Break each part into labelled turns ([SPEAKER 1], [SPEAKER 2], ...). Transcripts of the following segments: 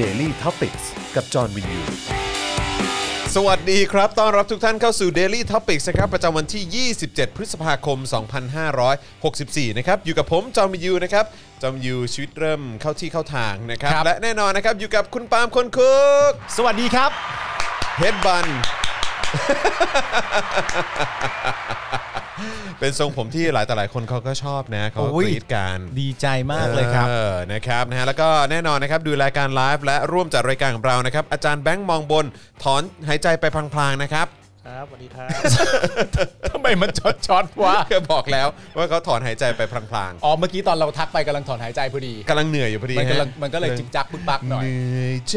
[SPEAKER 1] Daily t o p i c กกับจอห์นวินยู
[SPEAKER 2] สวัสดีครับ ต้อนรับทุกท่านเข้าสู่ Daily Topics นะครับ ประจำวันที่ 27 พฤษภาคม 2564 นะครับ อยู่กับผมจอมยูนะครับ จอมยูชีวิตเริ่มเข้าที่เข้าทางนะครับ
[SPEAKER 3] ครับ
[SPEAKER 2] และแน่นอนนะครับ อยู่กับคุณปาล์มคนคุก
[SPEAKER 3] สวัสดีครับ
[SPEAKER 2] เฮดบัน เป็นทรงผมที่หลายต่อหลายคนเขาก็ชอบนะเขา
[SPEAKER 3] โอ้
[SPEAKER 2] ก
[SPEAKER 3] ย
[SPEAKER 2] รีดกัน
[SPEAKER 3] ดีใจมากเลยครับ
[SPEAKER 2] ออนะครับนะฮะแล้วก็แน่นอนนะครับดูรายการไลฟ์และร่วมจัดรายการของเรานะครับ อาจารย์แบงค์มองบนถอนหายใจไปพลางๆนะครับ
[SPEAKER 4] ครับสวัสดีครับ
[SPEAKER 3] ทำไมมันช็อตช็อตวะ
[SPEAKER 2] ก็บอกแล้วว่าเขาถอนหายใจไปพลาง
[SPEAKER 3] อ๋อเมื่อกี้ตอนเราทักไปกำลังถอนหายใจพอดี
[SPEAKER 2] ๆกำลังเหนื่อยอยู่พอดี
[SPEAKER 3] มันกำลัง
[SPEAKER 2] ฮะ
[SPEAKER 3] มันก็เลยจิกจักปุกปักหน่อย
[SPEAKER 2] เหนื่อยใจ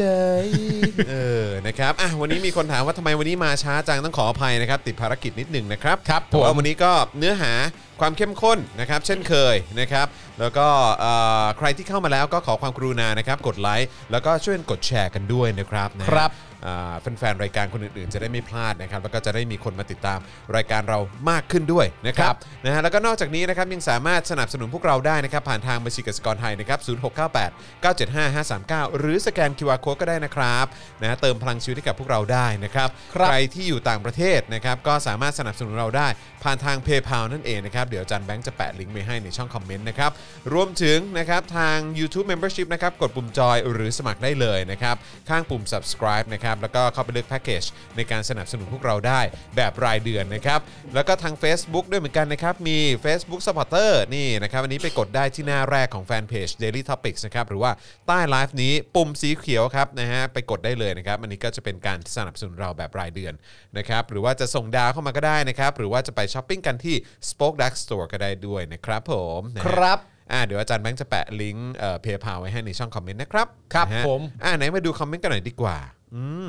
[SPEAKER 2] เออนะครับอ่ะวันนี้มีคนถามว่าทำไมวันนี้มาช้าจังต้องขออภัยนะครับ ติดภารกิจนิดหนึ่งนะครับ
[SPEAKER 3] ครับ
[SPEAKER 2] แต่ว่า
[SPEAKER 3] ผม
[SPEAKER 2] วันนี้ก็เนื้อหาความเข้มข้นนะครับ เช่นเคยนะครับ แล้วก็เอ่อใครที่เข้ามาแล้วก็ขอความกรุณานะครับ กดไลค์แล้วก็ช่วยกดแชร์กันด้วยนะครับนะ
[SPEAKER 3] ครับ
[SPEAKER 2] อ่าแฟนๆ รายการคนอื่นๆ จะได้ไม่พลาดนะครับ แล้วก็จะได้มีคนมาติดตามรายการเรามากขึ้นด้วยนะครับ
[SPEAKER 3] ครับ
[SPEAKER 2] นะฮะแล้วก็นอกจากนี้นะครับยังสามารถสนับสนุนพวกเราได้นะครับ ผ่านทางบัญชีกสิกรไทยนะครับ 0698 975 539 หรือสแกน QR Code ก็ได้นะครับนะฮะเติมพลังชีวิตให้กับพวกเราได้นะครับ ใครที่อยู่ต่างประเทศนะครับก็สามารถสนับสนุนเราได้ผ่านทาง PayPal นั่นเองนะครับ เดี๋ยวอาจันแบงค์จะแปะลิงก์ไว้ให้ในช่องคอมเมนต์นะครับ รวมถึงนะครับทาง YouTube Membership นะครับกดปุ่มจอยหรือสมัครได้เลยนะครับ ข้างปุ่ม subscribe นะครับ แล้วก็เข้าไปเลือกแพ็กเกจในการสนับสนุนพวกเราได้แบบรายเดือนนะครับ แล้วก็ทาง Facebook ด้วยเหมือนกันนะครับ มี Facebook Supporter นี่นะครับอันนี้ไปกดได้ที่หน้าแรกของแฟนเพจ Daily Topics นะครับ หรือว่าใต้ไลฟ์นี้ปุ่มสีเขียวครับนะฮะไปกดได้เลยนะครับ อันนี้ก็จะเป็นการสนับสนุนเราแบบรายเดือนนะครับ หรือว่าจะส่งดาวเข้ามาก็ได้นะครับ หรือว่าจะไปช้อปปิ้งกันที่ Spoke Dark Store ก็ได้ด้วยนะครับผมนะฮะ
[SPEAKER 3] ครับ
[SPEAKER 2] อ่าเดี๋ยวอาจารย์แบงค์จะแปะลิงก์เพย์พาไว้ให้ในช่องคอมเมนต์นะครับ
[SPEAKER 3] ครับ
[SPEAKER 2] นะฮะ
[SPEAKER 3] ผม
[SPEAKER 2] อ่าไหนมาดูคอมเมนต์กันหน่อยดีกว่า อืม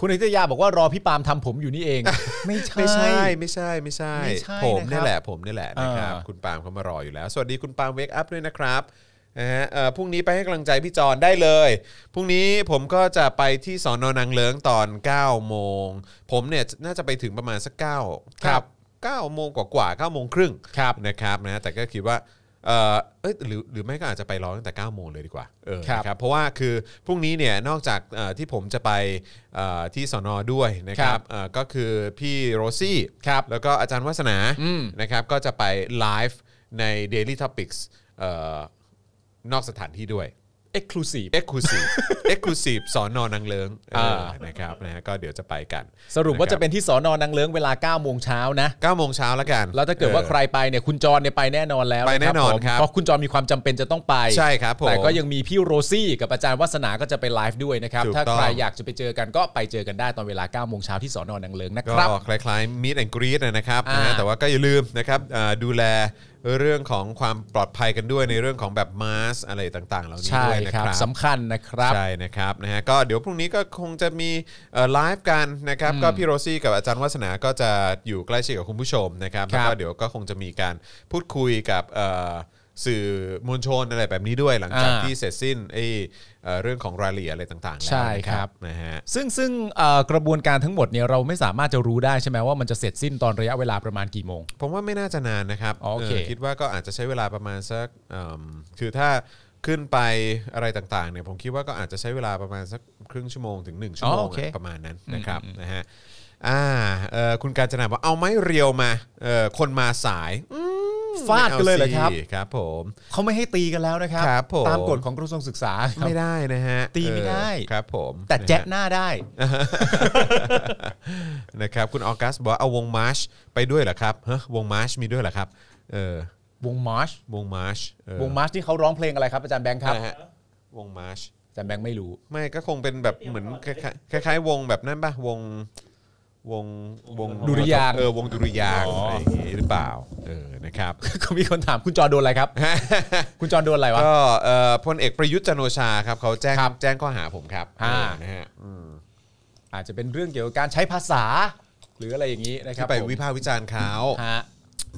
[SPEAKER 3] คุณอิทยาบอกว่ารอพี่ปาล์มทำผมอยู่นี่เอง ไม่ใช่
[SPEAKER 2] ไม่ใช่ ไม่ใช่ไม่ใช่
[SPEAKER 3] ไม่ใช่
[SPEAKER 2] ผม
[SPEAKER 3] นะครับ
[SPEAKER 2] นี่แหละผมนี่แหละนะครับ
[SPEAKER 3] อ่า
[SPEAKER 2] คุณปาล์มเขามารออยู่แล้ว สวัสดีคุณปาล์มเวกอัพด้วยนะครับนะฮะเอ่อพรุ่งนี้ไปให้กำลังใจพี่จอนได้เลยพรุ่งนี้ผมก็จะไปที่สอนอนังเลิ้งตอน9โมงผมเนี่ยน่าจะไปถึงประมาณสัก9ครับ9โมงกว่าๆ9โมงครึ่ง
[SPEAKER 3] ครับ
[SPEAKER 2] นะครับนะแต่ก็คิดว่าเอ่อเอ้ยหรือหรือไม่ก็อาจจะไปรอตั้งแต่9โมงเลยดีกว่าเออ
[SPEAKER 3] ครับ
[SPEAKER 2] นะครับเพราะว่าคือพรุ่งนี้เนี่ยนอกจากเอ่อที่ผมจะไปเอ่อที่สอนอด้วยนะค
[SPEAKER 3] ค
[SPEAKER 2] รั
[SPEAKER 3] รั
[SPEAKER 2] บบ เอ่อก็คือพี่โรซี่ครับแล้วก็อาจารย์วัฒนา
[SPEAKER 3] อืม
[SPEAKER 2] นะครับก็จะไปไลฟ์ใน Daily Topics เอ่อนอกสถานที่ด้วย
[SPEAKER 3] Exclusive
[SPEAKER 2] Exclusive Exclusive สอนอนังเลิงเออ
[SPEAKER 3] อ่า
[SPEAKER 2] นะครับนะฮะก็เดี๋ยวจะไปกัน
[SPEAKER 3] สรุปว่าจะเป็น
[SPEAKER 2] น
[SPEAKER 3] ที่สอนอนังเลิ้งเวลา9โมงเช้านะ
[SPEAKER 2] 9ก้าโมงเช้าแล้วกัน
[SPEAKER 3] แล้วถ้าเกิดว่าใครไปเนี่ยคุณจรเนี่ยไปแน่นอนแล้วะ
[SPEAKER 2] ไปแน่นอน
[SPEAKER 3] ผม
[SPEAKER 2] ครับ
[SPEAKER 3] เพราะคุณจรมีความจำเป็นจะต้องไป
[SPEAKER 2] ใช่ครับผม
[SPEAKER 3] แต่ก็ยังมีพี่โรซี่กับอาจารย์วัฒนาก็จะไปไลฟ์ด้วยนะครับ
[SPEAKER 2] ถูก
[SPEAKER 3] ถ้า
[SPEAKER 2] ต้อง
[SPEAKER 3] ใครอยากจะไปเจอกันก็ไปเจอกันได้ตอนเวลา9โมงเช้าที่สอนอนังเลิ้งนะค
[SPEAKER 2] ก็
[SPEAKER 3] รับ
[SPEAKER 2] คล้ายๆมิดแอนกรีดนะครับ
[SPEAKER 3] อ่า
[SPEAKER 2] นะฮะแต่ว่าก็อย่าลืมนะครับอ่าดูแลเรื่องของความปลอดภัยกันด้วยในเรื่องของแบบมาสอะไรต่างๆ เหล่านี้
[SPEAKER 3] ใช่
[SPEAKER 2] ด้วยนะ
[SPEAKER 3] ค
[SPEAKER 2] ค
[SPEAKER 3] รั
[SPEAKER 2] รั
[SPEAKER 3] บบสำคัญนะครับ
[SPEAKER 2] ใช่นะครับนะฮะก็เดี๋ยวพรุ่งนี้ก็คงจะมีเอ่อไลฟ์กันนะครับก็พี่โรซี่กับอาจารย์วัฒนาก็จะอยู่ใกล้ชิดกับคุณผู้ชมนะครับ
[SPEAKER 3] ค
[SPEAKER 2] แล้
[SPEAKER 3] รั
[SPEAKER 2] ว
[SPEAKER 3] บ
[SPEAKER 2] ก็เดี๋ยวก็คงจะมีการพูดคุยกับเอ่อสื่อมวลชนอะไรแบบนี้ด้วยหลังจาก
[SPEAKER 3] อ่า
[SPEAKER 2] ที่เสร็จสิ้นไอ้เอ่อเรื่องของรายละเอียดอะไรต่างๆแล้ว
[SPEAKER 3] ใช่
[SPEAKER 2] นะครับ นะฮะ
[SPEAKER 3] ซึ่งซึ่งเอ่อกระบวนการทั้งหมดเนี่ยเราไม่สามารถจะรู้ได้ใช่ไหมว่ามันจะเสร็จสิ้นตอนระยะเวลาประมาณกี่โมง
[SPEAKER 2] ผมว่าไม่น่าจะนานนะครับ
[SPEAKER 3] โอเค
[SPEAKER 2] เคิดว่าก็อาจจะใช้เวลาประมาณสักเอิ่มคือถ้าขึ้นไปอะไรต่างๆเนี่ยผมคิดว่าก็อาจจะใช้เวลาประมาณสักครึ่งชั่วโมงถึง 1 ชั่วโมง
[SPEAKER 3] อ๋อโอเค
[SPEAKER 2] อะประมาณนั้นนะครับนะฮะอ่าเอ่อคุณการจนาบอกเอาไม้เรียวมาเอ่อคนมาสายอืม
[SPEAKER 3] ฟาดกันเลยเหรอครับ
[SPEAKER 2] ไม่าสิครับผม
[SPEAKER 3] เขาไม่ให้ตีกันแล้วนะครับ
[SPEAKER 2] ครับผม
[SPEAKER 3] ตามกฎของกระทรวงศึกษาครับ
[SPEAKER 2] ไม่ได้นะฮะ
[SPEAKER 3] ตีไม่ได้
[SPEAKER 2] เออครับผม
[SPEAKER 3] แต่แจ๊ะ
[SPEAKER 2] นะฮะ
[SPEAKER 3] หน้าได้
[SPEAKER 2] นะครับคุณออกัสบอกว่าเอาวงมาร์ชไปด้วยเหรอครับฮะวงมาร์ชมีด้วยเหรอครับเออ
[SPEAKER 3] วงมาร์ช
[SPEAKER 2] วงมาร์ชเออ
[SPEAKER 3] วงมาร์ชที่เขาร้องเพลงอะไรครับอาจารย์แบงค์ครับ
[SPEAKER 2] นะฮะวงมาร์ช
[SPEAKER 3] อาจารย์แบงค์ไม่รู้
[SPEAKER 2] ไม่ก็คงเป็นแบบเหมือนคล้ายๆคล้ายๆวงแบบนั่นป่ะวงวงวง
[SPEAKER 3] ดุริยางค์
[SPEAKER 2] เออวงดุริยางค์
[SPEAKER 3] อ๋อ
[SPEAKER 2] อะ
[SPEAKER 3] อ
[SPEAKER 2] ไรอย่างงี้หรือเปล่าเออนะครับ
[SPEAKER 3] ก็มีคนถามคุณจอโดนอะไรครับ คุณจอโดนอะไรวะ
[SPEAKER 2] ก็เอ่อพลเอกประยุทธ์จันทร์โอชาครับเขาแจ้ง
[SPEAKER 3] ครับ
[SPEAKER 2] แจ้งข้อหาผมครับ
[SPEAKER 3] อ่า
[SPEAKER 2] เนะฮะ
[SPEAKER 3] อาจจะเป็นเรื่องเกี่ยวกับการใช้ภาษา หรืออะไรอย่างนี้นะครับ
[SPEAKER 2] ที่ไป
[SPEAKER 3] ผม
[SPEAKER 2] วิพากษ์วิจารณ์เขา
[SPEAKER 3] ฮะ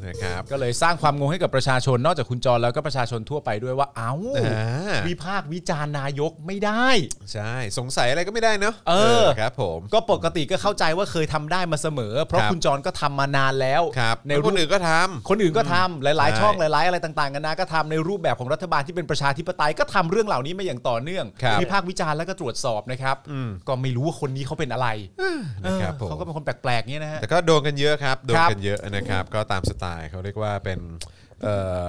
[SPEAKER 2] นะครับ
[SPEAKER 3] ก็เลยสร้างความงงให้กับประชาชน นอกจากคุณจรแล้วก็ประชาชนทั่วไปด้วยว่าเอ้า
[SPEAKER 2] อ่า
[SPEAKER 3] วิพากษ์วิจารณ์นายกไม่ได้
[SPEAKER 2] ใช่ สงสัยอะไรก็ไม่ได้เนาะ
[SPEAKER 3] เออ
[SPEAKER 2] ครับผม
[SPEAKER 3] ก็ปกติก็เข้าใจว่าเคยทำได้มาเสมอ เพราะ
[SPEAKER 2] ครับ
[SPEAKER 3] คุณจรก็ทำมานานแล้ว
[SPEAKER 2] ครับ
[SPEAKER 3] ใน
[SPEAKER 2] ค
[SPEAKER 3] รูป
[SPEAKER 2] นอื่นก็ทำ
[SPEAKER 3] คนอื่นก็ทำหลาย
[SPEAKER 2] ใช่
[SPEAKER 3] ๆ ช่องหลาย ๆ อะไรต่างๆกันานะก็ทำในรูปแบบของรัฐบาลที่เป็นประชาธิปไตยก็ทำเรื่องเหล่านี้มาอย่างต่อเนื่อง
[SPEAKER 2] ครับ
[SPEAKER 3] วิพากษ์วิจารณ์แล้วก็ตรวจสอบนะครับ
[SPEAKER 2] อืม
[SPEAKER 3] ก็ไม่รู้ว่าคนนี้เขาเป็นอะไร
[SPEAKER 2] นะครับ
[SPEAKER 3] เอ
[SPEAKER 2] ผ
[SPEAKER 3] อ
[SPEAKER 2] ม
[SPEAKER 3] เขาก็เป็นคนแปลกๆเนี่ยนะฮะ
[SPEAKER 2] แต่ก็โดนกันเยอะครับ โดน
[SPEAKER 3] ครับ
[SPEAKER 2] กันเยอะนะครับ ก็ตามสไตล์เขาเรียกว่าเป็นเออ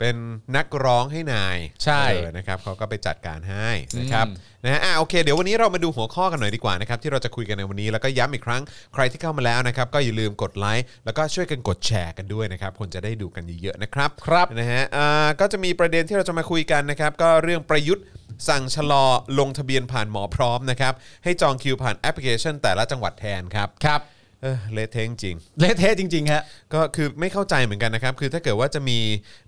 [SPEAKER 2] เป็นนักร้องให้นาย
[SPEAKER 3] ใช่
[SPEAKER 2] เออนะครับเขาก็ไปจัดการให้นะครับ
[SPEAKER 3] อืม
[SPEAKER 2] นะฮะอ่ะโอเค เดี๋ยววันนี้เรามาดูหัวข้อกันหน่อยดีกว่านะครับที่เราจะคุยกันในวันนี้แล้วก็ย้ำอีกครั้งใครที่เข้ามาแล้วนะครับ ก็อย่าลืมกดไลค์แล้วก็ช่วยกันกดแชร์กันด้วยนะครับคนจะได้ดูกันเยอะๆนะครับ
[SPEAKER 3] ครับ
[SPEAKER 2] นะฮะอ่าก็จะมีประเด็นที่เราจะมาคุยกันนะครับ ก็เรื่องประยุทธ์สั่งชะลอลงทะเบียนผ่านหมอพร้อมนะครับ ให้จองคิวผ่านแอปพลิเคชันแต่ละจังหวัดแทนครับ
[SPEAKER 3] ครับ
[SPEAKER 2] เออเละเทะจริง
[SPEAKER 3] เละเทะจริง ๆ ฮะ
[SPEAKER 2] ก็คือไม่เข้าใจเหมือนกันนะครับ คือถ้าเกิดว่าจะมี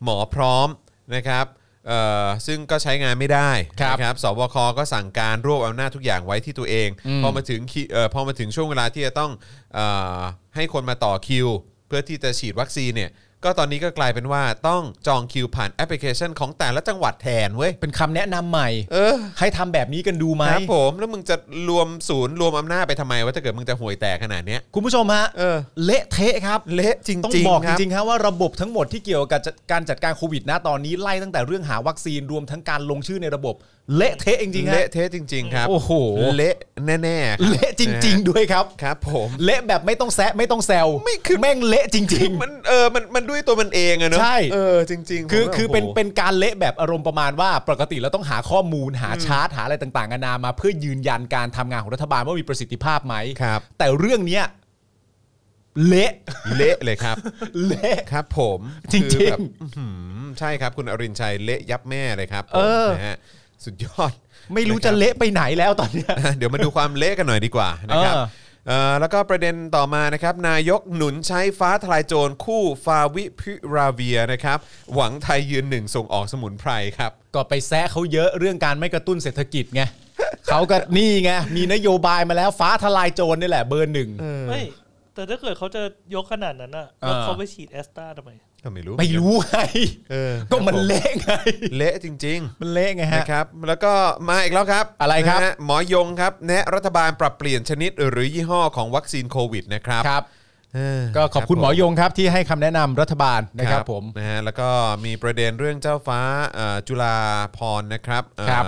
[SPEAKER 2] หมอพร้อมนะครับเอ่อซึ่งก็ใช้งานไม่ได้
[SPEAKER 3] ครับ
[SPEAKER 2] นะครับสบคก็สั่งการรวบอำนาจทุกอย่างไว้ที่ตัวเอง พอมาถึงคิเอ่อพอมาถึงช่วงเวลาที่จะต้องเออให้คนมาต่อคิว เพื่อที่จะฉีดวัคซีนเนี่ยก็ตอนนี้ก็กลายเป็นว่าต้องจองคิวผ่านแอปพลิเคชันของแต่ละจังหวัดแทนเว้ย
[SPEAKER 3] เป็นคำแนะนำใหม่
[SPEAKER 2] เออ
[SPEAKER 3] ให้ทำแบบนี้กันดูไหม
[SPEAKER 2] ครับผมแล้วมึงจะรวมศูนย์รวมอำนาจไปทำไมวะถ้าเกิดมึงจะห่วยแตกขนาดเนี้ย
[SPEAKER 3] คุณผู้ชมฮะ
[SPEAKER 2] เออ
[SPEAKER 3] เละเทะครับ
[SPEAKER 2] เละจริงๆ
[SPEAKER 3] ต้องบอก
[SPEAKER 2] ค
[SPEAKER 3] จ
[SPEAKER 2] รับ
[SPEAKER 3] ริงๆครับว่าระบบทั้งหมดที่เกี่ยวกับจัดการจัดการโควิดนะตอนนี้ไล่ตั้งแต่เรื่องหาวัคซีนรวมทั้งการลงชื่อในระบบ เละเทะจริงๆฮะ
[SPEAKER 2] เละเทะจริง ๆ ครับ
[SPEAKER 3] โอ้โห
[SPEAKER 2] เละแน่ๆครับ
[SPEAKER 3] เละจริง ๆ ด้วยครับ
[SPEAKER 2] ๆครับผม
[SPEAKER 3] เละแบบไม่ต้องแซะไม่ต้องแซว
[SPEAKER 2] ไม่คือ
[SPEAKER 3] แม่งเละจริง
[SPEAKER 2] มันเออมันมันด้วยตัวมันเองอะเนาะ
[SPEAKER 3] ใช่
[SPEAKER 2] เออจริงๆ
[SPEAKER 3] ๆ คือ
[SPEAKER 2] ผมว่า
[SPEAKER 3] คือเป็น
[SPEAKER 2] โโห
[SPEAKER 3] เป็นการเละแบบอารมณ์ประมาณว่าปกติเราต้องหาข้อมูลหาชาร์ตหาอะไรต่างๆนานามา เพื่อยืนยันการทำงานของรัฐบาลว่ามีประสิทธิภาพไหม
[SPEAKER 2] ครับ
[SPEAKER 3] แต่เรื่องเนี้ยเละ
[SPEAKER 2] เละเลยครับ
[SPEAKER 3] เละ
[SPEAKER 2] ครับผม
[SPEAKER 3] จริงๆ
[SPEAKER 2] คือแบบอื้อหือใช่ครับ คุณอรินชัยเละยับแม่เลยครับผม
[SPEAKER 3] เออ
[SPEAKER 2] นะฮะสุดยอด
[SPEAKER 3] ไม่รู้จะ
[SPEAKER 2] นคบ
[SPEAKER 3] เละไปไหนแล้วตอนเนี้ย
[SPEAKER 2] เดี๋ยวมาดูความเละกันหน่อยดีกว่านะครับ
[SPEAKER 3] เออ
[SPEAKER 2] เอ่อแล้วก็ประเด็นต่อมานะครับ นายกหนุนใช้ฟ้าทลายโจรคู่ฟาวิพิราเวียนะครับ หวังไทยยืนหนึ่งส่งออกสมุนไพรครับ
[SPEAKER 3] ก็ไปแซะเขาเยอะเรื่องการไม่กระตุ้นเศรษฐกิจไง เขาก็นี่ไงมีนโยบายมาแล้วฟ้าทลายโจรนี่แหละเบอร์หนึ่ง
[SPEAKER 4] ไม่แต่ถ้าเกิดเขาจะยกขนาดนั้นอ่ะ
[SPEAKER 3] เออ
[SPEAKER 4] แล้วเขาไปฉีดแอสตราทำไม
[SPEAKER 2] ก็ไม่รู้
[SPEAKER 3] ไม่รู้ไง
[SPEAKER 2] เออ
[SPEAKER 3] ก็มัน
[SPEAKER 2] ครับผ
[SPEAKER 3] เละไง
[SPEAKER 2] เละจริง ๆ
[SPEAKER 3] มันเละไงฮะ
[SPEAKER 2] นะครับแล้วก็มาอีกแล้วครับ
[SPEAKER 3] อะไรครับ
[SPEAKER 2] นฮหมอยงครับ แนะรัฐบาลปรับเปลี่ยนชนิดหรือยี่ห้อของวัคซีนโควิดนะครับ
[SPEAKER 3] ครับ
[SPEAKER 2] เอ
[SPEAKER 3] ก็ขอบคุณหมอยงครับที่ให้คำแนะนำรัฐบาลนะครับผม
[SPEAKER 2] นะฮะแล้วก็มีประเด็นเรื่องเจ้าฟ้าเอ่อจุฬาพรณ์นะครับเอ่อ
[SPEAKER 3] ครับ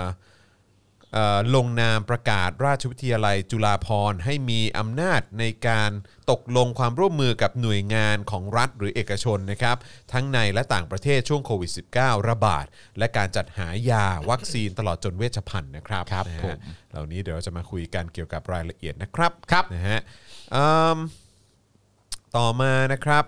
[SPEAKER 2] เอ่อลงนามประกาศราชวิทยาลัยจุฬาพรณ์ให้มีอำนาจในการตกลงความร่วมมือกับหน่วยงานของรัฐหรือเอกชนนะครับ ทั้งในและต่างประเทศช่วงโควิด -19 ระบาด และการจัดหายาวัคซีนตลอดจนเวชภัณฑ์นะครับ
[SPEAKER 3] ครับ
[SPEAKER 2] นะฮะ
[SPEAKER 3] ผม
[SPEAKER 2] เหล่านี้เดี๋ยวเราจะมาคุยกันเกี่ยวกับรายละเอียดนะครับ
[SPEAKER 3] ครับ
[SPEAKER 2] นะฮะอืมต่อมานะครับ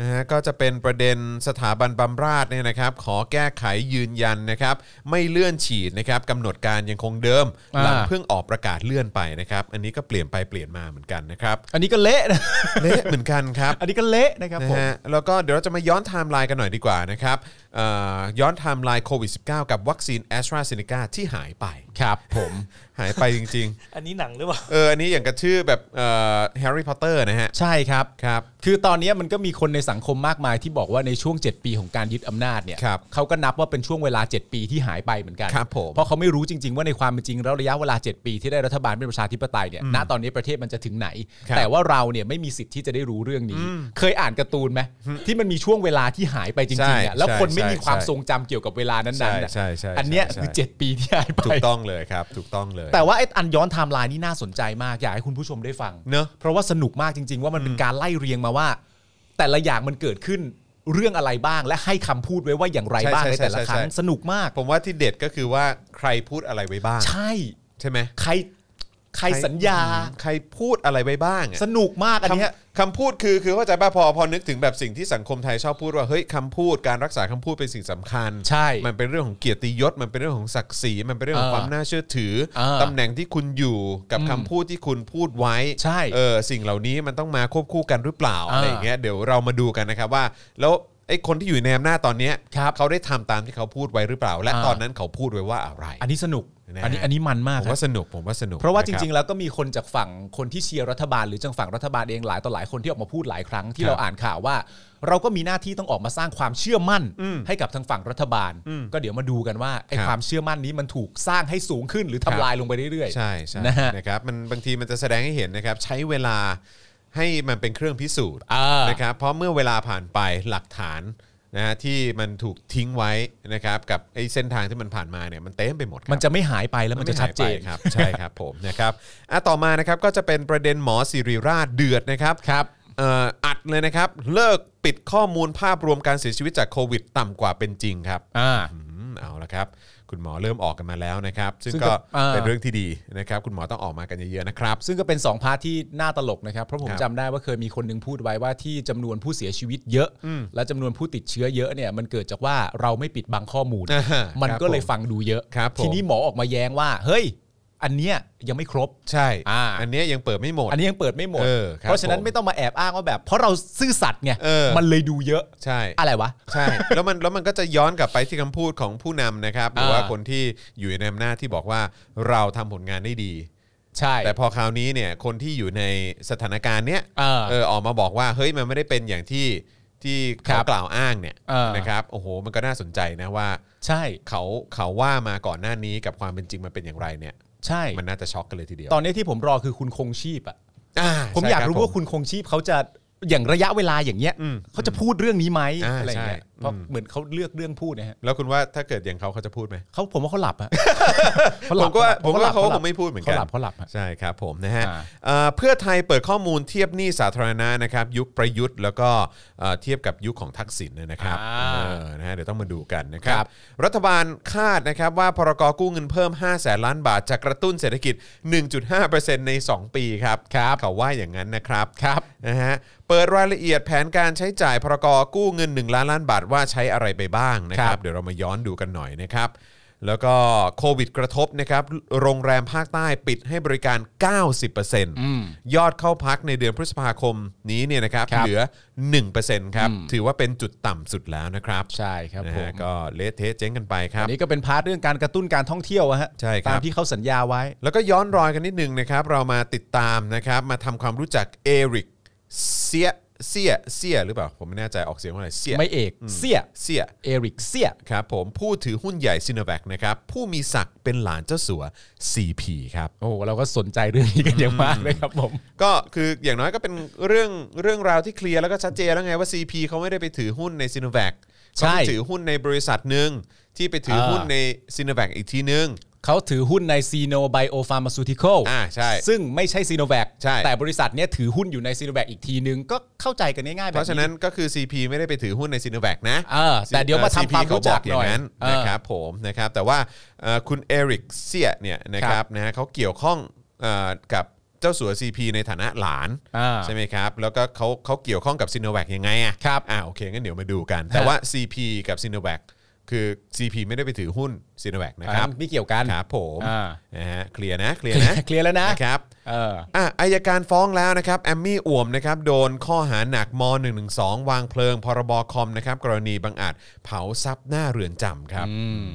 [SPEAKER 2] นะฮะก็จะเป็นประเด็นสถาบันบำราศเนี่ยนะครับ ขอแก้ไขยืนยันนะครับ ไม่เลื่อนฉีดนะครับกำหนดการยังคงเดิม
[SPEAKER 3] อ่า
[SPEAKER 2] หลังเพิ่งออกประกาศเลื่อนไปนะครับ อันนี้ก็เปลี่ยนไปเปลี่ยนมาเหมือนกัน นะครับ
[SPEAKER 3] อันนี้ก็เละนะ
[SPEAKER 2] เละเหมือนกันครับ
[SPEAKER 3] อันนี้ก็เละนะครับผม
[SPEAKER 2] นะฮะแล้วก็เดี๋ยวเราจะมาย้อนไทม์ไลน์กันหน่อยดีกว่านะครับเอ่อย้อนไทม์ไลน์โควิด -19 กับวัคซีนแอสตราเซเนกาที่หายไป
[SPEAKER 3] ครับผม
[SPEAKER 2] หายไปจริง ๆ
[SPEAKER 4] อันนี้หนังหรือเปล่า
[SPEAKER 2] เออ อันนี้อย่างกับชื่อแบบเอ่อแฮร์รี่พอตเตอร์นะฮะ
[SPEAKER 3] ใช่ครับ
[SPEAKER 2] ครับ
[SPEAKER 3] คือตอนนี้มันก็มีคนในสังคมมากมายที่บอกว่าในช่วง 7 ปีของการยึดอำนาจเนี่ย
[SPEAKER 2] ครับ
[SPEAKER 3] เขาก็นับว่าเป็นช่วงเวลา 7 ปีที่หายไปเหมือนกัน
[SPEAKER 2] ครับผม
[SPEAKER 3] เพราะเขาไม่รู้จริง ๆ ว่าในความเป็นจริงแล้วระยะเวลา 7 ปีที่ได้รัฐบาลเป็นประชาธิปไตยเนี่ยณตอนนี้ประเทศมันจะถึงไหน
[SPEAKER 2] ครับ
[SPEAKER 3] แต่ว่าเราเนี่ยไม่มีสิทธิ์ที่จะได้รู้เรื่องนี้ เคยอ่านการ์ตูนไหมที่มันมีช่วงเวลาที่หายไปจ
[SPEAKER 2] ใช่
[SPEAKER 3] ริงๆอะแล้วคนไม่มี
[SPEAKER 2] ใช่
[SPEAKER 3] ความ
[SPEAKER 2] ใช่
[SPEAKER 3] ทรงจำเกี่ยวกับเวลานั้น
[SPEAKER 2] ใช่
[SPEAKER 3] ๆอะ
[SPEAKER 2] ใช่ใช่
[SPEAKER 3] อันเนี้ย
[SPEAKER 2] ใช่
[SPEAKER 3] คือ 7 ปีที่หายไป
[SPEAKER 2] ถูกต้องเลยครับ ถูกต้องเลย
[SPEAKER 3] แต่ว่าไอ้อันย้อนไทม์ไลน์นี่น่าสนใจมากอยากให้คุณผู้ชมได้ฟัง
[SPEAKER 2] เนอะ
[SPEAKER 3] เพราะว่าสนุกมากจริง ๆ ว่ามันเป็นการไล่เรียงมาว่า แต่ละอย่างมันเกิดขึ้นเรื่องอะไรบ้าง และให้คำพูดไว้ว่าอย่างไรบ้าง
[SPEAKER 2] ใช่
[SPEAKER 3] ใน
[SPEAKER 2] ใช่
[SPEAKER 3] แต่ละครั้ง
[SPEAKER 2] ใช่ใช่
[SPEAKER 3] สนุกมาก
[SPEAKER 2] ผมว่าที่เด็ดก็คือว่าใครพูดอะไรไว้บ้าง
[SPEAKER 3] ใช่
[SPEAKER 2] ใช่ไหม
[SPEAKER 3] ใครใครสัญญา
[SPEAKER 2] ใครพูดอะไรไว้บ้างอะ
[SPEAKER 3] สนุกมากอันเนี้ย
[SPEAKER 2] คำคำพูดคือคือเข้าใจป่ะพอพอนึกถึงแบบสิ่งที่สังคมไทยชอบพูดว่าเฮ้ยคำพูดการรักษาคำพูดเป็นสิ่งสำคัญ
[SPEAKER 3] ใช่
[SPEAKER 2] มันเป็นเรื่องของเกียรติยศมันเป็นเรื่องของศักดิ์ศรีมันเป็นเรื่องของ
[SPEAKER 3] เออ
[SPEAKER 2] ความน่าเชื่อถือ
[SPEAKER 3] เออ
[SPEAKER 2] ตำแหน่งที่คุณอยู่กับ
[SPEAKER 3] อืม
[SPEAKER 2] คำพูดที่คุณพูดไว้
[SPEAKER 3] ใช่
[SPEAKER 2] เออสิ่งเหล่านี้มันต้องมาควบคู่กันหรือเปล่าอะไรอย่างเงี้ยเดี๋ยวเรามาดูกันนะครับว่า แล้วไอ้คนที่อยู่ในอำนาจตอนเนี้ย
[SPEAKER 3] ครับ
[SPEAKER 2] เขาได้ทำตามที่เขาพูดไว้หรือเปล่า และ
[SPEAKER 3] อ่า
[SPEAKER 2] ตอนนั้นเขาพูดไว้ว่าอะไร
[SPEAKER 3] อันนี้สนุก
[SPEAKER 2] ะ
[SPEAKER 3] อันนี้อันนี้มันมาก
[SPEAKER 2] ผม
[SPEAKER 3] ครับ
[SPEAKER 2] ว่าสนุกผมว่าสนุก
[SPEAKER 3] เพราะว่าจ
[SPEAKER 2] นคบ
[SPEAKER 3] ริง ๆ แล้วก็มีคนจากฝั่งคนที่เชียร์รัฐบาล หรือจากฝั่งรัฐบาลเองหลายต่อหลายคนที่ออกมาพูดหลายครั้งที่
[SPEAKER 2] ครับ
[SPEAKER 3] เราอ่านข่าวว่า เราก็มีหน้าที่ต้องออกมาสร้างความเชื่อมั่น
[SPEAKER 2] อืม
[SPEAKER 3] ให้กับทางฝั่งรัฐบาล
[SPEAKER 2] อืม
[SPEAKER 3] ก็เดี๋ยวมาดูกันว่าไอ้
[SPEAKER 2] ครับ
[SPEAKER 3] ความเชื่อมั่นนี้มันถูกสร้างให้สูงขึ้นหรือ
[SPEAKER 2] ครั
[SPEAKER 3] ทำ
[SPEAKER 2] บ
[SPEAKER 3] ลายลงไปเรื่อย
[SPEAKER 2] ใช่ใช่
[SPEAKER 3] นะฮะ
[SPEAKER 2] นะครับมันบางทีมันจะแสดงให้เห็นนะครับใช้เวลาให้มันเป็นเครื่องพิสูจน์
[SPEAKER 3] อ่าน
[SPEAKER 2] นะครับเพราะเมื่อเวลาผ่านไปหลักฐานนะฮะที่มันถูกทิ้งไว้นะครับกับไอ้เส้นทางที่มันผ่านมาเนี่ยมันเต็มไปหมดครับ
[SPEAKER 3] ๆ มันจะไม่หายไปแล้วมันจะชัดเจน
[SPEAKER 2] ครับใช่ ครับผมนะครับอ่ะต่อมานะครับก็จะเป็นประเด็นหมอสิริราชเดือดนะครับ
[SPEAKER 3] ครับ
[SPEAKER 2] เอ่ออัดเลยนะครับ เลิกปิดข้อมูลภาพรวมการเสียชีวิตจากโควิด ต่ำกว่าเป็นจริงครับ
[SPEAKER 3] อ่า
[SPEAKER 2] อืมเอาละครับ คุณหมอเริ่มออกกันมาแล้วนะครับ ซึ่ง
[SPEAKER 3] ซึ่งก็
[SPEAKER 2] ก็
[SPEAKER 3] อ่า
[SPEAKER 2] เป็นเรื่องที่ดีนะครับ คุณหมอต้องออกมากันเยอะๆนะครับ
[SPEAKER 3] ซึ่งก็เป็น 2 พาร์ทที่น่าตลกนะครับ เพราะผ
[SPEAKER 2] ค
[SPEAKER 3] ม
[SPEAKER 2] รับ
[SPEAKER 3] จำได้ว่าเคยมีคนหนึงพูดไว้ว่าที่จำนวนผู้เสียชีวิตเยอะ และจำนวนผู้ติดเชื้อเยอะเนี่ยมันเกิดจากว่าเราไม่ปิดบังข้อมูล
[SPEAKER 2] อ่าฮะ
[SPEAKER 3] มัน
[SPEAKER 2] ครับ
[SPEAKER 3] ก็เลย
[SPEAKER 2] ผม
[SPEAKER 3] ฟังดูเยอะ
[SPEAKER 2] ครับผม
[SPEAKER 3] ทีนี้หมอออกมาแย้งว่า เฮ้ย อันเนี้ยยังไม่ครบ
[SPEAKER 2] ใช่
[SPEAKER 3] อ่า
[SPEAKER 2] นเนี้ยยังเปิดไม่หมด
[SPEAKER 3] อันนี้ยังเปิดไม่หมด
[SPEAKER 2] เออครับ
[SPEAKER 3] ราะฉะนั้
[SPEAKER 2] ผ
[SPEAKER 3] น
[SPEAKER 2] ม
[SPEAKER 3] ไม่ต้องมาแอบอ้างว่าแบบ เพราะเราซื่อสัตย์ไง
[SPEAKER 2] เออ
[SPEAKER 3] มันเลยดูเยอะ
[SPEAKER 2] ใช่
[SPEAKER 3] อะไรวะ
[SPEAKER 2] ใช่ แล้วมันแล้วมันก็จะย้อนกลับไปที่คำพูดของผู้นำนะครับหรือว่า
[SPEAKER 3] อ่า
[SPEAKER 2] คนที่อยู่ในอำนาจที่บอกว่าเราทำผลงานได้ดี
[SPEAKER 3] ใช่
[SPEAKER 2] แต่พอคราวนี้เนี่ยคนที่อยู่ในสถานการณ์เนี้ย
[SPEAKER 3] เออ
[SPEAKER 2] เออออกมาบอกว่าเฮ้ยมันไม่ได้เป็นอย่างที่ที่
[SPEAKER 3] ครั
[SPEAKER 2] เขา
[SPEAKER 3] บ
[SPEAKER 2] กล่าวอ้างเนี่ย
[SPEAKER 3] เออ
[SPEAKER 2] นะครับโอ้โหมันก็น่าสนใจนะว่า
[SPEAKER 3] ใช่
[SPEAKER 2] เขาเขาว่ามาก่อนหน้านี้กับความเป็นจริงมันเป็นอย่างไรเนี่ย
[SPEAKER 3] ใช่
[SPEAKER 2] มันน่าจะช็อกกันเลยทีเดียว
[SPEAKER 3] ตอนนี้ที่ผมรอคือคุณคงชีพอะ
[SPEAKER 2] อ่
[SPEAKER 3] ผม
[SPEAKER 2] ใช่
[SPEAKER 3] อยาก
[SPEAKER 2] บ
[SPEAKER 3] รู้
[SPEAKER 2] ผม
[SPEAKER 3] ว่าคุณคงชีพเขาจะอย่างระยะเวลาอย่างเงี้ย
[SPEAKER 2] อืม
[SPEAKER 3] เขาจะพูดเรื่องนี้ไหม
[SPEAKER 2] อ่า
[SPEAKER 3] อะไรอย่างเงี้ย
[SPEAKER 2] ใช่
[SPEAKER 3] เพราะ
[SPEAKER 2] อืม
[SPEAKER 3] เหมือนเขาเลือกเรื่องพูดนะฮะ
[SPEAKER 2] แล้วคุณว่าถ้าเกิดอย่างเขาเขาจะพูดไหม
[SPEAKER 3] เขาผมว่าเขา หลับอะ
[SPEAKER 2] ผมก็ว่าผมว่าเขาคงไม่พูดเหมือนกัน
[SPEAKER 3] เขาหลับเขาหลับอะ
[SPEAKER 2] ใช่ครับผมนะฮะ
[SPEAKER 3] อ่า
[SPEAKER 2] เอ่อเพื่อไทยเปิดข้อมูลเทียบหนี้สาธารณะนะครับยุคประยุทธ์แล้วก็เอ่อเทียบกับยุคของทักษิณนะครับ
[SPEAKER 3] อ่า
[SPEAKER 2] เออนะฮะเดี๋ยวต้องมาดูกันนะครั
[SPEAKER 3] ครับ บ
[SPEAKER 2] รัฐบาลคาดนะครับว่าพรกกู้เงินเพิ่ม 5 0 0แสนล้านบาทจะกระตุ้นเศรษฐกิจ 1.5%ใน 2 ปีครับครับเขาว่าอย่างนั้นนะครับครับนะฮะเปิดรายละเอียดแผนการใช้จ่ายพรกกู้เงิน 1 ล้านล้านบาทว่าใช้อะไรไปบ้างนะค
[SPEAKER 3] ครั
[SPEAKER 2] รับ
[SPEAKER 3] บ
[SPEAKER 2] เดี๋ยวเรามาย้อนดูกันหน่อยนะครับ แล้วก็โควิดกระทบนะครับโรงแรมภาคใต้ปิดให้บริการ 90%ยอดเข้าพักในเดือนพฤษภาคมนี้เนี่ยนะครับ
[SPEAKER 3] ครับ
[SPEAKER 2] เหลือ 1%ครับ ถือว่าเป็นจุดต่ำสุดแล้วนะครับ
[SPEAKER 3] ใช่ครับ
[SPEAKER 2] นะฮะ
[SPEAKER 3] ผม
[SPEAKER 2] ก็เละเทะเจ๊งกันไปครั
[SPEAKER 3] อั
[SPEAKER 2] บ
[SPEAKER 3] นนี้ก็เป็นพาร์ทเรื่องการกระตุ้นการท่องเที่ยวอะฮะ
[SPEAKER 2] ใช่ครับ
[SPEAKER 3] ตามที่เขาสัญญาไว้
[SPEAKER 2] แล้วก็ย้อนรอยกันนิดนึงนะครับ เรามาติดตามนะครับ มาทำความรู้จักเอริกเซียเซียเซียหรือเปล่า ผมไม่แน่ใจออกเสียงว่าอะไรเซีย
[SPEAKER 3] ไม่เอกเสีย
[SPEAKER 2] เซีย
[SPEAKER 3] เอริกเสีย
[SPEAKER 2] ครับผมผู้ถือหุ้นใหญ่ซิน o แ a คนะครับผู้มีศักดิ์เป็นหลานเจ้าสัว CP ครับ
[SPEAKER 3] โอ้โหเราก็สนใจเรื่องนี้กันอย่างมากเลยครับผม
[SPEAKER 2] ก็คืออย่างน้อยก็เป็นเรื่องเรื่องราวที่เคลียร์แล้วก็ชัดเจนแล้วไงว่า CP เขาไม่ได้ไปถือหุ้นในซิน o แ a คเขา
[SPEAKER 3] ใช่
[SPEAKER 2] ไปถือหุ้นในบริษัทหนึ่งที่ไปถือหุ้น
[SPEAKER 3] อ่า
[SPEAKER 2] ในซิน o แ a คอีกทีนึง
[SPEAKER 3] เขาถือหุ้นในซีโนไบโอฟาร์มาซูติคอล
[SPEAKER 2] อ่าใช่
[SPEAKER 3] ซึ่งไม่ใช่ซีโนแวค
[SPEAKER 2] ใช่
[SPEAKER 3] แต่บริษัทเนี้ยถือหุ้นอยู่ในซีโนแวคอีกทีนึง ก็เข้าใจกันง่ายๆแบบ
[SPEAKER 2] เพราะฉะนั้นก็คือ CP ไม่ได้ไปถือหุ้นในซิน o แ a คนะ
[SPEAKER 3] เออแต่เดี๋ยวมาทำความรู้จักหน่อย
[SPEAKER 2] เขาบาางนั้น
[SPEAKER 3] เอ
[SPEAKER 2] นะ
[SPEAKER 3] อ
[SPEAKER 2] ครับผมนะครับแต่ว่าเอ่อคุณเอริกเซียเนี่ยนะค
[SPEAKER 3] ครั
[SPEAKER 2] รับบ นะฮะเขาเกี่ยวข้องเอ่อกับเจ้าสัว CP ในฐานะหลาน
[SPEAKER 3] อ่า
[SPEAKER 2] ใช่ไหมครับแล้วก็เขาเขาเกี่ยวข้องกับซิน o แว c ยังไงอ่ะ
[SPEAKER 3] ครับ
[SPEAKER 2] อ่าโอเคงั้นเดี๋ยวมาดูกัน แต่ว่า CP กับซิน o แว c คือ CP ไม่ได้ไปถือหุ้นซิน o แว c นะครับ
[SPEAKER 3] อ่าไม่เกี่ยวกัน
[SPEAKER 2] ครับผม
[SPEAKER 3] อ่า
[SPEAKER 2] นะฮะเคลียร์นะเคลียร์นะ
[SPEAKER 3] เคลียร์แล้วนะ
[SPEAKER 2] นะครับ
[SPEAKER 3] เออ
[SPEAKER 2] อ่ะอายการฟ้องแล้วนะครับแอมมี่อ่วมนะครับโดนข้อหาหนักม .112 วางเพลิง พรบคอมนะครับกรณีบังอาจเผาทรัพย์หน้าเรือนจำครับ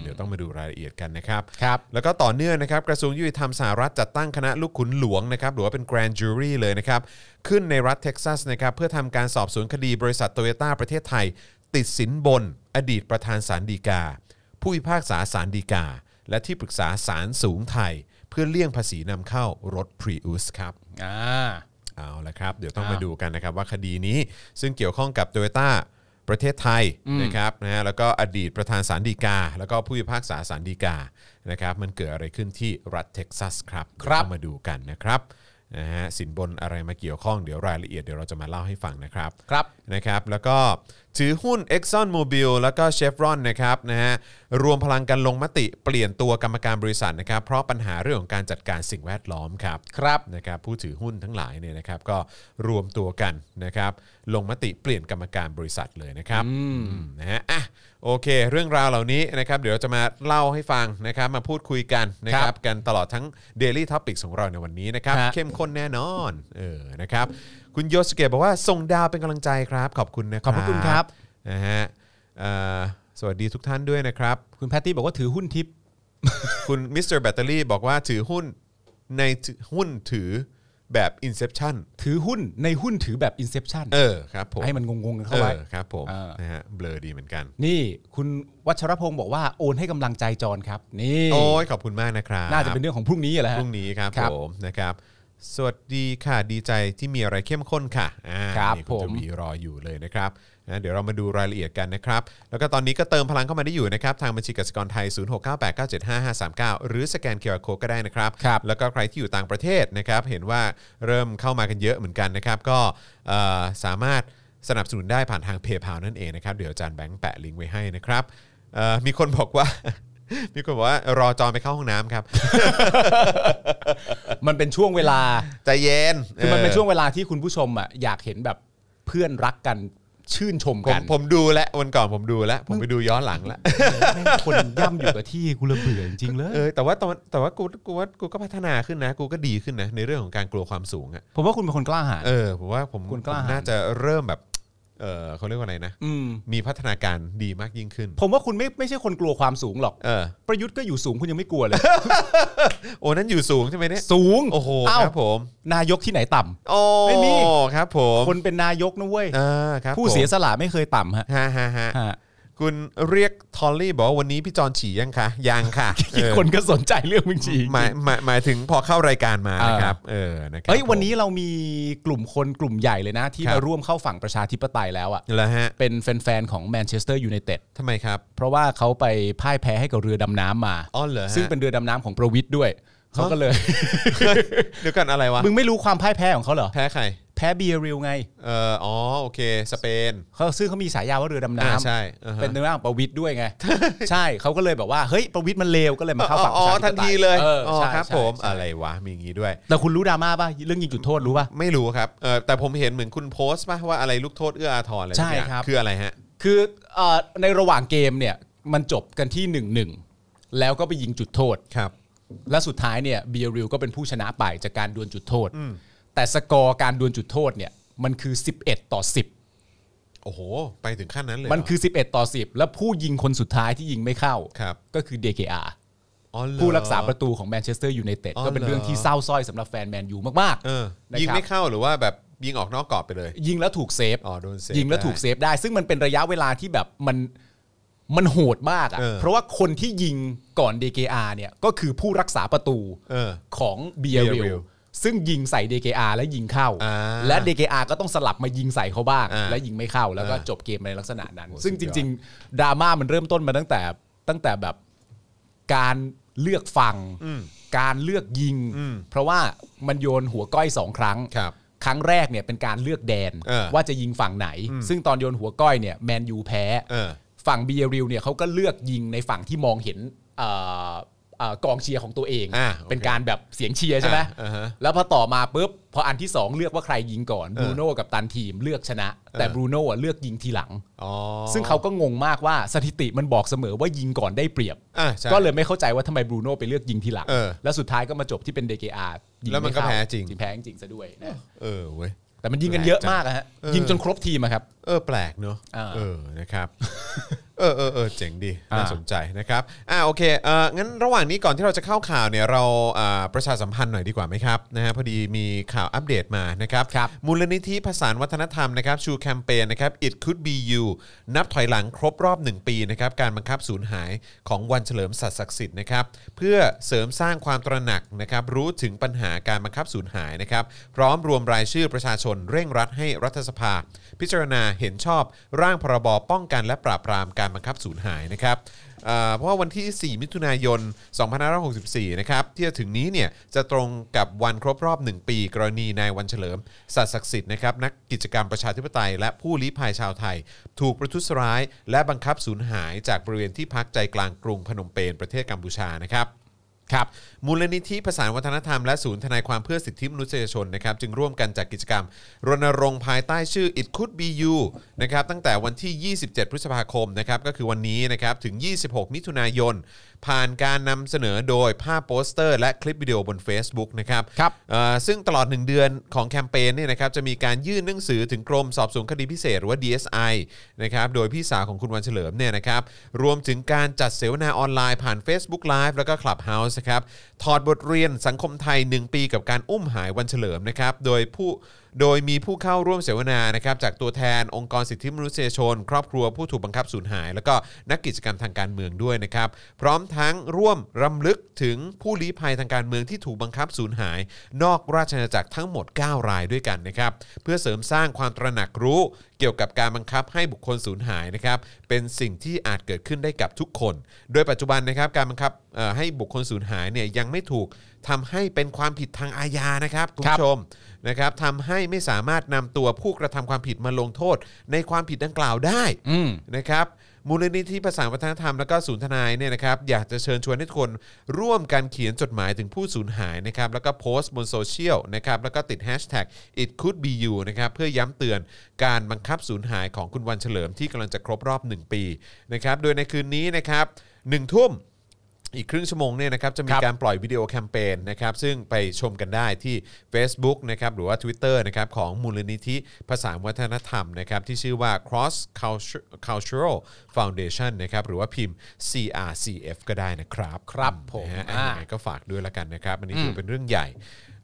[SPEAKER 2] เดี๋ยวต้องมาดูรายละเอียดกันนะครับ
[SPEAKER 3] ครับ
[SPEAKER 2] แล้วก็ต่อเนื่องนะครับกระทรวงยุติธรรมสหรัฐจัดตั้งคณะลูกขุนหลวงนะครับหรือว่าเป็น grand jury เลยนะครับ ขึ้นในรัฐเท็กซัสนะครับเพื่อทำการสอบสวนคดีบริษัทโตโยต้าประเทศไทย ติดสินบน อดีตประธานศาลฎีกา ผู้พิพากษาศาลฎีกา และที่ปรึกษาศาลสูงไทย เพื่อเลี่ยงภาษีนำเข้ารถ Prius ครับ
[SPEAKER 3] อ่า
[SPEAKER 2] เอาละครับ เดี๋ยวต้อง
[SPEAKER 3] อ้าว
[SPEAKER 2] มาดูกันนะครับว่าคดีนี้ซึ่งเกี่ยวข้องกับโตโยต้าประเทศไทยนะครับนะฮะแล้วก็อดีตประธานศาลฎีกา แล้วก็ผู้พิพากษาศาลฎีกานะครับมันเกิดอะไรขึ้นที่รัฐเท็กซัสครับ
[SPEAKER 3] ครับ
[SPEAKER 2] เดี๋ยวต้องมาดูกันนะครับนะฮะสินบนอะไรมาเกี่ยวข้องเดี๋ยวรายละเอียดเดี๋ยวเราจะมาเล่าให้ฟังนะครับ
[SPEAKER 3] ครับ
[SPEAKER 2] นะครับแล้วก็ถือหุ้น Exxon Mobil แล้วก็ Chevron นะครับนะฮะรวมพลังกันลงมติเปลี่ยนตัวกรรมการบริษัทนะครับเพราะปัญหาเรื่องของการจัดการสิ่งแวดล้อมครับ
[SPEAKER 3] ครับ
[SPEAKER 2] นะครับผู้ถือหุ้นทั้งหลายเนี่ยนะครับก็รวมตัวกันนะครับลงมติเปลี่ยนกรรมการบริษัทเลยนะครับอืมนะฮะอ่ะโอเค เรื่องราวเหล่านี้นะครับเดี๋ยวเราจะมาเล่าให้ฟังนะครับมาพูดคุยกันนะค
[SPEAKER 3] ค
[SPEAKER 2] รั
[SPEAKER 3] รั
[SPEAKER 2] บบ กันตลอดทั้ง Daily Topics ของเราในวันนี้นะครับ
[SPEAKER 3] ฮะ
[SPEAKER 2] เข้มข้นแน่นอนเออนะครับคุณโยสเกะบอกว่าส่งดาวเป็นกำลังใจครับ ขอบคุณนะครั
[SPEAKER 3] ขอบพระคุณครับ
[SPEAKER 2] นะฮะเอ่อสวัสดีทุกท่านด้วยนะครับ
[SPEAKER 3] คุณแพตตี้บอกว่าถือหุ้นทิป
[SPEAKER 2] คุณมิสเตอร์แบตเตอรี่บอกว่าถือหุ้นในหุ้นถือแบบ Inception
[SPEAKER 3] ถือหุ้นในหุ้นถือแบบ Inception
[SPEAKER 2] เออครับผม
[SPEAKER 3] ให้มันงงๆกัน
[SPEAKER 2] เอ
[SPEAKER 3] เข้าไว้
[SPEAKER 2] อครับผม
[SPEAKER 3] เออ
[SPEAKER 2] นะฮะเบลอดีเหมือนกัน
[SPEAKER 3] นี่คุณวัชรพงศ์บอกว่าโอนให้กำลังใจจรครับ นี่
[SPEAKER 2] โอ้ยขอบคุณมากนะครับ
[SPEAKER 3] น่าจะเป็นเรื่องของพรุ่งนี้แหละฮะ
[SPEAKER 2] พรุ่งนี้ครับ
[SPEAKER 3] ครับ
[SPEAKER 2] ผมนะครับ สวัสดีค่ะดีใจที่มีอะไรเข้มข้นค่ะอ่า
[SPEAKER 3] ครับ
[SPEAKER 2] นี่คุณ
[SPEAKER 3] ผม
[SPEAKER 2] ทวีรออยู่เลยนะครับนะเดี๋ยวเรามาดูรายละเอียดกันนะครับ แล้วก็ตอนนี้ก็เติมพลังเข้ามาได้อยู่นะครับ ทางบัญชีกสิกรไทย 0698975539 หรือสแกนเคอร์โคก็ได้นะครับ
[SPEAKER 3] ครับ
[SPEAKER 2] แล้วก็ใครที่อยู่ต่างประเทศนะครับ เห็นว่าเริ่มเข้ามากันเยอะเหมือนกันนะครับ ก็เอ่อสามารถสนับสนุนได้ผ่านทางเพย์พานั่นเองนะครับ เดี๋ยวอาจารย์แบงค์แปะลิงก์ไว้ให้นะครับเอ่อมีคนบอกว่า มีคนบอกว่ารอจอนไปเข้าห้องน้ำครับ
[SPEAKER 3] มันเป็นช่วงเวลา
[SPEAKER 2] ใจเย็น
[SPEAKER 3] คือมันเป็นช่วงเวลาที่คุณผู้ชมอ่ะอยากเห็นแบบเพื่อนรักกันชื่นชม
[SPEAKER 2] ผม
[SPEAKER 3] กัน
[SPEAKER 2] ผมดูแล้ววันก่อนผมดูแล้ว ผมไปดูย้อนหลังแล้ว
[SPEAKER 3] แม่งคนย่ำอยู่กับที่กูระเบื่อจริงๆเล
[SPEAKER 2] เอย อแต่ว่าตอนแต่ว่ากูกูว่ากูก็พัฒนาขึ้นนะ กูก็ดีขึ้นนะ ในเรื่องของการกลัวความสูงอ่ะ
[SPEAKER 3] ผมว่าคุณเป็นคนกล้าหาญ
[SPEAKER 2] เออผมว่าผม
[SPEAKER 3] คุณกล้า
[SPEAKER 2] ผม
[SPEAKER 3] หาญ
[SPEAKER 2] น่าจะเริ่มแบบเออเขาเรียกว่าอะไรนะ
[SPEAKER 3] อืม
[SPEAKER 2] มีพัฒนาการดีมากยิ่งขึ้น
[SPEAKER 3] ผมว่าคุณไม่ไม่ใช่คนกลัวความสูงหรอก
[SPEAKER 2] เออ
[SPEAKER 3] ประยุทธ์ก็อยู่สูงคุณยังไม่กลัวเลย
[SPEAKER 2] โอ้นั่นอยู่สูงใช่ไหมเนี่ย
[SPEAKER 3] สูง
[SPEAKER 2] โอ้โห
[SPEAKER 3] เา
[SPEAKER 2] ครับผม
[SPEAKER 3] นายกที่ไหนต่ำ
[SPEAKER 2] โอ้
[SPEAKER 3] ไม่มี
[SPEAKER 2] ครับผม
[SPEAKER 3] คนเป็นนายกนะเว้ย
[SPEAKER 2] เออครับ
[SPEAKER 3] ผู้เสียสละไม่เคยต่ำฮะ
[SPEAKER 2] ฮ่าฮ่าฮ่า
[SPEAKER 3] ฮะ
[SPEAKER 2] คุณเรียกทอลลี่บอกว่าวันนี้พี่จอนฉี่ยังคะยัง ค่ะเออ
[SPEAKER 3] คนก็สนใจเรื่องมึงจริง
[SPEAKER 2] หมายหมายหมายถึงพอเข้ารายการมา
[SPEAKER 3] อ่า
[SPEAKER 2] นะครับ เออนะครับ
[SPEAKER 3] เอ้ย
[SPEAKER 2] ผม
[SPEAKER 3] วันนี้เรามีกลุ่มคนกลุ่มใหญ่เลยนะ ที่
[SPEAKER 2] ครับ
[SPEAKER 3] มาร่วมเข้าฝั่งประชาธิปไตยแล้วอ่ะ
[SPEAKER 2] แล้วฮะ
[SPEAKER 3] เป็นแฟนๆของแมนเชสเตอร์ยูไนเต็ด
[SPEAKER 2] ทำไมครับ
[SPEAKER 3] เพราะว่าเขาไปพ่ายแพ้ให้กับเรือดำน้ำมา
[SPEAKER 2] อ๋อเหรอฮะ
[SPEAKER 3] ซึ่งเป็นเรือดำน้ำของประวิทย์ด้วย เขาก็เลย
[SPEAKER 2] เดี๋ยวกันอะไรวะ
[SPEAKER 3] มึงไม่รู้ความพ่ายแพ้ของเขาเหรอ
[SPEAKER 2] แพ้ใคร
[SPEAKER 3] แพ้เบียริลไง
[SPEAKER 2] เอออ๋อโอเคสเปน
[SPEAKER 3] เขาซึ่งเขามีสายยาว่าเรือดำ
[SPEAKER 2] อ่า
[SPEAKER 3] น้ำ
[SPEAKER 2] ใช่อ่าฮะ
[SPEAKER 3] เป็นเรือดำน้ำของประวิทย์ด้วยไง ใช่เขาก็เลยแบบว่าเฮ้ยประวิทย์มันเลวก็เลยมาเข้าฝั่ง
[SPEAKER 2] อ๋อ
[SPEAKER 3] ประชาธิปไตย
[SPEAKER 2] ทันทีเลย
[SPEAKER 3] ออ
[SPEAKER 2] อ๋อ
[SPEAKER 3] ใช่
[SPEAKER 2] ครับ
[SPEAKER 3] ใช่
[SPEAKER 2] ผม
[SPEAKER 3] ใช่
[SPEAKER 2] อะไรวะมีอย่างงี้ด้วย
[SPEAKER 3] แต่คุณรู้ดราม่าป่ะเรื่องยิงจุดโทษรู้ป่ะ
[SPEAKER 2] ไม่รู้ครับเออแต่ผมเห็นเหมือนคุณโพสต์ป่ะว่าอะไรลูกโทษเอื้ออาทรอะไร
[SPEAKER 3] ใช่
[SPEAKER 2] สักอย่าง
[SPEAKER 3] ครับ
[SPEAKER 2] คืออะไรฮะ
[SPEAKER 3] คือเอ่อในระหว่างเกมเนี่ยมันจบกันที่หนึ่งหนึ่งแล้วก็ไปยิงจุดโทษ
[SPEAKER 2] ครับ
[SPEAKER 3] และสุดท้ายเนี่ยเบียริลก็เป็นผู้ชนะไปจากการดวลจุดโทษ แต่สกอร์การดวลจุดโทษเนี่ยมันคือ 11 ต่อ 10
[SPEAKER 2] โอ้โห ไปถึงขั้นนั้นเลยเหร
[SPEAKER 3] มันคือ 11 ต่อ 10 แล้วผู้ยิงคนสุดท้ายที่ยิงไม่เข้า
[SPEAKER 2] ครับ
[SPEAKER 3] ก็คือ DKR
[SPEAKER 2] อ๋อเหอ
[SPEAKER 3] ผู้รักษาประตูของแมนเชสเตอร์ยูไนเต็ด
[SPEAKER 2] อ๋อ
[SPEAKER 3] ก็เป็นเรื่อง
[SPEAKER 2] เหรอ
[SPEAKER 3] ที่เศร้าส้อยสำหรับแฟนแมนยูมาก
[SPEAKER 2] เออ
[SPEAKER 3] นะครับ
[SPEAKER 2] ยิงไม่เข้าหรือว่าแบบยิงออกนอกกรอบไปเลย
[SPEAKER 3] ๆ ยิงแล้วถูกเซฟ
[SPEAKER 2] อ๋อโดนเซฟ
[SPEAKER 3] ยิงแล้ว
[SPEAKER 2] ได้
[SPEAKER 3] ถูกเซฟได้ ซึ่งมันเป็นระยะเวลาที่แบบมันมันโหดมากอ่ะ
[SPEAKER 2] เออ
[SPEAKER 3] เพราะว่าคนที่ยิงก่อน DKR เนี่ยก็คือผู้รักษาประตู
[SPEAKER 2] เออ
[SPEAKER 3] ของเบีย
[SPEAKER 2] Beer
[SPEAKER 3] ริ
[SPEAKER 2] Will
[SPEAKER 3] ลซึ่งยิงใส่ DKR และยิงเข้า
[SPEAKER 2] อ่า
[SPEAKER 3] และ DKR ก็ต้องสลับมายิงใส่เขาบ้าง
[SPEAKER 2] อ่า
[SPEAKER 3] และยิงไม่เข้า แล้วก็
[SPEAKER 2] อ่า
[SPEAKER 3] จบเกมในลักษณะนั้น
[SPEAKER 2] โอ้
[SPEAKER 3] ซึ่ง
[SPEAKER 2] สุ
[SPEAKER 3] จ
[SPEAKER 2] ดยอด
[SPEAKER 3] ริง ๆดราม่ามันเริ่มต้นมาตั้งแต่ตั้งแต่แบบการเลือกฟัง การเลือกยิง เพราะว่ามันโยนหัวก้อยสองครั้ง
[SPEAKER 2] ครับ
[SPEAKER 3] ครั้งแรกเนี่ยเป็นการเลือกแดน
[SPEAKER 2] เออ
[SPEAKER 3] ว่าจะยิงฝั่งไหน ซึ่งตอนโยนหัวก้อยเนี่ยแมนยูแพ้
[SPEAKER 2] เออ
[SPEAKER 3] ฝั่งเบียริลเนี่ยเขาก็เลือกยิงในฝั่งที่มองเห็นเอ่อเอ่อกองเชียร์ของตัวเอง
[SPEAKER 2] อ่าโอเค
[SPEAKER 3] เป็นการแบบเสียงเชียร์ใช่ไหม
[SPEAKER 2] อ่าอ่าฮะ
[SPEAKER 3] แล้วพอต่อมาปุ๊บพออันที่สองเลือกว่าใครยิงก่อนบรูโน่กับตันทีมเลือกชนะ แต่
[SPEAKER 2] เออ
[SPEAKER 3] บรูโน่อะเลือกยิงทีหลัง
[SPEAKER 2] อ๋อ
[SPEAKER 3] ซึ่งเขาก็งงมากว่าสถิติมันบอกเสมอว่ายิงก่อนได้เปรียบ
[SPEAKER 2] อ่ะใช่
[SPEAKER 3] ก็เลยไม่เข้าใจว่าทำไมบรูโน่ไปเลือกยิงทีหลัง
[SPEAKER 2] เออ
[SPEAKER 3] แล้วสุดท้ายก็มาจบที่เป็นเดเกอาร์
[SPEAKER 2] แล้วมันก็แพ้จริง
[SPEAKER 3] แพ้จริงซะด้วยนะ
[SPEAKER 2] เออเว้ย
[SPEAKER 3] แต่มันยิงกันเยอะมากอะฮะ
[SPEAKER 2] เออ
[SPEAKER 3] ยิงจนครบทีมอะครับ
[SPEAKER 2] เออแปลกเนอะ
[SPEAKER 3] อ่า
[SPEAKER 2] เออนะครับ เออเออเออเจ๋งดี
[SPEAKER 3] อ่า
[SPEAKER 2] น่าสนใจนะครับอ่าโอเคเอองั้นระหว่างนี้ก่อนที่เราจะเข้าข่าวเนี่ยเราอ่าประชาสัมพันธ์หน่อยดีกว่าไหมครับนะฮะพอดีมีข่าวอัปเดตมานะครับ
[SPEAKER 3] ครับ
[SPEAKER 2] มูลนิธิภาษานวัฒนธรรมนะครับชูแคมเปญนะครับ it could be you นับถอยหลังครบรอบ 1 ปีนะครับการบังคับสูญหายของวันเฉลิมสัตย์ศักดิ์สิทธิ์นะครับเพื่อเสริมสร้างความตระหนักนะครับรู้ถึงปัญหาการบังคับสูญหายนะครับพร้อมรวมรายชื่อประชาชนเร่งรัดให้รัฐสภา พิจารณาเห็นชอบร่างพรบป้องกันและปราบปรามการบังคับสูญหายนะครับเอ่อเพราะว่าวันที่ 4 มิถุนายน 2564 นะครับที่จะถึงนี้เนี่ยจะตรงกับวันครบรอบ 1 ปี กรณีนายวันเฉลิมสัตย์ศักดิ์สิทธิ์นะครับนักกิจกรรมประชาธิปไตย และผู้ลี้ภัยชาวไทย ถูกประทุษร้าย และบังคับสูญหายจากบริเวณที่พักใจกลางกรุงพนมเปญประเทศกัมพูชานะครับ
[SPEAKER 3] ครับ
[SPEAKER 2] มูลนิธิประสานวัฒนธรรมและศูนย์ทนายความเพื่อสิทธิมนุษยชนนะครับจึงร่วมกันจัดกกิจกรรม รณรงค์ภายใต้ชื่อ It Could Be You นะครับตั้งแต่วันที่ 27 พฤษภาคมนะครับก็คือวันนี้นะครับถึง 26 มิถุนายน ผ่านการนำเสนอโดยภาพโปสเตอร์ และคลิปวิดีโอบน Facebook นะครับ
[SPEAKER 3] ครับ
[SPEAKER 2] เอ่อซึ่งตลอด 1 เดือนของแคมเปญเนี่ยนะครับจะมีการยื่นหนังสือถึงกรมสอบสวนคดีพิเศษหรือว่า DSI นะครับโดยพี่สาวของคุณวันเฉลิมเนี่ยนะครับรวมถึงการจัดเสวนาออนไลน์ผ่าน Facebook Live แล้วก็ Clubhouse นะครับถอดบทเรียนสังคมไทย 1 ปีกับการอุ้มหายวันเฉลิมนะครับโดยผู้โดยมีผู้เข้าร่วมเสวนานะครับจากตัวแทนองค์กรสิทธิมนุษยชน ครอบครัวผู้ถูกบังคับสูญหาย แล้วก็นักกิจกรรมทางการเมืองด้วยนะครับพร้อมทั้งร่วมรำลึกถึงผู้ลี้ภัยทางการเมืองที่ถูกบังคับสูญหาย นอกราชอาณาจักรทั้งหมด 9 รายด้วยกันนะครับ เพื่อเสริมสร้างความตระหนักรู้ เกี่ยวกับการบังคับให้บุคคลสูญหายนะครับ เป็นสิ่งที่อาจเกิดขึ้นได้กับทุกคน โดยปัจจุบันนะครับการบังคับเอ่อให้บุคคลสูญหายเนี่ยยังไม่ถูกทำให้เป็นความผิดทางอาญานะครับคุณผู้ชมนะครับทำให้ไม่สามารถนำตัวผู้กระทำความผิดมาลงโทษ ในความผิดดังกล่าวได้
[SPEAKER 3] อืม
[SPEAKER 2] นะครับมูลนิธิภาษาวัฒนธรรมและก็ศูนย์ทนายเนี่ยนะครับอยากจะเชิญชวนให้ทุกคนร่วมกันเขียนจดหมายถึงผู้สูญหายนะครับแล้วก็โพสต์บนโซเชียลนะครับแล้วก็ติด hashtag it could be you นะครับเพื่อย้ำเตือนการบังคับสูญหายของคุณวันเฉลิมที่กำลังจะครบรอบ 1 ปีนะครับโดยในคืนนี้นะครับหนึ่งทุ่ม อีกครึ่งชั่วโมงเนี่ยนะครับจะมี
[SPEAKER 3] ครับ
[SPEAKER 2] การปล่อยวิดีโอแคมเปญนะครับซึ่งไปชมกันได้ที่ Facebook นะครับหรือว่า Twitter นะครับของมูลนิธิภาษาวัฒนธรรมนะครับที่ชื่อว่า Cross Culture- Cultural Foundation นะครับหรือว่าพิมพ์ CRCF ก็ได้นะครับ
[SPEAKER 3] ครับผม
[SPEAKER 2] นะฮะ
[SPEAKER 3] อ่า
[SPEAKER 2] ยังไงก็ฝากด้วยละกันนะครับ อันนี้ถือเป็นเรื่องใหญ่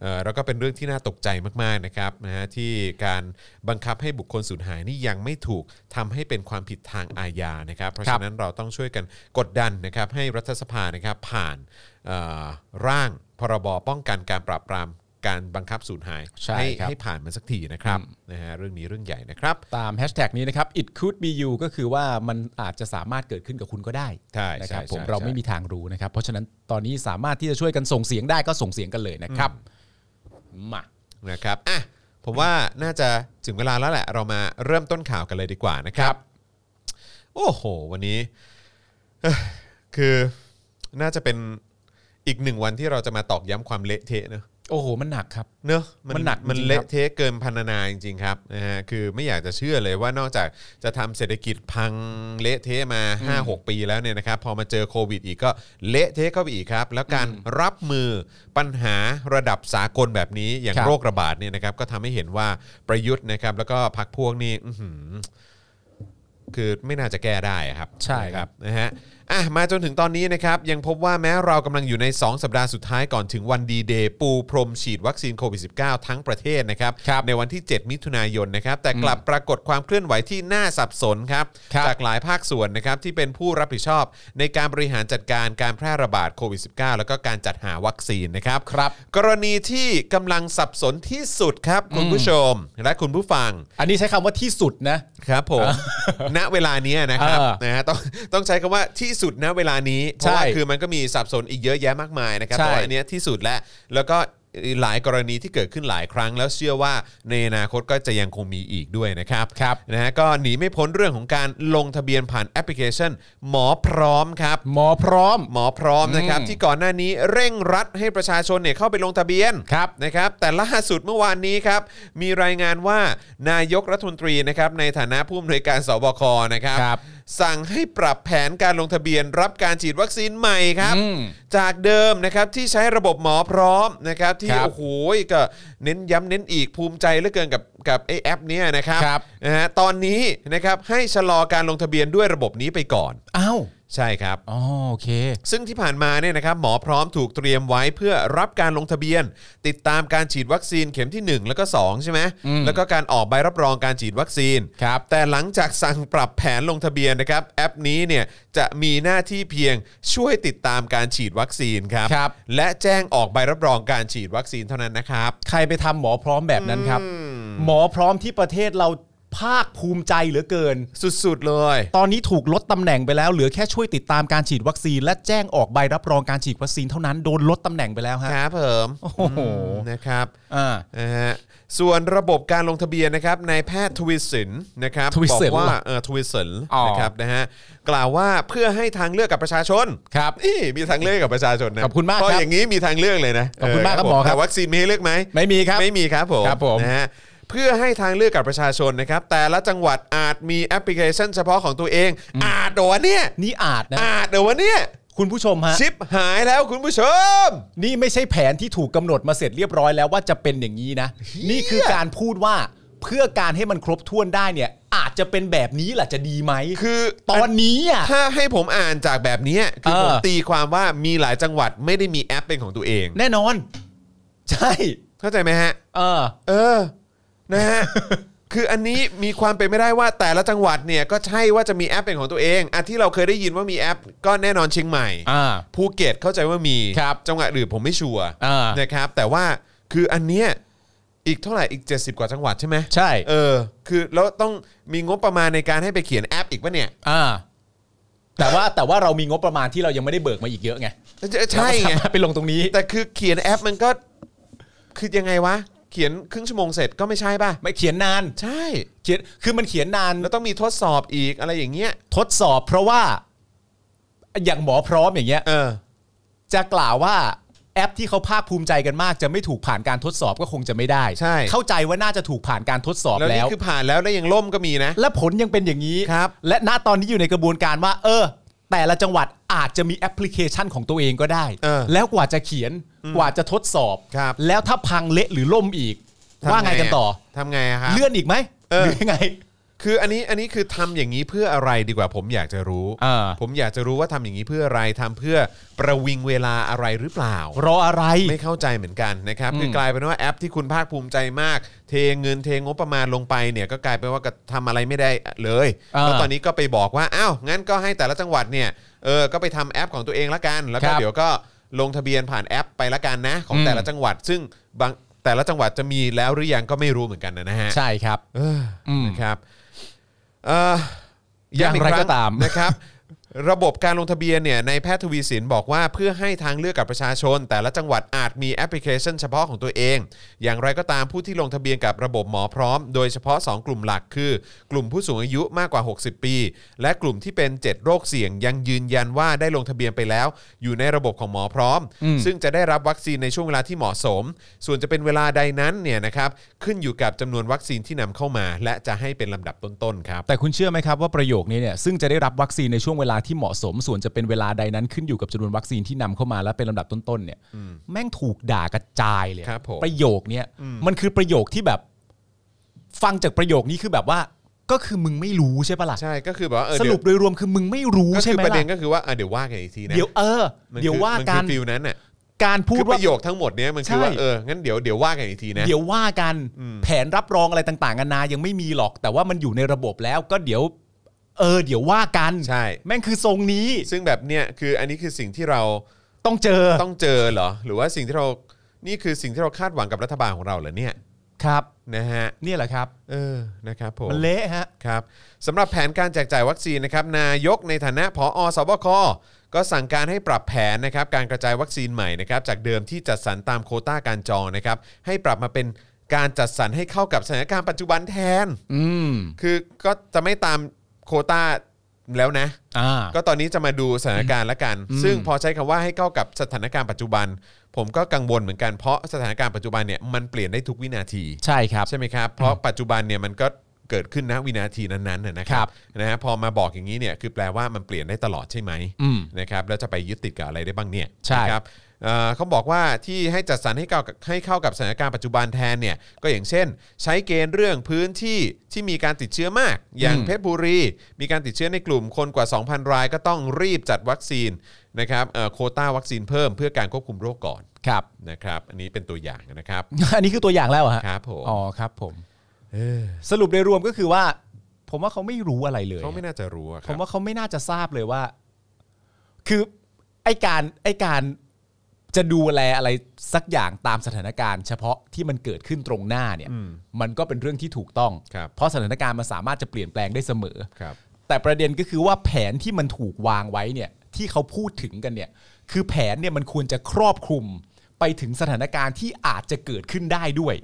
[SPEAKER 2] เอ่อแล้วก็เป็นเรื่องที่น่าตกใจมากๆนะครับนะฮะที่การบังคับให้บุคคลสูญหายนี่ยังไม่ถูกทำให้เป็นความผิดทางอาญานะครับเพราะ
[SPEAKER 3] ครั
[SPEAKER 2] ฉะ
[SPEAKER 3] บ
[SPEAKER 2] นั้น นั้นเราต้องช่วยกันกดดันนะครับให้รัฐสภานะครับผ่านเอ่อร่างพรบป้องกันการปราบปรามการบังคับสูญหาย
[SPEAKER 3] ใช่ครับ
[SPEAKER 2] ให้ผ่านมันสักทีนะครับนะฮะเรื่องนี้เรื่องใหญ่นะครับ
[SPEAKER 3] ตามแฮชแท็กนี้นะครับ it could be you ก็คือว่ามันอาจจะสามารถเกิดขึ้นกับคุณก็ได้
[SPEAKER 2] ใช่
[SPEAKER 3] นะค
[SPEAKER 2] ใช่
[SPEAKER 3] รับผม
[SPEAKER 2] ใช่
[SPEAKER 3] เรา
[SPEAKER 2] ใช่
[SPEAKER 3] ไม่มีทางรู้นะครับ เพราะฉะนั้นตอนนี้สามารถที่จะช่วยกันส่งเสียงได้ก็ส่งเสียงกันเลยนะครับมา
[SPEAKER 2] นะครับอ่ะผมว่าน่าจะถึงเวลาแล้วแหละ เรามาเริ่มต้นข่าวกันเลยดีกว่านะครับ โอ้โห วันนี้ เอ้ยคือน่าจะเป็นอีกหนึ่งวันที่เราจะมาตอกย้ำความเละเทะเนอะ
[SPEAKER 3] โอ้โห มันหนักครับ
[SPEAKER 2] เนอะ
[SPEAKER 3] มันหนัก
[SPEAKER 2] มัน
[SPEAKER 3] จริงๆ
[SPEAKER 2] เละ
[SPEAKER 3] ครับ
[SPEAKER 2] เทะเกินพรรณนาจริงๆครับนะฮะคือไม่อยากจะเชื่อเลยว่านอกจากจะทำเศรษฐกิจพังเละเทะมา 5-6 ปีแล้วเนี่ยนะครับ พอมาเจอโควิดอีกก็เละเทะเข้าไปอีกครับ แล้วการรับมือปัญหาระดับสากลแบบนี้อย่าง
[SPEAKER 3] ครับ
[SPEAKER 2] โรคระบาดเนี่ยนะครับ ก็ทำให้เห็นว่าประยุทธ์นะครับ แล้วก็พักพวกนี่อื้อหือ คือไม่น่าจะแก้ได้อะครับ
[SPEAKER 3] ใช่ครับ
[SPEAKER 2] นะฮะอ่ะมาจนถึงตอนนี้นะครับ ยังพบว่าแม้เรากำลังอยู่ใน 2 สัปดาห์สุดท้ายก่อนถึงวันดีเดย์ปูพรมฉีดวัคซีนโควิด -19 ทั้งประเทศนะครับ ในวันที่ 7 มิถุนายนนะครับ แต่กลับปรากฏความเคลื่อนไหวที่น่าสับสนครับ
[SPEAKER 3] ครับ
[SPEAKER 2] จากหลายภาคส่วนนะครับ ที่เป็นผู้รับผิดชอบ ในการบริหารจัดการการแพร่ระบาดโควิด -19 แล้วก็การจัดหาวัคซีนนะครับ
[SPEAKER 3] ครับ
[SPEAKER 2] กรณีที่กำลังสับสนที่สุดครับคุณผู้ชม และคุณผู้ฟัง
[SPEAKER 3] อันนี้ใช้คำว่าที่สุดนะ
[SPEAKER 2] ครับผม ณ เวลานี้นะครับ
[SPEAKER 3] เออ
[SPEAKER 2] นะฮะ ต้อง ต้องใช้คำว่าที่สุดณ เวลานี้ เพราะว่า
[SPEAKER 3] ใช่
[SPEAKER 2] คือมันก็มีสับสนอีกเยอะแยะมากมายนะครับ
[SPEAKER 3] ใช่
[SPEAKER 2] แต่ว่าอันเนี้ยที่สุดแล้ว แล้วก็หลายกรณีที่เกิดขึ้นหลายครั้ง แล้วเชื่อว่าในอนาคตก็จะยังคงมีอีกด้วยนะครับ
[SPEAKER 3] ครับ
[SPEAKER 2] นะฮะ ก็หนีไม่พ้นเรื่องของการลงทะเบียนผ่านแอปพลิเคชัน หมอพร้อมครับ
[SPEAKER 3] หมอพร้อม
[SPEAKER 2] หมอพร้อมนะครับ
[SPEAKER 3] อืม
[SPEAKER 2] ที่ก่อนหน้านี้เร่งรัดให้ประชาชนเนี่ยเข้าไปลงทะเบียน
[SPEAKER 3] ครับ
[SPEAKER 2] นะครับ แต่ล่าสุดเมื่อวานนี้ครับ มีรายงานว่านายกรัฐมนตรีนะครับในฐานะผู้อำนวยการสบคนะครับ
[SPEAKER 3] ครับ
[SPEAKER 2] สั่งให้ปรับแผนการลงทะเบียนรับการฉีดวัคซีนใหม่ครับ
[SPEAKER 3] อืม
[SPEAKER 2] จากเดิมนะครับที่ใช้ระบบหมอพร้อมนะครับที่
[SPEAKER 3] ครับ
[SPEAKER 2] โอ้โหก็เน้นย้ำเน้นอีกภูมิใจเหลือเกินกับกับไอแอปเนี้ยนะครับ
[SPEAKER 3] ครับ
[SPEAKER 2] นะฮะตอนนี้นะครับให้ชะลอการลงทะเบียนด้วยระบบนี้ไปก่อน
[SPEAKER 3] อ้าว
[SPEAKER 2] ใช่ครับ
[SPEAKER 3] อ๋อโอเค
[SPEAKER 2] ซึ่งที่ผ่านมาเนี่ยนะครับหมอพร้อมถูกเตรียมไว้เพื่อรับการลงทะเบียน ติดตามการฉีดวัคซีนเข็มที่ 1 แล้วก็ 2 ใช่ไหม
[SPEAKER 3] อืม
[SPEAKER 2] แล้วก็การออกใบรับรองการฉีดวัคซีน
[SPEAKER 3] ครับ
[SPEAKER 2] แต่หลังจากสั่งปรับแผนลงทะเบียนนะครับแอปนี้เนี่ยจะมีหน้าที่เพียงช่วยติดตามการฉีดวัคซีนครับ
[SPEAKER 3] ครับ
[SPEAKER 2] และแจ้งออกใบรับรองการฉีดวัคซีนเท่านั้นนะครับ
[SPEAKER 3] ใครไปทำหมอพร้อมแบบนั้นครับ หมอพร้อมที่ประเทศเราภาคภูมิใจเหลือเกิน
[SPEAKER 2] สุดๆเลย
[SPEAKER 3] ตอนนี้ถูกลดตำแหน่งไปแล้วเหลือแค่ช่วยติดตามการฉีดวัคซีน และแจ้งออกใบรับรองการฉีดวัคซีนเท่านั้นโดนลดตำแหน่งไปแล้วฮะ
[SPEAKER 2] ครับผม
[SPEAKER 3] โอ้โห
[SPEAKER 2] อืมนะครับ
[SPEAKER 3] อ่า
[SPEAKER 2] นะฮะส่วนระบบการลงทะเบียนนะครับนายแพทย์ทวิสินนะครับ
[SPEAKER 3] ทวี
[SPEAKER 2] บอก
[SPEAKER 3] สิน
[SPEAKER 2] ว่า
[SPEAKER 3] เหรอ
[SPEAKER 2] เออทวิสิน
[SPEAKER 3] อ๋อ
[SPEAKER 2] นะครับนะฮะกล่าวว่าเพื่อให้ทางเลือกกับประชาชน
[SPEAKER 3] ครับ
[SPEAKER 2] นี่มีทางเลือกกับประชาชนนะ
[SPEAKER 3] ขอบคุณมาก
[SPEAKER 2] เพ
[SPEAKER 3] ครั
[SPEAKER 2] ราะ
[SPEAKER 3] บ
[SPEAKER 2] อย่างนี้มีทางเลือกเลยนะ
[SPEAKER 3] ขอบคุณมากครับ
[SPEAKER 2] เห
[SPEAKER 3] มอครับ
[SPEAKER 2] แต่วัคซีนมีให้เลือกไหม
[SPEAKER 3] ไม่มีครับ
[SPEAKER 2] ไม่มีครับผม
[SPEAKER 3] ครับผม
[SPEAKER 2] นะฮะเพื่อให้ทางเลือกกับประชาชนนะครับ แต่ละจังหวัดอาจมีแอปพลิเคชันเฉพาะของตัวเอง อาจเหรอวะเนี่ย
[SPEAKER 3] นี่อาจนะ
[SPEAKER 2] อาจเหรอวะเนี่ย
[SPEAKER 3] คุณผู้ชมฮะ
[SPEAKER 2] ชิปหายแล้วคุณผู้ชม
[SPEAKER 3] นี่ไม่ใช่แผนที่ถูกกำหนดมาเสร็จเรียบร้อยแล้วว่าจะเป็นอย่างนี้นะ นี่คือการพูดว่าเพื่อการให้มันครบถ้วนได้เนี่ย อาจจะเป็นแบบนี้แหละจะดีไหม
[SPEAKER 2] คือ
[SPEAKER 3] ตอนนี้อ่ะ
[SPEAKER 2] ถ้าให้ผมอ่านจากแบบเนี้ยคือ
[SPEAKER 3] เออ
[SPEAKER 2] ผมตีความว่ามีหลายจังหวัดไม่ได้มีแอปเป็นของตัวเอง
[SPEAKER 3] แน่นอน ใช่
[SPEAKER 2] เข้าใจไหมฮะ
[SPEAKER 3] เออ
[SPEAKER 2] เออ นะฮ ะ คืออันนี้มีความเป็นไม่ได้ว่าแต่ละจังหวัดเนี่ยก็ใช่ว่าจะมีแอปเป็นของตัวเองอันที่เราเคยได้ยินว่ามีแอป ก็แน่นอนเชียงใหม่
[SPEAKER 3] อ่า
[SPEAKER 2] ภูเก็ตเข้าใจว่ามี
[SPEAKER 3] ครับ
[SPEAKER 2] จังหวัดอื่นผมไม่ชัวร์
[SPEAKER 3] อ่าน
[SPEAKER 2] นะครับ แต่ว่าคืออันเนี้ยอีกเท่าไหร่อีก 70 กว่าจังหวัดใช่ไหม
[SPEAKER 3] ใช่
[SPEAKER 2] เออ คือแล้วต้องมีงบประมาณในการให้ไปเขียนแอปอีกปะเนี่ย
[SPEAKER 3] อ่า แต่ว่าแต่ว่าเรามีงบประมาณที่เรายังไม่ได้เบิกมาอีกเยอะไง
[SPEAKER 2] ใช่ไง
[SPEAKER 3] เราก็สามารถไปลงตรงนี้
[SPEAKER 2] แต่คือเขียนแอปมันก็ คือยังไงวะ เขียนครึ่งชั่วโมงเสร็จก็ไม่ใช่ป่ะ
[SPEAKER 3] ไม่เขียนนาน
[SPEAKER 2] ใช่
[SPEAKER 3] เขียนคือมันเขียนนาน
[SPEAKER 2] แล้วต้องมีทดสอบอีกอะไรอย่างเงี้ย
[SPEAKER 3] ทดสอบ เพราะว่า อย่างหมอพร้อมอย่างเงี้ย
[SPEAKER 2] เออ
[SPEAKER 3] จะกล่าวว่าแอปที่เขาภาคภูมิใจกันมาก จะไม่ถูกผ่านการทดสอบก็คงจะไม่ได้
[SPEAKER 2] ใช่
[SPEAKER 3] เข้าใจว่าน่าจะถูกผ่านการทดสอบ
[SPEAKER 2] แล้ว
[SPEAKER 3] แล้
[SPEAKER 2] นี่
[SPEAKER 3] ว
[SPEAKER 2] คือผ่านแล้วแล้วยังล่มก็มีนะ
[SPEAKER 3] และผลยังเป็นอย่างนี้
[SPEAKER 2] ครับ
[SPEAKER 3] และณตอนนี้อยู่ในกระบวนการว่า เออ แต่ละจังหวัดอาจจะมีแอปพลิเคชันของตัวเองก็ได้
[SPEAKER 2] เออ
[SPEAKER 3] แล้วกว่าจะเขียนกว่าจะทดสอบ
[SPEAKER 2] ครับ
[SPEAKER 3] แล้วถ้าพังเละหรือล่มอีก
[SPEAKER 2] ทำไงอะ
[SPEAKER 3] ว่าไงกันต่อ
[SPEAKER 2] ทำไงอะครับ
[SPEAKER 3] เลื่อนอีกไหม
[SPEAKER 2] เออ
[SPEAKER 3] หรือยังไง
[SPEAKER 2] คืออันนี้อันนี้คือทำอย่างนี้เพื่ออะไรดีกว่า ผมอยากจะรู้
[SPEAKER 3] อ่า
[SPEAKER 2] ผมอยากจะรู้ว่าทำอย่างนี้เพื่ออะไรทำเพื่อประวิงเวลาอะไรหรือเปล่า
[SPEAKER 3] รออะไร
[SPEAKER 2] ไม่เข้าใจเหมือนกันนะครับ
[SPEAKER 3] อืม
[SPEAKER 2] คือกลายเป็นว่าแอปที่คุณภาคภูมิใจมาก เทเงินเทงบประมาณลงไปเนี่ยก็กลายเป็นว่าก็ทำอะไรไม่ได้เลย
[SPEAKER 3] อ่า
[SPEAKER 2] แล้วตอนนี้ก็ไปบอกว่าอ้าวงั้นก็ให้แต่ละจังหวัดเนี่ยเออก็ไปทำแอปของตัวเองละกัน แล้วก็
[SPEAKER 3] ครับ
[SPEAKER 2] เดี๋ยวก็ลงทะเบียนผ่านแอปไปละกันนะ ของ
[SPEAKER 3] อืม
[SPEAKER 2] แต่ละจังหวัด ซึ่งบางแต่ละจังหวัดจะมีแล้วหรือยังก็ไม่รู้เหมือนกันนะฮะ
[SPEAKER 3] ใช่ครับ
[SPEAKER 2] เอออ
[SPEAKER 3] ม
[SPEAKER 2] นะครับเอ่อ
[SPEAKER 3] อย่างไร
[SPEAKER 2] ย้ำอีค
[SPEAKER 3] ก็ตาม
[SPEAKER 2] นะครับ ระบบการลงทะเบียนเนี่ยในแพทย์ทวีสินบอกว่าเพื่อให้ทางเลือกกับประชาชน แต่ละจังหวัดอาจมีแอปพลิเคชันเฉพาะของตัวเอง อย่างไรก็ตามผู้ที่ลงทะเบียนกับระบบหมอพร้อม โดยเฉพาะ 2 กลุ่มหลักคือ กลุ่มผู้สูงอายุมากกว่า 60 ปี และกลุ่มที่เป็น 7 โรคเสี่ยง ยังยืนยันว่าได้ลงทะเบียนไปแล้ว อยู่ในระบบของหมอพร้อม ซึ่งจะได้รับวัคซีนในช่วงเวลาที่เหมาะสม ส่วนจะเป็นเวลาใดนั้นเนี่ยนะครับขึ้นอยู่กับจำนวนวัคซีนที่นำเข้ามา และจะให้เป็นลำดับต้นๆครับ
[SPEAKER 3] แต่คุณเชื่อไหมครับว่าประโยคนี้เนี่ยซึ่งจะได้รับวัคซีนในช่วงเวลาที่เหมาะสม ส่วนจะเป็นเวลาใดนั้นขึ้นอยู่กับจำนวนวัคซีนที่นำเข้ามาและเป็นลำดับต้นๆเนี่ยแม่งถูกด่ากระจายเลย
[SPEAKER 2] ครับผม
[SPEAKER 3] ประโยคเนี้ยมันคือประโยคที่แบบ ฟังจากประโยคนี้คือแบบว่า ก็คือมึงไม่รู้ใช่ปะล่ะ
[SPEAKER 2] ใช่ก็คือแบบว่าเออ
[SPEAKER 3] สรุปโดยรวมคือมึงไม่รู้
[SPEAKER 2] ก็
[SPEAKER 3] ใช่
[SPEAKER 2] คือ
[SPEAKER 3] ไหม
[SPEAKER 2] ประเด็น
[SPEAKER 3] ล่ะ
[SPEAKER 2] ก็คือว่าอ่ะเดี๋ยวว่ากันอีกทีนะ
[SPEAKER 3] เดี๋ยวเออ
[SPEAKER 2] มัน
[SPEAKER 3] เดี๋ยว
[SPEAKER 2] คือ
[SPEAKER 3] ว่า
[SPEAKER 2] มัน
[SPEAKER 3] กั
[SPEAKER 2] คื
[SPEAKER 3] น
[SPEAKER 2] อฟิลนั้นน่ะ
[SPEAKER 3] การพู
[SPEAKER 2] คื
[SPEAKER 3] ด
[SPEAKER 2] อป
[SPEAKER 3] ว่า
[SPEAKER 2] ระโยคทั้งหมดเนี้ยมันคือ
[SPEAKER 3] ใช่
[SPEAKER 2] ว่าเอองั้นเดี๋ยวเดี๋ยวว่ากันอีกทีนะ
[SPEAKER 3] เดี๋ยวว่ากันแผนรับรองอะไรต่างๆนานายังไม่มีหรอก แต่ว่ามันอยู่ในระบบแล้ว ก็เดี๋ยว เออ เดี๋ยวว่ากัน
[SPEAKER 2] ใช่
[SPEAKER 3] แม่งคือทรงนี้
[SPEAKER 2] ซึ่งแบบเนี้ยคืออันนี้คือสิ่งที่เรา
[SPEAKER 3] ต้องเจอ
[SPEAKER 2] ต้องเจอเหรอ หรือว่าสิ่งที่เรานี่คือสิ่งที่เราคาดหวังกับรัฐบาลของเราเหรอเนี่ย
[SPEAKER 3] ครับ
[SPEAKER 2] นะฮะ
[SPEAKER 3] เนี่ยแหละครับ
[SPEAKER 2] เออนะครับผม
[SPEAKER 3] มันเละฮะ
[SPEAKER 2] ครับสำหรับแผนการแจกจ่ายวัคซีนนะครับนายกในฐานะผออสบคก็สั่งการให้ปรับแผนนะครับการกระจายวัคซีนใหม่นะครับจากเดิมที่จัดสรรตามโควต้าการจองนะครับให้ปรับมาเป็นการจัดสรรให้เข้ากับสถานการณ์ปัจจุบันแทน
[SPEAKER 3] อืม
[SPEAKER 2] คือก็จะไม่ตามโควต้าแล้วนะ
[SPEAKER 3] อ่า
[SPEAKER 2] ก็ตอนนี้จะมาดูสถานการณ์ละกัน
[SPEAKER 3] อืม
[SPEAKER 2] ซึ่งพอใช้คำว่าให้เข้ากับสถานการณ์ปัจจุบัน ผมก็กังวลเหมือนกันเพราะสถานการณ์ปัจจุบันเนี่ยมันเปลี่ยนได้ทุกวินาที
[SPEAKER 3] ใช่ครับ
[SPEAKER 2] ใช่ไหมครับ เพราะปัจจุบันเนี่ยมันก็เกิดขึ้นณวินาทีนั้นๆนะนะค
[SPEAKER 3] ครั
[SPEAKER 2] รับบ นะฮะพอมาบอกอย่างนี้เนี่ยคือแปลว่ามันเปลี่ยนได้ตลอดใช่ไหม
[SPEAKER 3] อืม
[SPEAKER 2] นะครับแล้วจะไปยึดติดกับอะไรได้บ้างเนี่ย
[SPEAKER 3] ใช่
[SPEAKER 2] นะครับเอ่อเขาบอกว่าที่ให้จัดสรรให้เข้ากับให้เข้ากับสถานการณ์ปัจจุบันแทนเนี่ยก็อย่างเช่น ใช้เกณฑ์เรื่องพื้นที่ที่มีการติดเชื้อมาก อย่างเพชรบุรี มีการติดเชื้อในกลุ่มคนกว่า 2,000 รายก็ต้องรีบจัดวัคซีนนะครับเอ่อโควต้าวัคซีนเพิ่มเพื่อการควบคุมโรคก่อน
[SPEAKER 3] ครับ
[SPEAKER 2] นะครับอันนี้เป็นตัวอย่างนะครับ
[SPEAKER 3] อันนี้คือตัวอย่างแล้วเหอฮะ
[SPEAKER 2] ครับผม
[SPEAKER 3] อ๋อครับผม
[SPEAKER 2] เออ
[SPEAKER 3] สรุปโดยรวมก็คือว่า ผมว่าเขาไม่รู้อะไรเลย
[SPEAKER 2] เขาไม่น่าจะรู้อะค
[SPEAKER 3] ผ
[SPEAKER 2] รับ
[SPEAKER 3] มว่าเขาไม่น่าจะทราบเลยว่า คือไอการไอการจะดูแลอะไรสักอย่างตามสถานการณ์ เฉพาะที่มันเกิดขึ้นตรงหน้าเนี่ย
[SPEAKER 2] อืม
[SPEAKER 3] มันก็เป็นเรื่องที่ถูกต้อง
[SPEAKER 2] ครับ
[SPEAKER 3] เพราะสถานการณ์มันสามารถจะเปลี่ยนแปลงได้เสมอ
[SPEAKER 2] ครับ
[SPEAKER 3] แต่ประเด็นก็คือว่าแผนที่มันถูกวางไว้เนี่ยที่เขาพูดถึงกันเนี่ยคือแผนเนี่ยมันควรจะครอบคลุมไปถึงสถานการณ์ที่อาจจะเกิดขึ้นได้ด้วย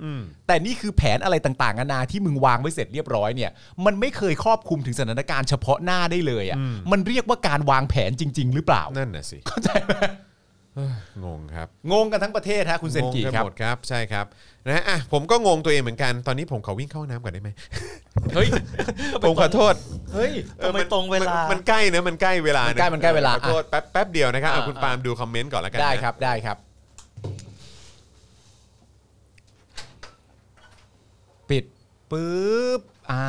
[SPEAKER 3] แต่นี่คือแผนอะไรต่างๆนานาที่มึงวางไว้เสร็จเรียบร้อยเนี่ยมันไม่เคยครอบคลุมถึงสถานการณ์เฉพาะหน้าได้เลยอะ่ะมันเรียกว่าการวางแผนจริง ๆ หรือเปล่า
[SPEAKER 2] นั่นน่ะสิ
[SPEAKER 3] เข้าใจไหม
[SPEAKER 2] งงครับ
[SPEAKER 3] งงกันทั้งประเทศฮะคุณเซนกิ
[SPEAKER 2] งง
[SPEAKER 3] ครับ
[SPEAKER 2] หมดครับใช่ครับนะอ่ะผมก็งงตัวเองเหมือนกันตอนนี้ผมขอวิ่งเข้าห้องน้ำก่อนได้ไหม
[SPEAKER 3] เฮ้ย
[SPEAKER 2] ผมขอโทษ
[SPEAKER 3] เฮ้ย
[SPEAKER 2] เออ
[SPEAKER 4] ทำไมตรงเวลามั
[SPEAKER 2] นใกล้นะมันใกล้เวลา
[SPEAKER 3] มันใกล้มันใกล้เวลา
[SPEAKER 2] ขอโทษแป๊บแป๊บเดียวนะครับ
[SPEAKER 3] อ่ะ
[SPEAKER 2] อ่ะคุณ
[SPEAKER 3] อ่ะ
[SPEAKER 2] ปาล์มดูคอมเมนต์ก่อนแล้วกันนะ
[SPEAKER 3] ได้ครับได้ครับ ปิดปึ๊บอ่า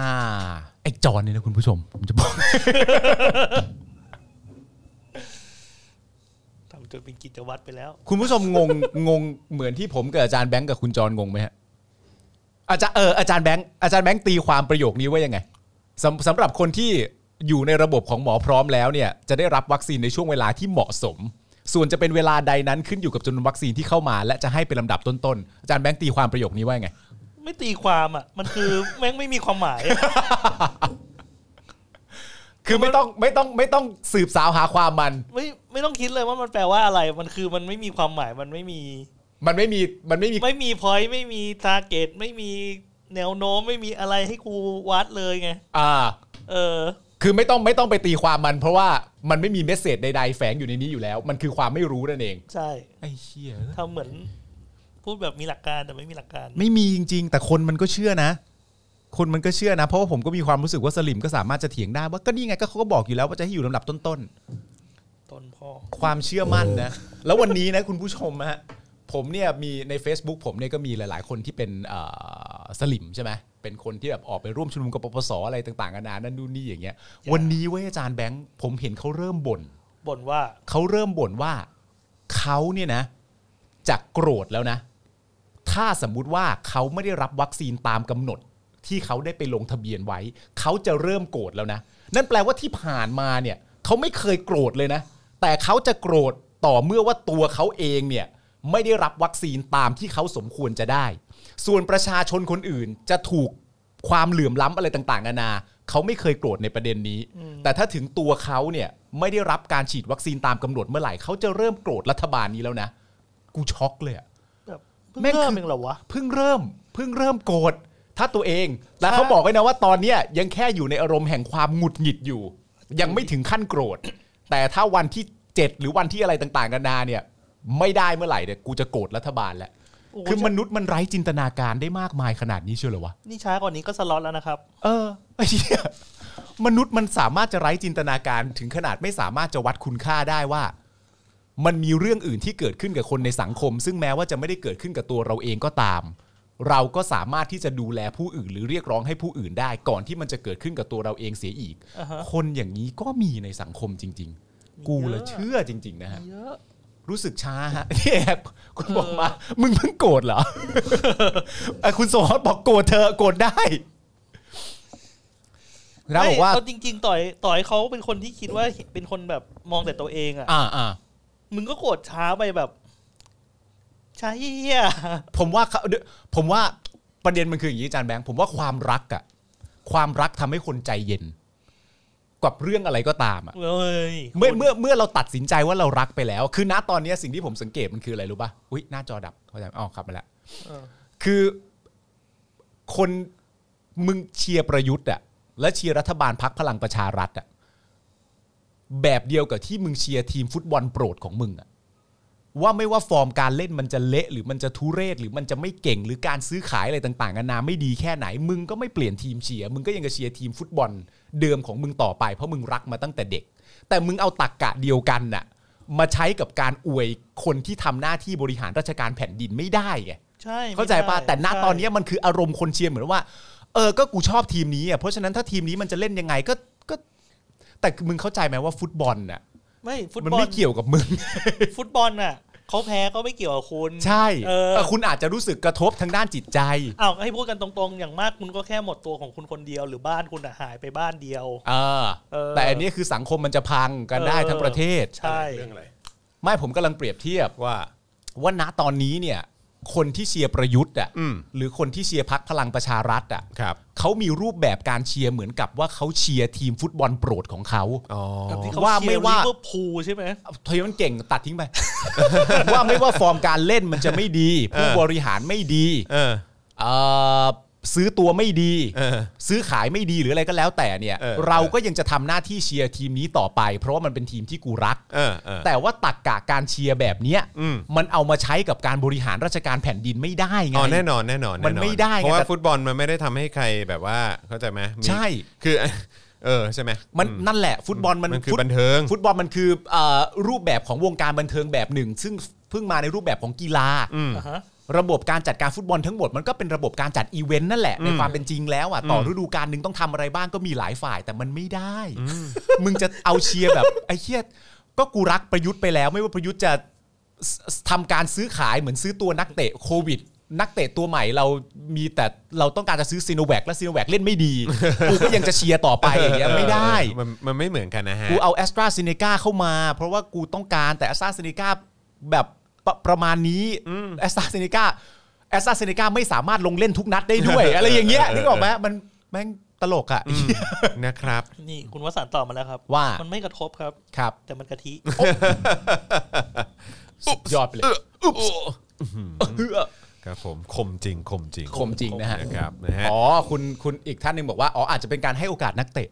[SPEAKER 3] ไอจอนเนี่ยนะคุณผู้ชม ผมจะบอก
[SPEAKER 4] ทำจนเป็นกิจวัตรไปแล้ว
[SPEAKER 3] คุณผู้ชมงง งงเหมือนที่ผมกับอาจารย์แบงค์กับคุณจอนงงไหมฮะอาจารย์เอออาจารย์แบงค์อาจารย์แบงค์ตีความประโยคนี้ว่ายังไงสำสำหรับคนที่อยู่ในระบบของหมอพร้อมแล้วเนี่ย จะได้รับวัคซีนในช่วงเวลาที่เหมาะสม ส่วนจะเป็นเวลาใดนั้นขึ้นอยู่กับจำนวนวัคซีนที่เข้ามา และจะให้เป็นลำดับต้นๆอาจารย์แบงค์ตีความประโยคนี้ว่ายังไง
[SPEAKER 4] ไม่ตีความอ่ะ มันคือ แม่งไม่มีความหมายอะ
[SPEAKER 3] คือไม่ต้องไม่ต้องไม่ต้องสืบสาวหาความมัน
[SPEAKER 4] ไม่ไม่ต้องคิดเลยว่ามันแปลว่าอะไร มันคือมันไม่มีความหมายมันไม่มี
[SPEAKER 3] มันไม่มีมันไม่มี
[SPEAKER 4] ไม่มีพอยต์ไม่มีทาร์เก็ตไม่มีแนวโน้มไม่มีอะไรให้กูวัดเลยไง
[SPEAKER 3] อ่า
[SPEAKER 4] เออ
[SPEAKER 3] คือไม่ต้องไม่ต้องไปตีความมัน เพราะว่ามันไม่มีเมสเซจใดๆแฝงอยู่ในนี้อยู่แล้ว มันคือความไม่รู้นั่นเอง
[SPEAKER 4] ใช่
[SPEAKER 3] ไอ้เชี่ย
[SPEAKER 4] ทำเหมือน พูดแบบมีหลักการแต่ไม่มีหลักการ
[SPEAKER 3] ไม่มีจริงๆ แต่คนมันก็เชื่อนะ คนมันก็เชื่อนะ เพราะว่าผมก็มีความรู้สึกว่าสลิมก็สามารถจะเถียงได้ว่าก็นี่ไงก็เขาก็บอกอยู่แล้วว่าจะให้อยู่ลำดับต้น
[SPEAKER 4] ต้นพ่อ
[SPEAKER 3] ๆ ความเชื่อมั่นนะ แล้ววันนี้นะคุณผู้ชมฮะผมเนี่ยมีใน Facebook ผมเนี่ยก็มีหลายๆ คนที่เป็นเอ่อสลิมใช่ไหมเป็นคนที่แบบออกไปร่วมชุมนุมกับปปสอะไรต่างๆนานานั่นนู่นนี่อย่างเงี้ย วันนี้เว้ยอาจารย์แบงค์ผมเห็นเขาเริ่มบ่น
[SPEAKER 4] บ่นว่า
[SPEAKER 3] เขาเริ่มบ่นว่าเขาเนี่ยนะจะโกรธแล้วนะ ถ้าสมมุติว่าเขาไม่ได้รับวัคซีนตามกำหนด ที่เขาได้ไปลงทะเบียนไว้ เขาจะเริ่มโกรธแล้วนะ นั่นแปลว่าที่ผ่านมาเนี่ยเขาไม่เคยโกรธเลยนะ แต่เขาจะโกรธต่อเมื่อว่าตัวเขาเองเนี่ยไม่ได้รับวัคซีนตามที่เขาสมควรจะได้ ส่วนประชาชนคนอื่นจะถูกความเหลื่อมล้ำอะไรต่างๆนานาเขาไม่เคยโกรธในประเด็นนี้ แต่ถ้าถึงตัวเขาเนี่ยไม่ได้รับการฉีดวัคซีนตามกำหนดเมื่อไหร่เขาจะเริ่มโกรธรัฐบาลนี้แล้วนะ กูช็อกเลยอะ
[SPEAKER 4] แบบเพิ่ง
[SPEAKER 3] แม่ง
[SPEAKER 4] เริ่ม
[SPEAKER 3] คือ
[SPEAKER 4] เองเหรอวะ
[SPEAKER 3] เพิ่งเริ่มเพิ่งเริ่มโกรธถ้าตัวเอง แต่เขา
[SPEAKER 4] ใช่
[SPEAKER 3] บอกไว้นะว่าตอนเนี้ยยังแค่อยู่ในอารมณ์แห่งความหงุดหงิดอยู่ ยังไม่ถึงขั้นโกรธ แต่ถ้าวันที่ 7 หรือวันที่อะไรต่างๆกันานาเนี่ย ไม่ได้เมื่อไหร่เนี่ยกูจะโกรธรัฐบาลแล้ว
[SPEAKER 4] โโห
[SPEAKER 3] คือมนุษย์มันไร้จินตนาการได้มากมายขนาดนี้เชียวเหรอวะ
[SPEAKER 4] นี่ช้ากว่านี้ก็สล็อตแล้วนะครับ
[SPEAKER 3] เออไอ้เหี้ยมนุษย์มันสามารถจะไร้จินตนาการถึงขนาดไม่สามารถจะวัดคุณค่าได้ว่า มันมีเรื่องอื่นที่เกิดขึ้นกับคนในสังคม ซึ่งแม้ว่าจะไม่ได้เกิดขึ้นกับตัวเราเองก็ตาม เราก็สามารถที่จะดูแลผู้อื่น หรือเรียกร้องให้ผู้อื่นได้ ก่อนที่มันจะเกิดขึ้นกับตัวเราเองเสียอีก
[SPEAKER 4] อ่าฮะ
[SPEAKER 3] คนอย่างนี้ก็มีในสังคมจริง ๆ กูเลยเชื่อจริง ๆ นะฮะ
[SPEAKER 4] เยอะ
[SPEAKER 3] รู้สึกช้าฮะ นี่แอบคุณบอกมา มึงเพิ่งโกรธ เหรอ เอ้ยคุณโซฮอตบอกโกรธเธอะโกรธได้แล้วบอกว่า
[SPEAKER 4] ไม่เอจริง ๆ ต่อยต่อยเขาเป็นคนที่คิดว่าเป็นคนแบบมองแต่ตัวเองอ่ะ
[SPEAKER 3] อ่าอ่า
[SPEAKER 4] มึงก็โกรธช้าไปแบบช้าเหี้ย
[SPEAKER 3] ผมว่าเขาเดี๋ยวผมว่าประเด็นมันคืออย่างนี้อาจารย์แบงค์ผมว่าความรักอะความรักทำให้คนใจเย็นกับเรื่องอะไรก็ตามอะ
[SPEAKER 4] เลย
[SPEAKER 3] เมื่อเมื่อเมื่อเราตัดสินใจว่าเรารักไปแล้ว คือณตอนเนี้ยสิ่งที่ผมสังเกตมันคืออะไรรู้ป่ะอุ้ยหน้าจอดับเข้าใจไหมอ๋อครับมาแล้ว
[SPEAKER 4] เออ
[SPEAKER 3] คือคนมึงเชียร์ประยุทธ์อะและเชียร์รัฐบาลพักพลังประชารัฐอะแบบเดียวกับที่มึงเชียร์ทีมฟุตบอลโปรดของมึงอะว่าไม่ว่าฟอร์มการเล่นมันจะเละหรือมันจะทุเรศหรือมันจะไม่เก่งหรือการซื้อขายอะไรต่างๆนานาไม่ดีแค่ไหน มึงก็ไม่เปลี่ยนทีมเชียร์มึงก็ยังจะเชียร์ทีมฟุตบอลเดิมของมึงต่อไป เพราะมึงรักมาตั้งแต่เด็ก แต่มึงเอาตักกะเดียวกันน่ะมาใช้กับการอวยคนที่ทำหน้าที่บริหารราชการแผ่นดินไม่ได้ไง
[SPEAKER 4] ใช่ไม่
[SPEAKER 3] เข้าใจป่ะ
[SPEAKER 4] ได้
[SPEAKER 3] แต่ณ
[SPEAKER 4] ช่
[SPEAKER 3] ตอนเนี้ยมันคืออารมณ์คนเชียร์เหมือนว่า เออก็กูชอบทีมนี้อ่ะเพราะฉะนั้นถ้าทีมนี้มันจะเล่นยังไงก็ก็ แต่มึงเข้าใจไหมว่าฟุตบอลน่ะ
[SPEAKER 4] ไม่ฟุต
[SPEAKER 3] มัน
[SPEAKER 4] บอล
[SPEAKER 3] ไม่เกี่ยวกับมึง
[SPEAKER 4] ฟุตบอลน่ะเขาแพ้ก็ไม่เกี่ยวกับคุณ
[SPEAKER 3] ใช่
[SPEAKER 4] เออ
[SPEAKER 3] เออคุณอาจจะรู้สึกกระทบทางด้านจิตใจ
[SPEAKER 4] อ้าวให้พูดกันตรงๆ อย่างมากคุณก็แค่หมดตัวของคุณคนเดียว หรือบ้านคุณอะหายไปบ้านเดียว
[SPEAKER 3] เออ
[SPEAKER 4] เออ
[SPEAKER 3] แต่อันเนี้ยคือสังคมมันจะพังกันได้
[SPEAKER 4] เออ
[SPEAKER 3] ทั้งประเทศ
[SPEAKER 4] ใช่
[SPEAKER 2] เรื่องอะไร
[SPEAKER 3] ไม่ผมกำลังเปรียบเทียบ
[SPEAKER 2] ว่า
[SPEAKER 3] ว่าณตอนนี้เนี่ย คนที่เชียร์ประยุทธ์อ่ะ
[SPEAKER 2] อืม
[SPEAKER 3] หรือคนที่เชียร์พักพลังประชารัฐอ่ะ
[SPEAKER 2] ครับ
[SPEAKER 3] เขามีรูปแบบการเชียร์เหมือนกับว่าเขาเชียร์ทีมฟุตบอลโปรดของเขา
[SPEAKER 2] อ๋อ
[SPEAKER 4] แบบที่เข
[SPEAKER 3] ว่า
[SPEAKER 4] เชียร์
[SPEAKER 3] ไม่ว่า
[SPEAKER 4] ลิเวอร์พูลใช่ไหม
[SPEAKER 3] เฮ้ยมันเก่งตัดทิ้งไป ว่าไม่ว่าฟอร์มการเล่นมันจะไม่ดี ผู้บริหารไม่ดี
[SPEAKER 2] เออ
[SPEAKER 3] เอ่อ ซื้อตัวไม่ดี
[SPEAKER 2] เออ
[SPEAKER 3] ซื้อขายไม่ดีหรืออะไรก็แล้วแต่เนี่ย
[SPEAKER 2] เออ
[SPEAKER 3] เราก็ยังจะทำหน้าที่เชียร์ทีมนี้ต่อไป เพราะว่ามันเป็นทีมที่กูรัก
[SPEAKER 2] เออเออ
[SPEAKER 3] แต่ว่าตักกะการเชียร์แบบเนี้ย
[SPEAKER 2] อืม
[SPEAKER 3] มันเอามาใช้กับการบริหารราชการแผ่นดินไม่ได้ไง
[SPEAKER 2] อ๋อแน่นอนแน่นอน
[SPEAKER 3] มัน
[SPEAKER 2] แอ
[SPEAKER 3] ไม่ได้ไง
[SPEAKER 2] เพราะ
[SPEAKER 3] แต่
[SPEAKER 2] ว่าฟุตบอลมันไม่ได้ทำให้ใครแบบว่าเข้าใจไหมมี
[SPEAKER 3] ใช่
[SPEAKER 2] คือ เออใช่ไหม
[SPEAKER 3] มัน
[SPEAKER 2] อื
[SPEAKER 3] นั่นแหละฟุตบอลมัน
[SPEAKER 2] มันคือ
[SPEAKER 3] ฟุต
[SPEAKER 2] บันเทิง
[SPEAKER 3] ฟุตบอลมันคือเอ่อรูปแบบของวงการบันเทิงแบบหนึ่ง ซึ่งเพิ่งมาในรูปแบบของกีฬา
[SPEAKER 2] อืม
[SPEAKER 4] อ่าฮะ
[SPEAKER 3] ระบบการจัดการฟุตบอลทั้งหมดมันก็เป็นระบบการจัดอีเวนต์นั่นแหละ ในความเป็นจริงแล้วอ่ะต่อฤดูกาลหนึ่งต้องทำอะไรบ้างก็มีหลายฝ่ายแต่มันไม่ได้ มึงจะเอาเชียร์แบบ ไอ้เหี้ยก็กูรักประยุทธ์ไปแล้ว ไม่ว่าประยุทธ์จะสสทำการซื้อขายเหมือนซื้อตัวนักเตะโควิด นักเตะตัวใหม่เรามีแต่เราต้องการจะซื้อซีโนแวคและซีโนแวคเล่นไม่ดี กูก็ยังจะเชียร์ต่อไปอย่างเงี้ยไม่ได้
[SPEAKER 2] เออมันมันไม่เหมือนกันนะฮะ
[SPEAKER 3] กูเอาแอสตราเซเนกาเข้ามา เพราะว่ากูต้องการแต่แอสตราเซเนกาแบบปะประมาณนี้แอสตราเซเนกาแอสตราเซเนกาไม่สามารถลงเล่นทุกนัดได้ ด้วย อะไรอย่างเงี้ย
[SPEAKER 2] เออ
[SPEAKER 3] นึกออกไหมมันแม่งตลกอะ
[SPEAKER 2] นะครับ
[SPEAKER 4] นี่คุณวสันต์ตอบมาแล้วครับ
[SPEAKER 3] ว่า
[SPEAKER 4] นไม่กระทบครับ
[SPEAKER 3] ครับ
[SPEAKER 4] แต่มันกะทิ
[SPEAKER 3] สุดยอดไปเลยเออ
[SPEAKER 2] ครับผมคมจริงคมจริง
[SPEAKER 3] คมจริงนะฮะ
[SPEAKER 2] นะครับนะฮะ
[SPEAKER 3] อ๋อคุณคุณอีกท่านหนึ่งบอกว่าอ๋ออาจจะเป็นการให้โอกาสนักเตะ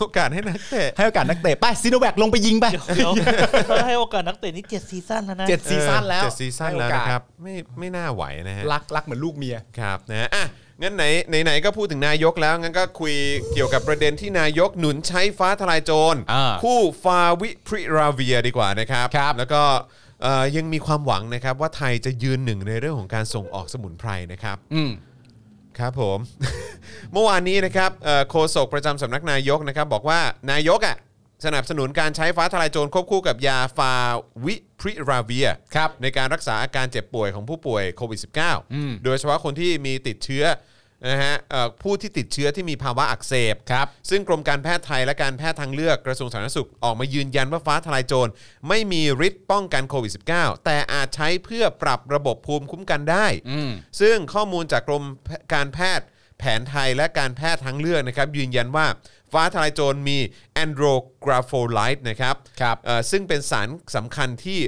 [SPEAKER 2] โอกาสให้นักเตะ
[SPEAKER 3] ให้โอกาสนักเตะไปซีโนแวคลงไปยิง ไป
[SPEAKER 4] เดี๋ยวเดี๋ยวเขาให้โอกาสนักเตะนี่เจ็ดซีซั่นแล้วนะ
[SPEAKER 3] เจ็ดซีซั่นแล้ว
[SPEAKER 2] เจ็ดซีซั่นแล้ว
[SPEAKER 3] ให้โอกา
[SPEAKER 2] นะ
[SPEAKER 3] ส
[SPEAKER 2] ครับ ไม่ไม่น่าไหวนะฮะ
[SPEAKER 3] รักรักเหมือนลูกเมีย
[SPEAKER 2] ครับนะฮะอ่ะงั้นไหนไหนไหนก็พูดถึงนายกแล้วงั้นก็คุยเกี่ยวกับประเด็นที่นายกหนุนใช้ฟ้าทลายโจร
[SPEAKER 3] อ่า
[SPEAKER 2] คู่ฟาวิพริราเวียดีกว่านะครับ
[SPEAKER 3] ครับ
[SPEAKER 2] แล้วก็เอ่อยังมีความหวังนะครับว่าไทยจะยืนหนึ่งในเรื่องของการส่งออกสมุนไพรนะครับ
[SPEAKER 3] อืม
[SPEAKER 2] ครับผม เมื่อวานนี้นะครับเอ่อโฆษกประจำสำนักนายกนะครับ บอกว่านายกอ่ะสนับสนุนการใช้ฟ้าทลายโจรควบคู่กับยาฟาวิพริราเวีย
[SPEAKER 3] ครับ
[SPEAKER 2] ในการรักษาอาการเจ็บป่วยของผู้ป่วยโควิด
[SPEAKER 3] อืม
[SPEAKER 2] -19 โดยเฉพาะคนที่มีติดเชื้อนะฮะเอ่อผู้ที่ติดเชื้อที่มีภาวะอักเสบ
[SPEAKER 3] ครับ
[SPEAKER 2] ซึ่งกรมการแพทย์ไทยและการแพทย์ทางเลือกกระทรวงสาธารณสุขออกมายืนยันว่าฟ้าทลายโจรไม่มีฤทธิ์ป้องกันโควิด -19 แต่อาจใช้เพื่อปรับระบบภูมิคุ้มกันได้
[SPEAKER 3] อืม
[SPEAKER 2] ซึ่งข้อมูลจากกรมการแพทย์แผนไทยและการแพทย์ทางเลือกนะครับ ยืนยันว่าฟ้าทลายโจรมีแอนโดรกราโฟไลต์นะครับ
[SPEAKER 3] ครับ
[SPEAKER 2] เอ่อซึ่งเป็นสารสำคัญที่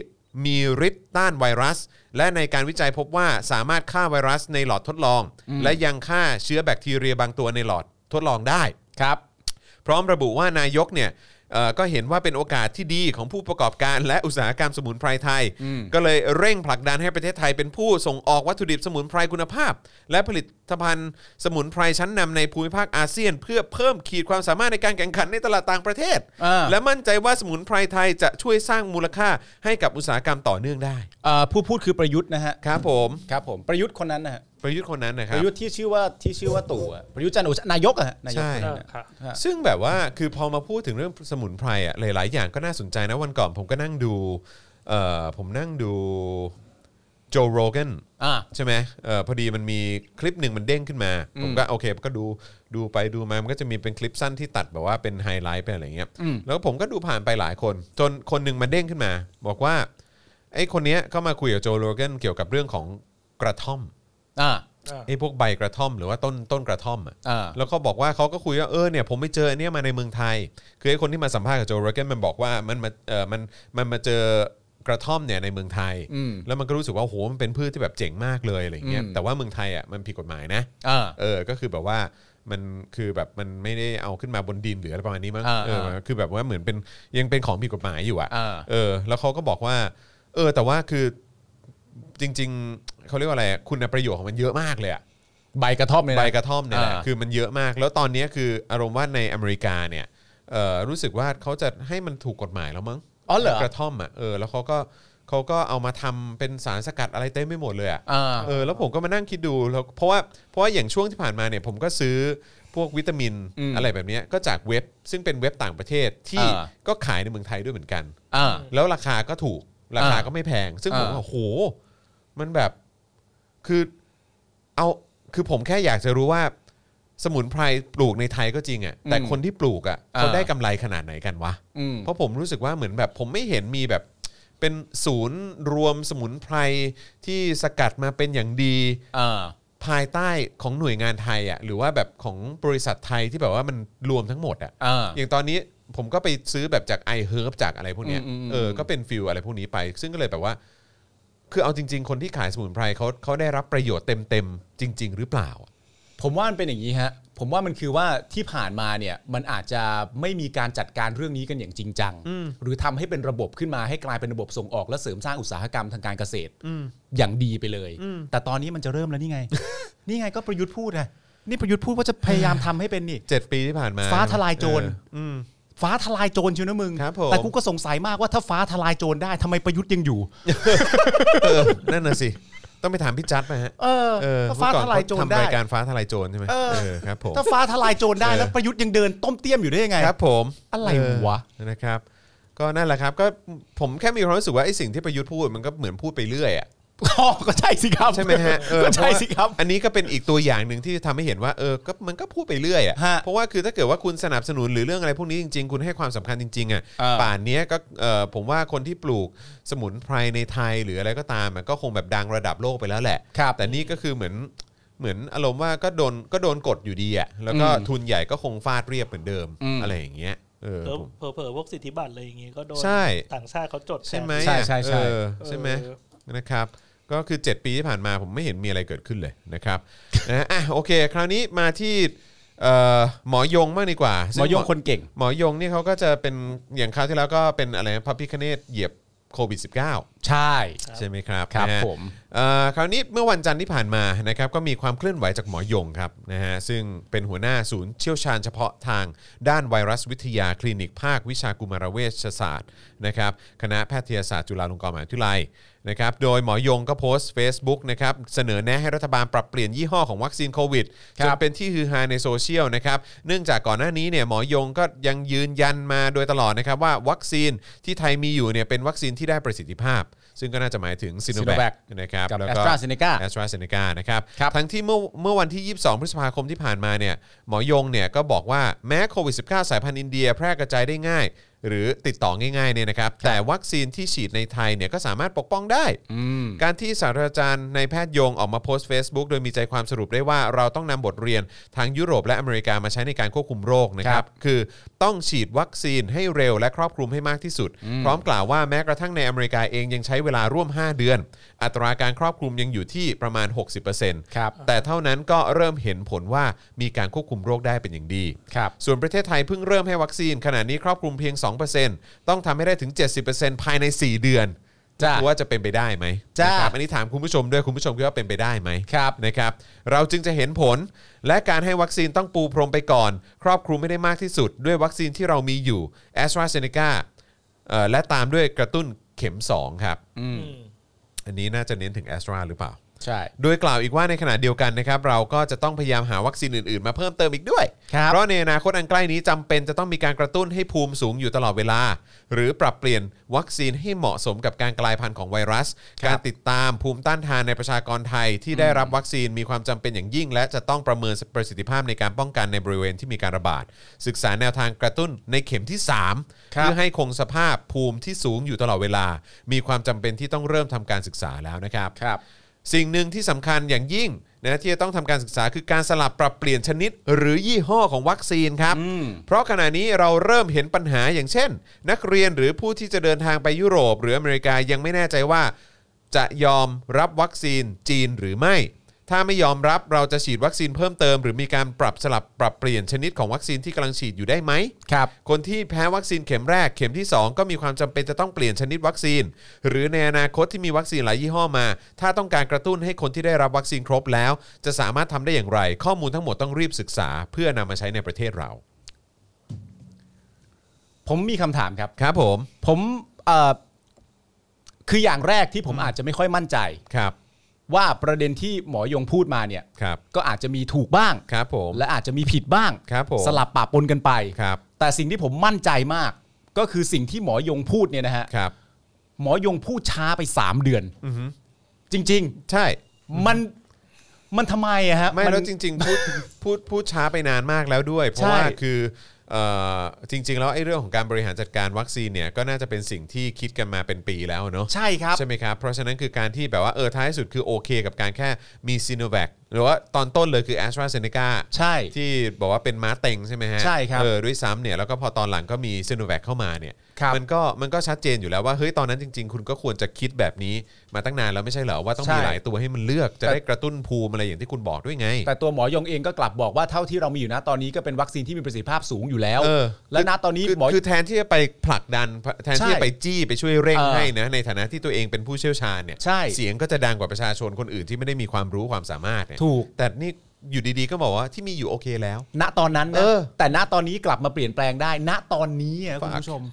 [SPEAKER 2] มีฤทธิ์ต้านไวรัส และในการวิจัยพบว่าสามารถฆ่าไวรัสในหลอดทดลอง และยังฆ่าเชื้อแบคทีเรียบางตัวในหลอดทดลองได้ครับ พร้อมระบุว่านายกเนี่ยเอ่อก็เห็นว่าเป็นโอกาสที่ดีของผู้ประกอบการและอุตสาหกรรมสมุนไพรไทย ก็เลยเร่งผลักดันให้ประเทศไทยเป็นผู้ส่งออกวัตถุดิบสมุนไพรคุณภาพ และผลิตภัณฑ์สมุนไพรชั้นนำในภูมิภาคอาเซียน เพื่อเพิ่มขีดความสามารถในการแข่งขันในตลาดต่างประเทศ
[SPEAKER 3] อ่า
[SPEAKER 2] และมั่นใจว่าสมุนไพรไทยจะช่วยสร้างมูลค่าให้กับอุตสาหกรรมต่อเนื่องได้
[SPEAKER 3] เอ่อผู้พูดคือประยุทธ์นะฮะ
[SPEAKER 2] ครับผม
[SPEAKER 3] ครับผมประยุทธ์คนนั้นนะฮะ
[SPEAKER 2] ประยุทธ์คนนั้นนะค
[SPEAKER 3] ป
[SPEAKER 2] รับ
[SPEAKER 3] ระยุทธ์ที่ชื่อว่าที่ชื่อว่าตู่อะประยุทธ์จันทร์โอชานายกอะฮะนายก
[SPEAKER 2] ใช่
[SPEAKER 3] คน
[SPEAKER 4] เอ
[SPEAKER 3] นั้น
[SPEAKER 4] อ
[SPEAKER 3] อะ
[SPEAKER 4] ครับ
[SPEAKER 3] ฮะ
[SPEAKER 2] ซึ่งแบบว่าคือพอมาพูดถึงเรื่องสมุนไพรอ่ะหลาย ๆ อย่างก็น่าสนใจนะวันก่อนผมก็นั่งดูเอ่อผมนั่งดูโจโรแกน
[SPEAKER 3] อ่า
[SPEAKER 2] ใช่ไหมเอ่อพอดีมันมีคลิปหนึ่งมันเด้งขึ้นมา ผมก็โอเคก็ดูดูไปดูมา มันก็จะมีเป็นคลิปสั้นที่ตัดแบบว่าเป็นไฮไลท์เป็นอะไรเงี้ย
[SPEAKER 3] อืม
[SPEAKER 2] แล้วผมก็ดูผ่านไปหลายคน จนคนหนึ่งมาเด้งขึ้นมา บอกว่าไอ้คนเนี้ยก็มาคุยกับโจโรแกนเกี่ยวกับเรื่องของกระท่อม
[SPEAKER 3] อ่า
[SPEAKER 4] อ่า
[SPEAKER 2] ไอ้พวกใบกระท่อม หรือว่าต้นต้นกระท่อมอ่ะ
[SPEAKER 3] อ่า
[SPEAKER 2] แล้วเขาบอกว่าเขาก็คุยว่าเออเนี่ยผมไปเจอเนี่ยมาในเมืองไทย คือไอ้คนที่มาสัมภาษณ์กับโจโรแกนมันบอกว่ามันมาเออมันมันมาเจอกระท่อมเนี่ยในเมืองไทย
[SPEAKER 3] อืม
[SPEAKER 2] แล้วมันก็รู้สึกว่าโอ้โหมันเป็นพืชที่แบบเจ๋งมากเลยอะไรเงี้ย
[SPEAKER 3] อืม
[SPEAKER 2] แต่ว่าเมืองไทยอ่ะมันผิดกฎหมายนะ
[SPEAKER 3] อ่า
[SPEAKER 2] เออก็คือแบบว่ามันคือแบบมันไม่ได้เอาขึ้นมาบนดินหรืออะไรประมาณนี้มั้ง
[SPEAKER 3] อ่า
[SPEAKER 2] เออคือแบบว่าเหมือนเป็นยังเป็นของผิดกฎหมายอยู่อ่ะ
[SPEAKER 3] อ่า
[SPEAKER 2] เออ แล้วเขาก็บอกว่า เออแต่ว่าคือจริง ๆเขาเรียกว่าอะไรอะคุณประโยชน์ของมันเยอะมากเลยอ่ะ
[SPEAKER 3] ใบกระท่อมเนี่ยน
[SPEAKER 2] ใบกระท่อมเนี่ยแหละ
[SPEAKER 3] อ่า
[SPEAKER 2] คือมันเยอะมาก แล้วตอนเนี้ยคืออารมณ์ว่าในอเมริกาเนี่ยเอ่อรู้สึกว่าเขาจะให้มันถูกกฎหมายแล้วมั้ง
[SPEAKER 3] อ๋อเหรอ
[SPEAKER 2] กระท่อมอ่ะเออแล้วเขาก็เขาก็เอามาทำเป็นสารสกัดอะไรเต็มไปหมดเลยอ่ะ
[SPEAKER 3] อ่า
[SPEAKER 2] เออแล้วผมก็มานั่งคิดดูแล้วเพราะว่าเพราะว่าอย่างช่วงที่ผ่านมาเนี่ยผมก็ซื้อพวกวิตามิน
[SPEAKER 3] อืม
[SPEAKER 2] อะไรแบบเนี้ยก็จากเว็บซึ่งเป็นเว็บต่างประเทศที่
[SPEAKER 3] อ่า
[SPEAKER 2] ก็ขายในเมืองไทยด้วยเหมือนกัน
[SPEAKER 3] อ่า
[SPEAKER 2] แล้วราคาก็ถูกราคา
[SPEAKER 3] อ่า
[SPEAKER 2] ก็ไม่แพง ซึ่งผมว่า
[SPEAKER 3] อ่า
[SPEAKER 2] โอ้โห มันแบบคือเอาคือผมแค่อยากจะรู้ว่า สมุนไพรปลูกในไทยก็จริงอะ่ะแต่คนที่ปลูกอะ่ะเขาได้กำไรขนาดไหนกันวะ
[SPEAKER 3] อืม
[SPEAKER 2] เพราะผมรู้สึกว่าเหมือนแบบผมไม่เห็นมีแบบเป็นศูนย์รวมสมุนไพรที่สกัดมาเป็นอย่างดี
[SPEAKER 3] อ่า
[SPEAKER 2] ภายใต้ของหน่วยงานไทยอะ่ะหรือว่าแบบของบริษัทไทยที่แบบว่ามันรวมทั้งหมดอ่ะ
[SPEAKER 3] อ่า
[SPEAKER 2] อย่างตอนนี้ผมก็ไปซื้อแบบจาก iHerb จากอะไรพวกเนี้ย
[SPEAKER 3] อืมอืมอืม
[SPEAKER 2] เออก็เป็นฟิลอะไรพวกนี้ไป ซึ่งก็เลยแบบว่า คือเอาจริง ๆ คนที่ขายสมุนไพรเขาเขาได้รับประโยชน์เต็ม ๆ จริง ๆ หรือเปล่า
[SPEAKER 3] ผมว่ามันเป็นอย่างนี้ฮะ ผมว่ามันคือว่าที่ผ่านมาเนี่ยมันอาจจะไม่มีการจัดการเรื่องนี้กันอย่างจริงจัง หรือทำให้เป็นระบบขึ้นมาให้กลายเป็นระบบส่งออกและเสริมสร้างอุตสาหกรรมทางการเกษตรอย่างดีไปเลย แต่ตอนนี้มันจะเริ่ม แล้วนี่ไง นี่ไงก็ประยุทธ์พูดไงนี่ประยุทธ์พูดว่าจะพยายามทำให้เป็นนี่
[SPEAKER 2] เจ็ดปีที่ผ่านมา
[SPEAKER 3] ฟ้าทลายโจร
[SPEAKER 2] เอออืม
[SPEAKER 3] ฟ้าทลายโจรชิวนะมึง
[SPEAKER 2] ครับผม
[SPEAKER 3] แต่กูก็สงสัยมากว่าถ้าฟ้าทลายโจรได้ทำไมประยุทธ์ยังอยู่
[SPEAKER 2] เออนั่นน่ะสิ ต้องไปถามพี่จัดนะฮะ
[SPEAKER 3] เออ
[SPEAKER 2] เออ
[SPEAKER 3] ถ้าฟ้า
[SPEAKER 2] เมื่อก่อน
[SPEAKER 3] ทลายโจร
[SPEAKER 2] เขทำ
[SPEAKER 3] ได้
[SPEAKER 2] รายการฟ้าทลายโจรใช่ไหม
[SPEAKER 3] เออ
[SPEAKER 2] ครับผม
[SPEAKER 3] ถ้าฟ้าทลายโจรได้
[SPEAKER 2] เออ
[SPEAKER 3] แล้วประยุทธ์ยังเดินต้มเตี้ยมอยู่ได้ยังไง
[SPEAKER 2] ครับผม
[SPEAKER 3] อะไร
[SPEAKER 2] เ
[SPEAKER 3] วะ
[SPEAKER 2] นะครับ ก็นั่นแหละครับก็ผมแค่มีความรู้สึกว่าไอ้สิ่งที่ประยุทธ์พูดมันก็เหมือนพูดไปเรื่อยอะ
[SPEAKER 3] อ๋อก็ใช่สิครับ
[SPEAKER 2] ใช่ไหมฮะเออ
[SPEAKER 3] ก็ใช่สิครับ
[SPEAKER 2] เพาะว่าอันนี้ก็เป็นอีกตัวอย่างหนึ่งที่ทำให้เห็นว่าเออก็มันก็พูดไปเรื่อยอ่ะ
[SPEAKER 3] ฮะ
[SPEAKER 2] เพราะว่าคือถ้าเกิดว่าคุณสนับสนุนหรือเรื่องอะไรพวกนี้จริง ๆ คุณให้ความสำคัญจริงๆอ่ะ
[SPEAKER 3] เออ
[SPEAKER 2] ป่านเนี้ยก็เออผมว่าคนที่ปลูกสมุนไพรในไทยหรืออะไรก็ตามอะก็คงแบบดังระดับโลกไปแล้วแหละ
[SPEAKER 3] ครับ
[SPEAKER 2] แต่นี่ก็คือเหมือนเหมือนอารมณ์ว่าก็โดนก็โดนกดอยู่ดีอ่ะแล้วก็
[SPEAKER 3] อืม
[SPEAKER 2] ทุนใหญ่ก็คงฟาดเรียบเหมือนเดิม
[SPEAKER 3] อืม
[SPEAKER 2] อะไรอย่างเงี้ยเออ
[SPEAKER 4] เผลอ
[SPEAKER 2] ผม
[SPEAKER 4] เผลอเผลอพวกสิทธิบัตรอะไรอย่างเงี้ยก็โดน
[SPEAKER 2] ใช่
[SPEAKER 4] ต่างชาติเขาจดแทน
[SPEAKER 2] ใช่ไหม
[SPEAKER 3] ใช่ใช่ใช่
[SPEAKER 2] เออใช่ไหม นะครับก็คือ 7 ปีที่ผ่านมาผมไม่เห็นมีอะไรเกิดขึ้นเลยนะครับ นะอ่ะโอเค คราวนี้มาที่เอ่อหมอยงมากดีกว่า
[SPEAKER 3] ห
[SPEAKER 2] ซึ่
[SPEAKER 3] มอยงคนเก่ง
[SPEAKER 2] หมอยงนี่เขาก็จะเป็นอย่างคราวที่แล้วก็เป็นอะไรนะพระพิคเนตเหยียบโควิด -19
[SPEAKER 3] ใช่
[SPEAKER 2] ใช่ไหมครับ
[SPEAKER 3] ครับ
[SPEAKER 2] นะฮะ
[SPEAKER 3] ผม
[SPEAKER 2] เอ่อคราวนี้เมื่อวันจันทร์ที่ผ่านมานะครับก็มีความเคลื่อนไหวจากหมอยงครับนะฮะซึ่งเป็นหัวหน้าศูนย์เชี่ยวชาญเฉพาะทางด้านไวรัสวิทยาคลินิกภาควิชากุมารเวชศาสตร์นะครับคณะแพทยศาสตร์จุฬาลงกรณ์มหาวิทยาลัยนะครับโดยหมอยงก็โพสต์ Facebook นะครับเสนอแนะให้รัฐบาลปรับเปลี่ยนยี่ห้อของวัคซีนโควิด
[SPEAKER 3] ครั
[SPEAKER 2] จ
[SPEAKER 3] บ
[SPEAKER 2] นเป็นที่ฮือฮาในโซเชียลนะครับเนื่องจากก่อนหน้านี้เนี่ยหมอยงก็ยังยืนยันมาโดยตลอดนะครับว่าวัคซีนที่ไทยมีอยู่เนี่ยเป็นวัคซีนที่ได้ประสิทธิภาพ ซึ่งก็น่าจะหมายถึง ซิโนแวค
[SPEAKER 3] Sinovac
[SPEAKER 2] นะครับ
[SPEAKER 3] กับ
[SPEAKER 2] แล้ว
[SPEAKER 3] AstraZeneca
[SPEAKER 2] แอสตราเซเนกานะครับ
[SPEAKER 3] ครับ
[SPEAKER 2] ทั้งที่เมื่อเมื่อวันที่ 22 พฤษภาคมที่ผ่านมาเนี่ยหมอยงเนี่ยก็บอกว่าแม้โควิด -19 สายพันธุ์อินเดียแพร่กระจายได้ง่าย หรือติดต่อง่ายๆเนี่ยนะครับ แต่วัคซีนที่ฉีดในไทยเนี่ยก็สามารถปกป้องได้
[SPEAKER 3] อืม
[SPEAKER 2] การที่ศาสตราจารย์ในายแพทย์ยงออกมาโพสต์ Facebook โดยมีใจความสรุปได้ว่าเราต้องนำบทเรียนทางยุโรปและอเมริกามาใช้ในการควบคุมโรคนะครับ คือต้องฉีดวัคซีนให้เร็วและครอบคลุมให้มากที่สุด พร้อมกล่าวว่าแม้กระทั่งในอเมริกาเองยังใช้เวลาร่วม 5 เดือน อัตราการครอบคลุมยังอยู่ที่ประมาณ 60%
[SPEAKER 3] ครับ
[SPEAKER 2] แต่เท่านั้นก็เริ่มเห็นผลว่ามีการควบคุมโรคได้เป็นอย่างดี
[SPEAKER 3] ครับ
[SPEAKER 2] ส่วนประเทศไทยเพิ่งเริ่มให้วัคซีนขณะนี้ครอบคลุมเพียง 2%ต้องทำให้ได้ถึง 70%ภายใน 4 เดือน
[SPEAKER 3] จ้ะ
[SPEAKER 2] ดูว่าจะเป็นไปได้ไหม
[SPEAKER 3] จ้ะ
[SPEAKER 2] นะครับอันนี้ถามคุณผู้ชมด้วยคุณผู้ชมคิดว่าเป็นไปได้ไหม
[SPEAKER 3] ครับ
[SPEAKER 2] นะครับ เราจึงจะเห็นผล และการให้วัคซีนต้องปูพรมไปก่อน ครอบคลุมไม่ได้มากที่สุด ด้วยวัคซีนที่เรามีอยู่ a s t r a z e ซ e c a และตามด้วยกระตุ้นเข็ม 2 ครับ อันนี้น่าจะเน้นถึง a s t r a หรือเปล่า
[SPEAKER 3] ใช่
[SPEAKER 2] โดยกล่าวอีกว่าในขณะเดียวกันนะครับ เราก็จะต้องพยายามหาวัคซีนอื่นๆ มาเพิ่มเติมอีกด้วย
[SPEAKER 3] ครับ
[SPEAKER 2] เพราะในอนาคตอันใกล้นี้จำเป็นจะต้องมีการกระตุ้นให้ภูมิสูงอยู่ตลอดเวลา หรือปรับเปลี่ยนวัคซีนให้เหมาะสมกับการกลายพันธุ์ของไวรัส
[SPEAKER 3] ครับ
[SPEAKER 2] การติดตามภูมิต้านทานในประชากรไทยที่ได้รับวัคซีนมีความจำเป็นอย่างยิ่ง และจะต้องประเมินประสิทธิภาพในการป้องกันในบริเวณที่มีการระบาด ศึกษาแนวทางกระตุ้นในเข็มที่สาม
[SPEAKER 3] ครับ
[SPEAKER 2] เพื่อให้คงสภาพภูมิที่สูงอยู่ตลอดเวลา มีความจำเป็นที่ต้องเริ่มทำการศึกษาแล้วนะครับ
[SPEAKER 3] ครับ
[SPEAKER 2] สิ่งหนึ่งที่สำคัญอย่างยิ่งนะที่จะต้องทำการศึกษาคือการสลับปรับเปลี่ยนชนิด หรือยี่ห้อของวัคซีนครับ
[SPEAKER 3] อืม
[SPEAKER 2] เพราะขณะนี้เราเริ่มเห็นปัญหาอย่างเช่น นักเรียนหรือผู้ที่จะเดินทางไปยุโรป หรืออเมริกายังไม่แน่ใจว่า จะยอมรับวัคซีนจีนหรือไม่ ถ้าไม่ยอมรับเราจะฉีดวัคซีนเพิ่มเติม หรือมีการปรับสลับปรับเปลี่ยนชนิดของวัคซีนที่กำลังฉีดอยู่ได้ไหม
[SPEAKER 3] ครับ
[SPEAKER 2] คนที่แพ้วัคซีนเข็มแรกเข็มที่ 2 ก็มีความจำเป็นจะต้องเปลี่ยนชนิดวัคซีน หรือในอนาคตที่มีวัคซีนหลายยี่ห้อมา ถ้าต้องการกระตุ้นให้คนที่ได้รับวัคซีนครบแล้ว จะสามารถทำได้อย่างไร ข้อมูลทั้งหมดต้องรีบศึกษา เพื่อนำมาใช้ในประเทศเรา
[SPEAKER 3] ผมมีคำถามครับ
[SPEAKER 2] ครับผม
[SPEAKER 3] ผมเอ่อคืออย่างแรกที่ผมอาจจะไม่ค่อยมั่นใจ
[SPEAKER 2] ครับ
[SPEAKER 3] ว่าประเด็นที่หมอยงพูดมาเนี่ย
[SPEAKER 2] ครับ
[SPEAKER 3] ก็อาจจะมีถูกบ้าง
[SPEAKER 2] ครับผม
[SPEAKER 3] และอาจจะมีผิดบ้าง
[SPEAKER 2] ครับผม
[SPEAKER 3] สลับปะปนกันไป
[SPEAKER 2] ครับ
[SPEAKER 3] แต่สิ่งที่ผมมั่นใจมาก ก็คือสิ่งที่หมอยงพูดเนี่ยนะฮะ
[SPEAKER 2] ครับ
[SPEAKER 3] หมอยงพูดช้าไป 3 เดือน
[SPEAKER 2] อือฮึ
[SPEAKER 3] จริง
[SPEAKER 2] ใช่
[SPEAKER 3] ๆ มันมันทำไมอะฮะ
[SPEAKER 2] ไม่
[SPEAKER 3] น
[SPEAKER 2] แล้วจริง ๆ พูดพูดพูดช้าไปนานมากแล้วด้วย เพราะว่า
[SPEAKER 3] ใช่
[SPEAKER 2] คือเอ่อจริง ๆ แล้วไอ้เรื่องของการบริหารจัดการวัคซีนเนี่ยก็น่าจะเป็นสิ่งที่คิดกันมาเป็นปีแล้วเนอะ
[SPEAKER 3] ใช่ครับ
[SPEAKER 2] ใช่ไหมครับ เพราะฉะนั้นคือการที่แบบว่าเออท้ายสุดคือโอเคกับการแค่มีซีโนแวคหรือว่าตอนต้นเลยคือ a s t r a z เซ e c a
[SPEAKER 3] ใช่
[SPEAKER 2] ที่บอกว่าเป็นม้าเต็งใช่ไหมฮะ
[SPEAKER 3] ใช่ครับ
[SPEAKER 2] เออด้วยซ้ำเนี่ยแล้วก็พอตอนหลังก็มีซีโนแวคเข้ามาเนี่ย
[SPEAKER 3] ครับ
[SPEAKER 2] มันก็มันก็ชัดเจนอยู่แล้วว่าเฮ้ยตอนนั้นจริง ๆ คุณก็ควรจะคิดแบบนี้มาตั้งนานแล้วไม่ใช่เหรอว่าต้องมี
[SPEAKER 3] ใช่
[SPEAKER 2] หลายตัวให้มันเลือกจะ
[SPEAKER 3] แต่
[SPEAKER 2] ได้กระตุ้นภูมิอะไรอย่างที่คุณบอกด้วยไง
[SPEAKER 3] แต่ตัวหมอยงเองก็กลับบอกว่าเท่าที่เรามีอยู่นะตอนนี้ก็เป็นวัคซีนที่มีประสิทธิภาพสูงอยู่แล้ว
[SPEAKER 2] เออ
[SPEAKER 3] และณตอนนี้
[SPEAKER 2] คือ
[SPEAKER 3] หมอ
[SPEAKER 2] คือแทนที่จะไปผลักดัน แทนที่
[SPEAKER 3] ใช่
[SPEAKER 2] จะไปจี้ไปช่วยเร่ง
[SPEAKER 3] เออ
[SPEAKER 2] ให้นะในฐานะที่ตัวเองเป็นผู้เชี่ยวชาญเนี่ย
[SPEAKER 3] ใช่
[SPEAKER 2] เสียงก็จะดังกว่าประชาชนคนอื่นที่ไม่ได้มีความรู้ความสามารถเนี่ย
[SPEAKER 3] ถูก
[SPEAKER 2] แต่นี่อยู่ดีๆก็บอกว่าที่มีอยู่โอเคแล้ว
[SPEAKER 3] ณตอนนั้นนะ
[SPEAKER 2] เออ
[SPEAKER 3] แต่ณตอนนี้กลับมาเปลี่ยนแปลงได้ ณตอนนี้อะคุณ
[SPEAKER 2] ฝาก
[SPEAKER 3] ผู้ชม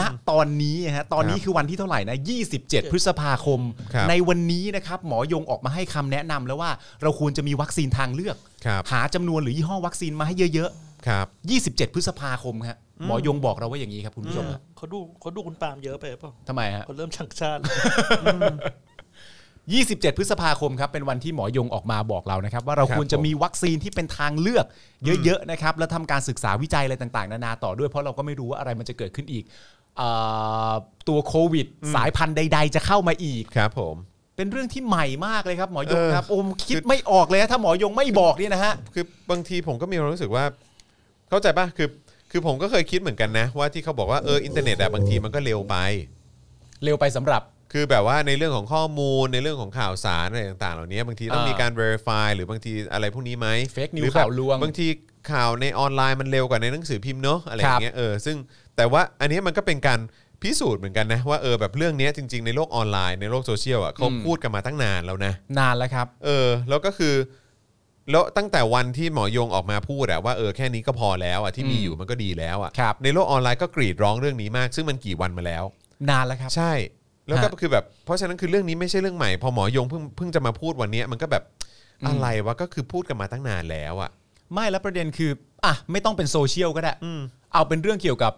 [SPEAKER 3] ณตอนนี้อะฮะตอนนี้คือวันที่เท่าไหร่นะ 27 พฤษภาคม
[SPEAKER 2] ครับ
[SPEAKER 3] ในวันนี้นะครับ หมอยงออกมาให้คำแนะนำแล้วว่าเราควรจะมีวัคซีนทางเลือก
[SPEAKER 2] ครับ
[SPEAKER 3] หาจำนวนหรือยี่ห้อวัคซีนมาให้เยอะ
[SPEAKER 2] ครับ
[SPEAKER 3] ๆ 27 พฤษภาคมฮะหมอยงบอกเราว่าอย่างนี้ครับคุณผู้ชมฮะ
[SPEAKER 4] เขาดูเขาดูคุณปาล์มเยอะไปเปล่า
[SPEAKER 3] ทำไมฮะ
[SPEAKER 4] เขาเริ่มชังชาติ
[SPEAKER 3] 27 พฤษภาคมครับเป็นวันที่หมอยงออกมาบอกเรานะครับ ว่าเรา
[SPEAKER 2] ครับ
[SPEAKER 3] ควรจะมีวัคซีนที่เป็นทางเลือก เยอะๆนะครับแล้วทำการศึกษาวิจัยอะไรต่างๆ นานาต่อด้วยเพราะเราก็ไม่รู้ว่าอะไรมันจะเกิดขึ้นอีกเอ่อตัวโควิด สายพันธุ์ใด ๆ จะเข้ามาอีก
[SPEAKER 2] ครับผม
[SPEAKER 3] เป็นเรื่องที่ใหม่มากเลยครับหมอยง
[SPEAKER 2] เออ
[SPEAKER 3] ครับโอมคิด
[SPEAKER 2] คือ
[SPEAKER 3] ไม่ออกเลยนะถ้าหมอยงไม่บอกเนี่ยนะฮะ
[SPEAKER 2] คือบางทีผมก็มีความรู้สึกว่า เข้าใจป่ะคือคือผมก็เคยคิดเหมือนกันนะ ว่าที่เขาบอกว่าเอออินเทอร์เน็ตอะบางทีมันก็เร็วไป
[SPEAKER 3] เร็วไปสำหรับ
[SPEAKER 2] คือแบบว่าในเรื่องของข้อมูลในเรื่องของข่าวสารอะไรต่างๆ เหล่านี้บางทีต้อง
[SPEAKER 3] อ่ามี
[SPEAKER 2] มีการ verify หรือบางทีอะไรพวกนี้ไหม
[SPEAKER 3] Fake news
[SPEAKER 2] หรือแบบ
[SPEAKER 3] ข่าวลวง
[SPEAKER 2] บางทีข่าวในออนไลน์มันเร็วกว่าในหนังสือพิมพ์เนอะอะไรอ
[SPEAKER 3] ครั
[SPEAKER 2] ย่า
[SPEAKER 3] บ
[SPEAKER 2] งเงี้ยเออซึ่งแต่ว่าอันนี้มันก็เป็นการพิสูจน์เหมือนกันนะว่าเออแบบเรื่องเนี้ยจริง ๆในโลกออนไลน์ในโลกโซเชียลอ่ะเขา
[SPEAKER 3] อืม
[SPEAKER 2] พูดกันมาตั้งนานแล้วนะ
[SPEAKER 3] นานแล้วครับ
[SPEAKER 2] เออแล้วก็คือแล้วตั้งแต่วันที่หมอยงออกมาพูดอะว่าเออแค่นี้ก็พอแล้วอะที่มี
[SPEAKER 3] อืม
[SPEAKER 2] อยู่มันก็ดีแล้วอะ
[SPEAKER 3] ครับ
[SPEAKER 2] ในโลกออนไลน์ก็กรีดร้องเรื่องนี้มาก ซึ่งมันกี่วันมาแล้ว
[SPEAKER 3] นานแล้วครับ
[SPEAKER 2] ใช่ แล้วก็
[SPEAKER 3] ฮะ
[SPEAKER 2] คือแบบเพราะฉะนั้นคือเรื่องนี้ไม่ใช่เรื่องใหม่ พอหมอยงเพิ่งเพิ่งจะมาพูดวันเนี้ยมันก็แบบ
[SPEAKER 3] อืม
[SPEAKER 2] อะไรวะก็คือพูดกันมาตั้งนานแล้วอะ
[SPEAKER 3] ไม่แล้วประเด็นคืออ่ะไม่ต้องเป็นโซเชียลก็ได้
[SPEAKER 2] อืม
[SPEAKER 3] เอาเป็นเรื่องเกี่ยวกับ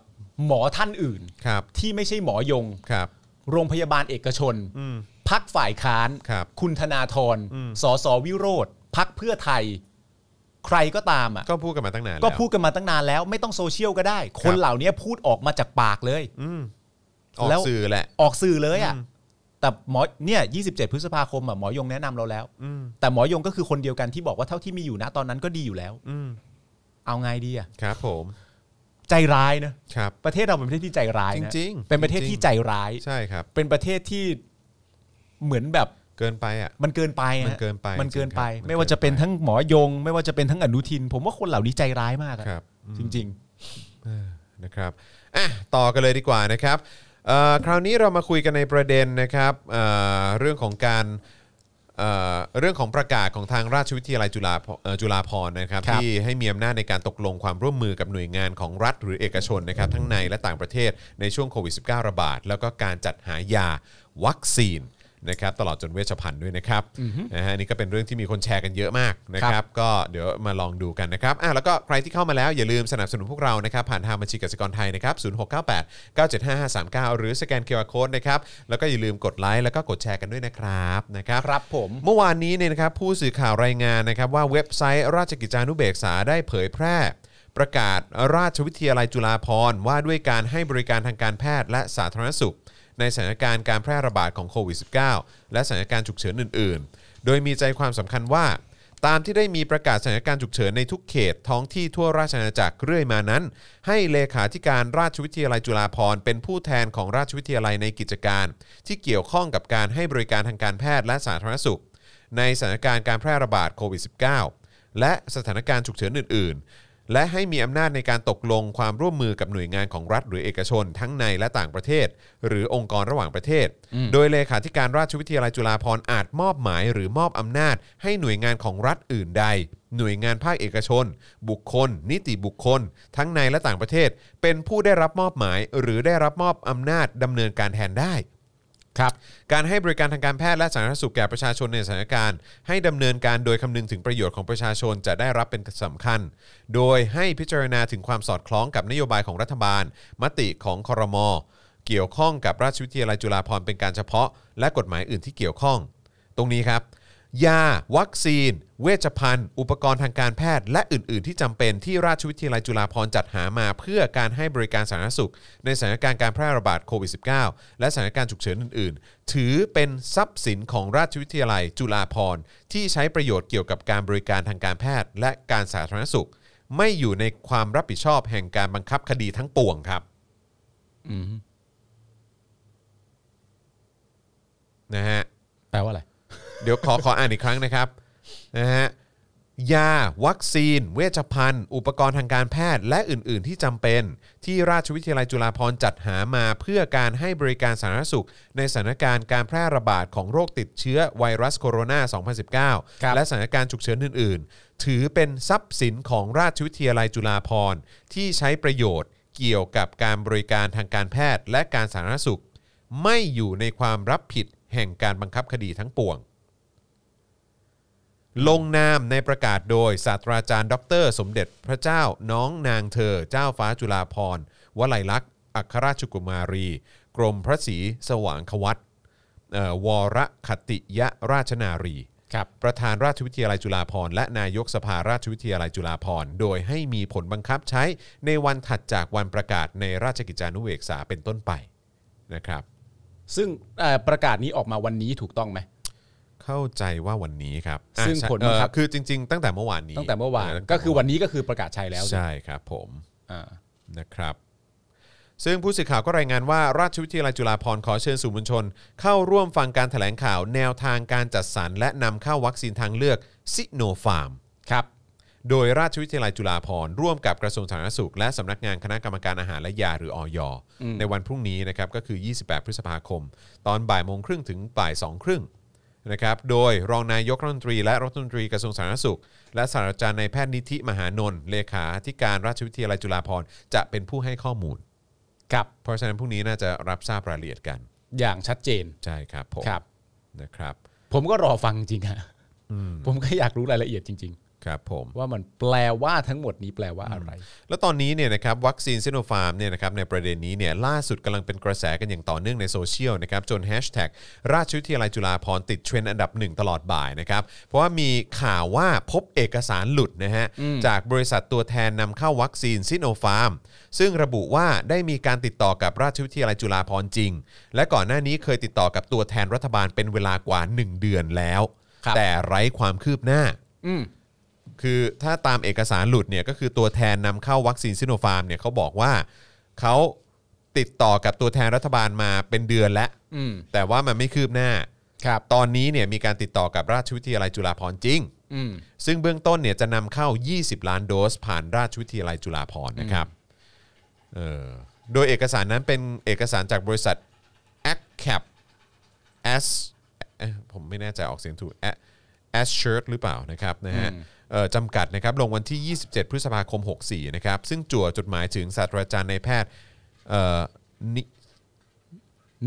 [SPEAKER 3] หมอท่านอื่น
[SPEAKER 2] ครับ
[SPEAKER 3] ที่ไม่ใช่หมอยง
[SPEAKER 2] ครับ
[SPEAKER 3] โรงพยาบาลเอกชน
[SPEAKER 2] อืม
[SPEAKER 3] พักฝ่ายค้าน
[SPEAKER 2] ครับ
[SPEAKER 3] คุณธนาธร
[SPEAKER 2] อืม
[SPEAKER 3] สสวิโรธพักเพื่อไทย ใครก็ตามอ่ะ
[SPEAKER 2] ก็พูดกันมาตั้งนานแล้ว
[SPEAKER 3] ก็พูดกันมาตั้งนานแล้ว ไม่ต้องโซเชียลก็ได้ คนเหล่านี้พูดออกมาจากปากเลย
[SPEAKER 2] อืมออก
[SPEAKER 3] แล้ว
[SPEAKER 2] สื่อแหละ
[SPEAKER 3] ออกสื่อเลยอ่ะ
[SPEAKER 2] อืม
[SPEAKER 3] แต่หมอเนี่ย27 พฤษภาคมอ่ะหมอยงแนะนำเราแล้ว
[SPEAKER 2] อืม
[SPEAKER 3] แต่หมอยงก็คือคนเดียวกันที่บอกว่าเท่าที่มีอยู่นะตอนนั้นก็ดีอยู่แล้ว
[SPEAKER 2] อืม
[SPEAKER 3] เอาไงดีอ่ะ
[SPEAKER 2] ครับผม
[SPEAKER 3] ใจร้ายนะครับ ประเทศเราเป็นประเทศที่ใจร้ายนะ
[SPEAKER 2] จริงๆ
[SPEAKER 3] เป็นประเทศ
[SPEAKER 2] จ
[SPEAKER 3] ที่
[SPEAKER 2] ริงๆ
[SPEAKER 3] ใจร้าย
[SPEAKER 2] ใช่ครับ
[SPEAKER 3] เป็นประเทศที่เหมือนแบบ
[SPEAKER 2] เกินไปอะ
[SPEAKER 3] มันเกินไป
[SPEAKER 2] มั
[SPEAKER 3] ฮะ
[SPEAKER 2] นเกินไป
[SPEAKER 3] มันเกินไป
[SPEAKER 2] จริงๆครับ
[SPEAKER 3] ไม่ว่าจะเป็นทั้งหมอยง ไม่ว่าจะเป็นทั้งอนุทิน ผมว่าคนเหล่านี้ใจร้ายมากอะ
[SPEAKER 2] ครับ
[SPEAKER 3] จริง
[SPEAKER 2] นะครับอ่ะต่อกันเลยดีกว่านะครับเอ่อคราวนี้เรามาคุยกันในประเด็นนะครับเอ่อเรื่องของการเอ่อเรื่องของประกาศของทางราชวิทยาลัยจุฬาเอ่อจุฬาพรณ์นะครับ
[SPEAKER 3] ครับ
[SPEAKER 2] ที่ให้มีอำนาจในการตกลงความร่วมมือกับหน่วยงานของรัฐหรือเอกชนนะครับทั้งในและต่างประเทศในช่วงโควิด -19 ระบาด แล้วก็การจัดหายาวัคซีนนะครับตลอดจนเวชภัณฑ์ด้วยนะครับนะฮะอันนี่ก็เป็นเรื่องที่มีคนแชร์กันเยอะมากนะ นะครับก็เดี๋ยวมาลองดูกันนะครับอ่ะแล้วก็ใครที่เข้ามาแล้วอย่าลืมสนับสนุนพวกเรานะครับผ่านทางบัญชีกสิกรไทยนะครับ0698 975539 หรือสแกนเคอร์โค้ดนะครับแล้วก็อย่าลืมกดไลค์แล้วก็กดแชร์กันด้วยนะครับนะครับ
[SPEAKER 3] ครับผม
[SPEAKER 2] เมื่อวานนี้เนี่ยนะครับผู้สื่อข่าวรายงานนะครับว่าเว็บไซต์ราชกิจจานุเบกษาได้เผยแพร่ ประกาศราชวิทยาลัยจุฬาภรณ์ว่าด้วยการให้บริการทางการแพทย์และสาธารณสุข ในสถานการณ์การแพร่ระบาดของโควิด -19 และสถานการณ์ฉุกเฉินอื่น ๆ โดยมีใจความสำคัญว่า ตามที่ได้มีประกาศสถานการณ์ฉุกเฉินในทุกเขตท้องที่ทั่วราชอาณาจักรเรื่อยมานั้น ให้เลขาธิการราชวิทยาลัยจุฬาภรณ์เป็นผู้แทนของราชวิทยาลัยในกิจการ ที่เกี่ยวข้องกับการให้บริการทางการแพทย์และสาธารณสุข ในสถานการณ์การแพร่ระบาดโควิด -19 และสถานการณ์ฉุกเฉินอื่น ๆ และให้มีอำนาจในการตกลงความร่วมมือกับหน่วยงานของรัฐหรือเอกชน ทั้งในและต่างประเทศ หรือองค์กรระหว่างประเทศ โดยเลขาธิการราชวิทยาลัยจุฬาภรณ์อาจมอบหมายหรือมอบอำนาจ ให้หน่วยงานของรัฐอื่นใด หน่วยงานภาคเอกชน บุคคล นิติบุคคล ทั้งในและต่างประเทศ เป็นผู้ได้รับมอบหมาย หรือได้รับมอบอำนาจดำเนินการแทนได้
[SPEAKER 3] ครับ
[SPEAKER 2] การให้บริการทางการแพทย์และสาธารณสุขแก่ประชาชนในสถานการณ์ ให้ดำเนินการโดยคำนึงถึงประโยชน์ของประชาชนจะได้รับเป็นสำคัญ โดยให้พิจารณาถึงความสอดคล้องกับนโยบายของรัฐบาล มติของครม เกี่ยวข้องกับราชวิทยาลัยจุฬาภรณ์เป็นการเฉพาะ และกฎหมายอื่นที่เกี่ยวข้อง ตรงนี้ครับ ยา วัคซีน เวชภัณฑ์ อุปกรณ์ทางการแพทย์ และอื่น ๆ ที่จำเป็นที่ราชวิทยาลัยจุฬาภรณ์จัดหามาเพื่อการให้บริการสาธารณสุข ในสถานการณ์การแพร่ระบาดโควิด -19 และสถานการณ์ฉุกเฉินอื่น ๆ ถือเป็นทรัพย์สินของราชวิทยาลัยจุฬาภรณ์ที่ใช้ประโยชน์เกี่ยวกับการบริการทางการแพทย์ และการสาธารณสุข ไม่อยู่ในความรับผิดชอบแห่งการบังคับคดีทั้งปวงครับ นะฮะ
[SPEAKER 3] แปลว่าอะไร
[SPEAKER 2] เดี๋ยวขอขออ่านอีกครั้งนะครับนะฮะยา วัคซีน เวชภัณฑ์ อุปกรณ์ทางการแพทย์ และอื่น ๆ ที่จำเป็น ที่ราชวิทยาลัยจุฬาภรณ์จัดหามาเพื่อการให้บริการสาธารณสุข ในสถานการณ์การแพร่ระบาดของโรคติดเชื้อไวรัสโคโรนา
[SPEAKER 3] ครับ
[SPEAKER 2] 2019 และสถานการณ์ฉุกเฉินอื่น ๆ ถือเป็นทรัพย์สินของราชวิทยาลัยจุฬาภรณ์ที่ใช้ประโยชน์เกี่ยวกับการบริการทางการแพทย์ และการสาธารณสุข ไม่อยู่ในความรับผิดแห่งการบังคับคดีทั้งปวง ลงนามในประกาศโดยศาสตราจารย์ดร สมเด็จพระเจ้าน้องนางเธอ เจ้าฟ้าจุฬาภรณ์วลัยลักษณ์อัครราชกุมารี กรมพระศรีสว่างควัตเอ่อวรคติยราชนารี
[SPEAKER 3] ครับ
[SPEAKER 2] ประธานราชวิทยาลัยจุฬาภรณ์และนายกสภาราชวิทยาลัยจุฬาภรณ์โดยให้มีผลบังคับใช้ในวันถัดจากวันประกาศในราชกิจจานุเบกษาเป็นต้นไปนะครับ
[SPEAKER 3] ซึ่งเอ่อประกาศนี้ออกมาวันนี้ถูกต้องไหม
[SPEAKER 2] เข้าใจว่าวันนี้ครับอ่ะ
[SPEAKER 3] ซึ่ง
[SPEAKER 2] ใช่
[SPEAKER 3] ผลบังคับ
[SPEAKER 2] เอ่อคือจริง ๆ ตั้งแต่เมื่อวานนี้
[SPEAKER 3] ตั้งแต่เมื่อวาน
[SPEAKER 2] ตั้งแต่
[SPEAKER 3] ก็คือวันนี้ก็คือประกาศใช้แล้ว
[SPEAKER 2] ใช่ครับผม
[SPEAKER 3] อ่า
[SPEAKER 2] นะครับ ซึ่งผู้สื่อข่าวก็รายงานว่าราชวิทยาลัยจุฬาภรณ์ขอเชิญสื่อมวลชน เข้าร่วมฟังการแถลงข่าวแนวทางการจัดสรรและนำเข้าวัคซีนทางเลือกซิโนฟาร์ม
[SPEAKER 3] ครับ
[SPEAKER 2] โดยราชวิทยาลัยจุฬาภรณ์ร่วมกับกระทรวงสาธารณสุข และสำนักงานคณะกรรมการอาหารและยาหรืออยในวันพรุ่งนี้นะครับก็คือ 28 พฤษภาคม ตอนบ่ายโมงครึ่งถึงบ่ายสองครึ่งนะครับโดยรองนายกรัฐมนตรีและรัฐมนตรีกระทรวงสาธารณสุข และศาสตราจารย์นายแพทย์นิธิมหานนท์เลขาธิการราชวิทยาลัยจุฬาภรณ์จะเป็นผู้ให้ข้อมูล
[SPEAKER 3] ครับ
[SPEAKER 2] เพราะฉะนั้นพรุ่งนี้น่าจะรับทราบรายละเอียดกัน
[SPEAKER 3] อย่างชัดเจน
[SPEAKER 2] ใช่ครับผม
[SPEAKER 3] ครับ
[SPEAKER 2] นะครับ
[SPEAKER 3] ผมก็รอฟังจริงฮะผมก็อยากรู้รายละเอียดจริง
[SPEAKER 2] ครับผม
[SPEAKER 3] ๆ ว่ามันแปลว่าทั้งหมดนี้แปลว่าอะไร
[SPEAKER 2] แล้วตอนนี้เนี่ยนะครับวัคซีนซิโนฟาร์มเนี่ยนะครับในประเด็นนี้เนี่ยล่าสุดกำลังเป็นกระแสกันอย่างต่อเนื่องในโซเชียลนะครับจนแฮชแท็กราชวิทยาลัยจุฬาภรณ์ติดเทรนด์อันดับหนึ่งตลอดบ่ายนะครับเพราะว่ามีข่าวว่าพบเอกสารหลุดนะฮะจากบริษัทตัวแทนนำเข้าวัคซีนซิโนฟาร์มซึ่งระบุว่าได้มีการติดต่อกับราชวิทยาลัยจุฬาภรณ์จริง และก่อนหน้านี้เคยติดต่อกับตัวแทนรัฐบาลเป็นเวลากว่า 1 เดือนแล้ว
[SPEAKER 3] ครับ
[SPEAKER 2] แต่ไร้ความคืบหน้า
[SPEAKER 3] อืม
[SPEAKER 2] คือถ้าตามเอกสารหลุดเนี่ยก็คือตัวแทนนำเข้าวัคซีนซิโนฟาร์มเนี่ยเขาบอกว่าเขาติดต่อกับตัวแทนรัฐบาลมาเป็นเดือนแล้ว
[SPEAKER 3] อืม
[SPEAKER 2] แต่ว่ามันไม่คืบหน้า
[SPEAKER 3] ครับ
[SPEAKER 2] ตอนนี้เนี่ยมีการติดต่อกับราชวิทยาลัยจุฬาภรณ์จริง
[SPEAKER 3] อืม
[SPEAKER 2] ซึ่งเบื้องต้นเนี่ยจะนำเข้า 20 ล้านโดส ผ่านราชวิทยาลัยจุฬาภรณ์นะครับเออโดยเอกสารนั้นเป็นเอกสารจากบริษัท a c c a p S เอ๊ะผมไม่แน่ใจออกเสียงถูก A- S Shirt หรือเปล่านะครับนะฮะเอ่อจำกัดนะครับลงวันที่ 27 พฤษภาคม 64 นะครับ ซึ่งจั่วจดหมายถึงศาสตราจารย์นายแพทย์เอ่อนิ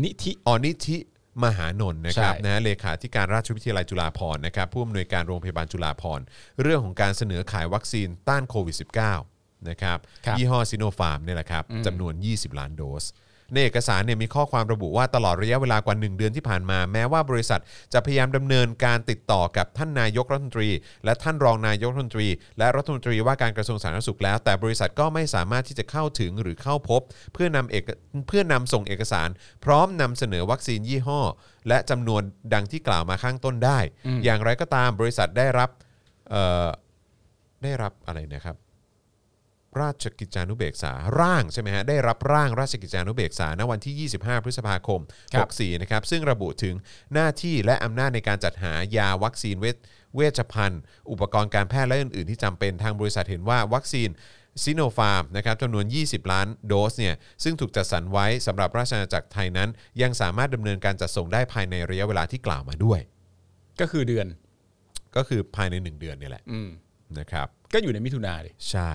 [SPEAKER 3] นิธิ
[SPEAKER 2] ออนิธิมหานนท์นะครับ
[SPEAKER 3] ใช่
[SPEAKER 2] นะฮะเลขาธิการราชวิทยาลัยจุฬาภรณ์นะครับผู้อำนวยการโรงพยาบาลจุฬาภรณ์เรื่องของการเสนอขายวัคซีนต้านโควิด -19 นะครับ
[SPEAKER 3] ครับ
[SPEAKER 2] ยี่ห้อซิโนฟาร์มเนี่ยแหละครับจำนวน 20 ล้านโดส ในเอกสารเนี่ยมีข้อความระบุว่าตลอดระยะเวลากว่า 1 เดือนที่ผ่านมา แม้ว่าบริษัทจะพยายามดำเนินการติดต่อกับท่านนายกรัฐมนตรี และท่านรองนายกรัฐมนตรี และรัฐมนตรีว่าการกระทรวงสาธารณสุขแล้ว แต่บริษัทก็ไม่สามารถที่จะเข้าถึงหรือเข้าพบ เพื่อนำเอกเพื่อนำส่งเอกสาร พร้อมนำเสนอวัคซีนยี่ห้อ และจำนวนดังที่กล่าวมาข้างต้นได้ อย่างไรก็ตามบริษัทได้รับเอ่อได้รับอะไรนะครับ ราชกิจจานุเบกษาร่างใช่ไหมฮะได้รับร่างราชกิจจานุเบกษาณวันที่ 25 พฤษภาคม
[SPEAKER 3] ครับ
[SPEAKER 2] 64 นะครับ ซึ่งระบุถึงหน้าที่และอำนาจในการจัดหายาวัคซีนเวชเวชภัณฑ์ อุปกรณ์การแพทย์และอื่น ๆ ที่จำเป็นทางบริษัทเห็นว่าวัคซีนซิโนฟาร์มนะครับจำนวน 20 ล้านโดสเนี่ยซึ่งถูกจัดสรรไว้สำหรับราชอาณาจักรไทยนั้น ยังสามารถดำเนินการจัดส่งได้ภายในระยะเวลาที่กล่าวมาด้วย
[SPEAKER 3] ก็คือเดือน
[SPEAKER 2] ก็คือภายในหนึ่งเดือนเนี่ยแหละ
[SPEAKER 3] อืม
[SPEAKER 2] นะครับ
[SPEAKER 3] ก็อยู่ในมิถุนาเลย
[SPEAKER 2] ใช่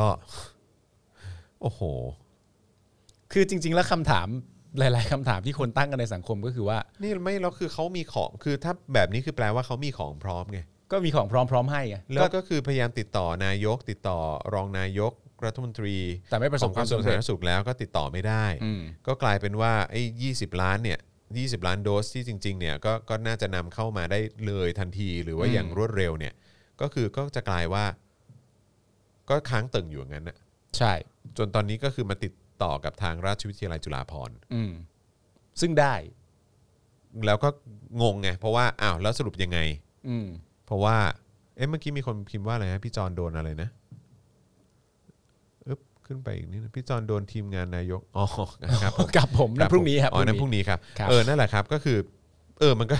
[SPEAKER 2] ก็ โอ้โห
[SPEAKER 3] คือจริง ๆ แล้วคำถามหลาย ๆคำถามที่คนตั้งกันในสังคมก็คือว่า
[SPEAKER 2] นี่ไม่แล้วคือเขามีของคือถ้าแบบนี้คือแปลว่าเขามีของพร้อมไง
[SPEAKER 3] ก็มีของพร้อมพร้อมให้ไง
[SPEAKER 2] แล้
[SPEAKER 3] ก็
[SPEAKER 2] วก็คือพยายามติดต่อนายก ติดต่อรองนายกรัฐมนตรี
[SPEAKER 3] แต่ไม่ประส
[SPEAKER 2] ข
[SPEAKER 3] บ
[SPEAKER 2] อง
[SPEAKER 3] ความ
[SPEAKER 2] กะทรวง
[SPEAKER 3] สำ
[SPEAKER 2] สา
[SPEAKER 3] เร็
[SPEAKER 2] ธารณ
[SPEAKER 3] จ
[SPEAKER 2] สุขแล้วก็ติดต่อไม่ได้
[SPEAKER 3] อืม
[SPEAKER 2] ก็กลายเป็นว่าไอ้ยีล้านเนี่ย 20 ล้านโดสที่จริง ๆ เนี่ยก็ก็น่าจะนำเข้ามาได้เลยทันทีหรือว่า
[SPEAKER 3] อืม
[SPEAKER 2] อย่างรวดเร็วเนี่ย ก็คือก็จะกลายว่า ก็ค้างเติ่งอยู่อย่างนั้นนะ
[SPEAKER 3] ใช่
[SPEAKER 2] จนตอนนี้ก็คือมาติดต่อกับทางราชวิทยาลัยจุฬาภรณ์
[SPEAKER 3] อืม ซึ่งได้
[SPEAKER 2] แล้วก็งงไงเพราะว่าอ้าวแล้วสรุปยังไง
[SPEAKER 3] อืม
[SPEAKER 2] เพราะว่าเอ๊ะเมื่อกี้มีคนพิมพ์ว่าอะไรนะพี่จอนโดนอะไรนะอึ๊บ ขึ้นไปอีกนิดนึงพี่จอนโดนทีมงานนายกอ๋อครับผม
[SPEAKER 3] กับผม
[SPEAKER 2] ค
[SPEAKER 3] นันพรุ่งนี้ครับ
[SPEAKER 2] อ๋อนั่นพรุ่งนี้ครับ
[SPEAKER 3] ครับ
[SPEAKER 2] เออ นั่นแหละครับ ก็คือ เออ มันก็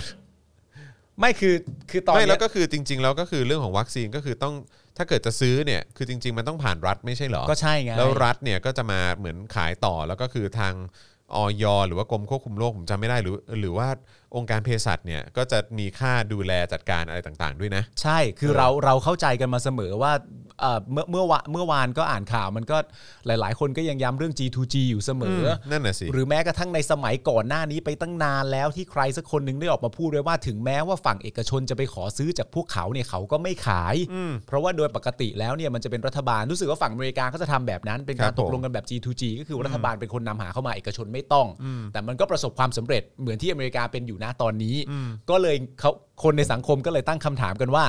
[SPEAKER 3] ไม่คือคือตอน
[SPEAKER 2] ไม่
[SPEAKER 3] เนี้
[SPEAKER 2] แล้
[SPEAKER 3] ยว
[SPEAKER 2] ก็คือจริง ๆ แล้วก็คือเรื่องของวัคซีนก็คือต้อง ถ้าเกิดจะซื้อเนี่ย คือจริง ๆ มันต้องผ่านรัฐไม่ใช่เหรอ
[SPEAKER 3] ก็ใช่ไง
[SPEAKER 2] แล้วรัฐเนี่ยก็จะมาเหมือนขายต่อ แล้วก็คือทางออยหรือว่ากรมควบคุมโรคผมจำไม่ได้หรือ หรือว่าองค์การเภสัชเนี่ย ก็จะมีค่าดูแลจัดการอะไรต่างๆ ด้วยนะ
[SPEAKER 3] ใช่คือ
[SPEAKER 2] เออ
[SPEAKER 3] เราเราเข้าใจกันมาเสมอว่าเอ่อเมื่อเมื่อวะเมื่อวานก็อ่านข่าวมันก็หลาย ๆ คนก็ยังย้ำเรื่อง G2G อยู่เสมออ
[SPEAKER 2] มนั่นน่ะสิ
[SPEAKER 3] หรือแม้กระทั่งในสมัยก่อนหน้านี้ไปตั้งนานแล้วที่ใครสักคนหนึงได้ออกมาพูดด้วยว่าถึงแม้ว่าฝั่งเอกชนจะไปขอซื้อจากพวกเขาเนี่ยเขาก็ไม่ขาย เพราะว่าโดยปกติแล้วเนี่ยมันจะเป็นรัฐบาลรู้สึกว่าฝั่งอเมริกาก็จะทำแบบนั้นเป็น
[SPEAKER 2] ครั
[SPEAKER 3] การ
[SPEAKER 2] บผม
[SPEAKER 3] ตกลงกันแบบ G2G ก็คือรัฐบาลเป็นคนนำหาเข้ามาเอกชนไม่ต้อง แต่มันก็ประสบความสำเร็จเหมือนที่อเมริกาเป็นอยู่นะตอนนี้ ก็เลยเขาคนในสังคมก็เลยตั้งคำถามกันว่า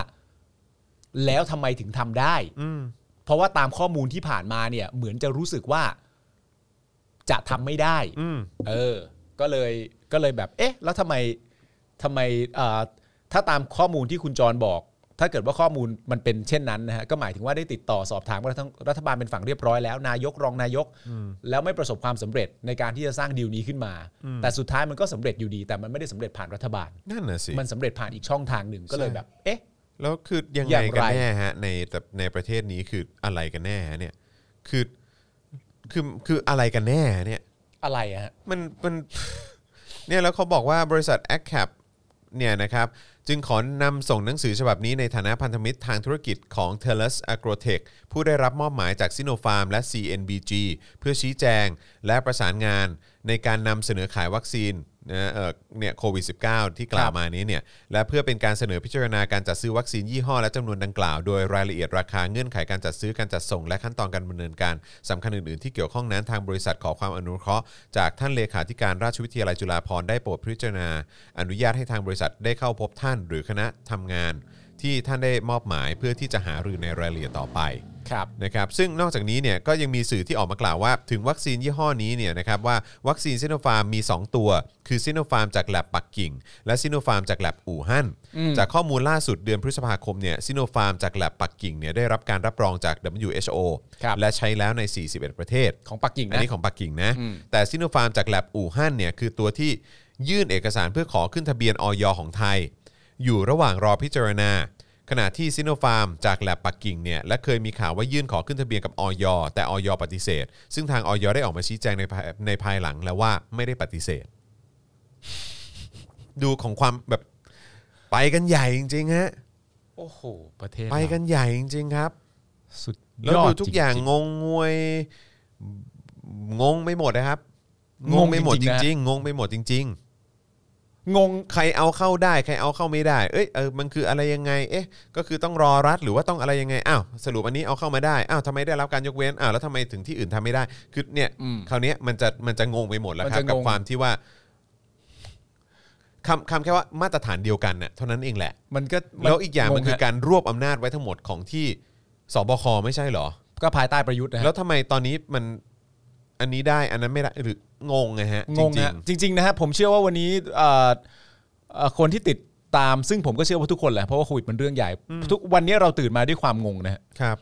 [SPEAKER 3] แล้วทำไมถึงทำได้
[SPEAKER 2] อืม
[SPEAKER 3] เพราะว่าตามข้อมูลที่ผ่านมาเนี่ย เหมือนจะรู้สึกว่าจะทำไม่ได้
[SPEAKER 2] อืม
[SPEAKER 3] เออ ก็เลยก็เลยแบบ เอ๊ะ แล้วทำไมทำไมเอ่อถ้าตามข้อมูลที่คุณจรบอก ถ้าเกิดว่าข้อมูลมันเป็นเช่นนั้นนะฮะ ก็หมายถึงว่าได้ติดต่อสอบถามกับรัฐรัฐบาลเป็นฝั่งเรียบร้อยแล้ว นายกรองนายก แล้วไม่ประสบความสำเร็จในการที่จะสร้างดีลนี้ขึ้นมา แต่สุดท้ายมันก็สำเร็จอยู่ดี แต่มันไม่ได้สำเร็จผ่านรัฐบาล
[SPEAKER 2] นั่นน่ะสิ
[SPEAKER 3] มันสำเร็จผ่านอีกช่องทางหนึ่งก็เลยแบบ เอ๊ะ
[SPEAKER 2] แล้วคือยัง
[SPEAKER 3] อ
[SPEAKER 2] ไง
[SPEAKER 3] ย่างไร
[SPEAKER 2] กันแน่ฮะในแต่ในประเทศนี้คืออะไรกันแน่ฮะเนี่ย คือ คือ คืออะไรกันแน่ฮะเนี่ย
[SPEAKER 3] อะไรอะฮะ
[SPEAKER 2] มันมัน เนี่ยแล้วเขาบอกว่าบริษัท a c c a p เนี่ยนะครับจึงขอนำส่งหนังสือฉบับนี้ในฐานะพันธมิตรทางธุรกิจของ t e l u s Agrotech ผู้ได้รับมอบหมายจาก s i n o f a r m และ CNBG เพื่อชี้แจงและประสานงานในการนำเสนอขายวัคซีนนะเอ่อเนี่ยโควิด -19 ที่กล่าวมานี้เนี่ยและเพื่อเป็นการเสนอพิจารณาการจัดซื้อวัคซีนยี่ห้อและจำนวนดังกล่าว โดยรายละเอียดราคาเงื่อนไขการจัดซื้อการจัดส่ง และขั้นตอนการดำเนินการสำคัญอื่นๆที่เกี่ยวข้องนั้นทางบริษัทขอความอนุเคราะห์จากท่านเลขาธิการราชวิทยาลัยจุฬาภรณ์ได้โปรดพิจารณา อนุญาตให้ทางบริษัทได้เข้าพบท่าน หรือคณะทำงาน ที่ท่านได้มอบหมายเพื่อที่จะหารือในรายละเอียดต่อไป
[SPEAKER 3] ครับ
[SPEAKER 2] นะครับซึ่งนอกจากนี้เนี่ยก็ยังมีสื่อที่ออกมากล่าวว่า ถึงวัคซีนยี่ห้อนี้เนี่ยนะครับว่าวัคซีนซิโนฟาร์มมี 2 ตัว คือซิโนฟาร์มจากแลบปักกิ่ง และซิโนฟาร์มจากแลบอู่ฮั่นจากข้อมูลล่าสุดเดือนพฤษภาคมเนี่ยซิโนฟาร์มจากแลบปักกิ่งเนี่ยได้รับการรับรองจาก WHO
[SPEAKER 3] ครับ
[SPEAKER 2] และใช้แล้วใน 41 ประเทศ
[SPEAKER 3] ของปักกิ่ง
[SPEAKER 2] อัน
[SPEAKER 3] นะ
[SPEAKER 2] นี้ของปักกิ่งนะ แต่ซิโนฟาร์มจากแลบอู่ฮั่นเนี่ยคือตัวที่ยื่นเอกสารเพื่อขอขึ้นทะเบียนออยของไทย อยู่ระหว่างรอพิจารณา ขณะที่ซิโนฟาร์มจากแลบปักกิ่งเนี่ยและเคยมีข่าวว่ายื่นขอขึ้นทะเบียนกับออยแต่ออยปฏิเสธ ซึ่งทางออยได้ออกมาชี้แจงในภายในภายหลังแล้วว่าไม่ได้ปฏิเสธ ดูของความแบบไปกันใหญ่จริงๆฮะ
[SPEAKER 3] โอ้โห ประเทศ
[SPEAKER 2] ไปกันใหญ่จริงๆครับ
[SPEAKER 3] สุดยอด
[SPEAKER 2] แล้วดูทุกอย่าง
[SPEAKER 3] จริ
[SPEAKER 2] งงงวยงงไม่หมดนะครับ
[SPEAKER 3] ง
[SPEAKER 2] ง
[SPEAKER 3] ง
[SPEAKER 2] งไม่หมด
[SPEAKER 3] จ
[SPEAKER 2] จ
[SPEAKER 3] ริงๆ
[SPEAKER 2] ริง
[SPEAKER 3] นะ
[SPEAKER 2] ๆ งงไม่หมดจริง
[SPEAKER 3] ๆงง
[SPEAKER 2] ๆ ใครเอาเข้าได้ ใครเอาเข้าไม่ได้ เอ้ยเออมันคืออะไรยังไง เอ๊ะ ก็คือต้องรอรัฐหรือว่าต้องอะไรยังไงอ้าวสรุปอันนี้เอาเข้ามาได้อ้าวทำไมได้รับการยกเว้นอ้าวแล้วทำไมถึงที่อื่นทำไม่ได้ คือเนี่ย
[SPEAKER 3] อืม
[SPEAKER 2] คราวเนี้ยมันจะมันจะงงไปหมดแล้ว
[SPEAKER 3] มัน
[SPEAKER 2] ครับ
[SPEAKER 3] จะ
[SPEAKER 2] กับ
[SPEAKER 3] งง
[SPEAKER 2] ความที่ว่าคำคำแค่ว่ามาตรฐานเดียวกันน่ะเท่านั้นเองแหละ
[SPEAKER 3] มันก็
[SPEAKER 2] แล้วอีกอย่างมันคื
[SPEAKER 3] ฮะ
[SPEAKER 2] อการรวบอำนาจไว้ทั้งหมดของที่สบคไม่ใช่เหรอ
[SPEAKER 3] ก็ภายใต้ประยุทธ์นะฮะ
[SPEAKER 2] แล้วทำไมตอนนี้มันอันนี้ได้อันนั้นไม่ได้หรืองงไงฮะ
[SPEAKER 3] งง
[SPEAKER 2] จริ
[SPEAKER 3] นะจริงๆนะฮะผมเชื่อว่าวันนี้เอ่อเอ่อคนที่ติดตามซึ่งผมก็เชื่อว่าทุกคนแหละเพราะว่าโควิดมันเรื่องใหญ่ ทุกวันนี้เราตื่นมาด้วยความงงนะฮะ
[SPEAKER 2] ๆครับ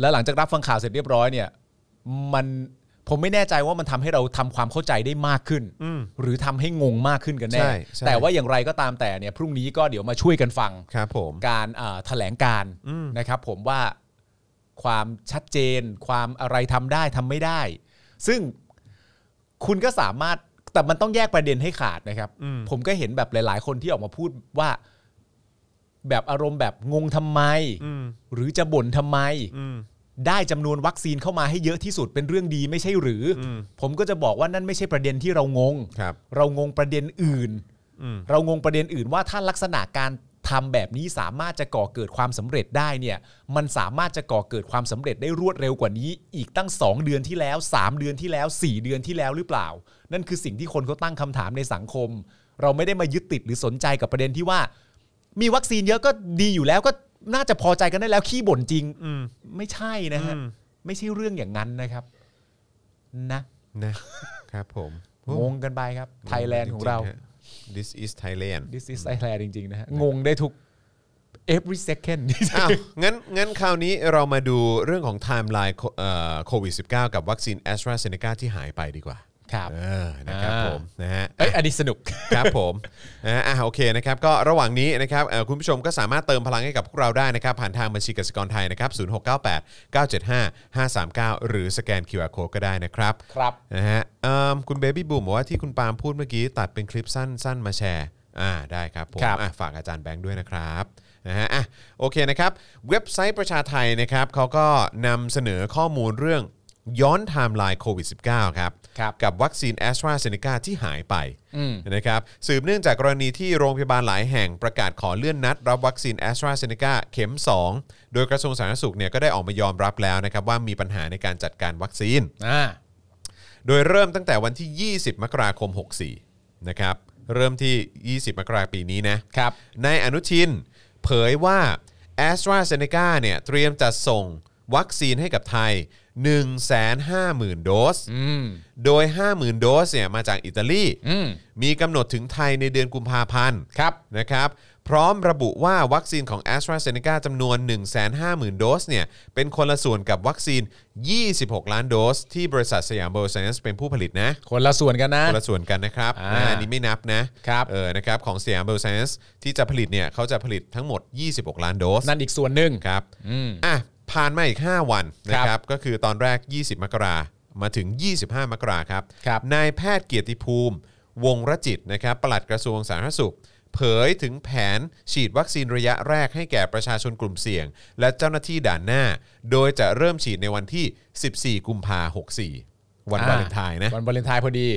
[SPEAKER 3] แล้วหลังจากรับฟังข่าวเสร็จเรียบร้อยเนี่ย มันผมไม่แน่ใจว่ามันทำให้เราทำความเข้าใจได้มากขึ้น
[SPEAKER 2] อืม
[SPEAKER 3] หรือทำให้งงมากขึ้นกัน
[SPEAKER 2] ใช่
[SPEAKER 3] แน่
[SPEAKER 2] ใช่
[SPEAKER 3] แต่ว่าอย่างไรก็ตามแต่เนี่ยพรุ่งนี้ก็เดี๋ยวมาช่วยกันฟัง
[SPEAKER 2] ครับผม
[SPEAKER 3] การเอ่อแถลงการ
[SPEAKER 2] อืม
[SPEAKER 3] นะครับ ผมว่าความชัดเจน ความอะไรทำได้ทำไม่ได้ ซึ่งคุณก็สามารถแต่มันต้องแยกประเด็นให้ขาดนะครับ ผมก็เห็นแบบหลาย ๆ คนที่ออกมาพูดว่าแบบอารมณ์แบบงงทำไม
[SPEAKER 2] อืม
[SPEAKER 3] หรือจะบ่นทำไม
[SPEAKER 2] อืม
[SPEAKER 3] ได้จำนวนวัคซีนเข้ามาให้เยอะที่สุดเป็นเรื่องดีไม่ใช่หรือ
[SPEAKER 2] ม
[SPEAKER 3] ผมก็จะบอกว่านั่นไม่ใช่ประเด็นที่เรางง
[SPEAKER 2] ครับ
[SPEAKER 3] เรางงประเด็นอื่น
[SPEAKER 2] อืม
[SPEAKER 3] เรางงประเด็นอื่นว่าถ้าลักษณะการทำแบบนี้สามารถจะก่อเกิดความสำเร็จได้เนี่ย มันสามารถจะก่อเกิดความสำเร็จได้รวดเร็วกว่านี้ อีกตั้ง 2 เดือนที่แล้ว 3 เดือนที่แล้ว 4 เดือนที่แล้วหรือเปล่า นั่นคือสิ่งที่คนเขาตั้งคำถามในสังคม เราไม่ได้มายึดติดหรือสนใจกับประเด็นที่ว่า มีวัคซีนเยอะก็ดีอยู่แล้วก็น่าจะพอใจกันได้แล้วขี้บ่นจริง
[SPEAKER 2] อืม
[SPEAKER 3] ไม่ใช่นะฮะ
[SPEAKER 2] อืม
[SPEAKER 3] ไม่ใช่เรื่องอย่างนั้นนะครับ นะ
[SPEAKER 2] นะ ครับผม
[SPEAKER 3] งงกันไปครับไทยแลนด์ของเรา
[SPEAKER 2] จ ๆฮะ This is Thailand
[SPEAKER 3] This is Thailand จริงๆนะฮะงงได้ทุก every second
[SPEAKER 2] อ้าวงั้นงั้นคราวนี้เรามาดูเรื่องของไทม์ไลน์โควิด -19 กับวัคซีนแอสตราเซเนกาที่หายไปดีกว่า
[SPEAKER 3] ครับ
[SPEAKER 2] เออนะครับ
[SPEAKER 3] อ่า
[SPEAKER 2] ผมนะฮะ
[SPEAKER 3] เอ้ยอันนี้สนุก
[SPEAKER 2] ครับผมนะฮะอ่ะโอเคนะครับก็ระหว่างนี้นะครับเอ่อคุณผู้ชมก็สามารถเติมพลังให้กับพวกเราได้นะครับผ่านทางบัญชีกสิกรไทยนะครับ0698 975 539 หรือสแกน QR Code ก็ได้นะครับ
[SPEAKER 3] ครับ
[SPEAKER 2] นะฮะเอิ่มคุณเบบี้บูมบอกว่าที่คุณปาล์มพูดเมื่อกี้ตัดเป็นคลิปสั้น ๆ มาแชร์อ่าได้ครับผม
[SPEAKER 3] ครับ
[SPEAKER 2] อ่ะฝากอาจารย์แบงค์ด้วยนะครับนะฮะอ่ะโอเคนะครับเว็บไซต์ประชาไทยนะครับเขาก็นำเสนอข้อมูลเรื่องย้อนไทม์ไลน์โควิด -19 ครับ
[SPEAKER 3] ครับ
[SPEAKER 2] กับวัคซีนแอสตราเซเนกาที่หายไปนะครับสืบเนื่องจากกรณีที่โรงพยาบาลหลายแห่งประกาศขอเลื่อนนัด รับวัคซีนแอสตราเซเนกาเข็ม 2 โดยกระทรวงสาธารณสุขเนี่ยก็ได้ออกมายอมรับแล้วนะครับว่ามีปัญหาในการจัดการวัคซีน
[SPEAKER 3] อ่า
[SPEAKER 2] โดยเริ่มตั้งแต่วันที่ 20 มกราคม 64 นะครับ เริ่มที่ 20 มกราปีนี้นะครับ นายอนุชิน เผยว่า a s t r a z e ซ e c a เนี่ยเตรียมจัดส่งวัคซีนให้กับไทย 150,000 โดส โดย 50,000 โดสเนี่ยมาจากอิตาลี มีกำหนดถึงไทยในเดือนกุมภาพันธ์
[SPEAKER 3] ครับ
[SPEAKER 2] นะครับพร้อมระบุว่าวัคซีนของ a s t r a z e ซ e c a จำนวน 150,000 โดสเนี่ยเป็นคนละส่วนกับวัคซีน 26 ล้านโดส ที่บริษัทสยามไบโอไซเอนซ์เป็นผู้ผลิตนะ
[SPEAKER 3] คนละส่วนกันนะ
[SPEAKER 2] คนละส่วนกันนะครับ
[SPEAKER 3] อ่า
[SPEAKER 2] อาอันนี้ไม่นับนะครับ เออนะครับของสยามไบโอไซเอนซ์ที่จะผลิตเนี่ยเขาจะผลิตทั้งหมด 26 ล้านโดส
[SPEAKER 3] นั่นอีกส่วนหนึ่ง
[SPEAKER 2] ครับ
[SPEAKER 3] อืม
[SPEAKER 2] อ่ะผ่านมาอีก 5 วันนะค
[SPEAKER 3] ครั
[SPEAKER 2] รับบ ก็คือตอนแรก 20 มกรามาถึง 25 มกราครับ
[SPEAKER 3] ครับ
[SPEAKER 2] นายแพทย์เกียรติภูมิ วงรจิตนะครับปลัดกระทรวงสาธารณสุข เผยถึงแผนฉีดวัคซีนระยะแรกให้แก่ประชาชนกลุ่มเสี่ยง และเจ้าหน้าที่ด่านหน้า โดยจะเริ่มฉีดในวันที่ 14 กุมภา64 วันวาเลนไทน์นะ
[SPEAKER 3] วันวาเลนไทน์พอดี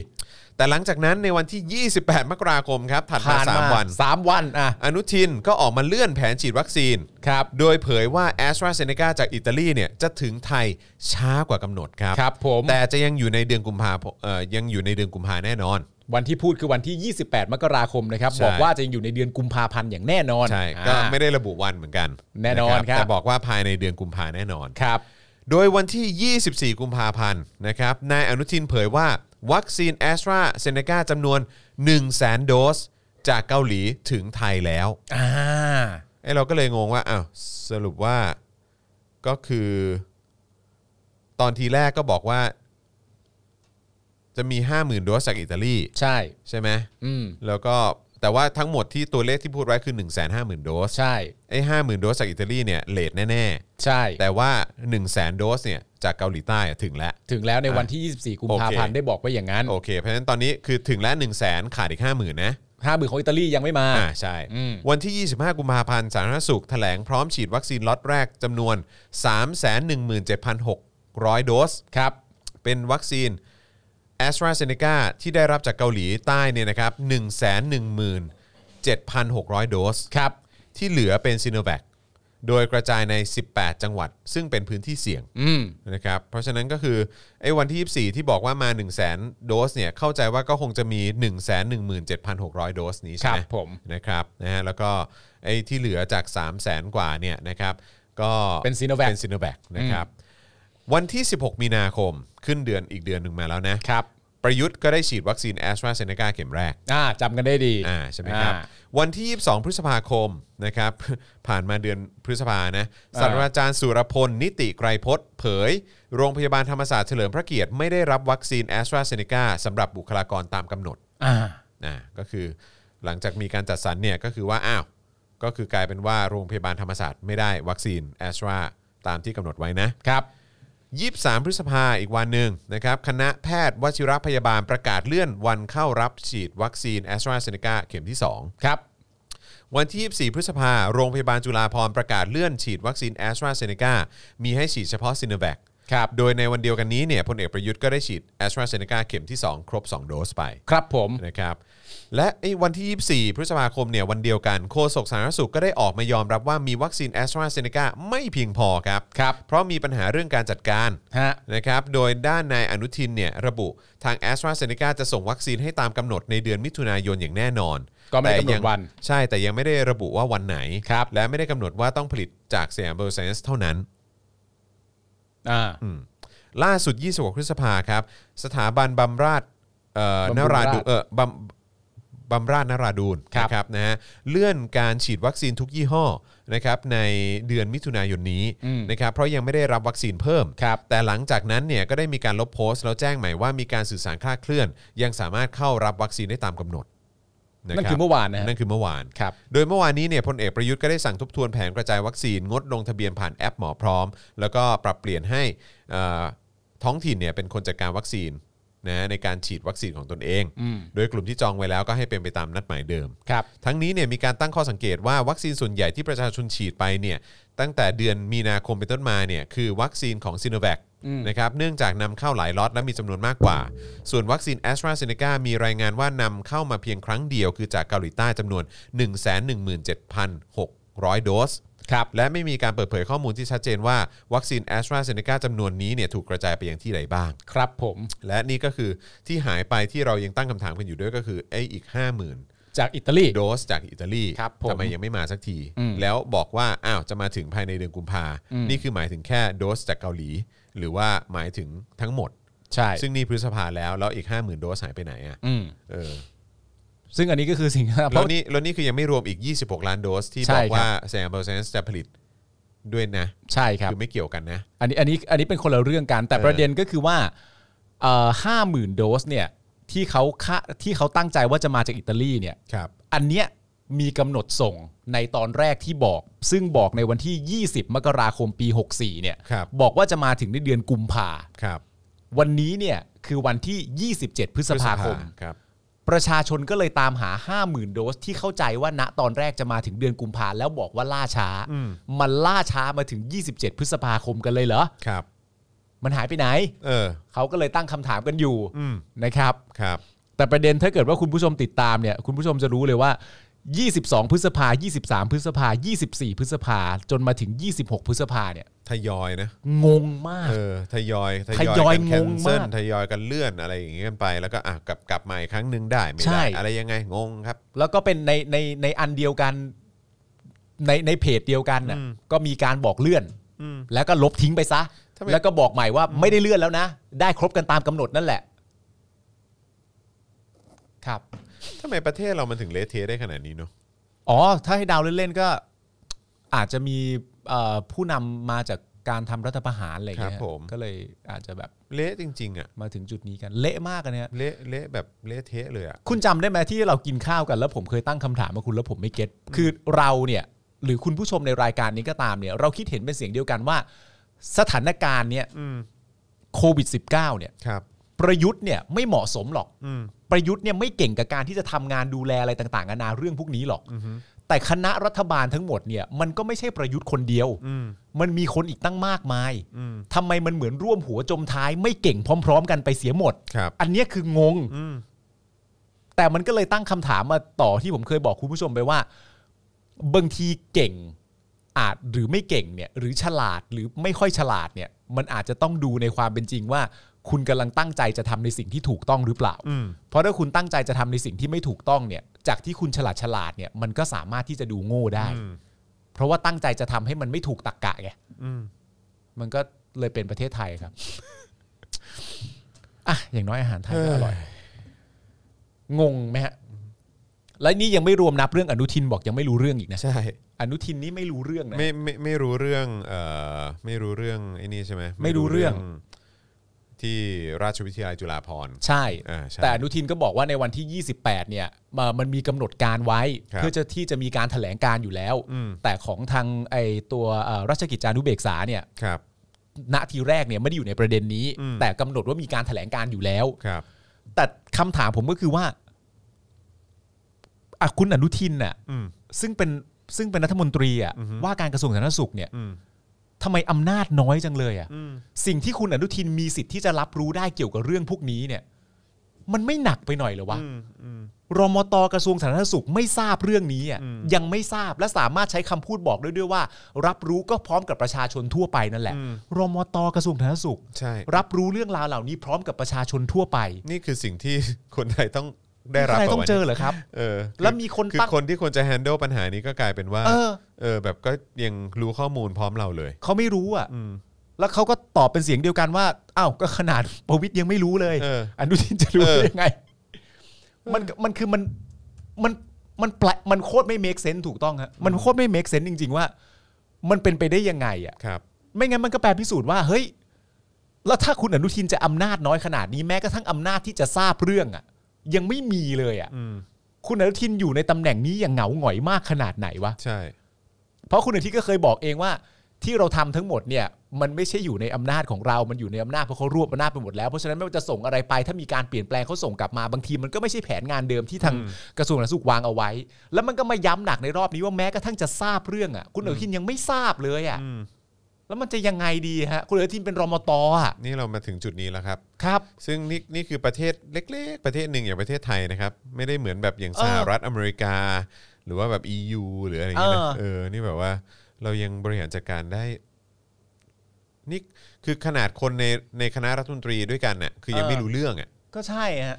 [SPEAKER 2] แต่หลังจากนั้นในวันที่ 28 มกราคมครับถัดมา
[SPEAKER 3] ผ่า
[SPEAKER 2] สาม
[SPEAKER 3] นาม
[SPEAKER 2] วัน
[SPEAKER 3] สามวันอ่ะ
[SPEAKER 2] อนุทินก็ออกมาเลื่อนแผนฉีดวัคซีน
[SPEAKER 3] ครับ
[SPEAKER 2] โดยเผยว่า a s t r a z เซ e c a จากอิตาลีเนี่ยจะถึงไทยช้ากว่ากำหนดครับ
[SPEAKER 3] ครับผม
[SPEAKER 2] แต่จะยังอยู่ในเดือนกุมภาเอ่อยังอยู่ในเดือนกุมภาแน่นอน
[SPEAKER 3] วันที่พูดคือวันที่ 28 มกราคมนะครับ
[SPEAKER 2] ใช่
[SPEAKER 3] บอกว่าจะยังอยู่ในเดือนกุมภาพันธ์อย่างแน่นอน
[SPEAKER 2] ใช่
[SPEAKER 3] อ่า
[SPEAKER 2] ก็ไม่ได้ระบุวันเหมือนกัน
[SPEAKER 3] แน่นอนะครับครับ
[SPEAKER 2] แต่บอกว่าภายในเดือนกุมภาแน่นอน
[SPEAKER 3] ครับ
[SPEAKER 2] โดยวันที่ 24 กุมภาพันธ์นะครับนายอนุทินเผยว่า วัคซีนแอสตราเซเนกาจำนวน 1 0 0 0 0 0 โดส จากเกาหลีถึงไทยแล้ว
[SPEAKER 3] อ่า
[SPEAKER 2] ไอ้เราก็เลยงงว่าอ้าวสรุปว่าก็คือ ตอนทีแรกก็บอกว่า จะมี 50,000 โดสจากอิตาลี
[SPEAKER 3] ใช่
[SPEAKER 2] ใช่ไหม
[SPEAKER 3] อืม
[SPEAKER 2] แล้วก็แต่ว่าทั้งหมดที่ตัวเลขที่พูดไว้คือ 1 5 0 0 0 0 โดส
[SPEAKER 3] ใช่
[SPEAKER 2] ไอ้ห้าหมื่นโดสจากอิตาลีเนี่ยเลทแน่
[SPEAKER 3] ใช่
[SPEAKER 2] ๆ แต่ว่า 1 0 0 0 0แโดสเนี่ยจากเกาหลีใต้อะถึงแล้ว
[SPEAKER 3] ถึงแล้วในวันที่ 24 กุมภาพัน
[SPEAKER 2] โอ
[SPEAKER 3] ธ์
[SPEAKER 2] เค
[SPEAKER 3] ได้บอกไว่าอย่างนั้น
[SPEAKER 2] โอเค เพราะฉะนั้นตอนนี้คือถึงแล้ว 1 0 0 0 0แขาดอีก 5 0,000 นะ
[SPEAKER 3] ห้าหมื่นของอิตาลียังไม่มา
[SPEAKER 2] อ่าใช่
[SPEAKER 3] อืม
[SPEAKER 2] วันที่ 25 กุมภาพันธ์สาธารณสุขแถลงพร้อมฉีดวัคซีนล็อตแรกจำนวน 317,600 โดส
[SPEAKER 3] ครับ
[SPEAKER 2] เป็นวัคซีน a s t r a z e ซ e c a ที่ได้รับจากเกาหลีใต้เนี่ยนะครับ 1 1 7 6 0 0 โดส
[SPEAKER 3] ครับ
[SPEAKER 2] ที่เหลือเป็นซีโนแวคโดยกระจายใน 18 จังหวัด ซึ่งเป็นพื้นที่เสี่ยง
[SPEAKER 3] อืม
[SPEAKER 2] นะครับ เพราะฉะนั้นก็คือไอ้วันที่ 24 ที่บอกว่ามา 1 0 0 0 0 0 โดสเนี่ย เข้าใจว่าก็คงจะมี 1 1 7 6 0 0 โดสนี้ใช่ไหม
[SPEAKER 3] ครับผม
[SPEAKER 2] นะครับนะฮะแล้วก็ไอ้ที่เหลือจาก 3 0 0 0 0 0 กว่าเนี่ยนะครับ ก็
[SPEAKER 3] เป็นซีโนแวค
[SPEAKER 2] เป็นซีโนแวคนะครับ วันที่ 16 มีนาคมขึ้นเดือนอีกเดือนหนึ่งมาแล้วนะ
[SPEAKER 3] ครับ
[SPEAKER 2] ประยุทธ์ก็ได้ฉีดวัคซีนแอสตราเซเนกาเข็มแรก
[SPEAKER 3] อ่าจำกันได้ดี
[SPEAKER 2] อ่าใช่ไหมครับ
[SPEAKER 3] อ่า
[SPEAKER 2] วันที่ 22 พฤษภาคมนะครับ ผ่านมาเดือนพฤษภานะ
[SPEAKER 3] อ่า
[SPEAKER 2] ศาสตราจารย์สุรพล นิติไกรพจน์เผย โรงพยาบาลธรรมศาสตร์เฉลิมพระเกียรติไม่ได้รับวัคซีนแอสตราเซเนกาสำหรับบุคลากรตามกำหนด
[SPEAKER 3] อ่า
[SPEAKER 2] นะก็คือหลังจากมีการจัดสรรเนี่ยก็คือว่า อ้าว ก็คือกลายเป็นว่าโรงพยาบาลธรรมศาสตร์ไม่ได้วัคซีนแอสตราตามที่กำหนดไว้นะ
[SPEAKER 3] ครับ
[SPEAKER 2] 23 พฤษภาอีกวันหนึ่งนะครับคณะแพทย์วชิรพยาบาลประกาศเลื่อนวันเข้ารับฉีดวัคซีนแอสตราเซเนกาเข็มที่ 2
[SPEAKER 3] ครับ
[SPEAKER 2] วันที่ 24 พฤษภา โรงพยาบาลจุฬาภรณ์ประกาศเลื่อนฉีดวัคซีนแอสตราเซเนกามีให้ฉีดเฉพาะซิน o v แวค
[SPEAKER 3] ครับ
[SPEAKER 2] โดยในวันเดียวกันนี้เนี่ยพลเอกประยุทธ์ก็ได้ฉีดแอสตราเซเนกาเข็มที่ 2 ครบ 2 โดสไป
[SPEAKER 3] ครับผม
[SPEAKER 2] นะครับ และไอ้วันที่ 24 พฤษภาคมเนี่ยวันเดียวกันโฆษกสาธารณสุขก็ได้ออกมายอมรับว่ามีวัคซีนแอสตราเซเนกาไม่เพียงพอครับ
[SPEAKER 3] ครับ
[SPEAKER 2] เพราะมีปัญหาเรื่องการจัดการ
[SPEAKER 3] ฮะ
[SPEAKER 2] นะครับ โดยด้านนายอนุทินเนี่ยระบุทาง a s t r a z e ซ e c a จะส่งวัคซีนให้ตามกำหนดในเดือนมิถุนายนอย่างแน่นอน
[SPEAKER 3] ก็ไม่ได้
[SPEAKER 2] แต่
[SPEAKER 3] กำหนด
[SPEAKER 2] ยัง
[SPEAKER 3] วัน
[SPEAKER 2] ใช่แต่ยังไม่ได้ระบุว่าวันไหน
[SPEAKER 3] ครับ
[SPEAKER 2] และไม่ได้กำหนดว่าต้องผลิตจากสยามเบอร์เซนส์เท่านั้น
[SPEAKER 3] อ่า
[SPEAKER 2] ล่าสุด 26 พฤษภาครับ สถาบันบำราศเอ่อบ
[SPEAKER 3] ำ
[SPEAKER 2] น
[SPEAKER 3] รุงรา
[SPEAKER 2] รา
[SPEAKER 3] ษฎร์
[SPEAKER 2] ดูเออบ บำราศนราดูน
[SPEAKER 3] ครับ
[SPEAKER 2] นะครับนะฮะเลื่อนการฉีดวัคซีนทุกยี่ห้อนะครับในเดือนมิถุนายนนี้นะครับเพราะยังไม่ได้รับวัคซีนเพิ่ม
[SPEAKER 3] ครับ
[SPEAKER 2] แต่หลังจากนั้นเนี่ยก็ได้มีการลบโพสต์แล้วแจ้งใหม่ว่ามีการสื่อสารคลาดเคลื่อน ยังสามารถเข้ารับวัคซีนได้ตามกำหนดะ
[SPEAKER 3] นั่นคือเมื่อวานนะฮะ
[SPEAKER 2] นั่นคือเมื่อวาน
[SPEAKER 3] ครับ
[SPEAKER 2] โดยเมื่อวานนี้เนี่ยพลเอกประยุทธ์ก็ได้สั่งทบทวนแผนกระจายวัคซีนงดลงทะเบียนผ่านแอปหมอพร้อม แล้วก็ปรับเปลี่ยนให้เอ่อท้องถิ่นเนี่ยเป็นคนจัดการวัคซีนนะในการฉีดวัคซีนของตนเอง
[SPEAKER 3] อืม
[SPEAKER 2] โดยกลุ่มที่จองไว้แล้วก็ให้เป็นไปตามนัดหมายเดิม
[SPEAKER 3] ครับ
[SPEAKER 2] ทั้งนี้เนี่ยมีการตั้งข้อสังเกตว่าวัคซีนส่วนใหญ่ที่ประชาชนฉีดไปเนี่ยตั้งแต่เดือนมีนาคมเป็นต้นมาเนี่ยคือวัคซีนของซีโนแวค
[SPEAKER 3] อืม
[SPEAKER 2] นะครับเนื่องจากนำเข้าหลายล็อตและมีจำนวนมากกว่า ส่วนวัคซีนแอสตราเซเนกามีรายงานว่านำเข้ามาเพียงครั้งเดียว คือจากเกาหลีใต้จำนวน 117,600 โดส
[SPEAKER 3] ครับ
[SPEAKER 2] และไม่มีการเปิดเผยข้อมูลที่ชัดเจนว่าวัคซีนแอสตราเซเนกาจำนวนนี้เนี่ยถูกกระจายไปยังที่ใดบ้าง
[SPEAKER 3] ครับผม
[SPEAKER 2] และนี่ก็คือที่หายไปที่เรายังตั้งคำถามกันอยู่ด้วยก็คือไอ้อีก 50,000
[SPEAKER 3] จากอิตาลี
[SPEAKER 2] โดสจากอิตาลี
[SPEAKER 3] ครับผม
[SPEAKER 2] ทำไมยังไม่มาสักที
[SPEAKER 3] อืม
[SPEAKER 2] แล้วบอกว่าอ้าวจะมาถึงภายในเดือนกุมภา
[SPEAKER 3] อืม
[SPEAKER 2] นี่คือหมายถึงแค่โดสจากเกาหลี หรือว่าหมายถึงทั้งหมด
[SPEAKER 3] ใช่
[SPEAKER 2] ซึ่งนี่พฤษภาแล้ว แล้วอีก 50,000 โดสหายไปไหนอ่ะ
[SPEAKER 3] อืม
[SPEAKER 2] เออ
[SPEAKER 3] ซึ่งอันนี้ก็คือสิ่งที่ เพ
[SPEAKER 2] แล้ว
[SPEAKER 3] ราะ
[SPEAKER 2] นี่แล้วนี่คือยังไม่รวมอีก 26 ล้านโดสที่บอ
[SPEAKER 3] ใช่ครั
[SPEAKER 2] ก
[SPEAKER 3] บ
[SPEAKER 2] ว่าแซมเปอร์เซนต์จะผลิตด้วยนะ
[SPEAKER 3] ใช่ครับ
[SPEAKER 2] คือไม่เกี่ยวกันนะ
[SPEAKER 3] อันนี้อันนี้อันนี้เป็นคนละเรื่องกัน แต่
[SPEAKER 2] เออ
[SPEAKER 3] ประเด็นก็คือว่าห้าหมื่นโดสเนี่ยที่เขาคาที่เขาตั้งใจว่าจะมาจากอิตาลีเนี่ย
[SPEAKER 2] ครับ
[SPEAKER 3] อันเนี้ยมีกำหนดส่งในตอนแรกที่บอก ซึ่งบอกในวันที่ 20 มกราคมปี 64 เนี่ย
[SPEAKER 2] ครับ
[SPEAKER 3] บอกว่าจะมาถึงในเดือนกุมภา
[SPEAKER 2] ครับ
[SPEAKER 3] วันนี้เนี่ยคือวันที่ 27 พฤษภาคม
[SPEAKER 2] ครับ
[SPEAKER 3] ประชาชนก็เลยตามหา 50,000 โดส ที่เข้าใจว่าณตอนแรกจะมาถึงเดือนกุมภาแล้วบอกว่าล่าช้า มันล่าช้ามาถึง 27 พฤษภาคมกันเลยเหรอ
[SPEAKER 2] ครับ
[SPEAKER 3] มันหายไปไหน
[SPEAKER 2] เออ
[SPEAKER 3] เขาก็เลยตั้งคำถามกันอยู่
[SPEAKER 2] อืม
[SPEAKER 3] นะครับ
[SPEAKER 2] ครับ
[SPEAKER 3] แต่ประเด็นถ้าเกิดว่าคุณผู้ชมติดตามเนี่ย คุณผู้ชมจะรู้เลยว่า 22 พฤษภา 23 พฤษภา 24 พฤษภา จนมาถึง 26 พฤษภาเนี่ย
[SPEAKER 2] ทยอยนะ
[SPEAKER 3] งงมาก
[SPEAKER 2] เออทยอย
[SPEAKER 3] ทยอย
[SPEAKER 2] กัน
[SPEAKER 3] งง
[SPEAKER 2] cancel
[SPEAKER 3] มาก
[SPEAKER 2] ทยอยกันเลื่อนอะไรอย่างเงี้ยกันไป แล้วก็อ่ะกลับกลับมาอีกครั้งหนึ่งได้ไม่
[SPEAKER 3] ใช่
[SPEAKER 2] ได้อะไรยังไงงงครับ
[SPEAKER 3] แล้วก็เป็นในในในอันเดียวกัน ในในเพจเดียวกันน่ะก็มีการบอกเลื่อน แล้วก็ลบทิ้งไปซะ
[SPEAKER 2] ทำไม
[SPEAKER 3] แล้วก็บอกใหม่ว่าไม่ได้เลื่อนแล้วนะ ได้ครบกันตามกำหนดนั่นแหละ ครับ
[SPEAKER 2] ทำไมประเทศเรามันถึงเละเทะได้ขนาดนี้เนาะ
[SPEAKER 3] อ๋อ ถ้าให้เดาวเล่นๆก็ อาจจะมีเอ่อผู้นำมาจากการทำรัฐประหารอะไรอย่างเงี้ยก็เลยอาจจะแบบ
[SPEAKER 2] เละจริง ๆอ่ะ
[SPEAKER 3] มาถึงจุดนี้กัน เละมากอะเนี่ย
[SPEAKER 2] เละเละแบบเละเทะเลยอ่ะ
[SPEAKER 3] คุณจำได้ไหมที่เรากินข้าวกันแล้วผมเคยตั้งคำถามมาคุณแล้วผมไม่เก็ตคือเราเนี่ย หรือคุณผู้ชมในรายการนี้ก็ตามเนี่ย เราคิดเห็นเป็นเสียงเดียวกันว่า สถานการณ์เนี่ย
[SPEAKER 2] อืม
[SPEAKER 3] โควิด -19 เนี่ย
[SPEAKER 2] ครับ
[SPEAKER 3] ประยุทธ์เนี่ยไม่เหมาะสมหรอก
[SPEAKER 2] อืม
[SPEAKER 3] ประยุทธ์เนี่ยไม่เก่งกับการที่จะทำงานดูแลอะไรต่างๆนานาเรื่องพวกนี้หรอก แต่คณะรัฐบาลทั้งหมดเนี่ยมันก็ไม่ใช่ประยุทธ์คนเดียว
[SPEAKER 2] อืม
[SPEAKER 3] มันมีคนอีกตั้งมากมาย
[SPEAKER 2] อืม
[SPEAKER 3] ทำไมมันเหมือนร่วมหัวจมท้ายไม่เก่งพร้อม ๆ กันไปเสียหมด
[SPEAKER 2] ครับ
[SPEAKER 3] อันเนี้ยคืองง
[SPEAKER 2] อืม
[SPEAKER 3] แต่มันก็เลยตั้งคำถามมาต่อที่ผมเคยบอกคุณผู้ชมไปว่า บางทีเก่งอาจหรือไม่เก่งเนี่ยหรือฉลาดหรือไม่ค่อยฉลาดเนี่ย มันอาจจะต้องดูในความเป็นจริงว่า คุณกำลังตั้งใจจะทำในสิ่งที่ถูกต้องหรือเปล่า
[SPEAKER 2] อืม
[SPEAKER 3] เพราะถ้าคุณตั้งใจจะทำในสิ่งที่ไม่ถูกต้องเนี่ย จากที่คุณฉลาดฉลาดเนี่ยมันก็สามารถที่จะดูโง่ได้
[SPEAKER 2] อืม
[SPEAKER 3] เพราะว่าตั้งใจจะทำให้มันไม่ถูกตักกะไง
[SPEAKER 2] อืม
[SPEAKER 3] มันก็เลยเป็นประเทศไทยครับ อ่ะอย่างน้อยอาหารไทยก็อร่อย งงไหมฮะ และนี่ยังไม่รวมนับเรื่องอนุทินบอกยังไม่รู้เรื่องอีกนะ
[SPEAKER 2] ใช่
[SPEAKER 3] อนุทินนี่ไม่รู้เรื่องนะ
[SPEAKER 2] ไม่ไม่ไม่รู้เรื่องเอ่อไม่รู้เรื่องไอ้นี่ใช่ไหม
[SPEAKER 3] ไม่รู้เรื่อง
[SPEAKER 2] ที่ราชวิทยาลัยจุฬาภรณ์
[SPEAKER 3] ใช่
[SPEAKER 2] อ่าใช่
[SPEAKER 3] แต่อนุทินก็บอกว่าในวันที่ 28 เนี่ยมามันมีกำหนดการไว้
[SPEAKER 2] ครับ
[SPEAKER 3] เพื่อจะที่จะมีการถแถลงการอยู่แล้ว
[SPEAKER 2] อืม
[SPEAKER 3] แต่ของทางไอตัวเอ่อรัชกิจจานุเบกษาเนี่ย
[SPEAKER 2] ครับ
[SPEAKER 3] ณทีแรกเนี่ยไม่ได้อยู่ในประเด็นนี้
[SPEAKER 2] อืม
[SPEAKER 3] แต่กำหนดว่ามีการแถลงการอยู่แล้ว
[SPEAKER 2] ครับ
[SPEAKER 3] แต่คำถามผมก็คือว่าอ่ะคุณอนุทินน่ะ
[SPEAKER 2] อืม
[SPEAKER 3] ซึ่งเป็นซึ่งเป็นรัฐมนตรีอ่ะว่าการกระทรวงสาธารณสุขเนี่ย
[SPEAKER 2] อืม
[SPEAKER 3] ทำไมอำนาจน้อยจังเลยอ่ะ
[SPEAKER 2] อืม
[SPEAKER 3] สิ่งที่คุณอนุทินมีสิทธิ์ที่จะรับรู้ได้เกี่ยวกับเรื่องพวกนี้เนี่ย มันไม่หนักไปหน่อยเหรอวะ
[SPEAKER 2] อืมอืม
[SPEAKER 3] รมตกระทรวงสาธารณสุขไม่ทราบเรื่องนี้อ่ะ
[SPEAKER 2] อืม
[SPEAKER 3] ยังไม่ทราบและสามารถใช้คำพูดบอกได้ด้วยว่า รับรู้ก็พร้อมกับประชาชนทั่วไปนั่นแหละ
[SPEAKER 2] อืม
[SPEAKER 3] รมตกระทรวงสาธารณสุข
[SPEAKER 2] ใช่
[SPEAKER 3] รับรู้เรื่องราวเหล่านี้พร้อมกับประชาชนทั่วไป
[SPEAKER 2] นี่คือสิ่งที่ คนไทยต้องได้รับ
[SPEAKER 3] ใคร
[SPEAKER 2] กับ
[SPEAKER 3] ต้อง
[SPEAKER 2] วัน
[SPEAKER 3] เจ
[SPEAKER 2] นี้
[SPEAKER 3] อเหรอครับ
[SPEAKER 2] เออคือ
[SPEAKER 3] แล้วมีคน
[SPEAKER 2] คือ
[SPEAKER 3] ตั้ง
[SPEAKER 2] คนที่ควรจะ handle ปัญหานี้ก็กลายเป็นว่า
[SPEAKER 3] เออ
[SPEAKER 2] เออ แบบก็ยังรู้ข้อมูลพร้อมเราเลย
[SPEAKER 3] เขาไม่รู้อ่ะ
[SPEAKER 2] อืม
[SPEAKER 3] แล้วเขาก็ตอบเป็นเสียงเดียวกันว่าอ้าวก็ขนาดประวิทย์ยังไม่รู้เลย
[SPEAKER 2] เออ
[SPEAKER 3] นุทินจะรู้
[SPEAKER 2] เออ
[SPEAKER 3] ได้ยังไง มันมันคือมัน มันมันแปลกมันโคตรไม่เมคเซนต์ถูกต้องฮะมันโคตรไม่เมคเซนต์จริง ๆ ว่า มันเป็นไปได้ยังไงอ่ะ
[SPEAKER 2] ครับ
[SPEAKER 3] ไม่งั้นมันก็แปลพิสูจน์ว่า เฮ้ย แล้วถ้าคุณอนุทินจะอำนาจน้อยขนาดนี้แม้กระทั่งอำนาจที่จะทราบเรื่องอ่ะ ยังไม่มีเลยอ่ะ
[SPEAKER 2] อืม
[SPEAKER 3] คุณอนุทินอยู่ในตำแหน่งนี้อย่างเหงาหงอยมากขนาดไหนวะ
[SPEAKER 2] ใช่
[SPEAKER 3] เพราะคุณอนุทินก็เคยบอกเองว่า ที่เราทำทั้งหมดเนี่ย มันไม่ใช่อยู่ในอำนาจของเรา มันอยู่ในอำนาจเพราะเขารวบอำนาจไปหมดแล้ว เพราะฉะนั้นไม่ว่าจะส่งอะไรไป ถ้ามีการเปลี่ยนแปลงเขาส่งกลับมาบางทีมันก็ไม่ใช่แผนงานเดิมที่ทางกระทรวงสาธารณสุขวางเอาไว้ แล้วมันก็มาย้ำหนักในรอบนี้ว่าแม้กระทั่งจะทราบเรื่องอ่ะ คุณอนุทินยังไม่ทราบเลยอ่ะ
[SPEAKER 2] อืม
[SPEAKER 3] แล้วมันจะยังไงดีฮะ คุณอนุทินเป็นรมตอ่ะ
[SPEAKER 2] นี่เรามาถึงจุดนี้แล้วครับ
[SPEAKER 3] ครับ
[SPEAKER 2] ซึ่งนี่นี่คือประเทศเล็ก ๆ ประเทศหนึ่งอย่างประเทศไทยนะครับ ไม่ได้เหมือนแบบอย่างสหรัฐอเมริกา หรือว่าแบบ EU หรืออะไรอย่างเงี้ยนะเออนี่แบบว่าเรายังบริหารจัดการได้ นี่คือขนาดคนในในคณะรัฐมนตรีด้วยกันน่ะคือยัง
[SPEAKER 3] เออ
[SPEAKER 2] ไม่รู้เรื่องอ่ะ
[SPEAKER 3] ก็ใช่ฮะ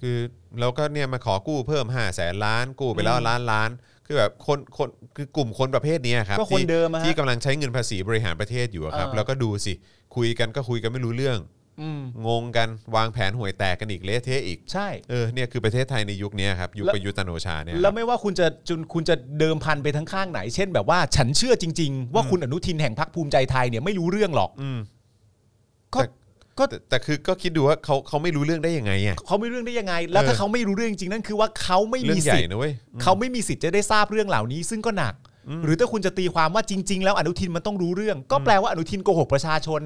[SPEAKER 2] คือเราก็เนี่ยมาขอกู้เพิ่ม5้าแสนล้าน กู้ไปแล้วล้านล้าน คือแบบคนคนคือกลุ่มคนประเภทเนี้ยครับ
[SPEAKER 3] ก็คน
[SPEAKER 2] ที่
[SPEAKER 3] เดิมอะฮะ
[SPEAKER 2] ที่กำลังใช้เงินภาษีบริหารประเทศอยู่อะครับ
[SPEAKER 3] เออ
[SPEAKER 2] แล้วก็ดูสิ คุยกันก็คุยกันไม่รู้เรื่อง
[SPEAKER 3] อืม
[SPEAKER 2] งงกันวางแผนห่วยแตกกันอีกเละเทะอีก
[SPEAKER 3] ใช่
[SPEAKER 2] เออเนี่ยคือประเทศไทยในยุคนี้ครับยุคประยุทธ์จันทร์โอชาเนี่ย
[SPEAKER 3] แล้วไม่ว่าคุณจะจุนคุณจะเดิมพันไปทั้งข้างไหน เช่นแบบว่าฉันเชื่อจริง ๆ ว่าคุณอนุทินแห่งพรรคภูมิใจไทยเนี่ยไม่รู้เรื่องหรอก
[SPEAKER 2] อืม
[SPEAKER 3] ก็ก็
[SPEAKER 2] แต่แต่คือก็คิดดูว่าเขาเขาไม่รู้เรื่องได้ยังไงอ่ะ
[SPEAKER 3] เขาไม่รู้เรื่องได้ยังไง แล้ว
[SPEAKER 2] เออ
[SPEAKER 3] ถ้าเขาไม่รู้เรื่องจริงๆนั่นคือว่าเขาไม่
[SPEAKER 2] เรื่อ
[SPEAKER 3] มี
[SPEAKER 2] งใหญ่
[SPEAKER 3] สิทธิ์
[SPEAKER 2] นะเว้ย
[SPEAKER 3] เขาไม่มีสิทธิ์จะได้ทราบเรื่องเหล่านี้ ซึ่งก็หนัก หรือถ้าคุณจะตีความว่าจริง ๆ แล้วอนุทินมันต้องรู้เรื่อง ก็แปลว่าอนุทินโกหกประชาชน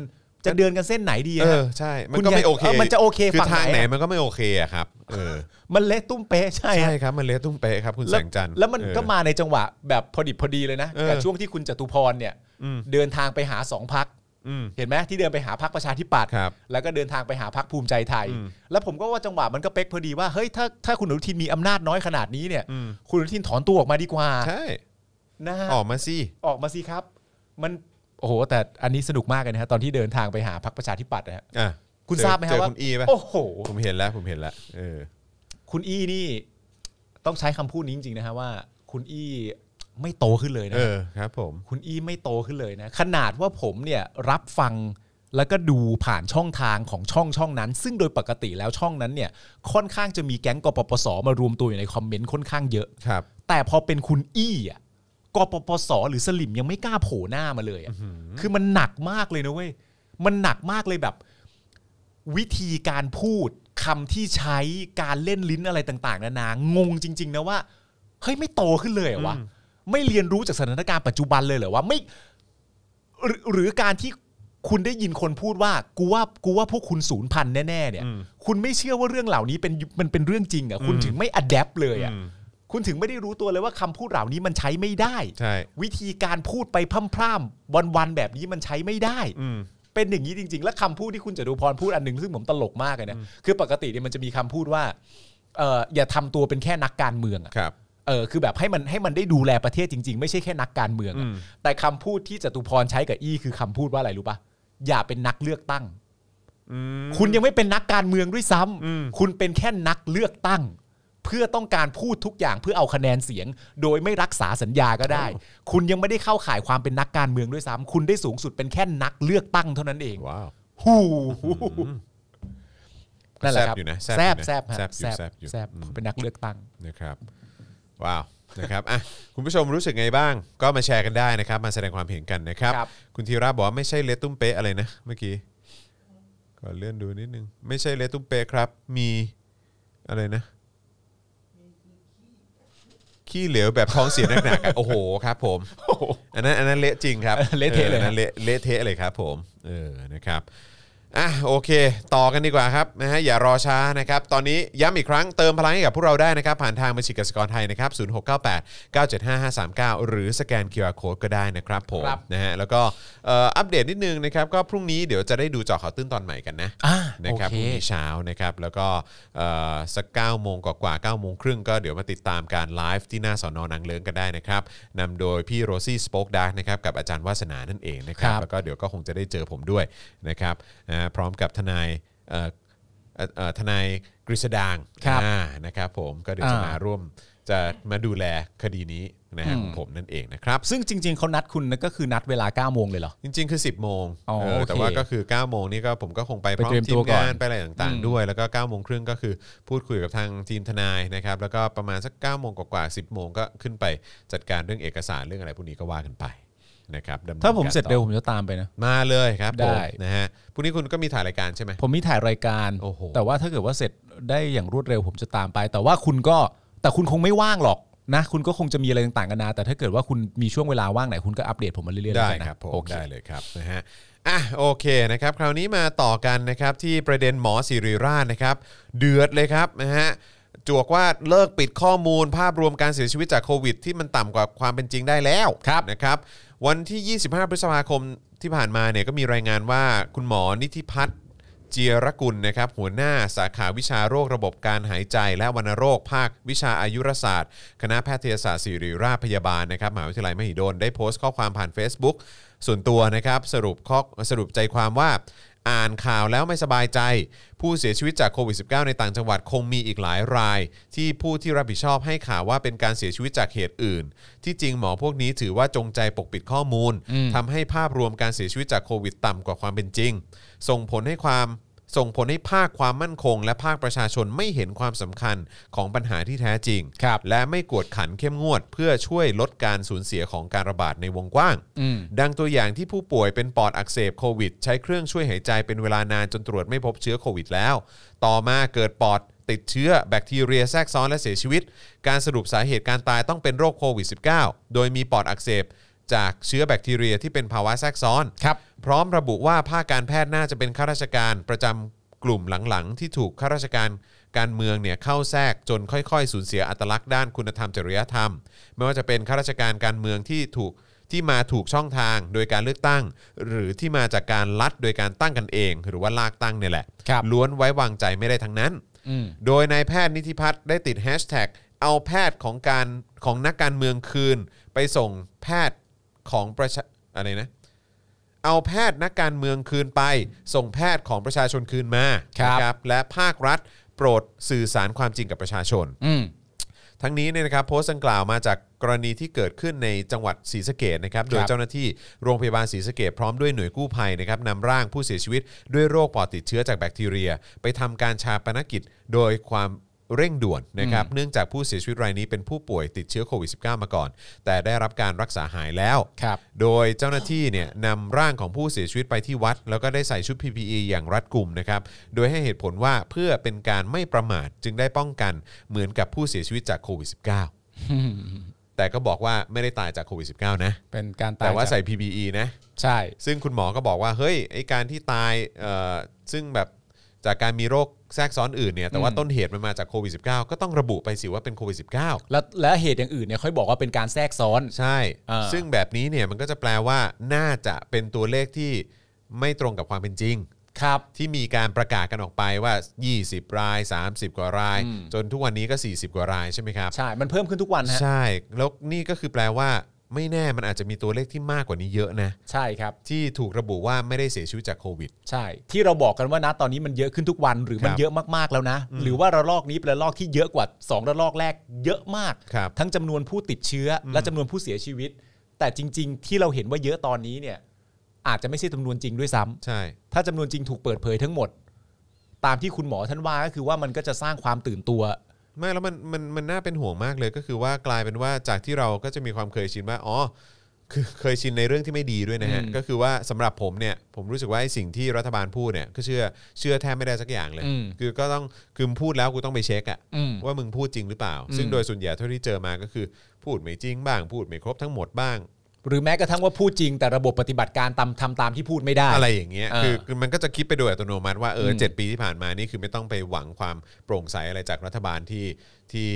[SPEAKER 3] จะเดินกันเส้นไหนดี
[SPEAKER 2] เอ
[SPEAKER 3] ฮะ
[SPEAKER 2] อใช่ มัน
[SPEAKER 3] คุณ
[SPEAKER 2] ก็ไม่
[SPEAKER 3] อยาก
[SPEAKER 2] โอเค
[SPEAKER 3] เออมันจะโอเค
[SPEAKER 2] คือ
[SPEAKER 3] ฝั่งไหน
[SPEAKER 2] ทางไหน
[SPEAKER 3] อะ
[SPEAKER 2] มันก็ไม่โอเคอะครับเออ
[SPEAKER 3] มันเละตุ้มเป๊ะใช่
[SPEAKER 2] ใช่
[SPEAKER 3] ฮะ
[SPEAKER 2] ครับมันเละตุ้มเป๊ะครับ คุณแส
[SPEAKER 3] แล้ว
[SPEAKER 2] งจันทร์
[SPEAKER 3] แล้วมัน
[SPEAKER 2] เออ
[SPEAKER 3] ก็มาในจังหวะแบบพอดิบพอดีเลยนะ
[SPEAKER 2] เออ
[SPEAKER 3] กับช่วงที่คุณจตุพรเนี่ย
[SPEAKER 2] อืม
[SPEAKER 3] เดินทางไปหาสองพัก
[SPEAKER 2] อืม
[SPEAKER 3] เห็นไหมที่เดินไปหาพักประชาธิปัตย์
[SPEAKER 2] ครับ
[SPEAKER 3] แล้วก็เดินทางไปหาพักภูมิใจไทย
[SPEAKER 2] อืม
[SPEAKER 3] แล้วผมก็ว่าจังหวะมันก็เป๊กพอดีว่าเฮ้ยถ้าถ้าคุณอนุทินมีอำนาจน้อยขนาดนี้เนี่ย
[SPEAKER 2] อืม
[SPEAKER 3] คุณอนุทินถอนตัวออกมาดีกว่า
[SPEAKER 2] ใช่
[SPEAKER 3] นะฮะ
[SPEAKER 2] ออกมาสิ
[SPEAKER 3] ออกมาสิครับ มันโอ้โห แต่อันนี้สนุกมากเลยนะฮะตอนที่เดินทางไปหาพักประชาธิปัตย์นะฮะ
[SPEAKER 2] อ่ะ
[SPEAKER 3] คุณ
[SPEAKER 2] เจอ
[SPEAKER 3] ทราบไหม
[SPEAKER 2] เจ
[SPEAKER 3] ฮะ
[SPEAKER 2] อ
[SPEAKER 3] ว่า
[SPEAKER 2] คุณอีป่ะ
[SPEAKER 3] โอ้โห
[SPEAKER 2] ผมเห็นแล้วผมเห็นแล้วเออ
[SPEAKER 3] คุณอี้นี่ต้องใช้คำพูดนี้จริงๆนะฮะว่า คุณอี้ไม่โตขึ้นเลยนะ
[SPEAKER 2] เอ
[SPEAKER 3] ฮะ
[SPEAKER 2] อครับผม
[SPEAKER 3] คุณอี้ไม่โตขึ้นเลยนะ ขนาดว่าผมเนี่ยรับฟังแล้วก็ดูผ่านช่องทางของช่องช่องนั้น ซึ่งโดยปกติแล้วช่องนั้นเนี่ยค่อนข้างจะมีแก๊งกปปสมารวมตัวอยู่ในคอมเมนต์ค่อนข้างเยอะ
[SPEAKER 2] ครับ
[SPEAKER 3] แต่พอเป็นคุณอี้อ่ะกปปสหรือสลิมยังไม่กล้าโผล่หน้ามาเลยอ่ะคือมันหนักมากเลยนะเว้ยมันหนักมากเลยแบบ วิธีการพูดคำที่ใช้การเล่นลิ้นอะไรต่างๆนานางงจริง ๆ นะว่าเฮ้ยไม่โตขึ้นเลยเหรอวะไม่เรียนรู้จากสถานการณ์ปัจจุบันเลยเหรอวะไม่หรือหรือการที่คุณได้ยินคนพูดว่ากูว่ากูว่าพวกคุณศูนย์พันธุ์แน่ๆเนี่ย
[SPEAKER 2] อืม
[SPEAKER 3] คุณไม่เชื่อว่าเรื่องเหล่านี้เป็นมันเป็นเรื่องจริงอ่ะคุณ
[SPEAKER 2] อืม
[SPEAKER 3] ถึงไม่อัดแอปเลยอ่ะ
[SPEAKER 2] อืม
[SPEAKER 3] คุณถึงไม่ได้รู้ตัวเลยว่าคำพูดเหล่านี้มันใช้ไม่ได้
[SPEAKER 2] ใช่
[SPEAKER 3] วิธีการพูดไปพร่ำๆวันๆแบบนี้มันใช้ไม่ได้
[SPEAKER 2] อืม
[SPEAKER 3] เป็นอย่างนี้จริง ๆ และคำพูดที่คุณจตุพรพูดอันหนึ่งซึ่งผมตลกมากเลยนะคือปกติเนี่ยมันจะมีคำพูดว่าเอออย่าทำตัวเป็นแค่นักการเมืองอะ
[SPEAKER 2] ครับ
[SPEAKER 3] เออคือแบบให้มันให้มันได้ดูแลประเทศจริง ๆ ไม่ใช่แค่นักการเมืองอะ
[SPEAKER 2] อืม
[SPEAKER 3] แต่คำพูดที่จตุพรใช้กับอี้คือคำพูดว่าอะไรรู้ปะอย่าเป็นนักเลือกตั้ง
[SPEAKER 2] อืม
[SPEAKER 3] คุณยังไม่เป็นนักการเมืองด้วยซ้ำ
[SPEAKER 2] อืม
[SPEAKER 3] คุณเป็นแค่นักเลือกตั้ง เพื่อต้องการพูดทุกอย่างเพื่อเอาคะแนนเสียง โดยไม่รักษาสัญญาก็ได้ คุณยังไม่ได้เข้าข่ายความเป็นนักการเมืองด้วยซ้ำคุณได้สูงสุดเป็นแค่นักเลือกตั้งเท่านั้นเอง
[SPEAKER 2] ว้าว
[SPEAKER 3] หูนั่นแหละครับ
[SPEAKER 2] แซ่บอยู่นะแซ่
[SPEAKER 3] แซ
[SPEAKER 2] บบ อยู่นะ
[SPEAKER 3] แซบฮะ
[SPEAKER 2] แซ่บอยู่แซ่บอยู่อื
[SPEAKER 3] แซบ
[SPEAKER 2] ม
[SPEAKER 3] ผมเป็นนักเลือกตั้ง
[SPEAKER 2] นะครับว้าวนะครับอ่ะคุณผู้ชมรู้สึกไงบ้าง ก็มาแชร์กันได้นะครับ มาแสดงความเห็นกันนะครับ
[SPEAKER 3] ครับ
[SPEAKER 2] คุณธีระบอกว่าไม่ใช่เลตุ้มเป๊ะอะไรนะเมื่อกี้ก็เลื่อนดูนิดนึง ไม่ใช่เลตุ้มเป๊ะครับ มีอะไรนะ ขี้เหลวแบบท้องเสียหนักๆอ่ะโอ้โหครับ ผมอันนั้นอันนั้นเละจริงครับ
[SPEAKER 3] เละเทะเล
[SPEAKER 2] อ
[SPEAKER 3] ย
[SPEAKER 2] ออันนั้นเละเละเทะเลยครับ ผมเออนะครับ อ่ะโอเค ต่อกันดีกว่าครับนะฮะอย่ารอช้านะครับ ตอนนี้ย้ำอีกครั้งเติมพลังให้กับพวกเราได้นะครับ ผ่านทางบัญชีกสิกรไทยนะครับ 0698 975 539 หรือสแกน QR Code ก็ได้นะครับผม
[SPEAKER 3] ครับ
[SPEAKER 2] นะฮะแล้วก็เอ่ออัปเดตนิดนึงนะครับ ก็พรุ่งนี้เดี๋ยวจะได้ดูเจอข่าวตื้นตอนใหม่กันนะ
[SPEAKER 3] อ่า
[SPEAKER 2] นะครับ
[SPEAKER 3] โอ
[SPEAKER 2] พ
[SPEAKER 3] เค
[SPEAKER 2] รุ่งนี้เช้านะครับแล้วก็เอ่อสัก9ก้าโมงกว่าๆเก้าโมงครึ่งก็เดี๋ยวมาติดตามการไลฟ์ที่หน้าสอนอนังเลิ้งกันได้นะครับนำโดยพี่โรซี่สป็อกดาร์กนะครับกับอาจารย์วาสนานั่นเองนะครับ
[SPEAKER 3] ครับ
[SPEAKER 2] แล้วก็เดี๋ยวก็คงจะได้เจอผมด้วยนะครับอ่าพร้อมกับทนายเอ่อ เอ่อเอ่อทนายกฤษดาง
[SPEAKER 3] ครับ
[SPEAKER 2] อ่านะครับผมก็เดี๋ยวจะ
[SPEAKER 3] อ่าม
[SPEAKER 2] มาร่วมจะมาดูแลคดีนี้นะฮะของผมนั่นเองนะครับ
[SPEAKER 3] ซึ่งจริง ๆเขานัดคุณนะก็คือนัดเวลา9โมงเลยเหรอ
[SPEAKER 2] จริงๆ คือ 10 โมง
[SPEAKER 3] อ๋อ
[SPEAKER 2] เออ
[SPEAKER 3] โอเค
[SPEAKER 2] แต่ว่าก็คือ 9 โมงนี่ก็ผมก็คงไปพ
[SPEAKER 3] ไป
[SPEAKER 2] ร้อม
[SPEAKER 3] เตรียม
[SPEAKER 2] ที
[SPEAKER 3] ตัว
[SPEAKER 2] ม
[SPEAKER 3] ก่อน
[SPEAKER 2] งานไปอะไรต่าง
[SPEAKER 3] อืม
[SPEAKER 2] ๆ ด้วย แล้วก็9โมงครึ่งก็คือพูดคุยกับทางทีมทนายนะครับ แล้วก็ประมาณสัก9โมงกว่าๆ10 โมงก็ขึ้นไปจัดการเรื่องเอกสารเรื่องอะไรพวกนี้ก็ว่ากันไปนะครับดำนิน
[SPEAKER 3] ถ้าผมเสร็จเร็ว
[SPEAKER 2] กา
[SPEAKER 3] ผมจะตามไปนะ
[SPEAKER 2] ต่อมาเลยครับผม
[SPEAKER 3] ได้
[SPEAKER 2] นะฮะพรุ่งนี้คุณก็มีถ่ายรายการใช่ไหม
[SPEAKER 3] ผมมีถ่ายรายการ
[SPEAKER 2] โอ้โห
[SPEAKER 3] แต่ว่าถ้าเกิดว่าเสร็จได้อย่างรวดเร็วผมจะตามไป แต่ว่าคุณก็แต่คุณคงไม่ว่างหรอกนะ คุณก็คงจะมีอะไรต่างๆกันานาแต่ถ้าเกิดว่าคุณมีช่วงเวลาว่างไหนคุณก็อัปเดตผมมาเรื่อยๆ
[SPEAKER 2] ได้
[SPEAKER 3] แล้วกันนะครับ
[SPEAKER 2] ผม
[SPEAKER 3] โอเค
[SPEAKER 2] ได้เลยครับนะฮะอ่ะโอเคนะครับ คราวนี้มาต่อกันนะครับที่ประเด็นหมอสิริราชนะครับ เดือดเลยครับนะฮะจวกว่าเลิกปิดข้อมูลภาพรวมการเสียชีวิตจากโควิด ที่มันต่ำกว่าความเป็นจริงได้แล้วครับนะครับ วันที่ 25 พฤษภาคมที่ผ่านมาเนี่ยก็มีรายงานว่าคุณหมอนิธิพัฒน์ เจียรกุลนะครับหัวหน้าสาขาวิชาโรคระบบการหายใจ และวัณโรค ภาควิชาอายุรศาสตร์ คณะแพทยศาสตร์ศิริราชพยาบาลนะครับมหาวิทยาลัยมหิดลได้โพสต์ข้อความผ่าน Facebook ส่วนตัวนะครับสรุปข้อสรุปใจความว่า อ่านข่าวแล้วไม่สบายใจ ผู้เสียชีวิตจากโควิด -19 ในต่างจังหวัดคงมีอีกหลายราย ที่ผู้ที่รับผิดชอบให้ข่าวว่าเป็นการเสียชีวิตจากเหตุอื่น ที่จริงหมอพวกนี้ถือว่าจงใจปกปิดข้อมูลทำให้ภาพรวมการเสียชีวิตจากโควิดต่ำกว่าความเป็นจริง ส่งผลให้ความ ส่งผลให้ภาคความมั่นคง และภาคประชาชนไม่เห็นความสำคัญของปัญหาที่แท้จริง
[SPEAKER 3] ครับ
[SPEAKER 2] และไม่กวดขันเข้มงวด เพื่อช่วยลดการสูญเสียของการระบาดในวงกว้าง ดังตัวอย่างที่ผู้ป่วยเป็นปอดอักเสบโควิด ใช้เครื่องช่วยหายใจเป็นเวลานานจนตรวจไม่พบเชื้อโควิดแล้ว ต่อมาเกิดปอดติดเชื้อแบคทีเรียแทรกซ้อนและเสียชีวิต การสรุปสาเหตุการตายต้องเป็นโรคโควิด -19 โดยมีปอดอักเสบจากเชื้อแบคทีเรียที่เป็นภาวะแทรกซ้อน
[SPEAKER 3] ครับ
[SPEAKER 2] พร้อมระบุว่าภาคการแพทย์น่าจะเป็นข้าราชการประจำกลุ่มหลังๆ ที่ถูกข้าราชการการเมืองเนี่ยเข้าแทรกจนค่อยๆ สูญเสียอัตลักษณ์ด้านคุณธรรมจริยธรรม ไม่ว่าจะเป็นข้าราชการการเมืองที่ถูกที่มาถูกช่องทางโดยการเลือกตั้ง หรือที่มาจากการลัดโดยการตั้งกันเอง หรือว่าลากตั้งเนี่ยแหละ
[SPEAKER 3] ครับ
[SPEAKER 2] ล้วนไว้วางใจไม่ได้ทั้งนั้น
[SPEAKER 3] อืม
[SPEAKER 2] โดยนายแพทย์นิติพัฒน์ได้ติดแฮชแท็กเอาแพทย์ของการของนักการเมืองคืน ไปส่งแพทย์ของประชาอะไรนะ เอาแพทย์นักการเมืองคืนไป ส่งแพทย์ของประชาชนคืนมา
[SPEAKER 3] ครับ
[SPEAKER 2] นะและภาครัฐ โปรดสื่อสารความจริงกับประชาชน
[SPEAKER 3] อืม
[SPEAKER 2] ทั้งนี้เนี่ยนะครับโพสต์ดังกล่าวมาจากกรณีที่เกิดขึ้นในจังหวัดศรีสะเกดนะครับโดยเจ้าหน้าที่โรงพยาบาลศรีสะเกดพร้อมด้วยหน่วยกู้ภัยนะครับนำร่างผู้เสียชีวิตด้วยโรคปอดติดเชื้อจากแบคทีเรีย ไปทำการชาปนกิจโดยความเร่งด่วนนะครับเนื่องจากผู้เสียชีวิตรายนี้เป็นผู้ป่วยติดเชื้อโควิด -19 มาก่อน แต่ได้รับการรักษาหายแล้ว
[SPEAKER 3] ครับ
[SPEAKER 2] โดยเจ้าหน้าที่เนี่ยนำร่างของผู้เสียชีวิตไปที่วัด แล้วก็ได้ใส่ชุด PPE อย่างรัดกุมนะครับ โดยให้เหตุผลว่าเพื่อเป็นการไม่ประมาทจึงได้ป้องกันเหมือนกับผู้เสียชีวิตจากโควิด -19 แต่ก็บอกว่าไม่ได้ตายจากโควิด -19 นะ
[SPEAKER 3] เป็นการตาย
[SPEAKER 2] แต่ว่า
[SPEAKER 3] จาก
[SPEAKER 2] ใส่ PPE นะ
[SPEAKER 3] ใช่
[SPEAKER 2] ซึ่งคุณหมอก็บอกว่าเฮ้ยไอการที่ตายเอ่อซึ่งแบบจากการมีโรคแทรกซ้อนอื่นเนี่ยแต่ว่าต้นเหตุมันมาจากโควิด -19 ก็ต้องระบุไปสิว่าเป็นโควิด -19
[SPEAKER 3] แล้วและเหตุอย่างอื่นเนี่ยค่อยบอกว่าเป็นการแทรกซ้อน
[SPEAKER 2] ใช่
[SPEAKER 3] อ่า
[SPEAKER 2] ซึ่งแบบนี้เนี่ยมันก็จะแปลว่าน่าจะเป็นตัวเลขที่ไม่ตรงกับความเป็นจริง
[SPEAKER 3] ครับ
[SPEAKER 2] ที่มีการประกาศกันออกไปว่า 20 ราย 30 กว่าราย จนทุกวันนี้ก็ 40 กว่ารายใช่ไหมครับ
[SPEAKER 3] ใช่ มันเพิ่มขึ้นทุกวันฮะ
[SPEAKER 2] ใช่แล้วนี่ก็คือแปลว่าไม่แน่มันอาจจะมีตัวเลขที่มากกว่านี้เยอะนะ
[SPEAKER 3] ใช่ครับ
[SPEAKER 2] ที่ถูกระบุว่าไม่ได้เสียชีวิตจากโควิด
[SPEAKER 3] ใช่ ที่เราบอกกันว่านะตอนนี้มันเยอะขึ้นทุกวันหรือมัน
[SPEAKER 2] ครับ
[SPEAKER 3] เยอะมากๆแล้วนะ หรือว่าระลอกนี้เป็นระลอกที่เยอะกว่าสองระลอกแรกเยอะมาก
[SPEAKER 2] ครับ
[SPEAKER 3] ทั้งจำนวนผู้ติดเชื้ออและจำนวนผู้เสียชีวิต แต่จริง ๆ ที่เราเห็นว่าเยอะตอนนี้เนี่ย อาจจะไม่ใช่จำนวนจริงด้วยซ้ำ
[SPEAKER 2] ใช่
[SPEAKER 3] ถ้าจำนวนจริงถูกเปิดเผยทั้งหมด ตามที่คุณหมอท่านว่าก็คือว่ามันก็จะสร้างความตื่นตัว
[SPEAKER 2] ไม่แล้วมันมันมันน่าเป็นห่วงมากเลยก็คือว่ากลายเป็นว่าจากที่เราก็จะมีความเคยชินว่าอ๋อคือเคยชินในเรื่องที่ไม่ดีด้วยนะฮะ
[SPEAKER 3] อืม
[SPEAKER 2] ก็คือว่าสำหรับผมเนี่ยผมรู้สึกว่าไอ้สิ่งที่รัฐบาลพูดเนี่ยก็เชื่อเชื่อแทบไม่ได้สักอย่างเลย
[SPEAKER 3] อืม
[SPEAKER 2] คือก็ต้องคือมึงพูดแล้วกูต้องไปเช็คอะ
[SPEAKER 3] อืม
[SPEAKER 2] ว่ามึงพูดจริงหรือเปล่า
[SPEAKER 3] อืม
[SPEAKER 2] ซึ่งโดยส่วนใหญ่เท่าที่เจอมาก็คือพูดไม่จริงบ้าง พูดไม่ครบทั้งหมดบ้าง
[SPEAKER 3] หรือแม้กระทั่งว่าพูดจริง แต่ระบบปฏิบัติการตามทำตามที่พูดไม่ได้
[SPEAKER 2] อะไรอย่างเงี้ย
[SPEAKER 3] อ่า
[SPEAKER 2] คือคือมันก็จะคิดไปโดยอัตโนมัติว่าเออ
[SPEAKER 3] อืม
[SPEAKER 2] เจ็ดปีที่ผ่านมานี่คือไม่ต้องไปหวังความโปร่งใสอะไรจากรัฐบาลที่ที่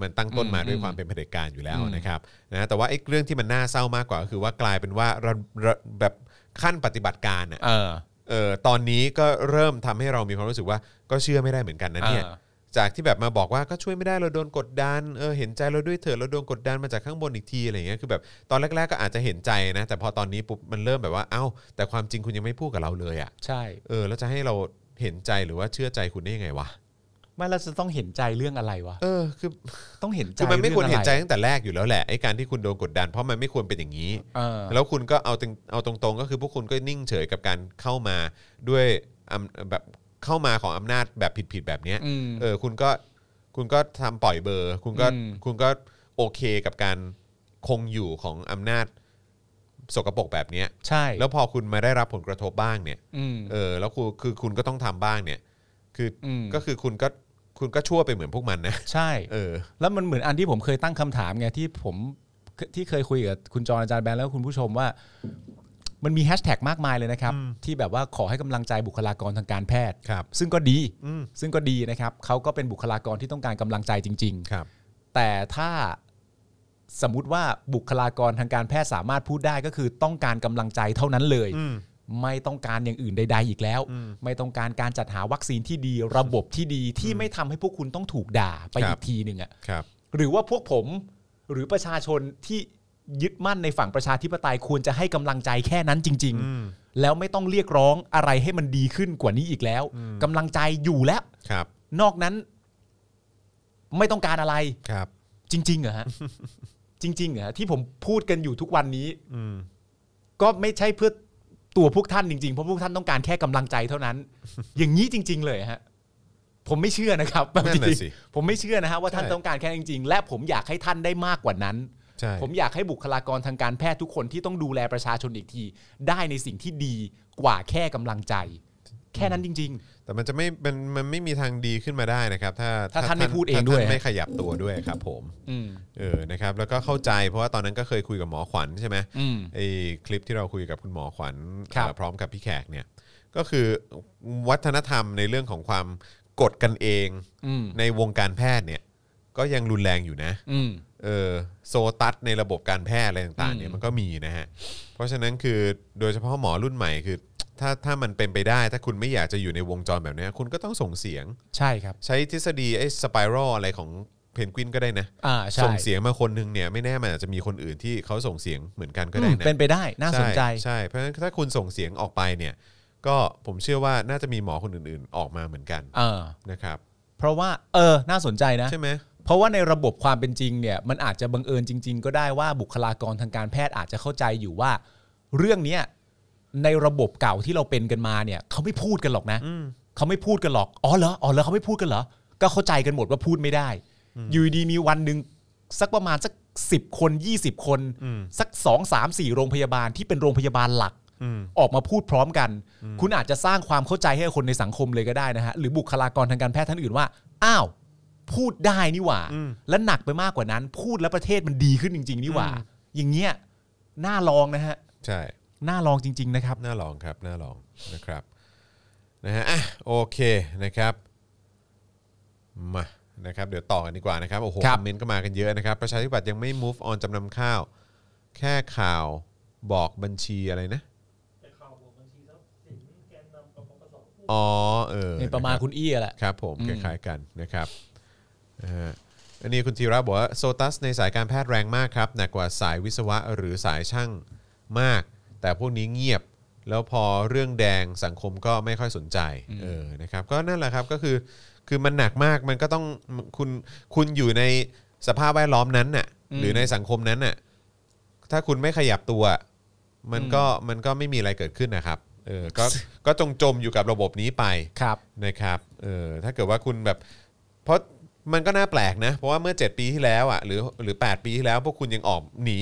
[SPEAKER 2] มันตั้งต้นมา
[SPEAKER 3] อืม
[SPEAKER 2] ด้วยความเป็นเผด็จการอยู่แล้ว
[SPEAKER 3] อืม
[SPEAKER 2] นะครับนะแต่ว่าไอ้เรื่องที่มันน่าเศร้ามากกว่าก็คือว่ากลายเป็นว่าระระแบบขั้นปฏิบัติการอ่ะ
[SPEAKER 3] เออ
[SPEAKER 2] เออตอนนี้ก็เริ่มทำให้เรามีความรู้สึกว่าก็เชื่อไม่ได้เหมือนกันนะเนี่ย
[SPEAKER 3] อ่า
[SPEAKER 2] จากที่แบบมาบอกว่าก็ช่วยไม่ได้เราโดนกดดันเออเห็นใจเราด้วยเถอะเราโดนกดดันมาจากข้างบนอีกทีอะไรอย่างเงี้ยคือแบบตอนแรก ๆ ก็อาจจะเห็นใจนะแต่พอตอนนี้ปุ๊บมันเริ่มแบบว่าเอ้าแต่ความจริงคุณยังไม่พูดกับเราเลยอ่ะ
[SPEAKER 3] ใช่
[SPEAKER 2] เออแล้วจะให้เรา เห็นใจหรือว่าเชื่อใจคุณได้ยังไงวะ
[SPEAKER 3] ไม่เราจะต้องเห็นใจเรื่องอะไรวะ
[SPEAKER 2] เออคือ
[SPEAKER 3] ต้องเห็นใจ
[SPEAKER 2] คือมันไม่ควรเห็นใจ
[SPEAKER 3] องอะไ
[SPEAKER 2] ตั้งแต่แรกอยู่แล้วแหละไอ้การที่คุณโดนกดดัน เพราะมันไม่ควรเป็นอย่างนี้
[SPEAKER 3] เออ
[SPEAKER 2] แล้วคุณก็เอาตรงเอาตรงๆ ก็คือพวกคุณก็นิ่งเฉยกับการเข้ามาด้วยอำแบบเข้ามาของอำนาจแบบผิดๆแบบเนี้ย
[SPEAKER 3] อืม
[SPEAKER 2] เออคุณก็คุณก็ทำปล่อยเบอร์ คุณก็
[SPEAKER 3] อืม
[SPEAKER 2] คุณก็โอเคกับการคงอยู่ของอำนาจสกปรกแบบเนี้ย
[SPEAKER 3] ใช่
[SPEAKER 2] แล้วพอคุณมาได้รับผลกระทบบ้างเนี่ย
[SPEAKER 3] อืม
[SPEAKER 2] เออแล้วคุณคือคุณก็ต้องทำบ้างเนี่ย คืออ
[SPEAKER 3] ม
[SPEAKER 2] ก็คือคุณก็คุณก็ชั่วไปเหมือนพวกมันนะ
[SPEAKER 3] ใช่
[SPEAKER 2] เออ
[SPEAKER 3] แล้วมันเหมือนอันที่ผมเคยตั้งคำถามไงที่ผมที่เคยคุยกับคุณจรอาจารย์แบงค์แล้วคุณผู้ชมว่า มันมีแฮชแท็กมากมายเลยนะครับ ที่แบบว่าขอให้กำลังใจบุคลากรทางการแพทย์
[SPEAKER 2] ครับ
[SPEAKER 3] ซึ่งก็ดี
[SPEAKER 2] อืม
[SPEAKER 3] ซึ่งก็ดีนะครับเขาก็เป็นบุคลากรที่ต้องการกำลังใจจริง
[SPEAKER 2] ครับ
[SPEAKER 3] ๆ แต่ถ้าสมมติว่าบุคลากรทางการแพทย์สามารถพูดได้ก็คือต้องการกำลังใจเท่านั้นเลย
[SPEAKER 2] อืม
[SPEAKER 3] ไม่ต้องการอย่างอื่นใด ๆ อีกแล้ว ไม่ต้องการการจัดหาวัคซีนที่ดีระบบที่ดีที่ไม่ทำให้พวกคุณต้องถูกด่าไป
[SPEAKER 2] ครั
[SPEAKER 3] อี
[SPEAKER 2] บ
[SPEAKER 3] กทีหนึ่งอะ
[SPEAKER 2] ครับ
[SPEAKER 3] หรือว่าพวกผมหรือประชาชนที่ยึดมั่นในฝั่งประชาธิปไตยควรจะให้กำลังใจแค่นั้นจริง
[SPEAKER 2] อืม
[SPEAKER 3] ๆ แล้วไม่ต้องเรียกร้องอะไรให้มันดีขึ้นกว่านี้อีกแล้วกำลังใจอยู่แล้ว
[SPEAKER 2] ครับ
[SPEAKER 3] นอกนั้น ไม่ต้องการอะไร
[SPEAKER 2] ครับ
[SPEAKER 3] จริงๆเหรอฮะ จริงๆเหรอฮะที่ผมพูดกันอยู่ทุกวันนี้
[SPEAKER 2] อืม
[SPEAKER 3] ก็ไม่ใช่เพื่อตัวพวกท่านจริงๆเพราะพวกท่านต้องการแค่กำลังใจเท่า นั้น อย่างนี้จริง ๆ เลยฮะ ผมไม่เชื่อนะครับ
[SPEAKER 2] นั่นน่ะ
[SPEAKER 3] จริงๆ
[SPEAKER 2] สิ
[SPEAKER 3] ผมไม่เชื่อนะฮะว่าท่าน
[SPEAKER 2] ใช่
[SPEAKER 3] ต้องการแค่นั้นจริง ๆ และผมอยากให้ท่านได้มากกว่านั้น
[SPEAKER 2] ใช่
[SPEAKER 3] ผมอยากให้บุคลากรทางการแพทย์ทุกคนที่ต้องดูแลประชาชนอีกที ได้ในสิ่งที่ดีกว่าแค่กำลังใจ แค่นั้นจริง
[SPEAKER 2] แต่มันจะไม่มันมันไม่มีทางดีขึ้นมาได้นะครับ ถ้า
[SPEAKER 3] ถ้าท่านไม่พูดเองด้วย
[SPEAKER 2] ถ้าท่านไม่ขยับตัวด้วยครับ ผม
[SPEAKER 3] ๆ อืม
[SPEAKER 2] เออนะครับ แล้วก็เข้าใจเพราะว่าตอนนั้นก็เคยคุยกับหมอขวัญใช่ไหม
[SPEAKER 3] อืม
[SPEAKER 2] ไอ้คลิปที่เราคุยกับคุณหมอขวัญ
[SPEAKER 3] ครับ
[SPEAKER 2] เอ่อพร้อมกับพี่แขกเนี่ย ก็คือวัฒนธรรมในเรื่องของความกดกันเอง
[SPEAKER 3] อืม
[SPEAKER 2] ในวงการแพทย์เนี่ย ก็ยังรุนแรงอยู่นะ
[SPEAKER 3] อืม
[SPEAKER 2] เออโซตัสในระบบการแพทย์อะไรต่างๆเนี่ย
[SPEAKER 3] อืม
[SPEAKER 2] มันก็มีนะฮะ เพราะฉะนั้นคือโดยเฉพาะหมอรุ่นใหม่คือ ถ้าถ้ามันเป็นไปได้ ถ้าคุณไม่อยากจะอยู่ในวงจรแบบเนี้ยคุณก็ต้องส่งเสียง
[SPEAKER 3] ใช่ครับ
[SPEAKER 2] ใช้ทฤษฎีไอ้สไปรัลอะไรของเพนกวินก็ได้นะ
[SPEAKER 3] อ่าใช่
[SPEAKER 2] ส่งเสียงมาคนหนึงเนี่ยไม่แน่มันอาจจะมีคนอื่นที่เขาส่งเสียงเหมือนกันก็ได้
[SPEAKER 3] อืม
[SPEAKER 2] นะ
[SPEAKER 3] เป็นไปได้น่าสนใจ
[SPEAKER 2] ใช่เพราะฉะนั้นถ้าคุณส่งเสียงออกไปเนี่ย ก็ผมเชื่อว่าน่าจะมีหมอคนอื่นๆ ออกมาเหมือนกัน
[SPEAKER 3] เออ
[SPEAKER 2] นะครับ
[SPEAKER 3] เพราะว่า เออ น่าสนใจนะ
[SPEAKER 2] ใช่ไหม
[SPEAKER 3] เพราะว่าในระบบความเป็นจริงเนี่ยมันอาจจะบังเอิญจริง ๆ ก็ได้ว่าบุคลากรทางการแพทย์อาจจะเข้าใจอยู่ว่า เรื่องเนี้ยในระบบเก่าที่เราเป็นกันมาเนี่ยเขาไม่พูดกันหรอกนะเขาไม่พูดกันหรอกอ๋อเหรออ๋อเหรอเขาไม่พูดกันเหรอก็เข้าใจกันหมดว่าพูดไม่ได้ อยู่ดีมีวันหนึ่งสักประมาณสักสิบคน20 คน
[SPEAKER 2] อืม
[SPEAKER 3] สักสองสามสี่โรงพยาบาลที่เป็นโรงพยาบาลหลัก
[SPEAKER 2] อืม
[SPEAKER 3] ออกมาพูดพร้อมกัน คุณอาจจะสร้างความเข้าใจให้คนในสังคมเลยก็ได้นะฮะ หรือบุคลากรทางการแพทย์ท่านอื่นว่า อ้าว พูดได้นี่หว่า
[SPEAKER 2] อืม
[SPEAKER 3] และหนักไปมากกว่านั้น พูดแล้วประเทศมันดีขึ้นจริง ๆ นี่หว่า อย่างเงี้ยน่าลองนะฮะ
[SPEAKER 2] ใช่
[SPEAKER 3] น่าลองจริง ๆ นะครับ
[SPEAKER 2] น่าลองครับน่าลองนะครับนะฮะอ่ะโอเคนะครับมานะครับเดี๋ยวต่อกันดีกว่านะครับโอ้โห
[SPEAKER 3] ค
[SPEAKER 2] ครับ อมเมนต์ก็มากันเยอะนะครับประชาธิปัตย์ยังไม่ move on จำนำข้าว แค่ข่าวบอกบัญชีอะไรนะอ๋อเออ
[SPEAKER 3] เนี่ยประมาณ
[SPEAKER 2] นคบ
[SPEAKER 3] คุณอี้แหละ
[SPEAKER 2] ครับผม
[SPEAKER 3] อื
[SPEAKER 2] ค
[SPEAKER 3] ม
[SPEAKER 2] ล้ายๆกันนะครับนะฮะอันนี้คุณธีระบอกว่าโซตัสในสายการแพทย์แรงมากครับหนักกว่าสายวิศวะหรือสายช่างมาก แต่พวกนี้เงียบ แล้วพอเรื่องแดงสังคมก็ไม่ค่อยสนใจเออนะครับก็นั่นแหละครับก็คือคือมันหนักมากมันก็ต้องคุณคุณอยู่ในสภาพแวดล้อมนั้นน่ะหรือในสังคมนั้นน่ะถ้าคุณไม่ขยับตัว มันก็มันก็ไม่มีอะไรเกิดขึ้นนะครับเออก็ก็จงจมอยู่กับระบบนี้ไป
[SPEAKER 3] ครับ
[SPEAKER 2] นะครับ เออ ถ้าเกิดว่าคุณแบบ เพราะมันก็น่าแปลกนะ เพราะว่าเมื่อ 7 ปีที่แล้วอ่ะ หรือหรือ 8 ปีที่แล้ว พวกคุณยังออกหนี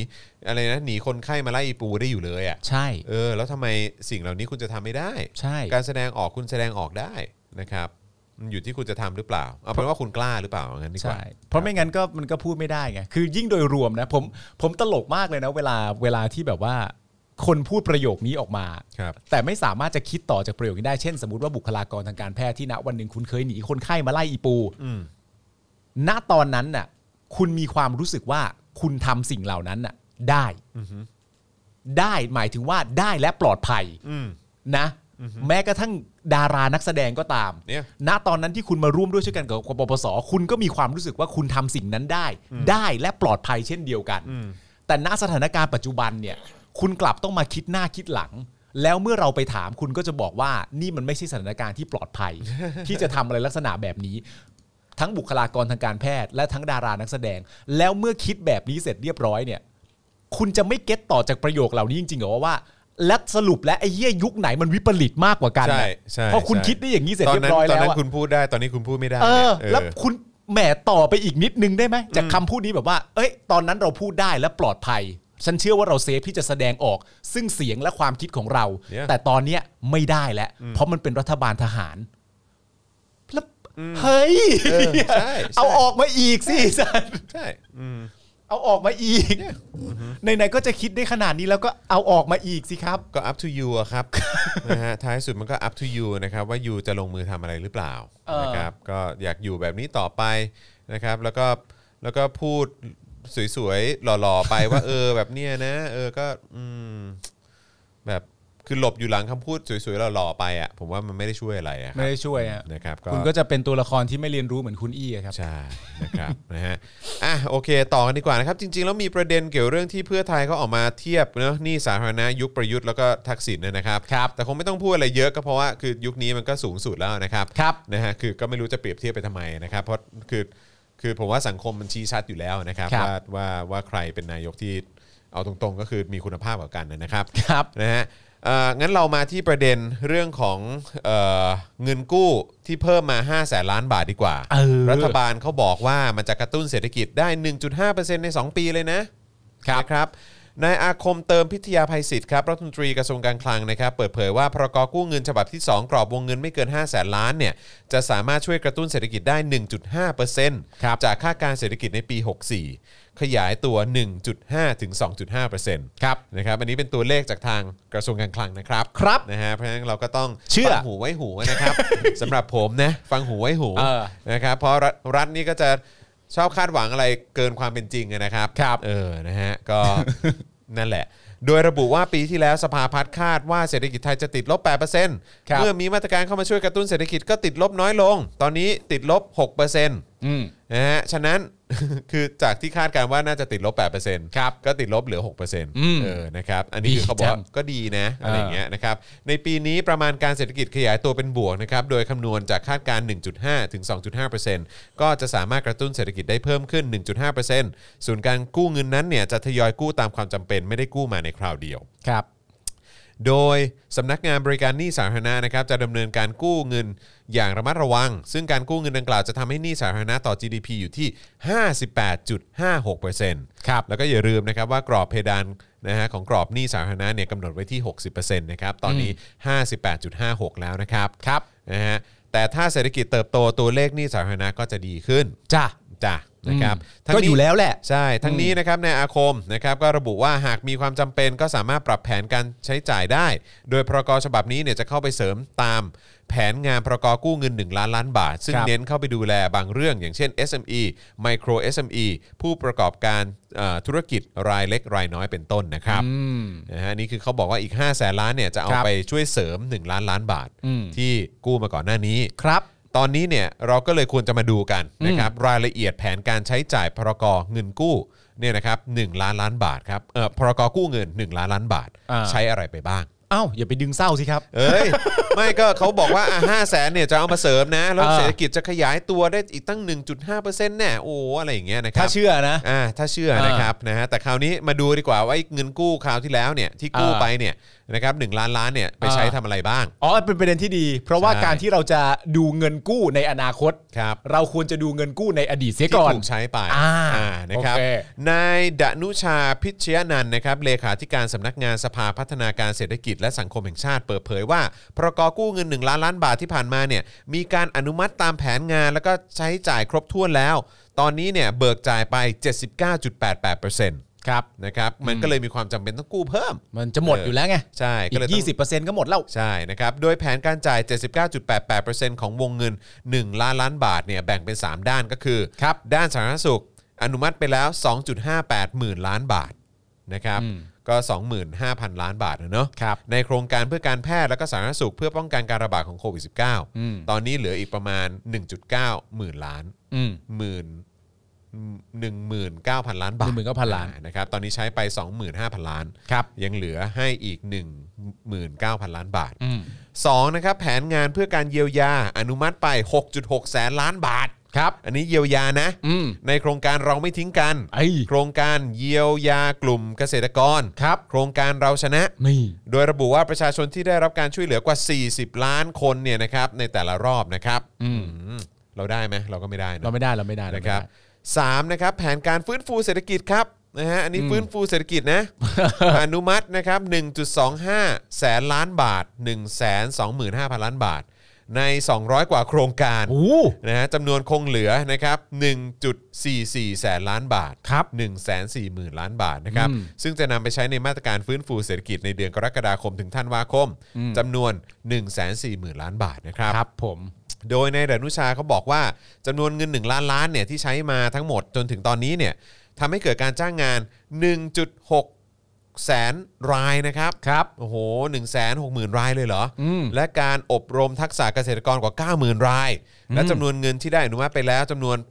[SPEAKER 2] อะไรนะ หนีคนไข้มาไล่อีปูได้อยู่เลยอ่ะ
[SPEAKER 3] ใช่
[SPEAKER 2] เออ แล้วทำไมสิ่งเหล่านี้คุณจะทำไม่ได้
[SPEAKER 3] ใช่
[SPEAKER 2] การแสดงออกคุณแสดงออกได้นะครับมันอยู่ที่คุณจะทำหรือเปล่า เอาเป็นว่าคุณกล้าหรือเปล่างั้นดีกว่า
[SPEAKER 3] ใช่ เพราะไม่งั้นก็มันก็พูดไม่ได้ไง คือยิ่งโดยรวมนะผมผมตลกมากเลยนะ เวลาเวลาที่แบบว่า คนพูดประโยคนี้ออกมา
[SPEAKER 2] ครับ
[SPEAKER 3] แต่ไม่สามารถจะคิดต่อจากประโยคนี้ได้ เช่น สมมติว่าบุคลากรทางการแพทย์ที่ณวันหนึ่งคุณเคยหนีคนไข้มาไล่อีปู
[SPEAKER 2] อืม
[SPEAKER 3] ณตอนนั้นน่ะ คุณมีความรู้สึกว่าคุณทำสิ่งเหล่านั้นน่ะ ได้ ได้หมายถึงว่าได้และปลอดภัย
[SPEAKER 2] อืม
[SPEAKER 3] นะ แม้กระทั่งดารานักแสดงก็ตาม
[SPEAKER 2] เนี่ย
[SPEAKER 3] ณตอนนั้นที่คุณมาร่วมด้วยช่วยกันกับกปปส คุณก็มีความรู้สึกว่าคุณทำสิ่งนั้นได้ ได้และปลอดภัยเช่นเดียวกัน แต่ณสถานการณ์ปัจจุบันเนี่ย คุณกลับต้องมาคิดหน้าคิดหลัง แล้วเมื่อเราไปถามคุณก็จะบอกว่านี่มันไม่ใช่สถานการณ์ที่ปลอดภั ย ที่จะทำอะไรลักษณะแบบนี้ ทั้งบุคลากรทางการแพทย์และทั้งดารานักแสดง แล้วเมื่อคิดแบบนี้เสร็จเรียบร้อยเนี่ย คุณจะไม่เก็ตต่อจากประโยคเหล่านี้จริงๆเหรอว่าว่าและสรุปและไอ้เหี้ยยุคไหนมันวิปริตมากกว่ากัน
[SPEAKER 2] ใช่
[SPEAKER 3] น่ะ
[SPEAKER 2] ใช่
[SPEAKER 3] พอคุณ
[SPEAKER 2] ใช่
[SPEAKER 3] คิดได้อย่างนี้เสร็จ
[SPEAKER 2] ตอน
[SPEAKER 3] เรีย
[SPEAKER 2] นั้น
[SPEAKER 3] บร้อย
[SPEAKER 2] ตอน
[SPEAKER 3] แล้ว
[SPEAKER 2] นั้น
[SPEAKER 3] อะ
[SPEAKER 2] คุณพูดได้ตอนนี้คุณพูดไม่ได้
[SPEAKER 3] เออ
[SPEAKER 2] นี่ย
[SPEAKER 3] แล้วคุณแหมต่อไปอีกนิดนึงได้ไหมจากคำพูดนี้แบบว่า เอ้ย ตอนนั้นเราพูดได้และปลอดภัย ฉันเชื่อว่าเราเซฟที่จะแสดงออก ซึ่งเสียงและความคิดของเรา
[SPEAKER 2] Yeah.
[SPEAKER 3] แต่ตอนเนี้ยไม่ได้แล้ว เพราะมันเป็นรัฐบาลทหารแล้วเฮ้ย
[SPEAKER 2] เออใช่ใช่
[SPEAKER 3] เอาออกมาอีกสิสัน
[SPEAKER 2] ใช่อืม
[SPEAKER 3] เอาออกมาอีกไหนๆก็จะคิดได้ขนาดนี้แล้วก็เอาออกมาอีกสิครับ
[SPEAKER 2] ก็ up to you อะครับ นะฮะท้ายสุดมันก็ up to you นะครับว่า you จะลงมือทำอะไรหรือเปล่า
[SPEAKER 3] เออ
[SPEAKER 2] นะครับก็อยากอยู่แบบนี้ต่อไปนะครับ แล้วก็แล้วก็พูดสวยๆ หล่อๆ ไปว่า เออแบบเนี้ยนะเออก็อืมแบบคือหลบอยู่หลังคำพูดสวยๆ หล่อๆ ไปอ่ะผมว่ามันไม่ได้ช่วยอะไรอะครับ
[SPEAKER 3] ไม่ได้ช่วยฮะ
[SPEAKER 2] นะครับ
[SPEAKER 3] คุณก็จะเป็นตัวละครที่ไม่เรียนรู้เหมือนคุณอี้อะครับ
[SPEAKER 2] ใช่นะครับ นะฮะอ่ะโอเค ต่อกันดีกว่านะครับ จริง ๆ แล้วมีประเด็นเกี่ยวเรื่องที่เพื่อไทยเขาออกมาเทียบเนอะหนี่สาธารณะยุคประยุทธ์แล้วก็ทักษิณเนยนะครับ
[SPEAKER 3] ครับ
[SPEAKER 2] แต่คงไม่ต้องพูดอะไรเยอะก็เพราะว่าคือยุคนี้มันก็สูงสุดแล้วนะครับ
[SPEAKER 3] ครับ
[SPEAKER 2] นะฮะคือก็ไม่รู้จะเปรียบเทียบไปทำไมนะครับเพราะคือคือผมว่าสังคมมันชี้ชัดอยู่แล้วนะครับ
[SPEAKER 3] ครับ
[SPEAKER 2] ว่าว่าว่าใครเป็นนายกที่เอาตรงๆ ก็คือมีคุณภาพกว่ากันนะครับ
[SPEAKER 3] ครับ
[SPEAKER 2] นะฮะเอ่องั้นเรามาที่ประเด็นเรื่องของเอ่อเงินกู้ที่เพิ่มมา 5 แสนล้านบาทดีกว่า
[SPEAKER 3] เออ
[SPEAKER 2] รัฐบาลเขาบอกว่ามันจะกระตุ้นเศรษฐกิจได้ 1.5%ใน 2 ปีเลยนะ ครับครับนายอาคมเติมพิทยาภัยศิษฐ์ครับรัฐมนตรีกระทรวงการคลังนะครับ เปิดเผยว่าพรกกู้เงินฉบับที่ 2 กรอบวงเงินไม่เกิน 5 0 0แสนล้านเนี่ยจะสามารถช่วยกระตุ้นเศรษฐกิจได้ 1.5%ครับจากค่าดการณ์เศรษฐกิจในปี 64 ขยายตัว 1.5ถึง2.5%
[SPEAKER 3] ครับ
[SPEAKER 2] นะครับอันนี้เป็นตัวเลขจากทางกระทรวงการคลังนะครับ
[SPEAKER 3] ครับ
[SPEAKER 2] นะฮะเพราะฉะนั้นเราก็ต้อง
[SPEAKER 3] เชื่อ
[SPEAKER 2] ฟังหูไว้หูนะครับ สำหรับผมนะฟังหูไว้หู
[SPEAKER 3] เออ
[SPEAKER 2] นะครับเพราะรัฐรัฐนี่ก็จะชอบคาดหวังอะไรเกินความเป็นจริงอะนะครับ
[SPEAKER 3] ครับ
[SPEAKER 2] เออ นะฮะ ก็ นั่นแหละ โดยระบุว่าปีที่แล้วสภาพัฒน์คาดว่าเศรษฐกิจไทยจะติดลบ 8%
[SPEAKER 3] ครับ
[SPEAKER 2] เมื่อมีมาตรการเข้ามาช่วยกระตุ้นเศรษฐกิจก็ติดลบน้อยลง ตอนนี้ติดลบ 6%
[SPEAKER 3] อืม
[SPEAKER 2] นะฮะ ฉะนั้น คือจากที่คาดการณ์ว่าน่าจะติดลบ 8%
[SPEAKER 3] ครับ
[SPEAKER 2] ก็ติดลบเหลือ 6%เ
[SPEAKER 3] ม
[SPEAKER 2] ออ นะครับ อันนี้คือเขาบอกว่า
[SPEAKER 3] ดีจัง
[SPEAKER 2] ก็ดีนะ อะไรอย่างเงี้ยนะครับ ในปีนี้ประมาณการเศรษฐกิจขยายตัวเป็นบวกนะครับ โดยคำนวณจากคาดการณ์ 1.5 ถึง 2.5%ก็จะสามารถกระตุ้นเศรษฐกิจได้เพิ่มขึ้น 1.5%ส่วนการกู้เงินนั้นเนี่ยจะทยอยกู้ตามความจำเป็นไม่ได้กู้มาในคราวเดียว
[SPEAKER 3] ครับ
[SPEAKER 2] โดยสำนักงานบริการหนี้สาธารณะนะครับจะดำเนินการกู้เงินอย่างระมัดระวัง ซึ่งการกู้เงินดังกล่าวจะทำให้หนี้สาธารณะต่อ GDP อยู่ที่ 58.56%
[SPEAKER 3] ครับ
[SPEAKER 2] แล้วก็อย่าลืมนะครับว่ากรอบเพดานนะฮะของกรอบหนี้สาธารณะเนี่ยกำหนดไว้ที่ 60%นะครับตอนนี้ 58.56 แล้วนะครับ
[SPEAKER 3] ครับ
[SPEAKER 2] นะฮะแต่ถ้าเศรษฐกิจเติบโตตัวเลขหนี้สาธารณะก็จะดีขึ้น
[SPEAKER 3] จ้ะ
[SPEAKER 2] จ้ะนะครับทั้ง
[SPEAKER 3] ก็
[SPEAKER 2] นี้
[SPEAKER 3] อยู่แล้วแหละ
[SPEAKER 2] ใช่ ทั้งนี้นะครับในอาคมนะครับก็ระบุว่าหากมีความจำเป็นก็สามารถปรับแผนการใช้จ่ายได้ โดยพรกฉบับนี้เนี่ยจะเข้าไปเสริมตามแผนงานพรกกู้เงิน 1 ล้านล้านบาท ซึ่ง
[SPEAKER 3] ครับ
[SPEAKER 2] เน้นเข้าไปดูแลบางเรื่อง อย่างเช่น SME Micro SME ผู้ประกอบการเอ่อธุรกิจรายเล็กรายน้อยเป็นต้นนะครับนะฮะนี่คือเขาบอกว่าอีก 5 0 0แสนล้านเนี่ยจะเอา
[SPEAKER 3] ครับ
[SPEAKER 2] ไปช่วยเสริม 1 ล้านล้านบาท
[SPEAKER 3] อืม
[SPEAKER 2] ที่กู้มาก่อนหน้านี้
[SPEAKER 3] ครับ
[SPEAKER 2] ตอนนี้เนี่ยเราก็เลยควรจะมาดูกันนะครับรายละเอียดแผนการใช้จ่ายพรกเงินกู้เนี่ยนะครับหนึ่งล้านล้านบาทครับเอ่อพรกกู้เงิน 1 ล้านล้านบาท
[SPEAKER 3] อ่า
[SPEAKER 2] ใช้อะไรไปบ้าง
[SPEAKER 3] เอ้าอย่าไปดึงเศร้าสิครับ
[SPEAKER 2] เอ้ย ไม่ก็เขาบอกว่าอ่ะห้าแสนเนี่ยจะเอามาเสริมนะ แล้ว
[SPEAKER 3] อ่า
[SPEAKER 2] เศรษฐกิจจะขยายตัวได้อีกตั้ง 1.5%แน่โอ้อะไรอย่างเงี้ยนะครับ
[SPEAKER 3] ถ้าเชื่อนะ
[SPEAKER 2] อ่าถ้าเชื่อนะครับนะฮะแต่คราวนี้มาดูดีกว่าว่าไอ้เงินกู้คราวที่แล้วเนี่ยที่กู้
[SPEAKER 3] อ่า
[SPEAKER 2] ไปเนี่ยนะครับหนึ่งล้านล้านเนี่ยไป
[SPEAKER 3] อ่า
[SPEAKER 2] ใช้ทำอะไรบ้าง
[SPEAKER 3] อ๋อเป็นประเด็นที่ดี เพราะว่า
[SPEAKER 2] ใช่
[SPEAKER 3] การที่เราจะดูเงินกู้ในอนาคต
[SPEAKER 2] ครับ
[SPEAKER 3] เราควรจะดูเงินกู้ในอดีตเสีย
[SPEAKER 2] ที่
[SPEAKER 3] ก่อน
[SPEAKER 2] ถูกใช้ไป
[SPEAKER 3] อ่า
[SPEAKER 2] อ่านะครับ
[SPEAKER 3] โอเคน
[SPEAKER 2] ายดนุชาพิชยนันท์นะครับ เลขาธิการสำนักงานสภาพัฒนาการเศรษฐกิจและสังคมแห่งชาติเปิดเผยว่าพรกกู้เงิน 1 ล้านล้านบาทที่ผ่านมาเนี่ย มีการอนุมัติตามแผนงานแล้วก็ใช้จ่ายครบถ้วนแล้ว ตอนนี้เนี่ยเบิกจ่ายไป 79.88%
[SPEAKER 3] ครับ
[SPEAKER 2] นะครับ มันก็เลยมีความจำเป็นต้องกู้เพิ่ม
[SPEAKER 3] มันจะหมดอยู่แล้วไง
[SPEAKER 2] ใช่
[SPEAKER 3] อี
[SPEAKER 2] ก็เลย
[SPEAKER 3] ก
[SPEAKER 2] ต้อง
[SPEAKER 3] 20%ก็หมดแล้ว
[SPEAKER 2] ใช่นะครับ โดยแผนการจ่าย 79.88%ของวงเงิน 1 ล้านล้านบาทเนี่ยแบ่งเป็น 3 ด้านก็คือ
[SPEAKER 3] ครับ
[SPEAKER 2] ด้านสาธารณสุข อนุมัติไปแล้ว 2.58 หมื่นล้านบาทนะครับ
[SPEAKER 3] อืม
[SPEAKER 2] ก็ 25,000 ล้านบาทนะเนอะ
[SPEAKER 3] ครับ
[SPEAKER 2] ในโครงการเพื่อการแพทย์และก็สาธารณสุขเพื่อป้องกันการระบาดของโควิด
[SPEAKER 3] อืม
[SPEAKER 2] -19 ตอนนี้เหลืออีกประมาณ 1.9 หมื่นล้าน
[SPEAKER 3] อืม
[SPEAKER 2] หมื่น 19,000 ล้านบาท
[SPEAKER 3] 19,000ล้าน
[SPEAKER 2] อ่นะครับตอนนี้ใช้ไป 25,000 ล้าน
[SPEAKER 3] ครับ
[SPEAKER 2] ยังเหลือให้อีก 19,000 ล้านบาท
[SPEAKER 3] อืม
[SPEAKER 2] 2นะครับแผนงานเพื่อการเยียวยาอนุมัติไป 6.6 แสนล้านบาท
[SPEAKER 3] ครับ
[SPEAKER 2] อันนี้เยียวยานะ
[SPEAKER 3] อืม
[SPEAKER 2] ในโครงการเราไม่ทิ้งกัน
[SPEAKER 3] ไอ้
[SPEAKER 2] โครงการเยียวยากลุ่มเกษตรกร
[SPEAKER 3] ครับ
[SPEAKER 2] โครงการเราชนะ
[SPEAKER 3] นี่
[SPEAKER 2] โดยระบุว่าประชาชนที่ได้รับการช่วยเหลือกว่า 40 ล้านคนเนี่ยนะครับในแต่ละรอบนะครับ
[SPEAKER 3] อืม
[SPEAKER 2] อืมเราได้ไหมเราก็ไม่ได้นะ
[SPEAKER 3] เราไม่ได้เราไม่ได้เา
[SPEAKER 2] นะ
[SPEAKER 3] ไม่
[SPEAKER 2] ค
[SPEAKER 3] ได้
[SPEAKER 2] รับสามนะครับแผนการฟื้นฟูเศรษฐกิจครับนะฮะอันนี้
[SPEAKER 3] อืม
[SPEAKER 2] ฟื้นฟูเศรษฐกิจ นะ อนุมัตินะครับ1.25 แสนล้านบาท 1 2 5 0 0 0 ล้านบาท ใน 200 กว่าโครงการ
[SPEAKER 3] โอ้โห
[SPEAKER 2] นะฮะจำนวนคงเหลือนะครับ1.44 แสนล้านบาท
[SPEAKER 3] ครับ
[SPEAKER 2] 1 4 0 0 0 0 ล้านบาทนะครับ
[SPEAKER 3] อืม
[SPEAKER 2] ซึ่งจะนำไปใช้ในมาตรการฟื้นฟูเศรษฐกิจในเดือนกรกฎาคมถึงธันวาคม
[SPEAKER 3] อืม
[SPEAKER 2] จำนวน 1 4 0 0 0 0 ล้านบาทนะครับ
[SPEAKER 3] ครับผม
[SPEAKER 2] โดยในายดนุชาเขาบอกว่าจำนวนเงิน 1 ล้านล้านเนี่ยที่ใช้มาทั้งหมดจนถึงตอนนี้เนี่ยทำให้เกิดการจ้างงาน 1.6 แสนรายนะครับ
[SPEAKER 3] ครับ
[SPEAKER 2] โอ้โห1 6 0 0 0 0 รายเลยเหรออ
[SPEAKER 3] อืม
[SPEAKER 2] และการอบรมทักษะเกษตรกรกว่า 90,000 ราย และจำนวนเงินที่ได้อนุมัติไปแล้วจำนวน 8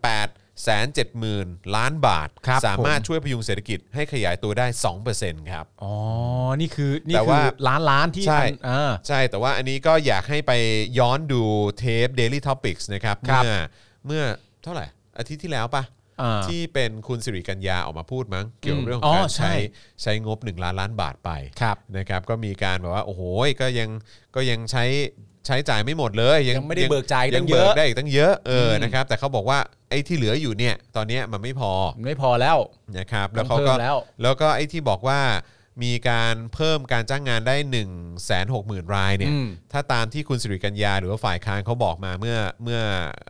[SPEAKER 2] 7 0 0 0 0 ล้านบาท
[SPEAKER 3] ครับ
[SPEAKER 2] สามารถ
[SPEAKER 3] ผม
[SPEAKER 2] ช่วยพยุงเศรษฐกิจให้ขยายตัวได้ 2%ครับ
[SPEAKER 3] อ๋อ นี่คือ นี่
[SPEAKER 2] แต่
[SPEAKER 3] คื
[SPEAKER 2] ว่า
[SPEAKER 3] อล้านล้านที่
[SPEAKER 2] ใช่
[SPEAKER 3] อันอ่า
[SPEAKER 2] ใช่แต่ว่าอันนี้ก็อยากให้ไปย้อนดูเทป Daily Topics นะครับ
[SPEAKER 3] ครับ
[SPEAKER 2] เมื่อเมื่อเท่าไหร่ อาทิตย์ที่แล้วปะ
[SPEAKER 3] อ่า
[SPEAKER 2] ที่เป็นคุณสิริกัญญาออกมาพูดมั้ง เกี่ยวกับเรื่องข
[SPEAKER 3] อ๋
[SPEAKER 2] อง
[SPEAKER 3] อ
[SPEAKER 2] การ
[SPEAKER 3] ใช่
[SPEAKER 2] ใช้ใช้งบ 1 ล้านล้านบาทไป
[SPEAKER 3] ครับ
[SPEAKER 2] นะครับก็มีการแบบว่าโอ้โหยก็ยังก็ยังใช้ใช้จ่ายไม่หมดเลย
[SPEAKER 3] ยังไม่ได้เบิกจ่าย
[SPEAKER 2] ยัง
[SPEAKER 3] ตั้งเยอะ
[SPEAKER 2] เบิกได้อีกตั้งเยอะเอออนะครับแต่เขาบอกว่าไอ้ที่เหลืออยู่เนี่ยตอนเนี้ยมันไม่พอ
[SPEAKER 3] มันไม่พอแล้ว
[SPEAKER 2] นะครับ
[SPEAKER 3] ต้
[SPEAKER 2] แล้
[SPEAKER 3] อ
[SPEAKER 2] ว
[SPEAKER 3] ง
[SPEAKER 2] เขาก็
[SPEAKER 3] เพิ่มแล้ว
[SPEAKER 2] แล้วก็ไอ้ที่บอกว่ามีการเพิ่มการจ้างงานได้ 1 6 0 0 0 0 รายเนี่ย
[SPEAKER 3] อืม
[SPEAKER 2] ถ้าตามที่คุณสิริกัญญาหรือว่าฝ่ายค้านเขาบอกมาเมื่อเมื่อ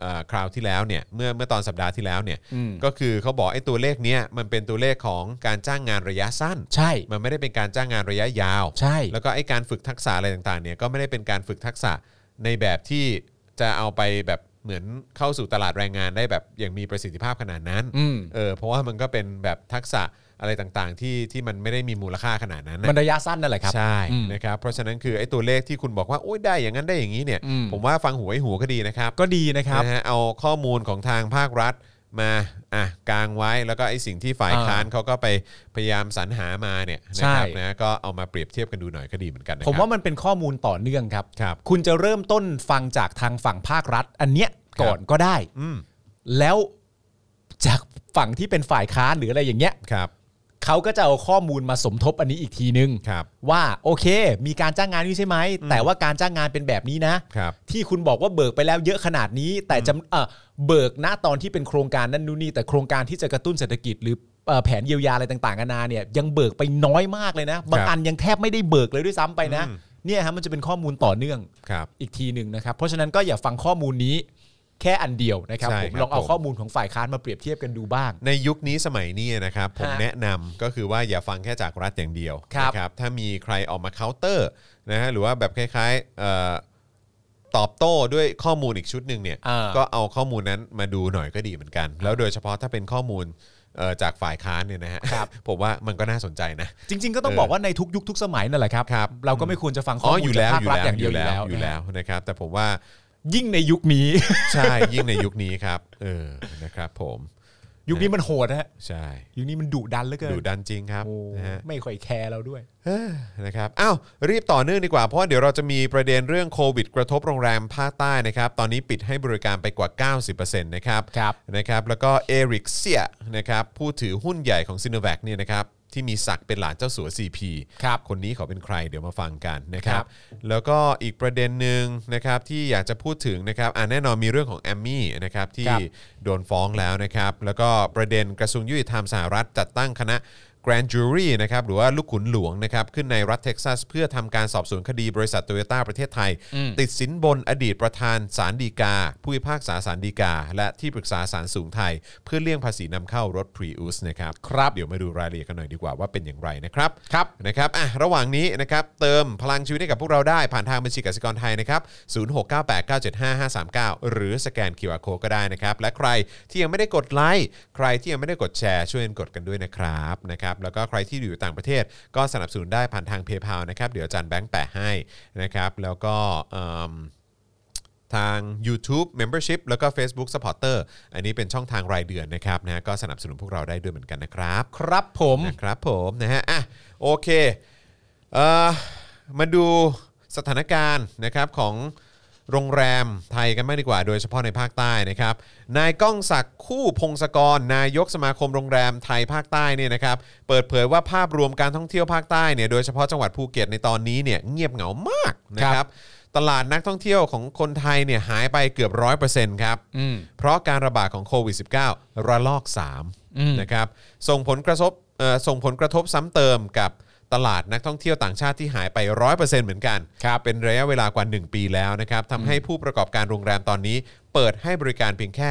[SPEAKER 2] เอ่อคราวที่แล้วเนี่ยเมื่อเมื่อตอนสัปดาห์ที่แล้วเนี่ย
[SPEAKER 3] อืม
[SPEAKER 2] ก็คือเขาบอกไอ้ตัวเลขเนี้ยมันเป็นตัวเลขของการจ้างงานระยะสั้น
[SPEAKER 3] ใช่
[SPEAKER 2] มันไม่ได้เป็นการจ้างงานระยะยาว
[SPEAKER 3] ใช่
[SPEAKER 2] แล้วก็ไอ้การฝึกทักษะอะไรต่างๆเนี่ยก็ไม่ได้เป็นการฝึกทักษะในแบบที่จะเอาไปแบบเหมือนเข้าสู่ตลาดแรงงานได้แบบอย่างมีประสิทธิภาพขนาดนั้น
[SPEAKER 3] อืม
[SPEAKER 2] เออเพราะว่ามันก็เป็นแบบทักษะอะไรต่างๆ ที่ที่มันไม่ได้มีมูลค่าขนาดนั้นน่ะ
[SPEAKER 3] มันระยะสั้นนั่นแหละครับ
[SPEAKER 2] ใช่
[SPEAKER 3] อืม
[SPEAKER 2] นะครับเพราะฉะนั้นคือไอ้ตัวเลขที่คุณบอกว่าโอ้ยได้อย่างนั้นได้อย่างนี้เนี่ย
[SPEAKER 3] อืม
[SPEAKER 2] ผมว่าฟังหูไว้หูก็ดีนะครับ
[SPEAKER 3] ก็ดีนะครับ
[SPEAKER 2] นะฮะเอาข้อมูลของทางภาครัฐมาอ่ะกลางไว้แล้วก็ไอ้สิ่งที่ฝ่าย
[SPEAKER 3] อ่า
[SPEAKER 2] ค้านเขาก็ไปพยายามสรรหามาเนี่ยนะ
[SPEAKER 3] ใช่
[SPEAKER 2] ครับนะก็เอามาเปรียบเทียบกันดูหน่อยก็ดีเหมือนกันนะครับ
[SPEAKER 3] ผมว่ามันเป็นข้อมูลต่อเนื่องครับ
[SPEAKER 2] ครับ
[SPEAKER 3] คุณจะเริ่มต้นฟังจากทางฝั่งภาครัฐ อันเนี้ยก่อนก็ได้
[SPEAKER 2] อืม
[SPEAKER 3] แล้วจากฝั่งที่เป็นฝ่ายค้านหรืออะไรอย่างเงี้ย
[SPEAKER 2] ครับ
[SPEAKER 3] เขาก็จะเอาข้อมูลมาสมทบอันนี้อีกทีนึง
[SPEAKER 2] ครับ
[SPEAKER 3] ว่าโอเค มีการจ้างงานนี่ใช่ไหม แต่ว่าการจ้างงานเป็นแบบนี้นะ
[SPEAKER 2] ครับ
[SPEAKER 3] ที่คุณบอกว่าเบิกไปแล้วเยอะขนาดนี้ แต่จำเอ่อเบิกณตอนที่เป็นโครงการนั่นนู่นนี่แต่โครงการที่จะกระตุ้นเศรษฐกิจหรือเอ่อแผนเยียวยาอะไรต่างๆกันานาเนี่ยยังเบิกไปน้อยมากเลยนะ บาง
[SPEAKER 2] ครับ
[SPEAKER 3] อันยังแทบไม่ได้เบิกเลยด้วยซ้ำไปนะ
[SPEAKER 2] อืม
[SPEAKER 3] เนี่ยฮะมันจะเป็นข้อมูลต่อเนื่อง
[SPEAKER 2] ครับ
[SPEAKER 3] อีกทีหนึ่งนะครับ เพราะฉะนั้นก็อย่าฟังข้อมูลนี้แค่อันเดียวนะครับ
[SPEAKER 2] ใช่
[SPEAKER 3] ผม
[SPEAKER 2] ครับ
[SPEAKER 3] ลองเอา
[SPEAKER 2] ผม
[SPEAKER 3] ข้อมูลของฝ่ายค้านมาเปรียบเทียบกันดูบ้าง
[SPEAKER 2] ในยุคนี้สมัยนี้นะครับ ผม
[SPEAKER 3] ฮะ
[SPEAKER 2] แนะนำก็คือว่าอย่าฟังแค่จากรัฐอย่างเดียว
[SPEAKER 3] ครับ
[SPEAKER 2] นะครับถ้ามีใครออกมาเคาน์เตอร์นะฮะหรือว่าแบบคล้ายๆเอ่อตอบโต้ด้วยข้อมูลอีกชุดหนึ่งเนี่ย
[SPEAKER 3] อ่า
[SPEAKER 2] ก็เอาข้อมูลนั้นมาดูหน่อยก็ดีเหมือนกัน แล้วโดยเฉพาะถ้าเป็นข้อมูลเอ่อจากฝ่ายค้านเนี่ยนะฮะ
[SPEAKER 3] ครับ
[SPEAKER 2] ผมว่ามันก็น่าสนใจนะ
[SPEAKER 3] จริง ๆ ก็ต้อง
[SPEAKER 2] เออ
[SPEAKER 3] บอกว่าในทุกยุคทุกสมัยนั่นแหละครับ
[SPEAKER 2] ครับ
[SPEAKER 3] เราก็ไม่ควรจะฟังข้
[SPEAKER 2] อ๋
[SPEAKER 3] อ
[SPEAKER 2] ออ
[SPEAKER 3] มูล
[SPEAKER 2] ยู่
[SPEAKER 3] จา
[SPEAKER 2] แล้
[SPEAKER 3] ก
[SPEAKER 2] ว
[SPEAKER 3] ภา
[SPEAKER 2] อยู่แล้ว
[SPEAKER 3] ครัฐอย่าง
[SPEAKER 2] อ
[SPEAKER 3] เดียว
[SPEAKER 2] ยู่แล้วอยู่
[SPEAKER 3] นะ
[SPEAKER 2] แล้วนะครับ แต่ผมว่า
[SPEAKER 3] ยิ่งในยุคนี้
[SPEAKER 2] ใช่ยิ่งในยุคนี้ครับเออนะครับ ผม
[SPEAKER 3] ยุคนี้มันโหดนะฮะ
[SPEAKER 2] ใช่
[SPEAKER 3] ยุคนี้มันดุดันเหลือเกิน
[SPEAKER 2] ดูดันจริงครับ
[SPEAKER 3] โอ้
[SPEAKER 2] นะฮะ
[SPEAKER 3] ไม่ค่อยแคร์เราด้วย
[SPEAKER 2] เอ้อนะครับ อ้าว รีบต่อเนื่องดีกว่า เพราะว่าเดี๋ยวเราจะมีประเด็นเรื่องโควิดกระทบโรงแรมภาคใต้นะครับ ตอนนี้ปิดให้บริการไปกว่า 90%นะครับ
[SPEAKER 3] ครับ
[SPEAKER 2] นะครับ แล้วก็เอริกเซียนะครับผู้ถือหุ้นใหญ่ของซิน o v ว c เนี่ยนะครับ ที่มีศักดิ์เป็นหลานเจ้าสัว CP
[SPEAKER 3] ครับ
[SPEAKER 2] คนนี้เขาเป็นใครเดี๋ยวมาฟังกันนะครั
[SPEAKER 3] ครับ บ
[SPEAKER 2] แล้วก็อีกประเด็นหนึ่งนะครับที่อยากจะพูดถึงนะครับอ่าแน่นอนมีเรื่องของแอมมี่นะครับที่
[SPEAKER 3] ครับ
[SPEAKER 2] โดนฟ้องแล้วนะครับ แล้วก็ประเด็นกระทรวงยุติธรรมสหรัฐจัดตั้งคณะ Grand Jury นะครับหรือว่าลูกขุนหลวงนะครับขึ้นในรัฐเท็กซัส เพื่อทำการสอบสวนคดีบริษัทโตโยต้าประเทศไทย ติดสินบนอดีตประธานศาลฎีกา ผู้พิพากษาศาลฎีกา และที่ปรึกษาศาลสูงไทย เพื่อเลี่ยงภาษีนำเข้ารถ Prius นะครับครับเดี๋ยวมาดูรายละเอียดกันหน่อยดีกว่าว่าเป็นอย่างไรนะครับ
[SPEAKER 3] ครับ
[SPEAKER 2] นะครับอ่ะระหว่างนี้นะครับเติมพลังชีวิตให้กับพวกเราได้ผ่านทางบัญชีกสิกรไทยนะครับ 0698975539 หรือสแกน QR Code ก็ได้นะครับ และใครที่ยังไม่ได้กดไลค์ใครที่ยังไม่ได้กดแชร์ช่วยกันกดกันด้วยนะครับนะครับแล้วก็ใครที่อยู่ต่างประเทศก็สนับสนุนได้ผ่านทางเพย์พานะครับ เดี๋ยวอาจารย์แบงค์แปะให้นะครับ แล้วก็เอิ่ม ทาง YouTube Membership แล้วก็ Facebook Supporter อันนี้เป็นช่องทางรายเดือนนะครับนะฮะก็สนับสนุนพวกเราได้ด้วยเหมือนกันนะครับ
[SPEAKER 3] ครับผม
[SPEAKER 2] นะครับผมนะฮะอ่ะโอเคเอ่อมาดูสถานการณ์นะครับของโรงแรมไทยกันมากดีกว่า โดยเฉพาะในภาคใต้นะครับนายก้องศักดิ์คู่พงศกร นายกสมาคมโรงแรมไทยภาคใต้เนี่ยนะครับเปิดเผยว่าภาพรวมการท่องเที่ยวภาคใต้เนี่ยโดยเฉพาะจังหวัดภูเก็ตในตอนนี้เนี่ยเงียบเหงามากนะครับตลาดนักท่องเที่ยวของคนไทยเนี่ยหายไปเกือบร้อยเปอร์เซ็นต์ครับ
[SPEAKER 3] อืม
[SPEAKER 2] เพราะการระบาดของโควิด -19 ระลอก
[SPEAKER 3] อืม
[SPEAKER 2] 3 นะครับ ส่งผลกระทบเอ่อส่งผลกระทบซ้ำเติมกับตลาดนักท่องเที่ยวต่างชาติที่หายไป 100%เหมือนกัน เป็นระยะเวลากว่า 1 ปีแล้วนะครับทำให้ผู้ประกอบการโรงแรมตอนนี้ เปิดให้บริการเพียงแค่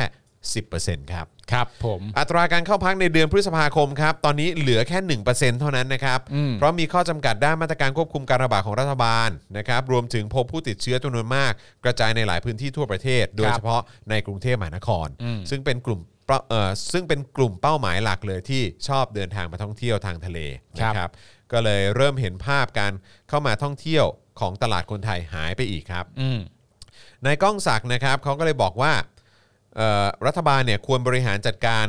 [SPEAKER 2] 10%ครับ
[SPEAKER 3] ครับผม
[SPEAKER 2] อัตราการเข้าพักในเดือนพฤษภาคมครับ ตอนนี้เหลือแค่ 1%เท่านั้นนะครับ
[SPEAKER 3] อืม
[SPEAKER 2] เพราะมีข้อจำกัดด้านมาตรการควบคุมการระบาดของรัฐบาลนะครับ รวมถึงพบผู้ติดเชื้อจำนวนมาก กระจายในหลายพื้นที่ทั่วประเทศ โดยเฉพาะในกรุงเทพมหานคร ซึ่งเป็นกลุ่มเป้าเอ่อซึ่งเป็นกลุ่มเป้าหมายหลักเลยที่ชอบเดินทางมาท่องเที่ยวทางทะเลนะครับ ก็เลยเริ่มเห็นภาพการเข้ามาท่องเที่ยวของตลาดคนไทยหายไปอีกครับ
[SPEAKER 3] อืม
[SPEAKER 2] นายก้องศักดิ์นะครับเขาก็เลยบอกว่าเอ่อรัฐบาลเนี่ยควรบริหารจัดการ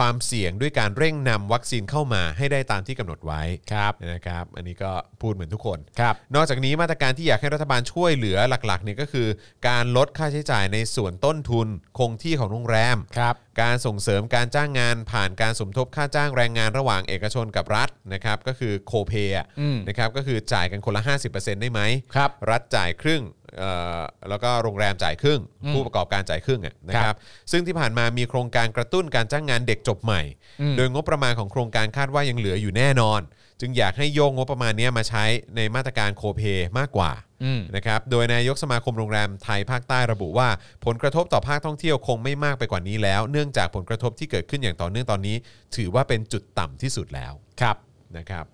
[SPEAKER 2] ความเสี่ยงด้วยการเร่งนำวัคซีนเข้ามาให้ได้ตามที่กำหนดไว้
[SPEAKER 3] ครับ
[SPEAKER 2] นะครับอันนี้ก็พูดเหมือนทุกคน
[SPEAKER 3] ครับ
[SPEAKER 2] นอกจากนี้มาตรการที่อยากให้รัฐบาลช่วยเหลือหลักๆเนี่ยก็คือ การลดค่าใช้จ่ายในส่วนต้นทุนคงที่ของโรงแรม
[SPEAKER 3] ครับ
[SPEAKER 2] การส่งเสริมการจ้างงานผ่านการสมทบค่าจ้างแรงงานระหว่างเอกชนกับรัฐนะครับก็คือโคเปอะ
[SPEAKER 3] อืม
[SPEAKER 2] นะครับก็คือจ่ายกันคนละ 50%ได้ไหม
[SPEAKER 3] ครับ
[SPEAKER 2] รัฐจ่ายครึ่งเอ่อแล้วก็โรงแรมจ่ายครึ่ง ผู้ประกอบการจ่ายครึ่งอะนะค
[SPEAKER 3] ครั
[SPEAKER 2] รับบ ซึ่งที่ผ่านมามีโครงการกระตุ้นการจ้างงานเด็กจบใหม่
[SPEAKER 3] อืม
[SPEAKER 2] โดยงบประมาณของโครงการคาดว่ายังเหลืออยู่แน่นอน จึงอยากให้โยกงบประมาณเนี้ยมาใช้ในมาตรการโคเปมากกว่า
[SPEAKER 3] อืม
[SPEAKER 2] นะครับ โดยนายกสมาคมโรงแรมไทยภาคใต้ระบุว่า ผลกระทบต่อภาคท่องเที่ยวคงไม่มากไปกว่านี้แล้ว เนื่องจากผลกระทบที่เกิดขึ้นอย่างต่อเนื่องตอนนี้ ถือว่าเป็นจุดต่ำที่สุดแล้ว
[SPEAKER 3] ครับ
[SPEAKER 2] นะครับ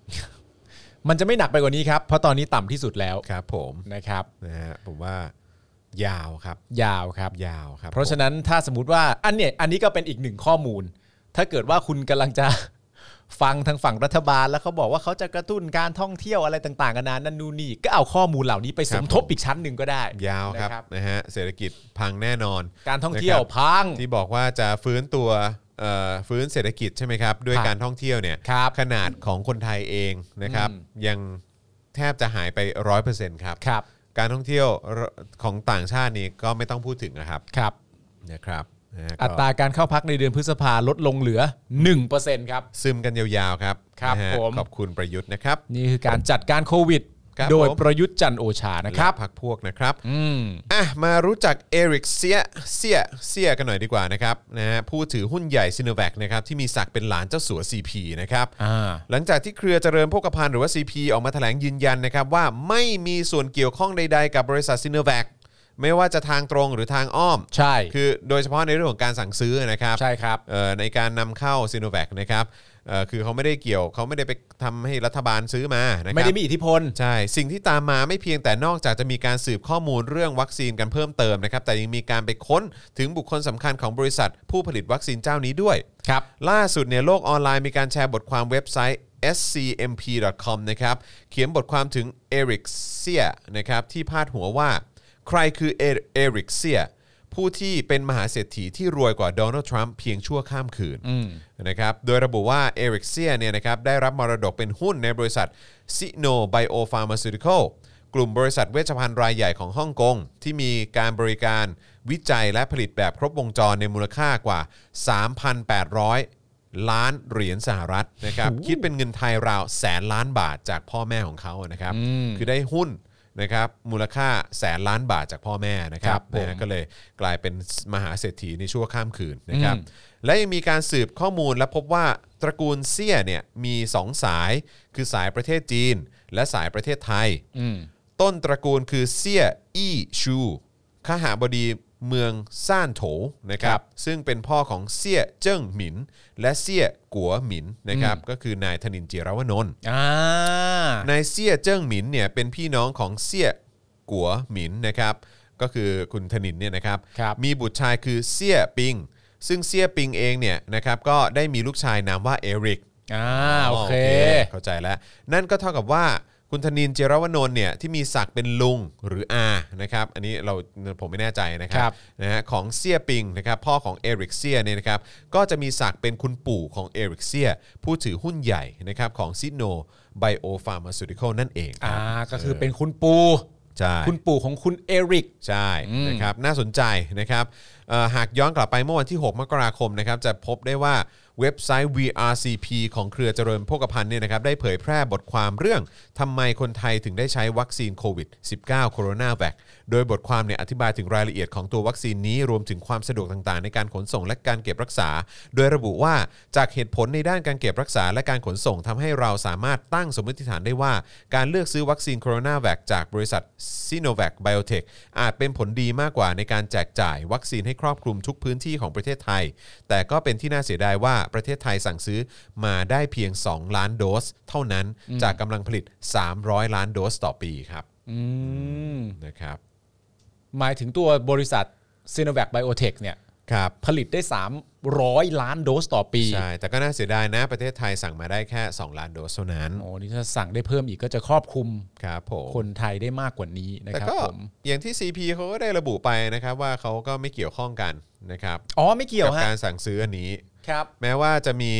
[SPEAKER 3] มันจะไม่หนักไปกว่านี้ครับ เพราะตอนนี้ต่ำที่สุดแล้ว
[SPEAKER 2] ครับผม
[SPEAKER 3] นะครับ
[SPEAKER 2] นะฮะผมว่ายาวครับ
[SPEAKER 3] ยาวครับ
[SPEAKER 2] ยาวครับ
[SPEAKER 3] เพราะ
[SPEAKER 2] ผม
[SPEAKER 3] ฉะนั้นถ้าสมมติว่าอันเนี่ยอันนี้ก็เป็นอีกหนึ่งข้อมูล ถ้าเกิดว่าคุณกำลังจะ ฟังทางฝั่งรัฐบาล แล้วเขาบอกว่าเขาจะกระตุ้นการท่องเที่ยวอะไรต่างๆกันานานั่นนู่นนี่ก็เอาข้อมูลเหล่านี้ไปสมทบอีกชั้นหนึ่งก็ได้
[SPEAKER 2] ยาวครับ
[SPEAKER 3] นะครับ
[SPEAKER 2] นะฮะเศรษฐกิจพังแน่นอน
[SPEAKER 3] การท่องเที่ยว
[SPEAKER 2] นะครับ
[SPEAKER 3] พัง
[SPEAKER 2] ที่บอกว่าจะฟื้นตัวเอ่อฟื้นเศรษฐกิจใช่ไหมครับ ด้วย
[SPEAKER 3] ครับ
[SPEAKER 2] การท่องเที่ยวเนี่ย
[SPEAKER 3] ครับ
[SPEAKER 2] ขนาดของคนไทยเองนะครับ
[SPEAKER 3] อืม
[SPEAKER 2] ยังแทบจะหายไปร้อยเปอร์เซ็นต์ครับ
[SPEAKER 3] ครับ
[SPEAKER 2] การท่องเที่ยวของต่างชาตินี้ก็ไม่ต้องพูดถึงนะครับ
[SPEAKER 3] ครับ
[SPEAKER 2] นะครับนะฮะก็
[SPEAKER 3] อัตราการเข้าพักในเดือนพฤษภาลดลงเหลือ1%ครับ
[SPEAKER 2] ซึมกันยาวๆครับ
[SPEAKER 3] ครับ
[SPEAKER 2] นะฮะ
[SPEAKER 3] ผม
[SPEAKER 2] ขอบคุณประยุทธ์นะครับ
[SPEAKER 3] นี่คือการจัดการโควิด
[SPEAKER 2] ครับ
[SPEAKER 3] โดย
[SPEAKER 2] ผม
[SPEAKER 3] ประยุทธ์จันทร์โอชานะครับ
[SPEAKER 2] และพักพวกนะครับ
[SPEAKER 3] อืม
[SPEAKER 2] อ่ะมารู้จักเอริกเซียเซียเซียกันหน่อยดีกว่านะครับนะฮะผู้ถือหุ้นใหญ่ซิ n o v ว c นะครับที่มีศักดิ์เป็นหลานเจ้าสัว CP นะครับ
[SPEAKER 3] อ่า
[SPEAKER 2] หลังจากที่เครือเจริญโภคภัณฑ์หรือว่า CP ออกมาแถลงยืนยันนะครับว่าไม่มีส่วนเกี่ยวข้องใดๆกับบริษัทซิ n o v ว c ไม่ว่าจะทางตรงหรือทางอ้อม
[SPEAKER 3] ใช่
[SPEAKER 2] คือโดยเฉพาะในเรื่องของการสั่งซื้อนะครับ
[SPEAKER 3] ใช่ครับ
[SPEAKER 2] เอ่อในการนำเข้าซิ n o v ว c นะครับเอ่อคือเขาไม่ได้เกี่ยวเขาไม่ได้ไปทำให้รัฐบาลซื้อมานะครับ
[SPEAKER 3] ไม่ได้มีอิทธิพล
[SPEAKER 2] ใช่ สิ่งที่ตามมาไม่เพียงแต่นอกจากจะมีการสืบข้อมูลเรื่องวัคซีนกันเพิ่มเติมนะครับ แต่ยังมีการไปค้นถึงบุคคลสำคัญของบริษัท ผู้ผลิตวัคซีนเจ้านี้ด้วย
[SPEAKER 3] ครับ
[SPEAKER 2] ล่าสุดเนี่ยโลกออนไลน์มีการแชร์บทความเว็บไซต์ scmp.com นะครับ เขียนบทความถึงเอริกเซียนะครับที่พาดหัวว่า ใครคือเอริกเซียผู้ที่เป็นมหาเศรษฐีที่รวยกว่าโดนัลด์ทรัมป์เพียงชั่วข้ามคืนนะครับโดยระบุว่าเอริกเซียเนี่ยนะครับได้รับมรดกเป็นหุ้นในบริษัทซิโนไบโอฟาร์มาซูติคอล กลุ่มบริษัทเวชภัณฑ์รายใหญ่ของฮ่องกง ที่มีการบริการวิจัยและผลิตแบบครบวงจรในมูลค่ากว่า 3,800 ล้านเหรียญสหรัฐนะครับ คิดเป็นเงินไทยราวแสนล้านบาทจากพ่อแม่ของเขานะครับ คือได้หุ้นนะครับมูลค่าแสนล้านบาทจากพ่อแม่นะครับ
[SPEAKER 3] ครับผม
[SPEAKER 2] นะฮะก็เลยกลายเป็นมหาเศรษฐีในชั่วข้ามคืนนะครับ และยังมีการสืบข้อมูลและพบว่าตระกูลเซี่ยเนี่ยมีสองสาย คือสายประเทศจีน และสายประเทศไทย
[SPEAKER 3] อืม
[SPEAKER 2] ต้นตระกูลคือเซี่ยอี้ชูขหาบดีเมืองซ่านโถนะครั
[SPEAKER 3] ครับ บ
[SPEAKER 2] ซึ่งเป็นพ่อของเซี่ยเจิ้งหมิน และเซี่ยกัวหมินนะครับ ก็คือนายธนินทร์จิรวนนท์
[SPEAKER 3] อ่า
[SPEAKER 2] นายเซี่ยเจิ้งหมินเนี่ยเป็นพี่น้องของเซี่ยกัวหมินนะครับ ก็คือคุณธนินเนี่ยนะครับ
[SPEAKER 3] ครับ
[SPEAKER 2] มีบุตรชายคือเซี่ยปิง ซึ่งเซี่ยปิงเองเนี่ยนะครับก็ได้มีลูกชายนามว่าเอริก
[SPEAKER 3] อ่าโอเค
[SPEAKER 2] เข้าใจแล้ว นั่นก็เท่ากับว่า คุณธนินเจรวนนท์เนี่ยที่มีศักดิ์เป็นลุงหรืออานะครับอันนี้เราผมไม่แน่ใจนะค
[SPEAKER 3] ค
[SPEAKER 2] รั
[SPEAKER 3] รั
[SPEAKER 2] บบ นะฮะของเซียปิงนะครับพ่อของเอริกเซียเนี่ยนะครับก็จะมีศักดิ์เป็นคุณปู่ของเอริกเซียผู้ถือหุ้นใหญ่นะครับของซิโนไบโอฟาร์มาซูติคอลนั่นเอง
[SPEAKER 3] อ่าก็คือเป็นคุณปู่
[SPEAKER 2] ใช่
[SPEAKER 3] คุณปู่ของคุณเอริก
[SPEAKER 2] ใช่
[SPEAKER 3] อืม
[SPEAKER 2] นะครับน่าสนใจนะครับเอ่อหากย้อนกลับไปเมื่อวันที่ 6 มกราคมนะครับจะพบได้ว่าเว็บไซต์ VRCP ของเครือเจริญโภคภัณฑ์เนี่ยนะครับได้เผยแพร่บทความเรื่องทำไมคนไทยถึงได้ใช้วัคซีนโควิด -19 โคโรนาแวคโดยบทความเนี่ยอธิบายถึงรายละเอียดของตัววัคซีนนี้รวมถึงความสะดวกต่างๆ ในการขนส่งและการเก็บรักษา โดยระบุว่าจากเหตุผลในด้านการเก็บรักษาและการขนส่งทำให้เราสามารถตั้งสมมติฐานได้ว่า การเลือกซื้อวัคซีนโคโรนาแวคจากบริษัท ซิโนแวคไบโอเทคอาจเป็นผลดีมากกว่าในการแจกจ่าย วัคซีนให้ครอบคลุมทุกพื้นที่ของประเทศไทย แต่ก็เป็นที่น่าเสียดายว่าประเทศไทยสั่งซื้อมาได้เพียง 2 ล้านโดส เท่านั้นจากกำลังผลิต 300 ล้านโดสต่อปีครับ
[SPEAKER 3] ืม
[SPEAKER 2] นะครับ
[SPEAKER 3] หมายถึงตัวบริษัทซีโนแวคไบโอเทคเนี่ย
[SPEAKER 2] ครับ
[SPEAKER 3] ผลิตได้ 300 ล้านโดสต่อปี
[SPEAKER 2] ใช่แต่ก็น่าเสียดายนะ ประเทศไทยสั่งมาได้แค่ 2 ล้านโดสเท่านั้น
[SPEAKER 3] โอ้นี่ถ้าสั่งได้เพิ่มอีกก็จะครอบคลุม
[SPEAKER 2] ครับผม
[SPEAKER 3] คนไทยได้มากกว่านี้นะ
[SPEAKER 2] แต่
[SPEAKER 3] ครับ
[SPEAKER 2] ก็
[SPEAKER 3] ผม
[SPEAKER 2] อย่างที่ CP เขาก็ได้ระบุไปนะครับว่าเขาก็ไม่เกี่ยวข้องกันนะครับ
[SPEAKER 3] อ๋อไม่เกี่ยว
[SPEAKER 2] กับ
[SPEAKER 3] ฮะ
[SPEAKER 2] การสั่งซื้ออันนี้
[SPEAKER 3] ครับ
[SPEAKER 2] แม้ว่าจะมี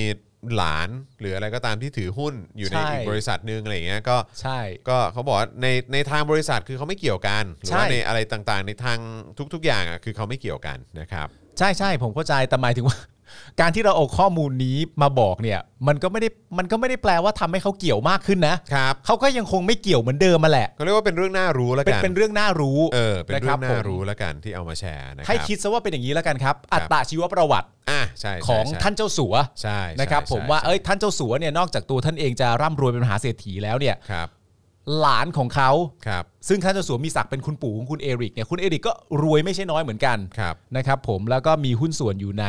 [SPEAKER 2] หลานหรืออะไรก็ตามที่ถือหุ้นอยู่ใน
[SPEAKER 3] ใช่
[SPEAKER 2] อีกบริษัทหนึงอะไรอย่างเงี้ยก็
[SPEAKER 3] ใช่
[SPEAKER 2] ก็เขาบอกว่าในในทางบริษัทคือเขาไม่เกี่ยวกันหรือว่า
[SPEAKER 3] ใช่
[SPEAKER 2] ในอะไรต่างๆ ในทางทุก ๆ อย่างอ่ะคือเขาไม่เกี่ยวกันนะครับ
[SPEAKER 3] ใช่ใช่ผมเข้าใจแต่หมายถึง ว่า การที่เราเอาข้อมูลนี้มาบอกเนี่ย มันก็ไม่ได้มันก็ไม่ได้แปลว่าทำให้เขาเกี่ยวมากขึ้นนะครับ เขาก็ยังคงไม่เกี่ยวเหมือนเดิมมาแหละ
[SPEAKER 2] เขาเรียกว่าเป็นเรื่องน่ารู้แล้ว
[SPEAKER 3] เป็น
[SPEAKER 2] กัน
[SPEAKER 3] เป็นเรื่องน่ารู้
[SPEAKER 2] เออเป็นเรื่อง
[SPEAKER 3] ะค
[SPEAKER 2] น่า
[SPEAKER 3] บผม
[SPEAKER 2] รู้แล้วกันที่เอามาแชร์นะค
[SPEAKER 3] ให้
[SPEAKER 2] รับ
[SPEAKER 3] คิดซะว่าเป็นอย่างนี้แล้วกันครับ อัตราชีวประวัติ
[SPEAKER 2] อ่ะใช่ใช่
[SPEAKER 3] ของ
[SPEAKER 2] ใช่
[SPEAKER 3] ท่านเจ้าสัว
[SPEAKER 2] ใช่ใช่
[SPEAKER 3] นะครับผม
[SPEAKER 2] ใช่
[SPEAKER 3] ว่า
[SPEAKER 2] ใช่
[SPEAKER 3] เอ้ยท่านเจ้าสัวเนี่ยนอกจากตัวท่านเองจะร่ำรวยเป็นมหาเศรษฐีแล้วเนี่ย
[SPEAKER 2] ครับ
[SPEAKER 3] หลานของเขา
[SPEAKER 2] ครับ
[SPEAKER 3] ซึ่งท่านเจ้าสัวมีศักดิ์เป็นคุณปู่ของคุณเอริกเนี่ยคุณเอริกก็รวยไม่ใช่น้อยเหมือนกัน
[SPEAKER 2] ครับ
[SPEAKER 3] นะครับผมแล้วก็มีหุ้นส่วนอยู่ใน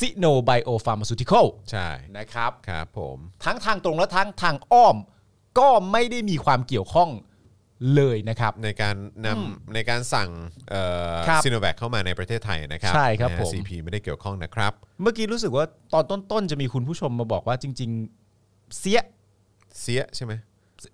[SPEAKER 3] ซิโนไบโอฟาร์มาซูติคอล
[SPEAKER 2] ใช่
[SPEAKER 3] นะครับ
[SPEAKER 2] ครับผม
[SPEAKER 3] ทั้งทางตรงและทั้งทางอ้อม ก็ไม่ได้มีความเกี่ยวข้องเลยนะครับ
[SPEAKER 2] ในการนำในการสั่งเอ่อ
[SPEAKER 3] ครับ
[SPEAKER 2] ซิโนแวคเข้ามาในประเทศไทยนะครับ
[SPEAKER 3] ใช่ครับ
[SPEAKER 2] นะฮะ
[SPEAKER 3] ผม
[SPEAKER 2] CP ไม่ได้เกี่ยวข้องนะครับ
[SPEAKER 3] เมื่อกี้รู้สึกว่าตอนต้นๆจะมีคุณผู้ชมมาบอกว่าจริง ๆ เสีย
[SPEAKER 2] เสียใช่ไหม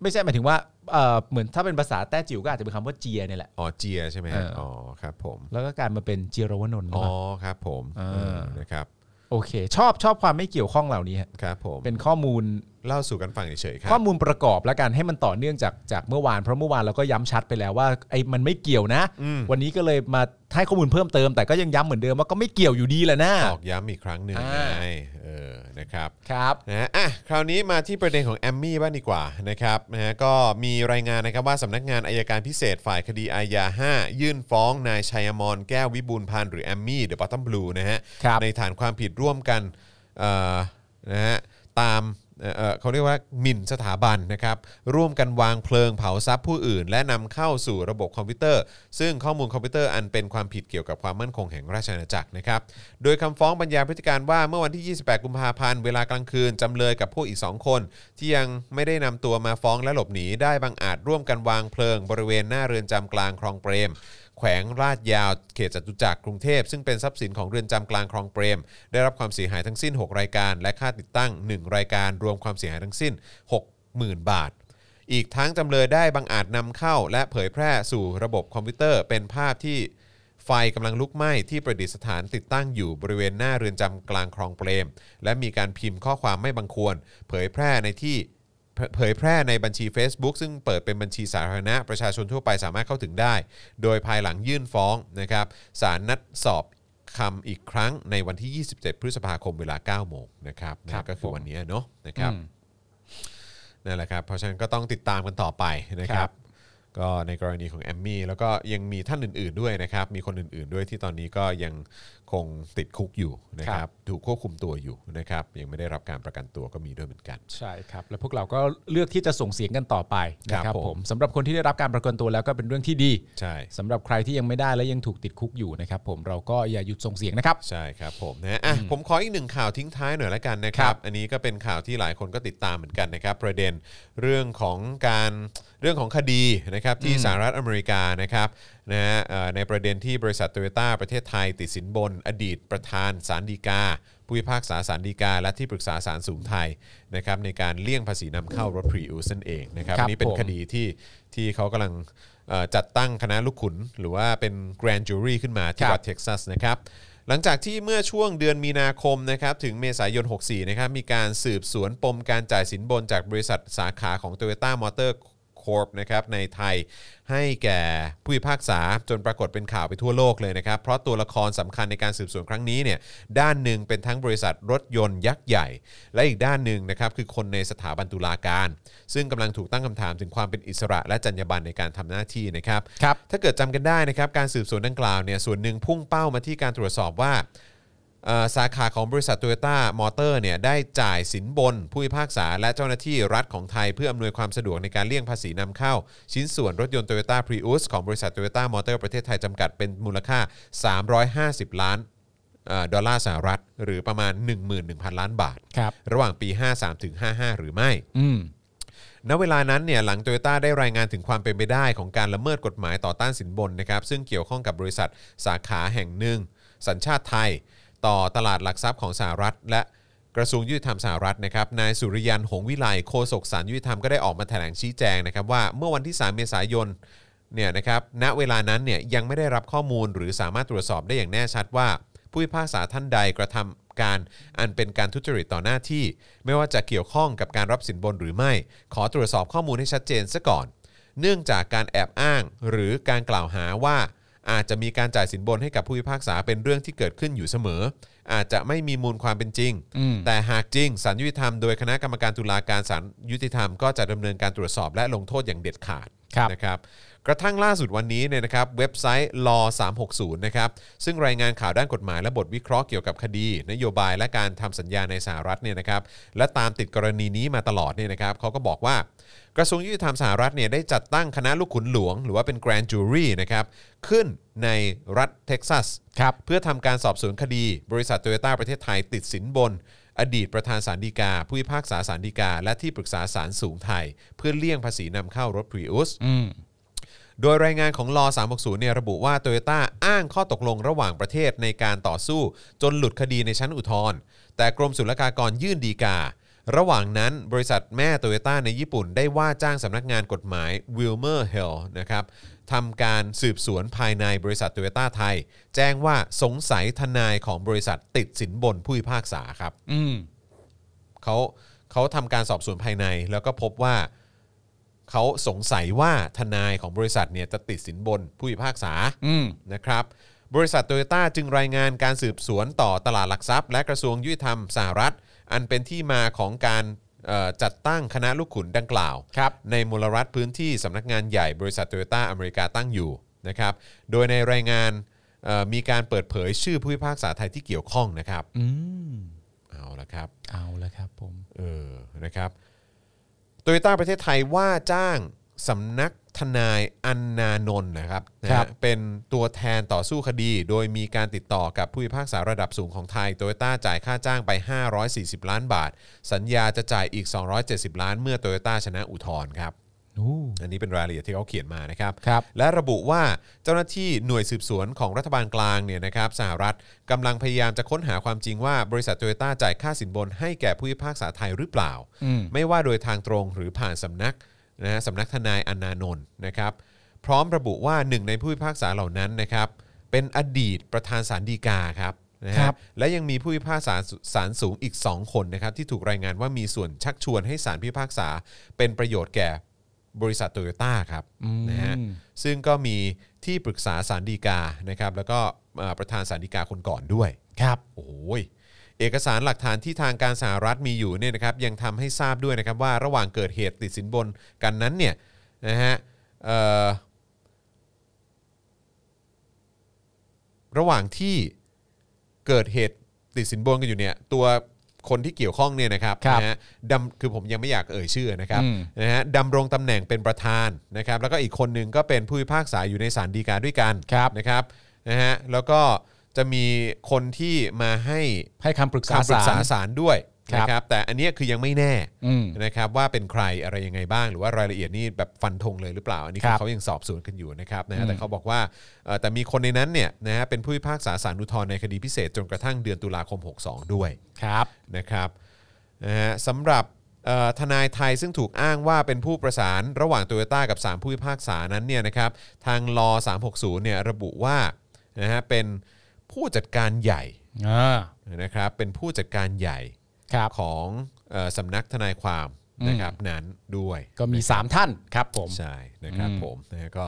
[SPEAKER 3] ไม่ใช่หมายถึงว่าเอ่อเหมือนถ้าเป็นภาษาแต้จิ๋วก็อาจจะเป็นคำว่าเจียเนี่ยแหละ
[SPEAKER 2] อ๋อเจียใช่ไหมฮะ
[SPEAKER 3] เอออ๋
[SPEAKER 2] อ๋อครับผม
[SPEAKER 3] แล้วก็กลายมาเป็นเจยรวนนท์หรือ
[SPEAKER 2] อ๋อ
[SPEAKER 3] เปล่า
[SPEAKER 2] ครับผม
[SPEAKER 3] อ่า
[SPEAKER 2] เออนะครับ
[SPEAKER 3] โอเค ชอบชอบความไม่เกี่ยวข้องเหล่านี้ฮะ
[SPEAKER 2] ครับผม
[SPEAKER 3] เป็นข้อมูล
[SPEAKER 2] เล่าสู่กันฟังเฉยๆครั
[SPEAKER 3] ข้อบ มูลประกอบแล้วกันให้มันต่อเนื่องจากจากเมื่อวานเพราะเมื่อวานเราก็ย้ำชัดไปแล้วว่าไอ้มันไม่เกี่ยวนะ
[SPEAKER 2] อืม
[SPEAKER 3] วันนี้ก็เลยมาให้ข้อมูลเพิ่มเติม แต่ก็ยังย้ำเหมือนเดิมว่าก็ไม่เกี่ยวอยู่ดีแหละนะ
[SPEAKER 2] ตอกย้ำอีกครั้งหนึ่ง
[SPEAKER 3] อ่า
[SPEAKER 2] ไงเออนะครับ
[SPEAKER 3] ครับ
[SPEAKER 2] นะฮะอ่ะคราวนี้มาที่ประเด็นของแอมมี่บ้างดีกว่านะครับนะฮะก็มีรายงานนะครับว่าสำนักงานอายการพิเศษฝ่ายคดีอาญา 5 ยื่นฟ้องนายชัยอมรแก้ววิบูลย์พันธ์หรือแอมมี่เดอะบอทตัมบลูนะฮะ
[SPEAKER 3] ครับ
[SPEAKER 2] ในฐานความผิดร่วมกันเอ่อนะฮะตามเอ่อเอ่อเขาเรียกว่าหมิ่นสถาบันนะครับร่วมกันวางเพลิงเผาทรัพย์ผู้อื่น และนำเข้าสู่ระบบคอมพิวเตอร์ ซึ่งข้อมูลคอมพิวเตอร์อันเป็นความผิดเกี่ยวกับความมั่นคงแห่งราชอาณาจักรนะครับโดยคำฟ้องบรรยายพฤติการว่าเมื่อวันที่ 28 กุมภาพันธ์เวลากลางคืนจำเลยกับพวกอีก 2 คน ที่ยังไม่ได้นำตัวมาฟ้องและหลบหนีได้บังอาจร่วมกันวางเพลิง บริเวณหน้าเรือนจำกลางคลองเปรม แขวงลาดยาวเขตจตุจักรกรุงเทพ ซึ่งเป็นทรัพย์สินของเรือนจำกลางคลองเปรม ได้รับความเสียหายทั้งสิ้น 6 รายการ และค่าติดตั้ง 1 รายการรวมความเสียหายทั้งสิ้น 60,000 บาท อีกทั้งจำเลยได้บังอาจนำเข้า และเผยแพร่สู่ระบบคอมพิวเตอร์ เป็นภาพที่ไฟกำลังลุกไหม้ที่ประดิษฐานติดตั้งอยู่บริเวณหน้าเรือนจำกลางคลองเปรม และมีการพิมพ์ข้อความไม่บังควร เผยแพร่ในที่ เผเผยแพร่ในบัญชี Facebook ซึ่งเปิดเป็นบัญชีสาธารณะ ประชาชนทั่วไปสามารถเข้าถึงได้ โดยภายหลังยื่นฟ้องนะครับศาลนัดสอบคำอีกครั้งในวันที่ 27 พฤษภาคมเวลา 9 โมงนะครับนะครับ ก็คือ
[SPEAKER 3] ผม
[SPEAKER 2] วันนี้เนาะนะครับ
[SPEAKER 3] อืม
[SPEAKER 2] นั่นแหละครับเพราะฉะนั้นก็ต้องติดตามกันต่อไปนะครั
[SPEAKER 3] ครับ บ
[SPEAKER 2] ก็ในกรณีของแอมมี่แล้วก็ยังมีท่านอื่น ๆด้วยนะครับ มีคนอื่นๆด้วยที่ตอนนี้ก็ยังคงติดคุกอยู่นะค
[SPEAKER 3] ครั
[SPEAKER 2] รับบ ถูกควบคุมตัวอยู่นะครับยังไม่ได้รับการประกันตัวก็มีด้วยเหมือนกัน
[SPEAKER 3] ใช่ครับ แล้วพวกเราก็เลือกที่จะส่งเสียงกันต่อไปนะ
[SPEAKER 2] ค
[SPEAKER 3] ค
[SPEAKER 2] รั
[SPEAKER 3] รั
[SPEAKER 2] บบ ผม
[SPEAKER 3] ผมสำหรับคนที่ได้รับการประกันตัวแล้วก็เป็นเรื่องที่ดี
[SPEAKER 2] ใช่
[SPEAKER 3] สำหรับใครที่ยังไม่ได้และยังถูกติดคุกอยู่นะครับผมเราก็อย่าหยุดส่งเสียงนะครับ
[SPEAKER 2] ใช่ครับผมนะอ่ะผมขออีกหนึ่งข่าวทิ้งท้ายหน่อยละกันนะครับ อันนี้ก็เป็นข่าวที่หลายคนก็ติดตามเหมือนกันนะครับ ประเด็นเรื่องของการเรื่องของคดีนะครับที่สหรัฐอเมริกานะครับนะฮะเอ่อในประเด็นที่บริษัทโตโยต้าประเทศไทยติดสินบน อดีตประธานสารดีกา ผู้พิพากษาศาลฎีกา และที่ปรึกษาศาลสูงไทยนะครับในการเลี่ยงภาษีนำเข้ารถพรีอูสนั่นเองนะครับ
[SPEAKER 3] ครับ
[SPEAKER 2] นี่เป็น
[SPEAKER 3] ผม
[SPEAKER 2] คดีที่ที่เขากำลังเอ่อจัดตั้งคณะลูกขุน หรือว่าเป็น grand jury ขึ้นมาที่
[SPEAKER 3] ครับ
[SPEAKER 2] รัฐเท็กซัสนะครับ หลังจากที่เมื่อช่วงเดือนมีนาคมนะครับถึงเมษายน 64 นะครับมีการสืบสวนปมการจ่ายสินบนจากบริษัทสาขาของ Toyota Motor Corp นะครับในไทยให้แก่ผู้พิพากษาจนปรากฏเป็นข่าวไปทั่วโลกเลยนะครับ เพราะตัวละครสำคัญในการสืบสวนครั้งนี้เนี่ยด้านหนึ่งเป็นทั้งบริษัทรถยนต์ยักษ์ใหญ่ และอีกด้านหนึ่งนะครับคือคนในสถาบันตุลาการ ซึ่งกำลังถูกตั้งคำถามถึงความเป็นอิสระและจรรยาบรรณในการทำหน้าที่นะครับ
[SPEAKER 3] ครับ
[SPEAKER 2] ถ้าเกิดจำกันได้นะครับการสืบสวนดังกล่าวเนี่ยส่วนหนึ่งพุ่งเป้ามาที่การตรวจสอบว่าเอ่อสาขาของบริษัท Toyota m o t o r เนี่ยได้จ่ายสินบน ผู้พิพากษาและเจ้าหน้าที่รัฐของไทย เพื่ออำนวยความสะดวกในการเลี่ยงภาษีนำเข้า ชิ้นส่วนรถยนต์ Toyota Prius ของบริษัท Toyota m o t o r ประเทศไทยจำกัดเป็นมูลค่า 350 ล้านเอ่อดอลลาร์สหรัฐ หรือประมาณ 11,000 ล้านบาท
[SPEAKER 3] ครับ
[SPEAKER 2] ระหว่างปี 53ถึง55 หรือไม่
[SPEAKER 3] อืม
[SPEAKER 2] ณเวลานั้นเนี่ยหลังโตโยต้าได้รายงานถึงความเป็นไปได้ของการละเมิดกฎหมายต่อต้านสินบนนะครับซึ่งเกี่ยวข้องกับบริษัทสาขาแห่งหนึ่ง สัญชาติไทย ต่อตลาดหลักทรัพย์ของสหรัฐ และกระทรวงยุติธรรมสหรัฐนะครับนายสุริยันหงส์วิไลโฆษกสารยุติธรรมก็ได้ออกมาแถลงชี้แจงนะครับว่าเมื่อวันที่ 3 เมษายน เนี่ยนะครับ ณ เวลานั้นเนี่ยยังไม่ได้รับข้อมูลหรือสามารถตรวจสอบได้อย่างแน่ชัดว่า ผู้พิพากษาท่านใดกระทำการอันเป็นการทุจริตต่อหน้าที่ ไม่ว่าจะเกี่ยวข้องกับการรับสินบนหรือไม่ ขอตรวจสอบข้อมูลให้ชัดเจนซะก่อน เนื่องจากการแอบอ้างหรือการกล่าวหาว่า อาจจะมีการจ่ายสินบนให้กับผู้พิพากษาเป็นเรื่องที่เกิดขึ้นอยู่เสมอ อาจจะไม่มีมูลความเป็นจริง
[SPEAKER 3] อืม
[SPEAKER 2] แต่หากจริงศาลยุติธรรมโดยคณะกรรมการตุลาการศาลยุติธรรมก็จะดำเนินการตรวจสอบและลงโทษอย่างเด็ดขาด
[SPEAKER 3] ครับ
[SPEAKER 2] นะครับกระทั่งล่าสุดวันนี้เนี่ยนะครับเว็บไซต์ law 360นะครับซึ่งรายงานข่าวด้านกฎหมายและบทวิเคราะห์เกี่ยวกับคดี นโยบายและการทำสัญญาในสหรัฐเนี่ยนะครับและตามติดกรณีนี้มาตลอดเนี่ยนะครับเขาก็บอกว่ากระทรวงยุติธรรมสหรัฐเนี่ยได้จัดตั้งคณะลูกขุนหลวง หรือว่าเป็น grand jury นะครับขึ้นในรัฐเท็กซัส
[SPEAKER 3] ครับ
[SPEAKER 2] เพื่อทำการสอบสวนคดี บริษัทโตโยต้าประเทศไทยติดสินบน อดีตประธานสารดีกา ผู้พิพากษาสารดีกา และที่ปรึกษาสารสูงไทย เพื่อเลี่ยงภาษีนำเข้ารถพรีอุส
[SPEAKER 3] อืม
[SPEAKER 2] โดยรายงานของลอ360เนี่ยระบุว่าโตโยต้าอ้างข้อตกลงระหว่างประเทศในการต่อสู้ จนหลุดคดีในชั้นอุทธรณ์แต่กรมศุลกากรยื่นดีกา ระหว่างนั้นบริษัทแม่โตโยต้าในญี่ปุ่นได้ว่าจ้างสำนักงานกฎหมายวิลเมอร์เฮลนะครับทำการสืบสวนภายในบริษัทโตโยต้าไทย แจ้งว่าสงสัยทนายของบริษัทติดสินบนผู้พิพากษาครับ
[SPEAKER 3] อืม
[SPEAKER 2] เขาเขาทำการสอบสวนภายในแล้วก็พบว่าเขาสงสัยว่าทนายของบริษัทเนี่ยจะติดสินบนผู้พิพากษา
[SPEAKER 3] อืม
[SPEAKER 2] นะครับบริษัทโตโยต้าจึงรายงานการสืบสวนต่อตลาดหลักทรัพย์ และกระทรวงยุติธรรมสหรัฐ อันเป็นที่มาของการเอ่อจัดตั้งคณะลูกขุนดังกล่าว
[SPEAKER 3] ครับ
[SPEAKER 2] ในมลรัฐพื้นที่สำนักงานใหญ่บริษัทโตโยต้าอเมริกาตั้งอยู่นะครับโดยในรายงานเอ่อมีการเปิดเผยชื่อผู้พิพากษาไทยที่เกี่ยวข้องนะครับ
[SPEAKER 3] อืม
[SPEAKER 2] เอาละครับ
[SPEAKER 3] เอาละครับผม
[SPEAKER 2] เออ นะครับ โตโยต้าประเทศไทยว่าจ้างสำนักทนายอันนานนท์นะครับนะ
[SPEAKER 3] ครั
[SPEAKER 2] ฮะ
[SPEAKER 3] บ
[SPEAKER 2] เป็นตัวแทนต่อสู้คดี โดยมีการติดต่อกับผู้พิพากษาระดับสูงของไทย โตโยต้าจ่ายค่าจ้างไป 540 ล้านบาท สัญญาจะจ่ายอีก 270 ล้านเมื่อโตโยต้าชนะอุทธรณ์ครับ
[SPEAKER 3] นู้
[SPEAKER 2] อันนี้เป็นรายละเอียดที่เขาเขียนมานะครับ
[SPEAKER 3] ครับ
[SPEAKER 2] และระบุว่าเจ้าหน้าที่หน่วยสืบสวนของรัฐบาลกลางเนี่ยนะครับสหรัฐกำลังพยายามจะค้นหาความจริงว่าบริษัทโตโยต้าจ่ายค่าสินบนให้แก่ผู้พิพากษาไทยหรือเปล่า
[SPEAKER 3] อืม
[SPEAKER 2] ไม่ว่าโดยทางตรงหรือผ่านสำนักนะฮะสำนักทนายอนานนท์นะครับ พร้อมระบุว่าหนึ่งในผู้พิพากษาเหล่านั้นนะครับ เป็นอดีตประธานศาลฎีกาครับนะ
[SPEAKER 3] ค
[SPEAKER 2] ฮะ
[SPEAKER 3] รับ
[SPEAKER 2] และยังมีผู้พิพากษาศาลสูงอีก 2 คนนะครับ ที่ถูกรายงานว่ามีส่วนชักชวนให้ศาลพิพากษา เป็นประโยชน์แก่บริษัทโตโยต้าครับนะฮะ ซึ่งก็มีที่ปรึกษาสารดีกานะครับ แล้วก็เอ่อประธานสารดีกาคนก่อนด้วย
[SPEAKER 3] ครับ
[SPEAKER 2] โอ้ยเอกสารหลักฐานที่ทางการสหรัฐมีอยู่เนี่ยนะครับยังทำให้ทราบด้วยนะครับว่าระหว่างเกิดเหตุติดสินบนกันนั้นเนี่ยนะฮะเอ่อระหว่างที่เกิดเหตุติดสินบนกันอยู่เนี่ยตัวคนที่เกี่ยวข้องเนี่ยนะครับ
[SPEAKER 3] ครับ
[SPEAKER 2] นะฮะดำคือผมยังไม่อยากเอ่ยชื่อนะครับ
[SPEAKER 3] อืม
[SPEAKER 2] นะฮะดำรงตำแหน่งเป็นประธานนะครับ แล้วก็อีกคนหนึ่งก็เป็นผู้พิพากษาอยู่ในศาลฎีกาด้วยกัน
[SPEAKER 3] ครับ
[SPEAKER 2] นะครับนะฮะแล้วก็จะมีคนที่มาให้
[SPEAKER 3] ให้คำปรึกษา
[SPEAKER 2] คำปรึกษา
[SPEAKER 3] ศาล
[SPEAKER 2] ศาลด้วย
[SPEAKER 3] ครับ
[SPEAKER 2] นะครับแต่อันเนี้ยคือยังไม่แน่
[SPEAKER 3] อืม
[SPEAKER 2] นะครับว่าเป็นใครอะไรยังไงบ้าง หรือว่ารายละเอียดนี่แบบฟันธงเลยหรือเปล่า อันนี้คื
[SPEAKER 3] ครั
[SPEAKER 2] อบ เขายังสอบสวนกันอยู่นะครับนะฮะ
[SPEAKER 3] อืม
[SPEAKER 2] แต่เขาบอกว่าเอ่อแต่มีคนในนั้นเนี่ยนะฮะเป็นผู้พิพากษาสารอุทธรณ์ในคดีพิเศษจนกระทั่งเดือนตุลาคม 62 ด้วย
[SPEAKER 3] ครับ
[SPEAKER 2] นะครับนะฮะสำหรับเอ่อทนายไทยซึ่งถูกอ้างว่าเป็นผู้ประสานระหว่างโตโยต้ากับ 3 ผู้พิพากษานั้นเนี่ยนะครับทางลอ360เนี่ยระบุว่านะฮะเป็นผู้จัดการใหญ่
[SPEAKER 3] อ่า
[SPEAKER 2] นะครับเป็นผู้จัดการใหญ่
[SPEAKER 3] ครับ
[SPEAKER 2] ของเออสำนักทนายความนะครับนั้นด้วย
[SPEAKER 3] ก็มี 3 ท่านครับผม
[SPEAKER 2] ใช่นะครับ
[SPEAKER 3] อืม
[SPEAKER 2] ผมนะฮะก็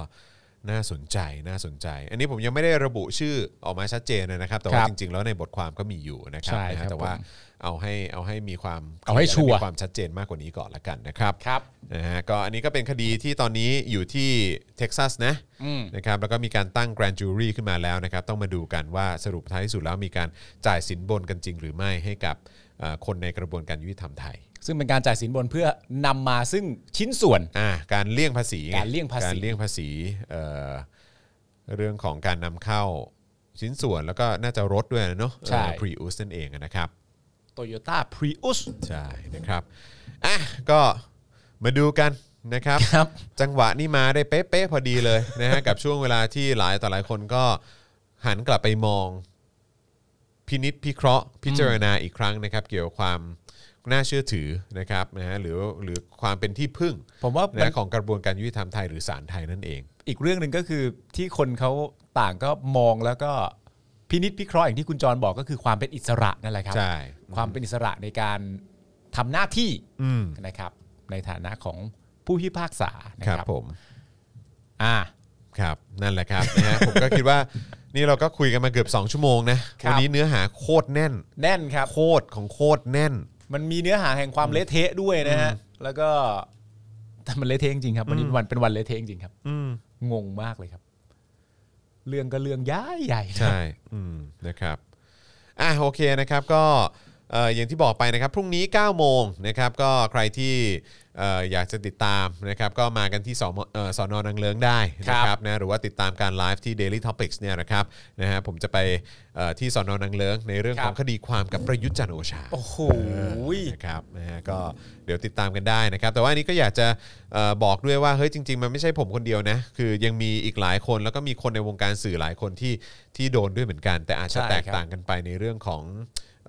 [SPEAKER 2] น่าสนใจน่าสนใจ อันนี้ผมยังไม่ได้ระบุชื่อออกมาชัดเจนนะครับ แต่ว่าจริง ๆ แล้วในบทความก็มีอยู่นะครับ
[SPEAKER 3] ใช่
[SPEAKER 2] นะฮะ
[SPEAKER 3] ครับ
[SPEAKER 2] แต่ว่า
[SPEAKER 3] ผม
[SPEAKER 2] เอาให้เอาให้มีความ
[SPEAKER 3] เอาให้ชัวร์
[SPEAKER 2] และมีความชัดเจนมากกว่านี้ก่อนละกันนะครับ
[SPEAKER 3] ครับ
[SPEAKER 2] นะฮะก็อันนี้ก็เป็นคดีที่ตอนนี้อยู่ที่เท็กซัสนะ
[SPEAKER 3] อืม
[SPEAKER 2] นะครับแล้วก็มีการตั้ง grand jury ขึ้นมาแล้วนะครับ ต้องมาดูกันว่าสรุปท้ายที่สุดแล้วมีการจ่ายสินบนกันจริงหรือไม่ให้กับเอ่อคนในกระบวนการยุติธรรมไทย
[SPEAKER 3] ซึ่งเป็นการจ่ายสินบนเพื่อนำมาซึ่งชิ้นส่วน
[SPEAKER 2] อ่าการเลี่ยงภาษีไ
[SPEAKER 3] การเลี่ยงภาษี
[SPEAKER 2] การเลี่ยงภาษีเอ่อเรื่องของการนำเข้าชิ้นส่วนแล้วก็น่าจะรถด้วยนะเนาะ Prius นั่นเองนะครับ
[SPEAKER 3] โตโยต้าพรีอุส
[SPEAKER 2] ใช่นะครับ อ่ะ ก็มาดูกันนะครับ
[SPEAKER 3] ครับ
[SPEAKER 2] จังหวะนี้มาได้เป๊ะๆพอดีเลยนะ ฮะ กับช่วงเวลาที่หลายต่อหลายคนก็หันกลับไปมอง พินิษพิเคราะห์พิจารณาอีกครั้งนะครับ เกี่ยวกับความน่าเชื่อถือนะครับนะฮะหรือหรือความเป็นที่พึ่ง
[SPEAKER 3] ผมว่ามัน
[SPEAKER 2] นะของกระบวนการยุติธรรมไทยหรือศาลไทยนั่นเอง
[SPEAKER 3] อีกเรื่องหนึ่งก็คือที่คนเขาต่างก็มองแล้วก็พินิษพิเคราะห์อย่างที่คุณจรบอกก็คือความเป็นอิสระนั่นแหละครั
[SPEAKER 2] ใช่
[SPEAKER 3] ความเป็นอิสระในการทำหน้าที่
[SPEAKER 2] อืม
[SPEAKER 3] นะครับ ในฐานะของผู้พิพากษานะ
[SPEAKER 2] ค
[SPEAKER 3] ค
[SPEAKER 2] รั
[SPEAKER 3] รั
[SPEAKER 2] บบ ผม
[SPEAKER 3] อ่า
[SPEAKER 2] ครับนั่นแหละครับนะฮะ ผมก็คิดว่านี่เราก็คุยกันมาเกือบ 2 ชั่วโมงนะ
[SPEAKER 3] ครั
[SPEAKER 2] วั
[SPEAKER 3] บ
[SPEAKER 2] นนี้เนื้อหาโคตรแน่น
[SPEAKER 3] แน่นครับ
[SPEAKER 2] โคตรของโคตรแน่น
[SPEAKER 3] มันมีเนื้อหาแห่งความเละเทะด้วยนะฮะแล้วก็แต่มันเละเทะจริงๆครับวันนี้เป็นวันเป็นวันเละเทะจริงๆครับงงมากเลยครับ เรื่องก็เรื่องย้ายใหญ่นะ
[SPEAKER 2] ใช่ อืม นะครับ อ่ะ โอเค นะครับ ก็เอ่ออย่างที่บอกไปนะครับ พรุ่งนี้ 9 โมง นะครับ ก็ใครที่เอ่ออยากจะติดตาม นะครับ ก็มากันที่สมเอ่อสอนอนังเลิงได้นะค
[SPEAKER 3] ครั
[SPEAKER 2] รับบ นะ หรือว่าติดตามการไลฟ์ที่ Daily Topics เนี่ยนะครับ นะฮะ ผมจะไปเอ่อที่สอนอนังเลิงในเรื่องของคดีความกับประยุทธ์จันทร์โอชา
[SPEAKER 3] โอ้โห
[SPEAKER 2] นะครับนะฮะก็เดี๋ยวติดตามกันได้นะครับ แต่ว่าอันนี้ก็อยากจะเอ่อบอกด้วยว่าเฮ้ยจริง ๆ มันไม่ใช่ผมคนเดียวนะ คือยังมีอีกหลายคนแล้วก็มีคนในวงการสื่อหลายคนที่ที่โดนด้วยเหมือนกัน แต่อาจจะ
[SPEAKER 3] ใช่ครับ
[SPEAKER 2] แตกต่างกันไปในเรื่องของ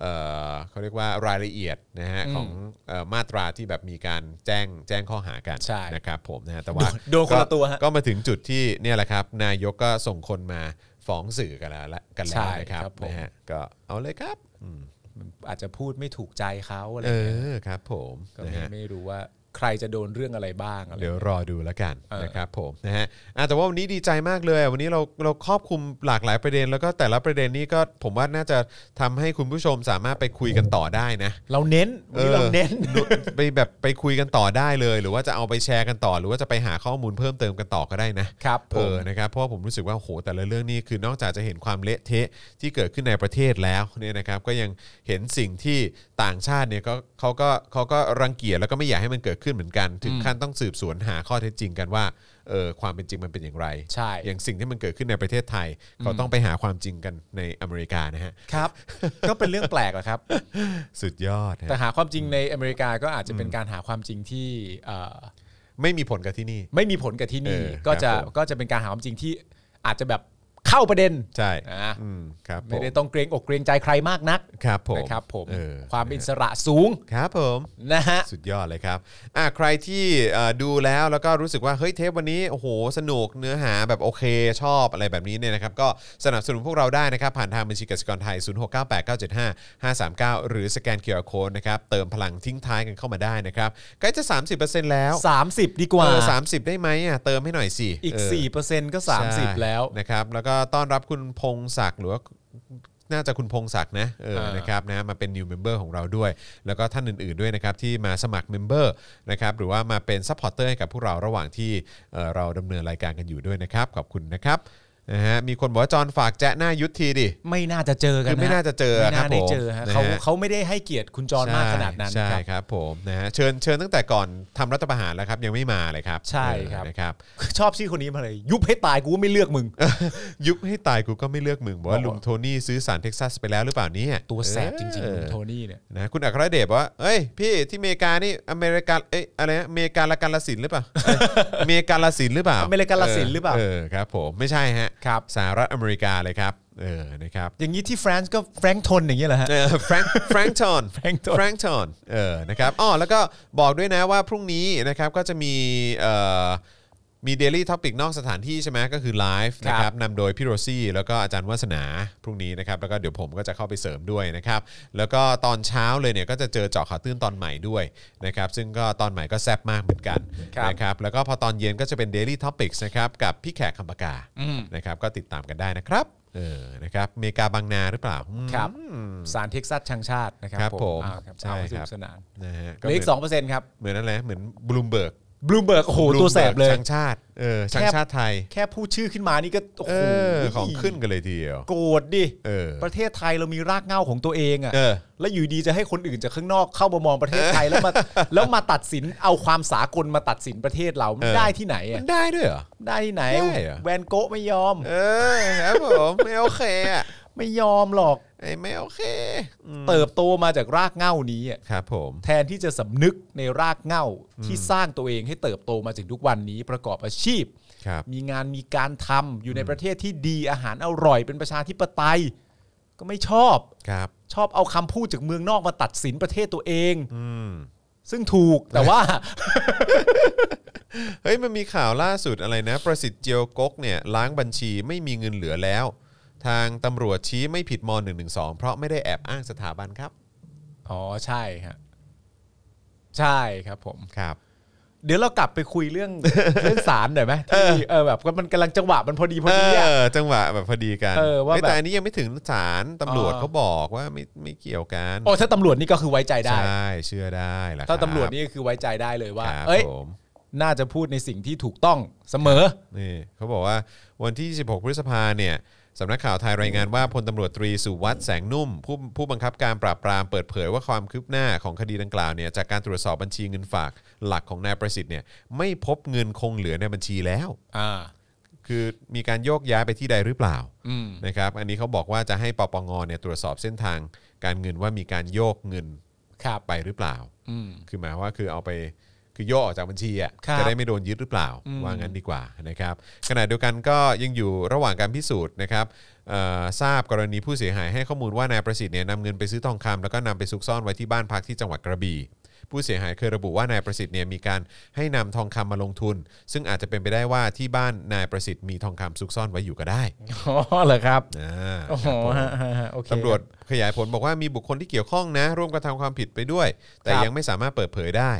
[SPEAKER 2] เอ่อเขาเรียกว่ารายละเอียดนะฮะ
[SPEAKER 3] อืม
[SPEAKER 2] ของเอ่อมาตราที่แบบมีการแจ้งแจ้งข้อหากัน
[SPEAKER 3] ใช่
[SPEAKER 2] นะครับผมนะฮะแต่ว่า
[SPEAKER 3] โดนโดนคนละตัวฮะ
[SPEAKER 2] ก็ก็มาถึงจุดที่เนี่ยแหละครับ นายกก็ส่งคนมาฟ้องสื่อกันแล้วละกันแล้
[SPEAKER 3] ใช่
[SPEAKER 2] วนะครับ
[SPEAKER 3] ครับผม
[SPEAKER 2] นะฮะก็เอาเลยครับอืม
[SPEAKER 3] อาจจะพูดไม่ถูกใจเขาอะไร
[SPEAKER 2] เอ
[SPEAKER 3] เงี้ย
[SPEAKER 2] อครับผม
[SPEAKER 3] ก็
[SPEAKER 2] นะ
[SPEAKER 3] ไม่
[SPEAKER 2] ฮะ
[SPEAKER 3] ไม่รู้ว่าใครจะโดนเรื่องอะไรบ้างอะไร
[SPEAKER 2] เดี๋ยวรอดูแล้วกัน
[SPEAKER 3] เออ
[SPEAKER 2] นะครับผมนะฮะอ่ะแต่ว่าวันนี้ดีใจมากเลยอ่ะวันนี้เราเราครอบคลุมหลากหลายประเด็น แล้วก็แต่ละประเด็นนี้ก็ผมว่าน่าจะทำให้คุณผู้ชมสามารถไปคุยกันต่อได้นะ
[SPEAKER 3] เราเน้นวันนี้เราเน้น
[SPEAKER 2] ออไปแบบไปคุยกันต่อได้เลย หรือว่าจะเอาไปแชร์กันต่อ หรือว่าจะไปหาข้อมูลเพิ่มเติมกันต่อก็ได้ นะครับ
[SPEAKER 3] ผ
[SPEAKER 2] เอ
[SPEAKER 3] ม
[SPEAKER 2] อนะครับเพราะว่าผมรู้สึกว่าโหแต่ละเรื่องนี้คือนอกจากจะเห็นความเละเทะที่เกิดขึ้นในประเทศแล้วเนี่ยนะครับก็ยังเห็นสิ่งที่ต่างชาติเนี่ยก็เขาก็เขาก็รังเกียจแล้วก็ไม่อยากให้มันเกิดขึ้นเหมือนกัน ถึงขั้นต้องสืบสวนหาข้อเท็จจริงกันว่าเออความเป็นจริงมันเป็นอย่างไร
[SPEAKER 3] ใช่
[SPEAKER 2] อย่างสิ่งที่มันเกิดขึ้นในประเทศไทย เขาต้องไปหาความจริงกันในอเมริกานะฮะ
[SPEAKER 3] ครับ ก็เป็นเรื่องแปลกแหละครับ
[SPEAKER 2] สุดยอดฮะ
[SPEAKER 3] แต่หาความจริงในอเมริกาก็อาจจะเป็นการหาความจริงที่เอ่อ
[SPEAKER 2] ไม่มีผลกับที่นี่
[SPEAKER 3] ไม่มีผลกับที่นี่
[SPEAKER 2] เออ
[SPEAKER 3] ก็จะ
[SPEAKER 2] ครับผม
[SPEAKER 3] ก็จะเป็นการหาความจริงที่อาจจะแบบเข้าประเด็น
[SPEAKER 2] ใช่
[SPEAKER 3] อ่ะ
[SPEAKER 2] อืมครับผ
[SPEAKER 3] ไม่
[SPEAKER 2] ม
[SPEAKER 3] ได้ต้องเกรงอกเกรงใจใครมากนัก
[SPEAKER 2] ครับผม
[SPEAKER 3] นะครับผม
[SPEAKER 2] เออ
[SPEAKER 3] ความเป็นอิสระสูง
[SPEAKER 2] ครับผม
[SPEAKER 3] นะฮะ
[SPEAKER 2] สุดยอดเลยครับอ่ะใครที่เอ่อดูแล้วแล้วก็รู้สึกว่าเฮ้ยเทปวันนี้โอ้โหสนุกเนื้อหาแบบโอเคชอบอะไรแบบนี้เนี่ยนะครับก็สนับสนุนพวกเราได้นะครับ ผ่านทางบัญชีกสิกรไทย 0698975539 หรือสแกน QR Code นะครับเติมพลังทิ้งท้ายกันเข้ามาได้นะครับใกล้จะ 30%แล้ว
[SPEAKER 3] 30 ดีกว่า
[SPEAKER 2] เออ30 ได้ไหมอ่ะเติมให้หน่อยสิ
[SPEAKER 3] อีก
[SPEAKER 2] เ
[SPEAKER 3] 4%ก็
[SPEAKER 2] ใช่
[SPEAKER 3] 30 แล้ว
[SPEAKER 2] นะครับแล้วก็ต้อนรับคุณพงศักดิ์หรือว่าน่าจะคุณพงศักดิ์นะเออ
[SPEAKER 3] เออ
[SPEAKER 2] นะครับนะมาเป็น new member ของเราด้วย แล้วก็ท่านอื่นๆด้วยนะครับที่มาสมัคร member นะครับหรือว่ามาเป็น supporter ให้กับพวกเราระหว่างที่เอ่อเราดำเนินรายการกันอยู่ด้วยนะครับ ขอบคุณนะครับ นะฮะมีคนบอกว่าจอนฝากแจ้หน้ายุทธทีดิ
[SPEAKER 3] ไม่น่าจะเจอกัน
[SPEAKER 2] คือไม่น่าจะเจอ
[SPEAKER 3] ไม่
[SPEAKER 2] ครั
[SPEAKER 3] น่า
[SPEAKER 2] บ
[SPEAKER 3] ได้
[SPEAKER 2] ผม
[SPEAKER 3] เจอฮะ
[SPEAKER 2] นะฮะ
[SPEAKER 3] เขาเขาไม่ได้ให้เกียรติคุณจรมากขนาดนั้น
[SPEAKER 2] ใช่
[SPEAKER 3] ค
[SPEAKER 2] ใช่
[SPEAKER 3] รับ
[SPEAKER 2] ครับผมนะฮะเชิญเชิญตั้งแต่ก่อนทำรัฐประหารแล้วครับ ยังไม่มาเลยครับ
[SPEAKER 3] ใช่ครับ
[SPEAKER 2] เออนะครับ
[SPEAKER 3] ชอบชื่อคนนี้มาเลย ยุบให้ตายกูไม่เลือกมึง
[SPEAKER 2] ยุบให้ตายกูก็ไม่เลือกมึงบอกว่า
[SPEAKER 3] บอ
[SPEAKER 2] ลุ
[SPEAKER 3] กว่า
[SPEAKER 2] งโทนี่ซื้อสารเท็กซัสไปแล้วหรือเปล่าเนี่ย
[SPEAKER 3] ตัวแสบจริง
[SPEAKER 2] เออ
[SPEAKER 3] ๆโทนี่เนี่ย
[SPEAKER 2] นะคุณอัครเดชบอกว่าเอ้ยพี่ที่อเมริกานี่อเมริกาเอ้ยอะไรนะอเมริกาละกันละสินหรือเปล่าเอ้ยอเมริกาละสินหรือเปล่า
[SPEAKER 3] อเมริกาละสินหรือเปล่า
[SPEAKER 2] เออครับผมไม่ใช่ฮะ
[SPEAKER 3] ครับ
[SPEAKER 2] สหรัฐอเมริกาเลยครับเออนะครับ
[SPEAKER 3] อย่างนี้ที่แฟรงก์ก็แฟรงก์ทนอย่างเงี้ยเหรอฮะ
[SPEAKER 2] เออแฟ รงค์แฟรงค์ทอน
[SPEAKER 3] Frankton
[SPEAKER 2] แฟรงค์ทอนเออนะครับอ๋อแล้วก็บอกด้วยนะว่าพรุ่งนี้นะครับก็จะมีเอ่อมีเดลี่ท็อปิกนอกสถานที่ใช่ไหมก็คือไลฟ์นะค
[SPEAKER 3] ครั
[SPEAKER 2] รับบ นำโดยพี่โรซี่แล้วก็อาจารย์วัฒนาพรุ่งนี้นะครับแล้วก็เดี๋ยวผมก็จะเข้าไปเสริมด้วยนะครับ แล้วก็ตอนเช้าเลยเนี่ยก็จะเจอเจาะข่าวตื้นตอนใหม่ด้วยนะครับซึ่งก็ตอนใหม่ก็แซ่บมากเหมือนกันนะครับแล้วก็พอตอนเย็นก็จะเป็น Daily Topics นะครับกับพี่แขกคำปากานะครับก็ติดตามกันได้นะครับเออนะครับอเมริกาบางนาหรือเปล่าอืม
[SPEAKER 3] ครับสารเท็กซัสชังชาตินะครั
[SPEAKER 2] ครับ บผม
[SPEAKER 3] อ่าครับ
[SPEAKER 2] ใช่ค
[SPEAKER 3] ใช่ค
[SPEAKER 2] รั
[SPEAKER 3] รับ บสนาน
[SPEAKER 2] นะฮะ
[SPEAKER 3] เห
[SPEAKER 2] ก็
[SPEAKER 3] ลืออีกสองเปอร์เซ็นต์ครับ
[SPEAKER 2] เหมือนนั่นแหละเหมือนบลูมเบิร์ก
[SPEAKER 3] บลูเบิร์กโอ้โหตัวแสบเลย
[SPEAKER 2] ช่างชาติเออช่าง
[SPEAKER 3] แคบ
[SPEAKER 2] ชาติไทย
[SPEAKER 3] แค่พูดชื่อขึ้นมานี่ก็โอ้
[SPEAKER 2] เออ
[SPEAKER 3] โห
[SPEAKER 2] ของขึ้นกันเลยทีเดียว
[SPEAKER 3] โกรธดิ
[SPEAKER 2] เออ
[SPEAKER 3] ประเทศไทยเรามีรากเหง้าของตัวเองอะ
[SPEAKER 2] เออ
[SPEAKER 3] แล้วอยู่ดีจะให้คนอื่นจากข้างนอกเข้ามามองประเทศไทยแล้วมา แล้วมาตัดสินเอาความสากลมาตัดสินประเทศเรา
[SPEAKER 2] เออ
[SPEAKER 3] ได้ที่ไหน
[SPEAKER 2] มั
[SPEAKER 3] อะ
[SPEAKER 2] นได้ด้วยเหรอ
[SPEAKER 3] ได้ที่ไหน
[SPEAKER 2] ได้เหรอ
[SPEAKER 3] แวนโกะไม่ยอม
[SPEAKER 2] เออครับผมไม่โอเคอ่ะ
[SPEAKER 3] ไม่ยอมหรอก
[SPEAKER 2] ไอ้ไม่โอเคอืม
[SPEAKER 3] เติบโตมาจากรากเหง้านี้อะ
[SPEAKER 2] ครับผม
[SPEAKER 3] แทนที่จะสำนึกในรากเหง้าที่สร้างตัวเองให้เติบโตมาถึงทุกวันนี้ประกอบอาชีพ
[SPEAKER 2] ครับ
[SPEAKER 3] มีงานมีการทำอยู่ในประเทศที่ดีอาหารอร่อยเป็นประชาธิปไตย ก็ไม่ชอบ
[SPEAKER 2] ครับ
[SPEAKER 3] ชอบเอาคำพูดจากเมืองนอกมาตัดสินประเทศตัวเอง
[SPEAKER 2] อืม
[SPEAKER 3] ซึ่งถูกแต่ว่า
[SPEAKER 2] เฮ้ยมันมีข่าวล่าสุดอะไรนะ ประสิทธิ์เจียวกกเนี่ยล้างบัญชีไม่มีเงินเหลือแล้ว ทางตำรวจชี้ไม่ผิดม .112 เพราะไม่ได้แอบอ้างสถาบันครับ
[SPEAKER 3] อ๋อใช่ฮะใช่ครับผม
[SPEAKER 2] ครับ
[SPEAKER 3] เดี๋ยวเรากลับไปคุย เรื่อง เรื่องสารหน่อยไหมที่เออแบบมันกำลังจังหวะมันพอดีพอ
[SPEAKER 2] เอ
[SPEAKER 3] ดีอะ
[SPEAKER 2] อจังหวะแบบพอดีกัน
[SPEAKER 3] เออว่า
[SPEAKER 2] ไม่แต่
[SPEAKER 3] แบบ
[SPEAKER 2] อันนี้ยังไม่ถึงศาลตำรวจ
[SPEAKER 3] อ๋อ
[SPEAKER 2] เขาบอกว่าไม่ไม่เกี่ยวกัน
[SPEAKER 3] โอ้ถ้าตำรวจนี่ก็คือไว้ใจได้
[SPEAKER 2] ใช่เชื่อได้ล่ะ
[SPEAKER 3] ถ้าตำรวจ
[SPEAKER 2] ครับ
[SPEAKER 3] นี่ก็คือไว้ใจได้เลยว่า
[SPEAKER 2] ครับ
[SPEAKER 3] เอ้ย
[SPEAKER 2] ผม
[SPEAKER 3] น่าจะพูดในสิ่งที่ถูกต้องเสมอ
[SPEAKER 2] นี่เขาบอกว่าวันที่ 16 พฤษภาเนี่ยสำนักข่าวไทยรายงานว่าพลตำรวจตรีสุวัสด์แสงนุ่ม ผู้ผู้บังคับการปราบปรามเปิดเผยว่าความคืบหน้าของคดีดังกล่าวเนี่ยจากการตรวจสอบบัญชีเงินฝากหลักของนายประสิทธิ์เนี่ยไม่พบเงินคงเหลือในบัญชีแล้ว
[SPEAKER 3] อ่า
[SPEAKER 2] คือมีการโยกย้ายไปที่ใดหรือเปล่า
[SPEAKER 3] อืม
[SPEAKER 2] นะครับ อันนี้เขาบอกว่าจะให้ปปงเนี่ยตรวจสอบเส้นทางการเงินว่ามีการโยกเงิน
[SPEAKER 3] ครับ
[SPEAKER 2] ไปหรือเปล่า
[SPEAKER 3] อืม
[SPEAKER 2] คือหมายว่าคือเอาไปคือโยกออกจากบัญชีอ่ะ
[SPEAKER 3] ครับ
[SPEAKER 2] จะได้ไม่โดนยึดหรือเปล่า
[SPEAKER 3] อืม
[SPEAKER 2] ว่างั้นดีกว่านะครับขณะเดียวกันก็ยังอยู่ระหว่างการพิสูจน์นะครับเอ่อทราบกรณีผู้เสียหายให้ข้อมูลว่านายประสิทธิ์เนี่ยนำเงินไปซื้อทองคำแล้วก็นำไปซุกซ่อนไว้ที่บ้านพักที่จังหวัดกระบี่ผู้เสียหายเคยระบุว่านายประสิทธิ์เนี่ยมีการให้นำทองคำมาลงทุน ซึ่งอาจจะเป็นไปได้ว่าที่บ้านนายประสิทธิ์มีทองคำซุกซ่อนไว้อยู่ก็ได้
[SPEAKER 3] อ๋อเหรอครับ
[SPEAKER 2] อ่า
[SPEAKER 3] โอ้โหฮะฮะฮะโอเค
[SPEAKER 2] ตำรวจขยายผลบอกว่ามีบุคคลที่เกี่ยวข้องนะ ร่วมกระทำความผิดไปด้วย แต่
[SPEAKER 3] ครับ
[SPEAKER 2] ยังไม่สามารถเปิดเผยได้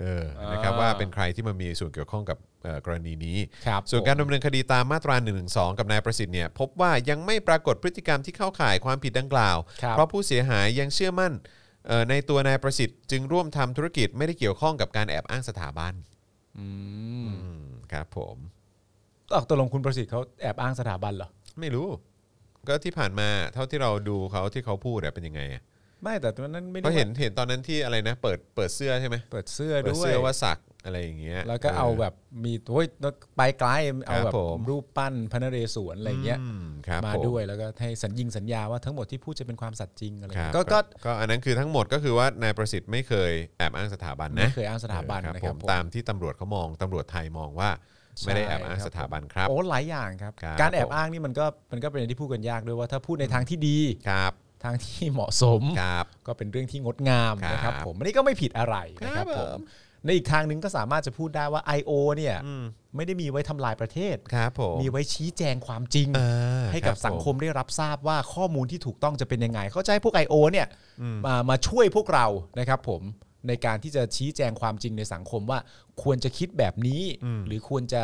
[SPEAKER 2] เออ
[SPEAKER 3] อ่าน
[SPEAKER 2] นะครับว่าเป็นใครที่มามีส่วนเกี่ยวข้องกับเอ่อกรณีนี้
[SPEAKER 3] ครับ
[SPEAKER 2] ส่วนการ
[SPEAKER 3] ผม
[SPEAKER 2] ดำเนินคดีตามมาตรา1นึกับนายประสิทธิ์เนี่ยพบว่ายังไม่ปรากฏพฤติกรรมที่เข้าข่ายความผิดดังกล่าว
[SPEAKER 3] ครับ
[SPEAKER 2] เพราะผู้เสียหายยังเชื่อมั่นเอ่อในตัวนายประสิทธิ์จึงร่วมทำธุรกิจไม่ได้เกี่ยวข้องกับการแอบอ้างสถาบัน
[SPEAKER 3] อืม
[SPEAKER 2] อืมครับผม
[SPEAKER 3] เอ้าตกลงคุณประสิทธิ์เขาแอบอ้างสถาบันเหรอ
[SPEAKER 2] ไม่รู้ ก็ที่ผ่านมาเท่าที่เราดูเขาที่เขาพูดอะเป็นยังไงอะ
[SPEAKER 3] ไม่แต่ตอนนั้นไม่ได้
[SPEAKER 2] เพราะเห็นเห็นตอนนั้นที่อะไรนะ เปิดเปิดเสื้อใช่ไหม
[SPEAKER 3] เปิดเสื้อ
[SPEAKER 2] เปิด
[SPEAKER 3] ด้วย
[SPEAKER 2] เสื้อว่าสักอะไรอย่างเงี้ย
[SPEAKER 3] แล้วก็เอาแบบมีโอ้ยไปไกลเอา
[SPEAKER 2] ค
[SPEAKER 3] แบ
[SPEAKER 2] รั
[SPEAKER 3] บบ
[SPEAKER 2] ผม
[SPEAKER 3] รูปปั้นพระนเรศวรอะไรเงี้ย
[SPEAKER 2] มครับ
[SPEAKER 3] มา
[SPEAKER 2] ผ
[SPEAKER 3] ด้วยแล้วก็ให้สัญญิงสัญญาว่าทั้งหมดที่พูดจะเป็นความสัตย์จริงอะไร
[SPEAKER 2] ครับ
[SPEAKER 3] เงี้ยก็
[SPEAKER 2] ก็
[SPEAKER 3] ก็
[SPEAKER 2] ก็อันนั้นคือทั้งหมดก็คือว่านายประสิทธิ์ไม่เคยแอบอ้างสถาบัน
[SPEAKER 3] ไม่
[SPEAKER 2] นะ
[SPEAKER 3] เคยอ้างสถาบัน
[SPEAKER 2] เออ
[SPEAKER 3] นะ
[SPEAKER 2] ผ
[SPEAKER 3] ครับ
[SPEAKER 2] ม
[SPEAKER 3] ผม
[SPEAKER 2] ตามที่ตำรวจเขามองตำรวจไทยมองว่า ไม่ได้แอบอ้าง
[SPEAKER 3] ใช่ครับ
[SPEAKER 2] สถาบันครับ
[SPEAKER 3] โอ้หลายอย่างครับ
[SPEAKER 2] ครับ
[SPEAKER 3] การแอบ
[SPEAKER 2] ผม
[SPEAKER 3] อ้างนี่มันก็มันก็เป็นอย่างที่พูดกันยากด้วยว่าถ้าพูดในทางที่ดี
[SPEAKER 2] ครับ
[SPEAKER 3] ทางที่เหมาะสม
[SPEAKER 2] ครับ
[SPEAKER 3] ก็เป็นเรื่องที่งดงาม
[SPEAKER 2] ครับ
[SPEAKER 3] นะครับผมอันนี้ก็ไม่ผิดอะไรนะครับ
[SPEAKER 2] ครับ
[SPEAKER 3] ผ
[SPEAKER 2] ผม
[SPEAKER 3] มในอีกทางหนึ่งก็สามารถจะพูดได้ว่า I.O. เนี่ย
[SPEAKER 2] อืม
[SPEAKER 3] ไม่ได้มีไว้ทำลายประเทศ
[SPEAKER 2] ครับผม
[SPEAKER 3] มีไว้ชี้แจงความจริง
[SPEAKER 2] อ่า
[SPEAKER 3] ให้กับ
[SPEAKER 2] รับ
[SPEAKER 3] สังค
[SPEAKER 2] ผม
[SPEAKER 3] ได้รับทราบว่าข้อมูลที่ถูกต้องจะเป็นยังไง เขาจะให้พวก I.O. เนี่ยมามาช่วยพวกเรานะครับผมในการที่จะชี้แจงความจริงในสังคมว่าควรจะคิดแบบนี้ หรือควรจะ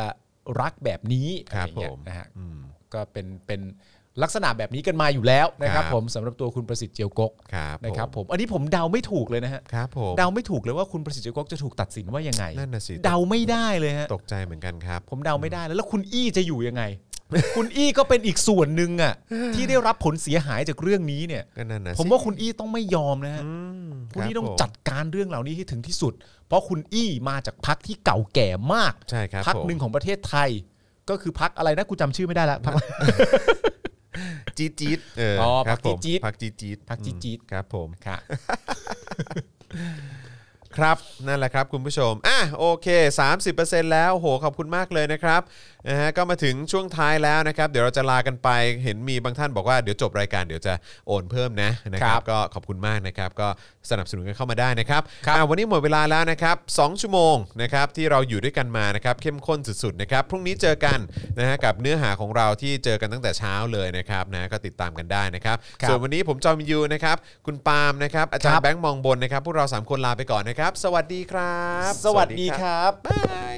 [SPEAKER 3] รักแบบนี้อะ
[SPEAKER 2] ค
[SPEAKER 3] ไร
[SPEAKER 2] รับ
[SPEAKER 3] อย่าง
[SPEAKER 2] ผม
[SPEAKER 3] เงี้ยนะฮะ
[SPEAKER 2] อืม
[SPEAKER 3] ก็เป็นเป็นลักษณะแบบนี้กันมาอยู่แล้วนะครับ
[SPEAKER 2] ครับ
[SPEAKER 3] ผมสำหรับตัวคุณประสิทธิ์เจียวกก
[SPEAKER 2] ครับ
[SPEAKER 3] นะครับผมอันนี้ผมเดาไม่ถูกเลยนะฮะ
[SPEAKER 2] ครับผม
[SPEAKER 3] เดาไม่ถูกเลยว่าคุณประสิทธิ์เจียวกกจะถูกตัดสินว่ายังไง
[SPEAKER 2] นั่นน่ะสิ
[SPEAKER 3] เดาไม่ได้เลยฮะ
[SPEAKER 2] ตกใจเหมือนกันครับ
[SPEAKER 3] ผมเดาไม่ได้แล้วแล้วคุณอี้จะอยู่ยังไง คุณอี้ก็เป็นอีกส่วนหนึ่ง อ่ะ ที่ได้รับผลเสียหายจากเรื่องนี้เนี่ย
[SPEAKER 2] ก็นั่นนะสิ
[SPEAKER 3] ผมว่าคุณอี้ต้องไม่ยอมนะฮะ
[SPEAKER 2] อืม
[SPEAKER 3] คุณอี้
[SPEAKER 2] รับ
[SPEAKER 3] ต้อง
[SPEAKER 2] ผม
[SPEAKER 3] จัดการเรื่องเหล่านี้ให้ถึงที่สุด เพราะคุณอี้มาจากพักที่เก่าแก่มาก
[SPEAKER 2] ใช่ครับ
[SPEAKER 3] พัก
[SPEAKER 2] ผม
[SPEAKER 3] หนึ่งของประเทศไทย ก็คือพักอะไรนะกูจำชื่อไม่ได้ละ พัก
[SPEAKER 2] จี๊ดจี๊ดเออ
[SPEAKER 3] อ
[SPEAKER 2] ครับ
[SPEAKER 3] พรรค
[SPEAKER 2] ผม
[SPEAKER 3] จี๊ดๆ
[SPEAKER 2] พักจี๊ดจี๊ด
[SPEAKER 3] พรรคจี๊ดจี๊ด
[SPEAKER 2] อืมครับผม
[SPEAKER 3] ค่ะ
[SPEAKER 2] ครับ นั่นแหละครับคุณผู้ชม อ่ะโอเค 30%แล้วโหขอบคุณมากเลยนะครับนะฮะก็มาถึงช่วงท้ายแล้วนะครับ เดี๋ยวเราจะลากันไปเห็นมีบางท่านบอกว่าเดี๋ยวจบรายการเดี๋ยวจะโอนเพิ่มนะนะค
[SPEAKER 3] ค
[SPEAKER 2] รั
[SPEAKER 3] รั
[SPEAKER 2] บบ ก็ขอบคุณมากนะครับก็สนับสนุนกันเข้ามาได้นะครับ
[SPEAKER 3] ครับ
[SPEAKER 2] อ่ะวันนี้หมดเวลาแล้วนะครับ2ชั่วโมงนะครับที่เราอยู่ด้วยกันมานะครับเข้มข้นสุดๆนะครับพรุ่งนี้เจอกันนะฮะกับเนื้อหาของเราที่เจอกันตั้งแต่เช้าเลยนะครับนะก็ติดตามกันได้นะครับ
[SPEAKER 3] ครับ
[SPEAKER 2] ส่วนวันนี้ผมจอมยูนะครับคุณปาล์มนะครับอาจาร
[SPEAKER 3] ครั
[SPEAKER 2] ย์
[SPEAKER 3] บ
[SPEAKER 2] แบงค์มองบนนะครับพวกเราสามคนลาไปก่อนนะครับสวัสดีครับ
[SPEAKER 3] สวัสดีครับ
[SPEAKER 2] บ๊ายบาย